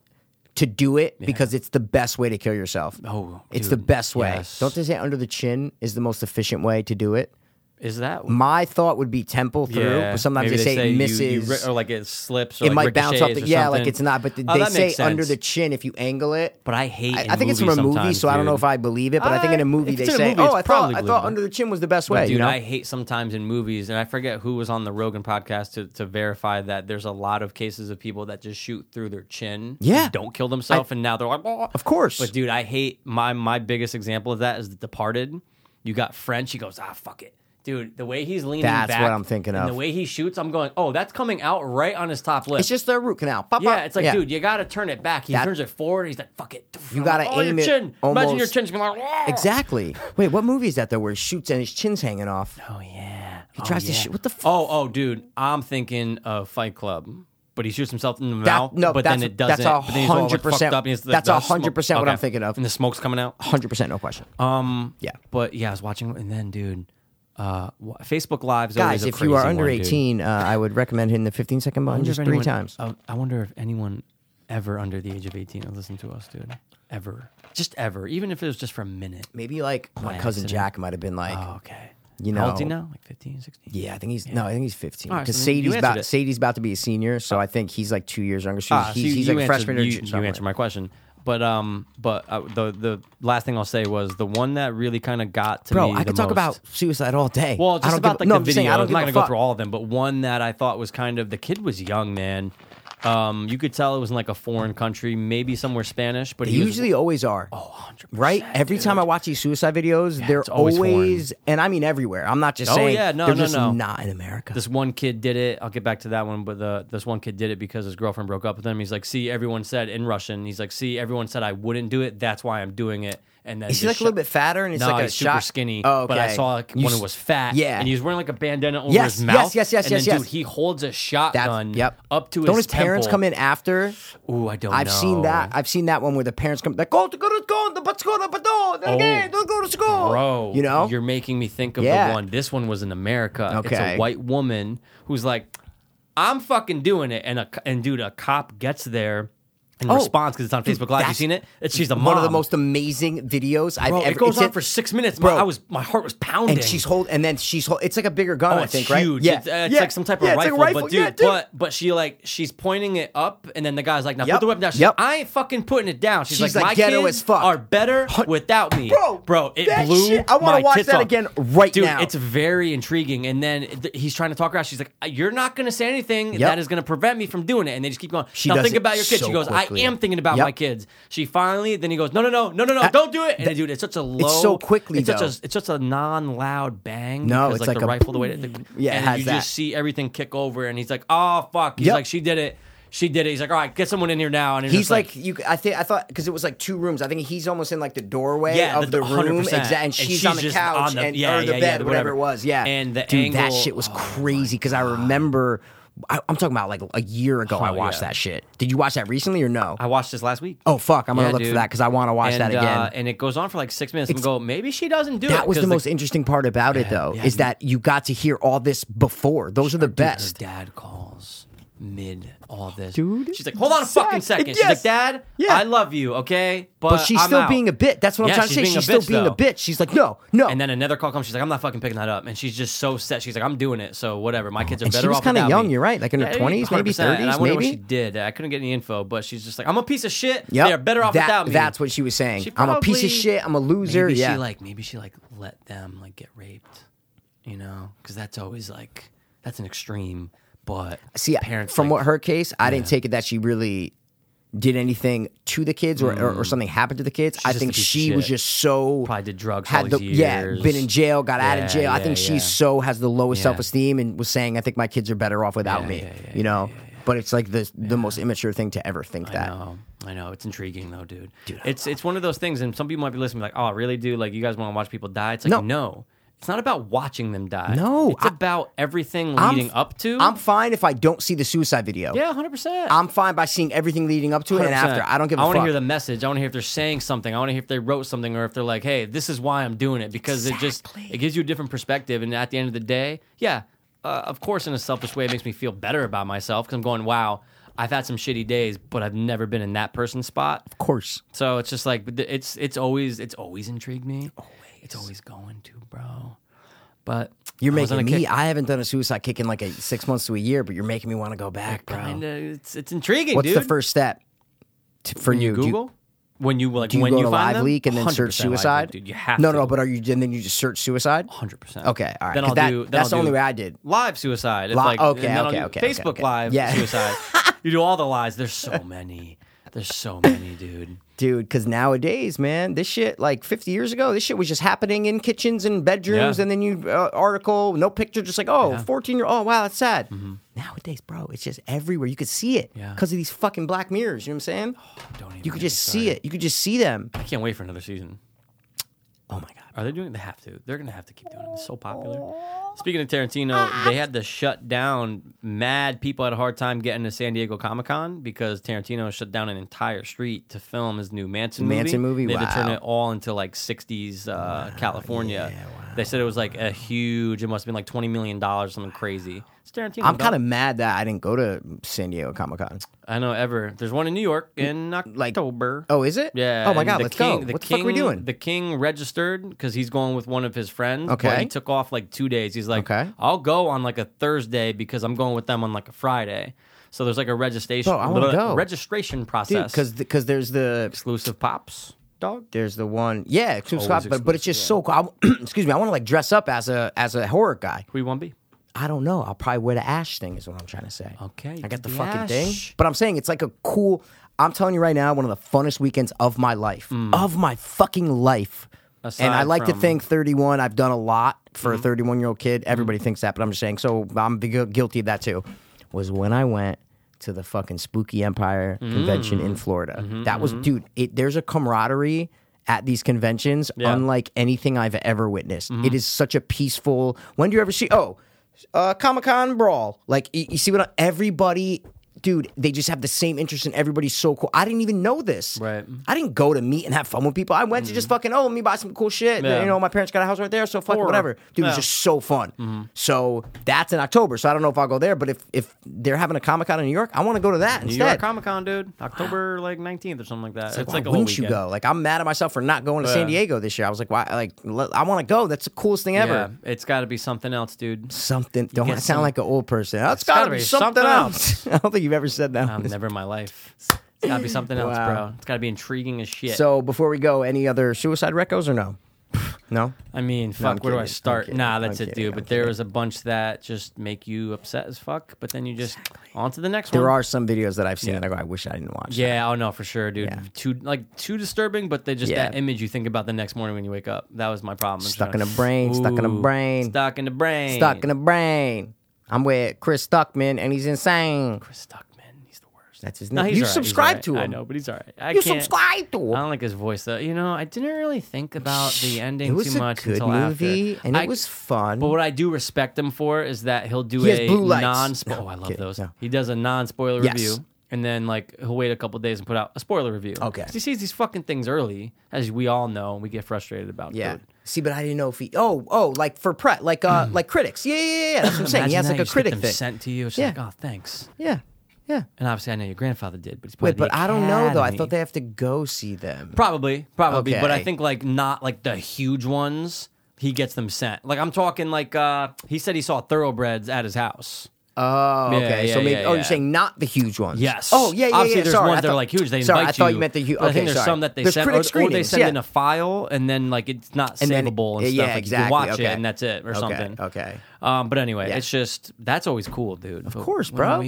[SPEAKER 3] to do it because it's the best way to kill yourself.
[SPEAKER 2] Oh,
[SPEAKER 3] it's
[SPEAKER 2] dude,
[SPEAKER 3] the best way.
[SPEAKER 2] yes.
[SPEAKER 3] Don't they say under the chin is the most efficient way to do it?
[SPEAKER 2] Is that
[SPEAKER 3] My thought would be temple through, but sometimes
[SPEAKER 2] Maybe
[SPEAKER 3] they, say, it
[SPEAKER 2] you-
[SPEAKER 3] misses.
[SPEAKER 2] you ri- or like it slips. Or
[SPEAKER 3] it
[SPEAKER 2] like
[SPEAKER 3] might bounce off
[SPEAKER 2] ricochets
[SPEAKER 3] the
[SPEAKER 2] or
[SPEAKER 3] yeah, like
[SPEAKER 2] something.
[SPEAKER 3] it's not. But th-
[SPEAKER 2] Oh,
[SPEAKER 3] they
[SPEAKER 2] that
[SPEAKER 3] say
[SPEAKER 2] makes
[SPEAKER 3] under the
[SPEAKER 2] sense.
[SPEAKER 3] chin if you angle it.
[SPEAKER 2] But I hate.
[SPEAKER 3] I,
[SPEAKER 2] in
[SPEAKER 3] I think it's from a
[SPEAKER 2] movies
[SPEAKER 3] movie,
[SPEAKER 2] sometimes,
[SPEAKER 3] so I don't know
[SPEAKER 2] dude.
[SPEAKER 3] if I believe it. But I, think in
[SPEAKER 2] I-
[SPEAKER 3] a movie
[SPEAKER 2] Uh, if
[SPEAKER 3] they
[SPEAKER 2] it's in a
[SPEAKER 3] say,
[SPEAKER 2] movie,
[SPEAKER 3] "Oh,
[SPEAKER 2] it's
[SPEAKER 3] I thought,
[SPEAKER 2] probably
[SPEAKER 3] I thought
[SPEAKER 2] believable."
[SPEAKER 3] under the chin was the best
[SPEAKER 2] But
[SPEAKER 3] way."
[SPEAKER 2] Dude,
[SPEAKER 3] you know?
[SPEAKER 2] I hate sometimes in movies, and I forget who was on the Rogan podcast to, to verify that there's a lot of cases of people that just shoot through their chin. and
[SPEAKER 3] Yeah.
[SPEAKER 2] Don't kill themselves, and now they're like, "Oh."
[SPEAKER 3] Of course.
[SPEAKER 2] But dude, I hate my my biggest example of that is The Departed. You got French. He goes, ah, fuck it. Dude, the way he's leaning
[SPEAKER 3] That's
[SPEAKER 2] back
[SPEAKER 3] what I'm thinking
[SPEAKER 2] and
[SPEAKER 3] of.
[SPEAKER 2] The way he shoots, I'm going, oh, that's coming out right on his top lip.
[SPEAKER 3] It's just their root canal. Pop,
[SPEAKER 2] yeah,
[SPEAKER 3] pop.
[SPEAKER 2] it's like, dude, you gotta turn it back. He
[SPEAKER 3] That-
[SPEAKER 2] turns it forward. He's like, fuck it.
[SPEAKER 3] You gotta
[SPEAKER 2] oh,
[SPEAKER 3] aim
[SPEAKER 2] your
[SPEAKER 3] it
[SPEAKER 2] chin. Imagine your
[SPEAKER 3] almost-
[SPEAKER 2] chin's being like, "Whoa."
[SPEAKER 3] Exactly. Wait, what movie is that though where he shoots and his chin's hanging off?
[SPEAKER 2] Oh yeah.
[SPEAKER 3] He tries to shoot. What the? F-
[SPEAKER 2] Oh, oh, dude, I'm thinking of Fight Club, but he shoots himself in the
[SPEAKER 3] That-
[SPEAKER 2] mouth.
[SPEAKER 3] no,
[SPEAKER 2] but then
[SPEAKER 3] that's-
[SPEAKER 2] it doesn't.
[SPEAKER 3] that's a
[SPEAKER 2] but then he's all, like,
[SPEAKER 3] 100%
[SPEAKER 2] fucked up and he's like,
[SPEAKER 3] that's
[SPEAKER 2] the
[SPEAKER 3] a
[SPEAKER 2] smoke-
[SPEAKER 3] 100% what I'm thinking of.
[SPEAKER 2] And the smoke's coming out.
[SPEAKER 3] Hundred percent, no question.
[SPEAKER 2] Um,
[SPEAKER 3] Yeah.
[SPEAKER 2] But yeah, I was watching, and then, dude, uh, wha- Facebook Live's always
[SPEAKER 3] Guys,
[SPEAKER 2] a
[SPEAKER 3] if you are
[SPEAKER 2] crazy
[SPEAKER 3] under
[SPEAKER 2] one, dude.
[SPEAKER 3] eighteen, uh, I would recommend hitting the fifteen second
[SPEAKER 2] I
[SPEAKER 3] button
[SPEAKER 2] wonder if
[SPEAKER 3] just three
[SPEAKER 2] anyone-
[SPEAKER 3] times.
[SPEAKER 2] I, I wonder if anyone ever under the age of 18 will listen to us, dude. Ever, just ever, even if it was just for a minute.
[SPEAKER 3] Maybe like my
[SPEAKER 2] By
[SPEAKER 3] cousin
[SPEAKER 2] accident.
[SPEAKER 3] Jack might have been like,
[SPEAKER 2] Oh, okay.
[SPEAKER 3] You
[SPEAKER 2] How old is he
[SPEAKER 3] know-
[SPEAKER 2] now? Like 15, 16?
[SPEAKER 3] yeah, I think he's no, I think he's fifteen
[SPEAKER 2] All right,
[SPEAKER 3] because
[SPEAKER 2] so then you
[SPEAKER 3] Sadie's
[SPEAKER 2] answered
[SPEAKER 3] about
[SPEAKER 2] it. Oh.
[SPEAKER 3] Sadie's about to be a senior, so I think he's like two years younger. So
[SPEAKER 2] Ah,
[SPEAKER 3] he's,
[SPEAKER 2] so
[SPEAKER 3] he's,
[SPEAKER 2] you-
[SPEAKER 3] he's
[SPEAKER 2] you
[SPEAKER 3] like a
[SPEAKER 2] answered-
[SPEAKER 3] freshman or
[SPEAKER 2] you,
[SPEAKER 3] ju-
[SPEAKER 2] you
[SPEAKER 3] sophomore.
[SPEAKER 2] answered my question, but um, but uh, the the last thing I'll say was the one that really kind of got to
[SPEAKER 3] Bro,
[SPEAKER 2] me.
[SPEAKER 3] I
[SPEAKER 2] the
[SPEAKER 3] could talk
[SPEAKER 2] most-
[SPEAKER 3] about suicide all day.
[SPEAKER 2] well,
[SPEAKER 3] I
[SPEAKER 2] just
[SPEAKER 3] don't
[SPEAKER 2] about
[SPEAKER 3] give,
[SPEAKER 2] like
[SPEAKER 3] no,
[SPEAKER 2] the
[SPEAKER 3] I'm just
[SPEAKER 2] video.
[SPEAKER 3] saying, I
[SPEAKER 2] I'm,
[SPEAKER 3] don't give
[SPEAKER 2] not gonna
[SPEAKER 3] a
[SPEAKER 2] go
[SPEAKER 3] fuck.
[SPEAKER 2] through all of them, but one that I thought was kind of the kid was young, man. Um, you could tell it was in like a foreign country, maybe somewhere Spanish, but
[SPEAKER 3] They
[SPEAKER 2] he was-
[SPEAKER 3] usually always are.
[SPEAKER 2] oh, 100%,
[SPEAKER 3] Right? Every
[SPEAKER 2] dude.
[SPEAKER 3] time I watch these suicide videos, they're
[SPEAKER 2] it's always
[SPEAKER 3] always,
[SPEAKER 2] foreign.
[SPEAKER 3] and I mean everywhere. I'm not just
[SPEAKER 2] Oh,
[SPEAKER 3] saying
[SPEAKER 2] yeah, no,
[SPEAKER 3] they're
[SPEAKER 2] no,
[SPEAKER 3] just
[SPEAKER 2] no.
[SPEAKER 3] not in America.
[SPEAKER 2] this one kid did it. I'll get back to that one, but the, this one kid did it because his girlfriend broke up with him. He's like, "See, everyone said in Russian." He's like, "See, everyone said I wouldn't do it. That's why I'm doing it." And then
[SPEAKER 3] Is he
[SPEAKER 2] just
[SPEAKER 3] like a
[SPEAKER 2] shut-
[SPEAKER 3] little bit fatter and it's
[SPEAKER 2] no,
[SPEAKER 3] like a
[SPEAKER 2] he's super
[SPEAKER 3] shot-
[SPEAKER 2] skinny.
[SPEAKER 3] Oh,
[SPEAKER 2] But I
[SPEAKER 3] okay.
[SPEAKER 2] saw like
[SPEAKER 3] You
[SPEAKER 2] one who
[SPEAKER 3] s-
[SPEAKER 2] was fat.
[SPEAKER 3] Yeah.
[SPEAKER 2] and he was wearing like a bandana over
[SPEAKER 3] Yes,
[SPEAKER 2] his mouth.
[SPEAKER 3] yes, yes, yes,
[SPEAKER 2] and then,
[SPEAKER 3] yes, yes.
[SPEAKER 2] Dude, he holds a shotgun.
[SPEAKER 3] That's, yep.
[SPEAKER 2] Up to
[SPEAKER 3] Don't
[SPEAKER 2] his,
[SPEAKER 3] his, parents
[SPEAKER 2] temple.
[SPEAKER 3] come in after?
[SPEAKER 2] Ooh, I don't.
[SPEAKER 3] I've
[SPEAKER 2] know.
[SPEAKER 3] seen that. I've seen that one where the parents come like, go to go to go to but go to but go
[SPEAKER 2] Oh.
[SPEAKER 3] don't go to school.
[SPEAKER 2] Bro,
[SPEAKER 3] you know,
[SPEAKER 2] you're making me think of the
[SPEAKER 3] Yeah.
[SPEAKER 2] one. This one was in America. It's a
[SPEAKER 3] Okay.
[SPEAKER 2] white woman who's like, "I'm fucking doing it," and a and dude, a cop gets there in
[SPEAKER 3] Oh,
[SPEAKER 2] response because it's on
[SPEAKER 3] dude,
[SPEAKER 2] Facebook Live. You
[SPEAKER 3] that's
[SPEAKER 2] seen it? It's, she's a mom.
[SPEAKER 3] One of the most amazing videos I've
[SPEAKER 2] Bro,
[SPEAKER 3] ever.
[SPEAKER 2] it goes
[SPEAKER 3] it's
[SPEAKER 2] on for six minutes.
[SPEAKER 3] Bro.
[SPEAKER 2] my, I was my heart was pounding.
[SPEAKER 3] and she's hold, and then she's hold. It's like a bigger gun,
[SPEAKER 2] Oh,
[SPEAKER 3] I
[SPEAKER 2] it's
[SPEAKER 3] think,
[SPEAKER 2] huge.
[SPEAKER 3] right?
[SPEAKER 2] Yeah, it's, uh, it's like some type of
[SPEAKER 3] Yeah, it's like a
[SPEAKER 2] rifle,
[SPEAKER 3] rifle.
[SPEAKER 2] But dude,
[SPEAKER 3] Yeah, dude.
[SPEAKER 2] but but she like she's pointing it up, and then the guy's like, "Now
[SPEAKER 3] Yep.
[SPEAKER 2] put the weapon down." She's
[SPEAKER 3] Yep.
[SPEAKER 2] like, I ain't fucking putting it down. She's,
[SPEAKER 3] She's
[SPEAKER 2] like,
[SPEAKER 3] like,
[SPEAKER 2] "My
[SPEAKER 3] ghetto
[SPEAKER 2] kids
[SPEAKER 3] as fuck."
[SPEAKER 2] are better without me,
[SPEAKER 3] Bro,
[SPEAKER 2] Bro, it
[SPEAKER 3] that
[SPEAKER 2] blew.
[SPEAKER 3] shit- I wanna
[SPEAKER 2] my
[SPEAKER 3] watch
[SPEAKER 2] tits
[SPEAKER 3] that
[SPEAKER 2] off.
[SPEAKER 3] again right
[SPEAKER 2] dude,
[SPEAKER 3] now.
[SPEAKER 2] It's very intriguing. And then th- he's trying to talk her out. She's like, "Uh, "You're not gonna say anything
[SPEAKER 3] Yep.
[SPEAKER 2] that is gonna prevent me from doing it." And they just keep going.
[SPEAKER 3] She
[SPEAKER 2] now
[SPEAKER 3] does
[SPEAKER 2] think
[SPEAKER 3] it
[SPEAKER 2] about your kids.
[SPEAKER 3] so
[SPEAKER 2] she goes,
[SPEAKER 3] quickly.
[SPEAKER 2] "I am thinking about
[SPEAKER 3] Yep.
[SPEAKER 2] my kids." She finally. Then he goes, "No, no, no, no, no, no,
[SPEAKER 3] That-
[SPEAKER 2] don't do it." And
[SPEAKER 3] that-
[SPEAKER 2] dude, it's such a low.
[SPEAKER 3] so quickly,
[SPEAKER 2] It's such a.
[SPEAKER 3] though.
[SPEAKER 2] It's such a non-loud bang.
[SPEAKER 3] No, it's
[SPEAKER 2] because, like,
[SPEAKER 3] like
[SPEAKER 2] the
[SPEAKER 3] a
[SPEAKER 2] rifle. The way that the,
[SPEAKER 3] Yeah, it
[SPEAKER 2] and
[SPEAKER 3] has
[SPEAKER 2] you
[SPEAKER 3] that.
[SPEAKER 2] just see everything kick over, and he's like, "Oh fuck!" He's
[SPEAKER 3] Yep.
[SPEAKER 2] like, "She did it. She did it." He's like, "All right, get someone in here now." And it's
[SPEAKER 3] He's
[SPEAKER 2] just
[SPEAKER 3] like, you. I think I thought because it was like two rooms. I think he's almost in like the doorway
[SPEAKER 2] yeah,
[SPEAKER 3] of the, room,
[SPEAKER 2] 100%.
[SPEAKER 3] exa- and she's, on the
[SPEAKER 2] just
[SPEAKER 3] couch and or the bed, whatever it was. Yeah,
[SPEAKER 2] and the
[SPEAKER 3] dude, that
[SPEAKER 2] angle-
[SPEAKER 3] shit was
[SPEAKER 2] oh,
[SPEAKER 3] crazy because I remember. I, I'm talking about like a year ago. I
[SPEAKER 2] Oh,
[SPEAKER 3] watched
[SPEAKER 2] yeah.
[SPEAKER 3] that shit. Did you watch that recently or no?
[SPEAKER 2] I watched this last week.
[SPEAKER 3] oh fuck, I'm gonna
[SPEAKER 2] Yeah,
[SPEAKER 3] look
[SPEAKER 2] dude.
[SPEAKER 3] for that because I want to watch
[SPEAKER 2] and,
[SPEAKER 3] that again.
[SPEAKER 2] uh, and it goes on for like six minutes. and go, maybe she doesn't do it.
[SPEAKER 3] that was
[SPEAKER 2] 'cause
[SPEAKER 3] the most interesting part about it, though, is that you got to hear all this before. Those are the
[SPEAKER 2] Her
[SPEAKER 3] best.
[SPEAKER 2] dad calls mid all this,
[SPEAKER 3] Dude.
[SPEAKER 2] She's like, "Hold on a fucking
[SPEAKER 3] Zach,
[SPEAKER 2] second. She's
[SPEAKER 3] yes.
[SPEAKER 2] like, "Dad,
[SPEAKER 3] Yeah.
[SPEAKER 2] I love you, okay?" But,
[SPEAKER 3] But she's
[SPEAKER 2] I'm
[SPEAKER 3] still
[SPEAKER 2] out."
[SPEAKER 3] being a bit. That's what
[SPEAKER 2] Yeah,
[SPEAKER 3] I'm trying to
[SPEAKER 2] she's
[SPEAKER 3] say.
[SPEAKER 2] being a
[SPEAKER 3] She's still
[SPEAKER 2] bitch,
[SPEAKER 3] being
[SPEAKER 2] though.
[SPEAKER 3] a bitch. She's like, no, no.
[SPEAKER 2] And then another call comes. She's like, "I'm not fucking picking that up," and she's just so set. She's like, "I'm doing it, so whatever. My kids
[SPEAKER 3] Oh,
[SPEAKER 2] are
[SPEAKER 3] And she
[SPEAKER 2] better
[SPEAKER 3] was
[SPEAKER 2] off."
[SPEAKER 3] kinda
[SPEAKER 2] without
[SPEAKER 3] young,
[SPEAKER 2] me."
[SPEAKER 3] you're right, like in her
[SPEAKER 2] Yeah,
[SPEAKER 3] 20s, maybe
[SPEAKER 2] 100%. And I
[SPEAKER 3] 30s,
[SPEAKER 2] wonder what
[SPEAKER 3] maybe?
[SPEAKER 2] she did. I couldn't get any info, but she's just like, "I'm a piece of shit.
[SPEAKER 3] Yep.
[SPEAKER 2] They're better off
[SPEAKER 3] That-
[SPEAKER 2] without me."
[SPEAKER 3] That's what she was saying.
[SPEAKER 2] She
[SPEAKER 3] I'm a piece
[SPEAKER 2] probably-
[SPEAKER 3] of shit. I'm a loser.
[SPEAKER 2] Maybe
[SPEAKER 3] yeah.
[SPEAKER 2] she like maybe she like let them like get raped, you know? Because that's always like that's an extreme. But
[SPEAKER 3] See,
[SPEAKER 2] parents
[SPEAKER 3] from
[SPEAKER 2] like,
[SPEAKER 3] what her case, I didn't take it that she really did anything to the kids or, or, or something happened to the kids. I
[SPEAKER 2] just a
[SPEAKER 3] think
[SPEAKER 2] piece of
[SPEAKER 3] she was
[SPEAKER 2] shit.
[SPEAKER 3] just so
[SPEAKER 2] Probably did drugs
[SPEAKER 3] had
[SPEAKER 2] all
[SPEAKER 3] the
[SPEAKER 2] these
[SPEAKER 3] yeah
[SPEAKER 2] years.
[SPEAKER 3] been in jail, got out
[SPEAKER 2] Yeah,
[SPEAKER 3] of jail. I
[SPEAKER 2] yeah,
[SPEAKER 3] think she
[SPEAKER 2] yeah.
[SPEAKER 3] so has the lowest
[SPEAKER 2] Yeah.
[SPEAKER 3] self esteem and was saying, I think my kids are better off without
[SPEAKER 2] Yeah,
[SPEAKER 3] me.
[SPEAKER 2] yeah, yeah,
[SPEAKER 3] you know, but it's like the the most immature thing to ever think that.
[SPEAKER 2] I know. I know. It's intriguing though, dude. it's it's one of those things, and some people might be listening, like, oh, really, dude? Like, you guys want to watch people die? It's like,
[SPEAKER 3] No.
[SPEAKER 2] no. It's not about watching them die.
[SPEAKER 3] No,
[SPEAKER 2] It's
[SPEAKER 3] I-
[SPEAKER 2] about everything
[SPEAKER 3] I'm-
[SPEAKER 2] leading up to.
[SPEAKER 3] I'm fine if I don't see the suicide video.
[SPEAKER 2] yeah, 100%.
[SPEAKER 3] I'm fine by seeing everything leading up to it and after. I don't give a
[SPEAKER 2] I want
[SPEAKER 3] fuck.
[SPEAKER 2] to hear the message. I want to hear if they're saying something. I want to hear if they wrote something or if they're like, "Hey, this is why I'm doing it," because it just it gives you a different perspective. And at the end of the day, yeah, uh, of course, in a selfish way, it makes me feel better about myself because I'm going, "Wow, I've had some shitty days, but I've never been in that person's spot."
[SPEAKER 3] of course.
[SPEAKER 2] So it's just like but th- it's it's always it's always intrigued me. Always, it's always going to, bro. But
[SPEAKER 3] You're
[SPEAKER 2] I was on
[SPEAKER 3] making
[SPEAKER 2] a
[SPEAKER 3] me.
[SPEAKER 2] kick.
[SPEAKER 3] I haven't done a suicide kick in like a six months to a year, but you're making me want to go back, bro.
[SPEAKER 2] Kinda, it's it's intriguing,
[SPEAKER 3] What's
[SPEAKER 2] dude.
[SPEAKER 3] the first step t- for
[SPEAKER 2] When
[SPEAKER 3] you?
[SPEAKER 2] you
[SPEAKER 3] Do
[SPEAKER 2] Google when you like
[SPEAKER 3] Do you,
[SPEAKER 2] when
[SPEAKER 3] go
[SPEAKER 2] you
[SPEAKER 3] to
[SPEAKER 2] find
[SPEAKER 3] Live
[SPEAKER 2] them?
[SPEAKER 3] Leak and then search
[SPEAKER 2] 100% Live Leak,
[SPEAKER 3] suicide?
[SPEAKER 2] dude. You have
[SPEAKER 3] no,
[SPEAKER 2] to.
[SPEAKER 3] no, but are you and then you just search suicide?
[SPEAKER 2] Hundred percent.
[SPEAKER 3] Okay, all right.
[SPEAKER 2] Then
[SPEAKER 3] 'cause
[SPEAKER 2] I'll
[SPEAKER 3] that-
[SPEAKER 2] do. then
[SPEAKER 3] that's
[SPEAKER 2] I'll
[SPEAKER 3] the only
[SPEAKER 2] do
[SPEAKER 3] way I did.
[SPEAKER 2] Live suicide. It's
[SPEAKER 3] Li-
[SPEAKER 2] like,
[SPEAKER 3] okay,
[SPEAKER 2] and then I'll
[SPEAKER 3] okay,
[SPEAKER 2] do
[SPEAKER 3] okay,
[SPEAKER 2] Facebook
[SPEAKER 3] okay.
[SPEAKER 2] Live
[SPEAKER 3] Yeah.
[SPEAKER 2] suicide. you do all the lies. There's so many. There's so many, dude.
[SPEAKER 3] Dude, because nowadays, man, this shit like 50 years ago, this shit was just happening in kitchens and bedrooms,
[SPEAKER 2] Yeah.
[SPEAKER 3] and then you uh, article, no picture, just like oh, 14 year, oh wow, that's sad. Nowadays, bro, it's just everywhere. You could see it
[SPEAKER 2] Mm-hmm. Yeah. Oh,
[SPEAKER 3] because of these fucking black mirrors. You know what I'm saying?
[SPEAKER 2] Don't even.
[SPEAKER 3] You could just see it. You could just see them.
[SPEAKER 2] I can't wait for another season.
[SPEAKER 3] Oh my god.
[SPEAKER 2] Are they doing? They have to. They're gonna have to keep doing it. It's so popular. Speaking of
[SPEAKER 3] Ah,
[SPEAKER 2] Tarantino, they had to shut down. Mad people had a hard time getting to San Diego Comic Con because Tarantino shut down an entire street to film his new Manson movie.
[SPEAKER 3] Manson movie?
[SPEAKER 2] They had to turn
[SPEAKER 3] Wow.
[SPEAKER 2] it all into like '60s uh, California. They said it was like a huge. It must have been like twenty million dollars, something crazy. It's Tarantino.
[SPEAKER 3] I'm
[SPEAKER 2] dog.
[SPEAKER 3] kind of mad that I didn't go to San Diego Comic Con.
[SPEAKER 2] I know. Ever. There's one in New York in October.
[SPEAKER 3] Oh, is it?
[SPEAKER 2] Yeah.
[SPEAKER 3] Oh my
[SPEAKER 2] and
[SPEAKER 3] god,
[SPEAKER 2] the
[SPEAKER 3] let's
[SPEAKER 2] king,
[SPEAKER 3] go.
[SPEAKER 2] The
[SPEAKER 3] What the
[SPEAKER 2] king,
[SPEAKER 3] fuck are we doing?
[SPEAKER 2] The king registered because he's going with one of his friends. But
[SPEAKER 3] Okay.
[SPEAKER 2] he took off like two days. He's like,
[SPEAKER 3] Okay.
[SPEAKER 2] I'll go on like a Thursday because I'm going with them on like a Friday. So there's like a registration
[SPEAKER 3] Bro, I wanna
[SPEAKER 2] blah,
[SPEAKER 3] go.
[SPEAKER 2] registration
[SPEAKER 3] Dude,
[SPEAKER 2] process.
[SPEAKER 3] because because there's the
[SPEAKER 2] exclusive pops. Dog.
[SPEAKER 3] there's the one yeah exclusive,
[SPEAKER 2] Always
[SPEAKER 3] but, but it's just so cool. I, excuse me, I want to like dress up as a as a horror guy.
[SPEAKER 2] Who you want to be?
[SPEAKER 3] I don't know. I'll probably wear the ash thing. Is what I'm trying to say.
[SPEAKER 2] Okay, you
[SPEAKER 3] I got
[SPEAKER 2] could
[SPEAKER 3] the
[SPEAKER 2] be
[SPEAKER 3] fucking
[SPEAKER 2] Ash.
[SPEAKER 3] thing. But I'm saying it's like a cool. I'm telling you right now, one of the funnest weekends of my life, of my fucking life. and I
[SPEAKER 2] Mm. Aside
[SPEAKER 3] like
[SPEAKER 2] from-
[SPEAKER 3] to think 31. I've done a lot for a 31 year old kid. Everybody thinks that, but I'm just saying. So I'm gu- guilty of that too. Was when I went to the fucking Spooky Empire convention in Florida. that was, dude. It, there's a camaraderie at these conventions, unlike anything I've ever witnessed. It is such a peaceful. When do you ever see? Oh, uh, Comic Con brawl. Like you, you see what I- everybody dude, they just have the same interest and everybody's so cool. I didn't even know this.
[SPEAKER 2] Right.
[SPEAKER 3] I didn't go to meet and have fun with people. I went to just fucking, oh, let me buy some cool shit.
[SPEAKER 2] Mm-hmm. Yeah.
[SPEAKER 3] You know, my parents got a house right there, so fucking
[SPEAKER 2] Or-
[SPEAKER 3] whatever. Dude, it was
[SPEAKER 2] yeah. Mm-hmm.
[SPEAKER 3] just so fun. So that's in October. So I don't know if I'll go there, but if if they're having a Comic Con in New York, I want to go to that
[SPEAKER 2] New
[SPEAKER 3] instead.
[SPEAKER 2] York Comic Con, dude. October like 19th or something like that. It's,
[SPEAKER 3] Why
[SPEAKER 2] like a whole
[SPEAKER 3] wouldn't you
[SPEAKER 2] weekend.
[SPEAKER 3] go? Like I'm mad at myself for not going to San
[SPEAKER 2] Yeah.
[SPEAKER 3] Diego this year. I was like, why? Like le- I want to go. That's the coolest thing ever.
[SPEAKER 2] Yeah, it's got to be something else, dude.
[SPEAKER 3] Something. Don't
[SPEAKER 2] get
[SPEAKER 3] I sound
[SPEAKER 2] some-
[SPEAKER 3] like an old person? That's
[SPEAKER 2] gotta
[SPEAKER 3] got to be, something, else. I don't think you've ever said that.
[SPEAKER 2] Um, never in my life. It's got to be something else,
[SPEAKER 3] Wow.
[SPEAKER 2] bro. It's got to be intriguing as shit.
[SPEAKER 3] So before we go, any other suicide recos or no? No.
[SPEAKER 2] I mean, fuck, where do
[SPEAKER 3] kidding.
[SPEAKER 2] I
[SPEAKER 3] I'm
[SPEAKER 2] start?
[SPEAKER 3] kidding.
[SPEAKER 2] Nah,
[SPEAKER 3] I'm
[SPEAKER 2] that's it,
[SPEAKER 3] kidding.
[SPEAKER 2] dude.
[SPEAKER 3] I'm
[SPEAKER 2] But there was a bunch that just make you upset as fuck, but then you just on to the next
[SPEAKER 3] There
[SPEAKER 2] one.
[SPEAKER 3] are some videos that I've seen that I go, I wish I didn't watch. that."
[SPEAKER 2] Yeah, oh no, for sure, dude. Too like too disturbing, but they just
[SPEAKER 3] Yeah.
[SPEAKER 2] that image you think about the next morning when you wake up. That was my problem. It's
[SPEAKER 3] Stuck
[SPEAKER 2] like,
[SPEAKER 3] in the brain, stuck in the
[SPEAKER 2] ooh,
[SPEAKER 3] brain.
[SPEAKER 2] Stuck in the brain.
[SPEAKER 3] Stuck in the brain. I'm with Chris Stuckman, and he's insane.
[SPEAKER 2] Chris Stuckman. He's the worst.
[SPEAKER 3] That's his
[SPEAKER 2] No,
[SPEAKER 3] name.
[SPEAKER 2] he's
[SPEAKER 3] you
[SPEAKER 2] all right, he's
[SPEAKER 3] subscribe
[SPEAKER 2] all right.
[SPEAKER 3] to him.
[SPEAKER 2] I know, but he's alright. I
[SPEAKER 3] You
[SPEAKER 2] can't-
[SPEAKER 3] subscribe to him.
[SPEAKER 2] I don't like his voice though. You know, I didn't really think about the ending
[SPEAKER 3] it was
[SPEAKER 2] too
[SPEAKER 3] a
[SPEAKER 2] much
[SPEAKER 3] good
[SPEAKER 2] until
[SPEAKER 3] movie,
[SPEAKER 2] after.
[SPEAKER 3] and it
[SPEAKER 2] I-
[SPEAKER 3] was fun.
[SPEAKER 2] But what I do respect him for is that he'll do
[SPEAKER 3] He has
[SPEAKER 2] a
[SPEAKER 3] blue lights.
[SPEAKER 2] non spoiler.
[SPEAKER 3] No,
[SPEAKER 2] oh, I love
[SPEAKER 3] kidding,
[SPEAKER 2] those.
[SPEAKER 3] no.
[SPEAKER 2] He does a non spoiler
[SPEAKER 3] Yes.
[SPEAKER 2] review, and then like he'll wait a couple days and put out a spoiler review.
[SPEAKER 3] Okay.
[SPEAKER 2] 'Cause he sees these fucking things early, as we all know, and we get frustrated about.
[SPEAKER 3] Yeah.
[SPEAKER 2] dude.
[SPEAKER 3] See, but I didn't know if he. Oh, oh, like for prep, like uh, like critics. Yeah, yeah, yeah. yeah. That's what I'm saying.
[SPEAKER 2] Imagine
[SPEAKER 3] he has
[SPEAKER 2] that,
[SPEAKER 3] like
[SPEAKER 2] you
[SPEAKER 3] a
[SPEAKER 2] just get
[SPEAKER 3] critic
[SPEAKER 2] them
[SPEAKER 3] thing.
[SPEAKER 2] sent to you. It's
[SPEAKER 3] Yeah.
[SPEAKER 2] like, oh, thanks.
[SPEAKER 3] Yeah, yeah.
[SPEAKER 2] And obviously, I know your grandfather did, but
[SPEAKER 3] Wait,
[SPEAKER 2] he's part of
[SPEAKER 3] but
[SPEAKER 2] the
[SPEAKER 3] I don't know though. I
[SPEAKER 2] Academy.
[SPEAKER 3] thought they have to go see them.
[SPEAKER 2] Probably, probably, but I
[SPEAKER 3] Okay.
[SPEAKER 2] think like not like the huge ones. He gets them sent. Like I'm talking like uh he said he saw thoroughbreds at his house.
[SPEAKER 3] Oh,
[SPEAKER 2] Yeah,
[SPEAKER 3] okay.
[SPEAKER 2] yeah,
[SPEAKER 3] so maybe.
[SPEAKER 2] yeah,
[SPEAKER 3] oh,
[SPEAKER 2] yeah.
[SPEAKER 3] you're saying not the huge ones.
[SPEAKER 2] Yes.
[SPEAKER 3] Oh, yeah, yeah,
[SPEAKER 2] Obviously,
[SPEAKER 3] yeah.
[SPEAKER 2] there's
[SPEAKER 3] sorry,
[SPEAKER 2] ones
[SPEAKER 3] I
[SPEAKER 2] that are
[SPEAKER 3] thought-
[SPEAKER 2] like huge. They invite
[SPEAKER 3] sorry, I thought you,
[SPEAKER 2] you
[SPEAKER 3] meant the huge.
[SPEAKER 2] but I think
[SPEAKER 3] Okay,
[SPEAKER 2] there's
[SPEAKER 3] sorry.
[SPEAKER 2] some that they
[SPEAKER 3] there's
[SPEAKER 2] send,
[SPEAKER 3] critic
[SPEAKER 2] or, or they
[SPEAKER 3] screenings,
[SPEAKER 2] send
[SPEAKER 3] yeah.
[SPEAKER 2] in a file, and then like it's not
[SPEAKER 3] And then-
[SPEAKER 2] savable and,
[SPEAKER 3] yeah,
[SPEAKER 2] stuff. Like,
[SPEAKER 3] exactly,
[SPEAKER 2] You watch it,
[SPEAKER 3] okay.
[SPEAKER 2] and that's it, or
[SPEAKER 3] Okay,
[SPEAKER 2] something.
[SPEAKER 3] okay.
[SPEAKER 2] Um, but anyway,
[SPEAKER 3] Yeah.
[SPEAKER 2] it's just that's always cool, dude. Of
[SPEAKER 3] course, bro.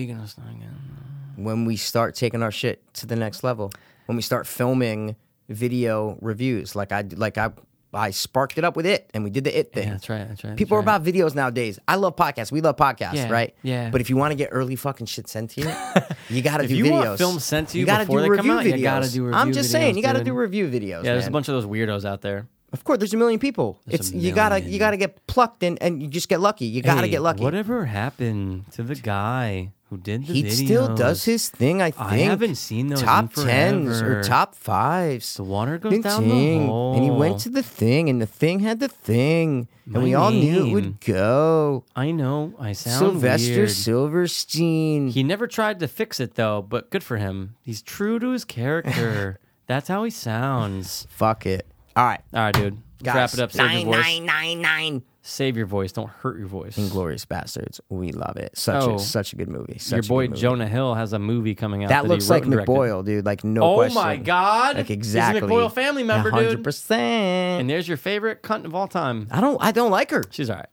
[SPEAKER 3] when we start taking our shit to the next level, when we start filming video reviews, like I like I I sparked it up with it, and we did the it thing.
[SPEAKER 2] Yeah, that's right. That's right.
[SPEAKER 3] People
[SPEAKER 2] that's
[SPEAKER 3] are
[SPEAKER 2] right.
[SPEAKER 3] about videos nowadays. I love podcasts. We love podcasts,
[SPEAKER 2] Yeah,
[SPEAKER 3] right?
[SPEAKER 2] yeah.
[SPEAKER 3] But if you want to get early fucking shit sent to you, you gotta
[SPEAKER 2] If
[SPEAKER 3] do
[SPEAKER 2] you
[SPEAKER 3] videos.
[SPEAKER 2] want films sent to you
[SPEAKER 3] gotta
[SPEAKER 2] before
[SPEAKER 3] do
[SPEAKER 2] they come
[SPEAKER 3] review
[SPEAKER 2] out, you gotta
[SPEAKER 3] videos.
[SPEAKER 2] do
[SPEAKER 3] I'm
[SPEAKER 2] review
[SPEAKER 3] just saying,
[SPEAKER 2] videos,
[SPEAKER 3] you gotta
[SPEAKER 2] dude.
[SPEAKER 3] do review videos.
[SPEAKER 2] Yeah, there's a
[SPEAKER 3] man.
[SPEAKER 2] bunch of those weirdos out there.
[SPEAKER 3] Of course, there's a million people.
[SPEAKER 2] There's
[SPEAKER 3] it's
[SPEAKER 2] a
[SPEAKER 3] you gotta
[SPEAKER 2] million.
[SPEAKER 3] you gotta get plucked and and you just get lucky. You gotta
[SPEAKER 2] Hey,
[SPEAKER 3] get lucky.
[SPEAKER 2] Whatever happened to the guy who did the
[SPEAKER 3] he
[SPEAKER 2] videos?
[SPEAKER 3] still does his thing. I think
[SPEAKER 2] I haven't seen those in
[SPEAKER 3] top tens or
[SPEAKER 2] forever.
[SPEAKER 3] top fives.
[SPEAKER 2] The water goes down the hole.
[SPEAKER 3] and he went to the thing, and the thing had the thing,
[SPEAKER 2] My
[SPEAKER 3] and we all knew it
[SPEAKER 2] name.
[SPEAKER 3] would go.
[SPEAKER 2] I know. I sound
[SPEAKER 3] Sylvester
[SPEAKER 2] weird.
[SPEAKER 3] Silverstein.
[SPEAKER 2] He never tried to fix it though, but good for him. He's true to his character. That's how he sounds.
[SPEAKER 3] Fuck it. All right,
[SPEAKER 2] All right, dude. Let's
[SPEAKER 3] guys.
[SPEAKER 2] wrap it up. Save
[SPEAKER 3] nine
[SPEAKER 2] your voice.
[SPEAKER 3] nine nine nine.
[SPEAKER 2] Save your voice. Don't hurt your voice.
[SPEAKER 3] Glorious bastards. We love it. Such
[SPEAKER 2] Oh.
[SPEAKER 3] a such a good movie. Such
[SPEAKER 2] Your
[SPEAKER 3] a
[SPEAKER 2] boy
[SPEAKER 3] good movie.
[SPEAKER 2] Jonah Hill has a movie coming out.
[SPEAKER 3] That
[SPEAKER 2] he
[SPEAKER 3] looks
[SPEAKER 2] wrote
[SPEAKER 3] like
[SPEAKER 2] and directed.
[SPEAKER 3] McBoyle, dude. Like no
[SPEAKER 2] Oh
[SPEAKER 3] question.
[SPEAKER 2] my god!
[SPEAKER 3] Like exactly.
[SPEAKER 2] He's a McBoyle family member,
[SPEAKER 3] Hundred Ah.
[SPEAKER 2] dude. And
[SPEAKER 3] percent.
[SPEAKER 2] there's your favorite cunt of all time.
[SPEAKER 3] I don't. I don't like her.
[SPEAKER 2] She's all right.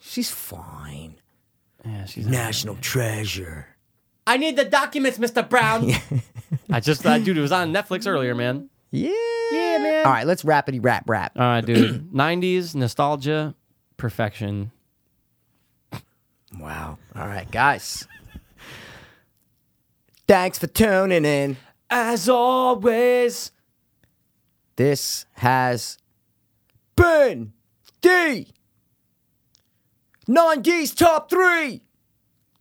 [SPEAKER 3] She's fine.
[SPEAKER 2] Yeah, she's.
[SPEAKER 3] National treasure.
[SPEAKER 2] I need the documents, Mr. Brown. I just, I, dude, it was on Netflix earlier, man.
[SPEAKER 3] Yeah.
[SPEAKER 2] Yeah, man.
[SPEAKER 3] All right, let's rapidly rap rap.
[SPEAKER 2] All right, dude. 90s, nostalgia, perfection.
[SPEAKER 3] Wow. All right, guys. Thanks for tuning in.
[SPEAKER 2] As always.
[SPEAKER 3] This has been the 90s top three.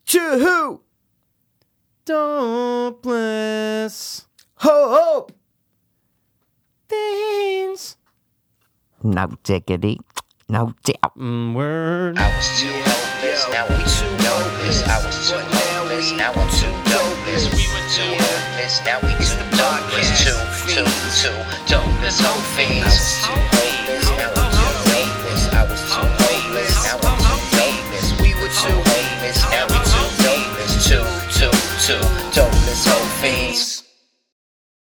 [SPEAKER 3] To who?
[SPEAKER 2] Dopeless
[SPEAKER 3] Hope.
[SPEAKER 2] things.
[SPEAKER 3] No diggity. No doubt.
[SPEAKER 2] Mm, Word.
[SPEAKER 11] I was too hopeless, now we too hopeless. I was too hopeless, now I'm too hopeless. We were too hopeless, now we too darkness. Two, two, two, dopeless, hope fiends. I was too hopeless, now I'm too hopeless. I was too hopeless, now I'm too hopeless. We were too hopeless, now we too hopeless. Two, two, two, dopeless, hope fiends.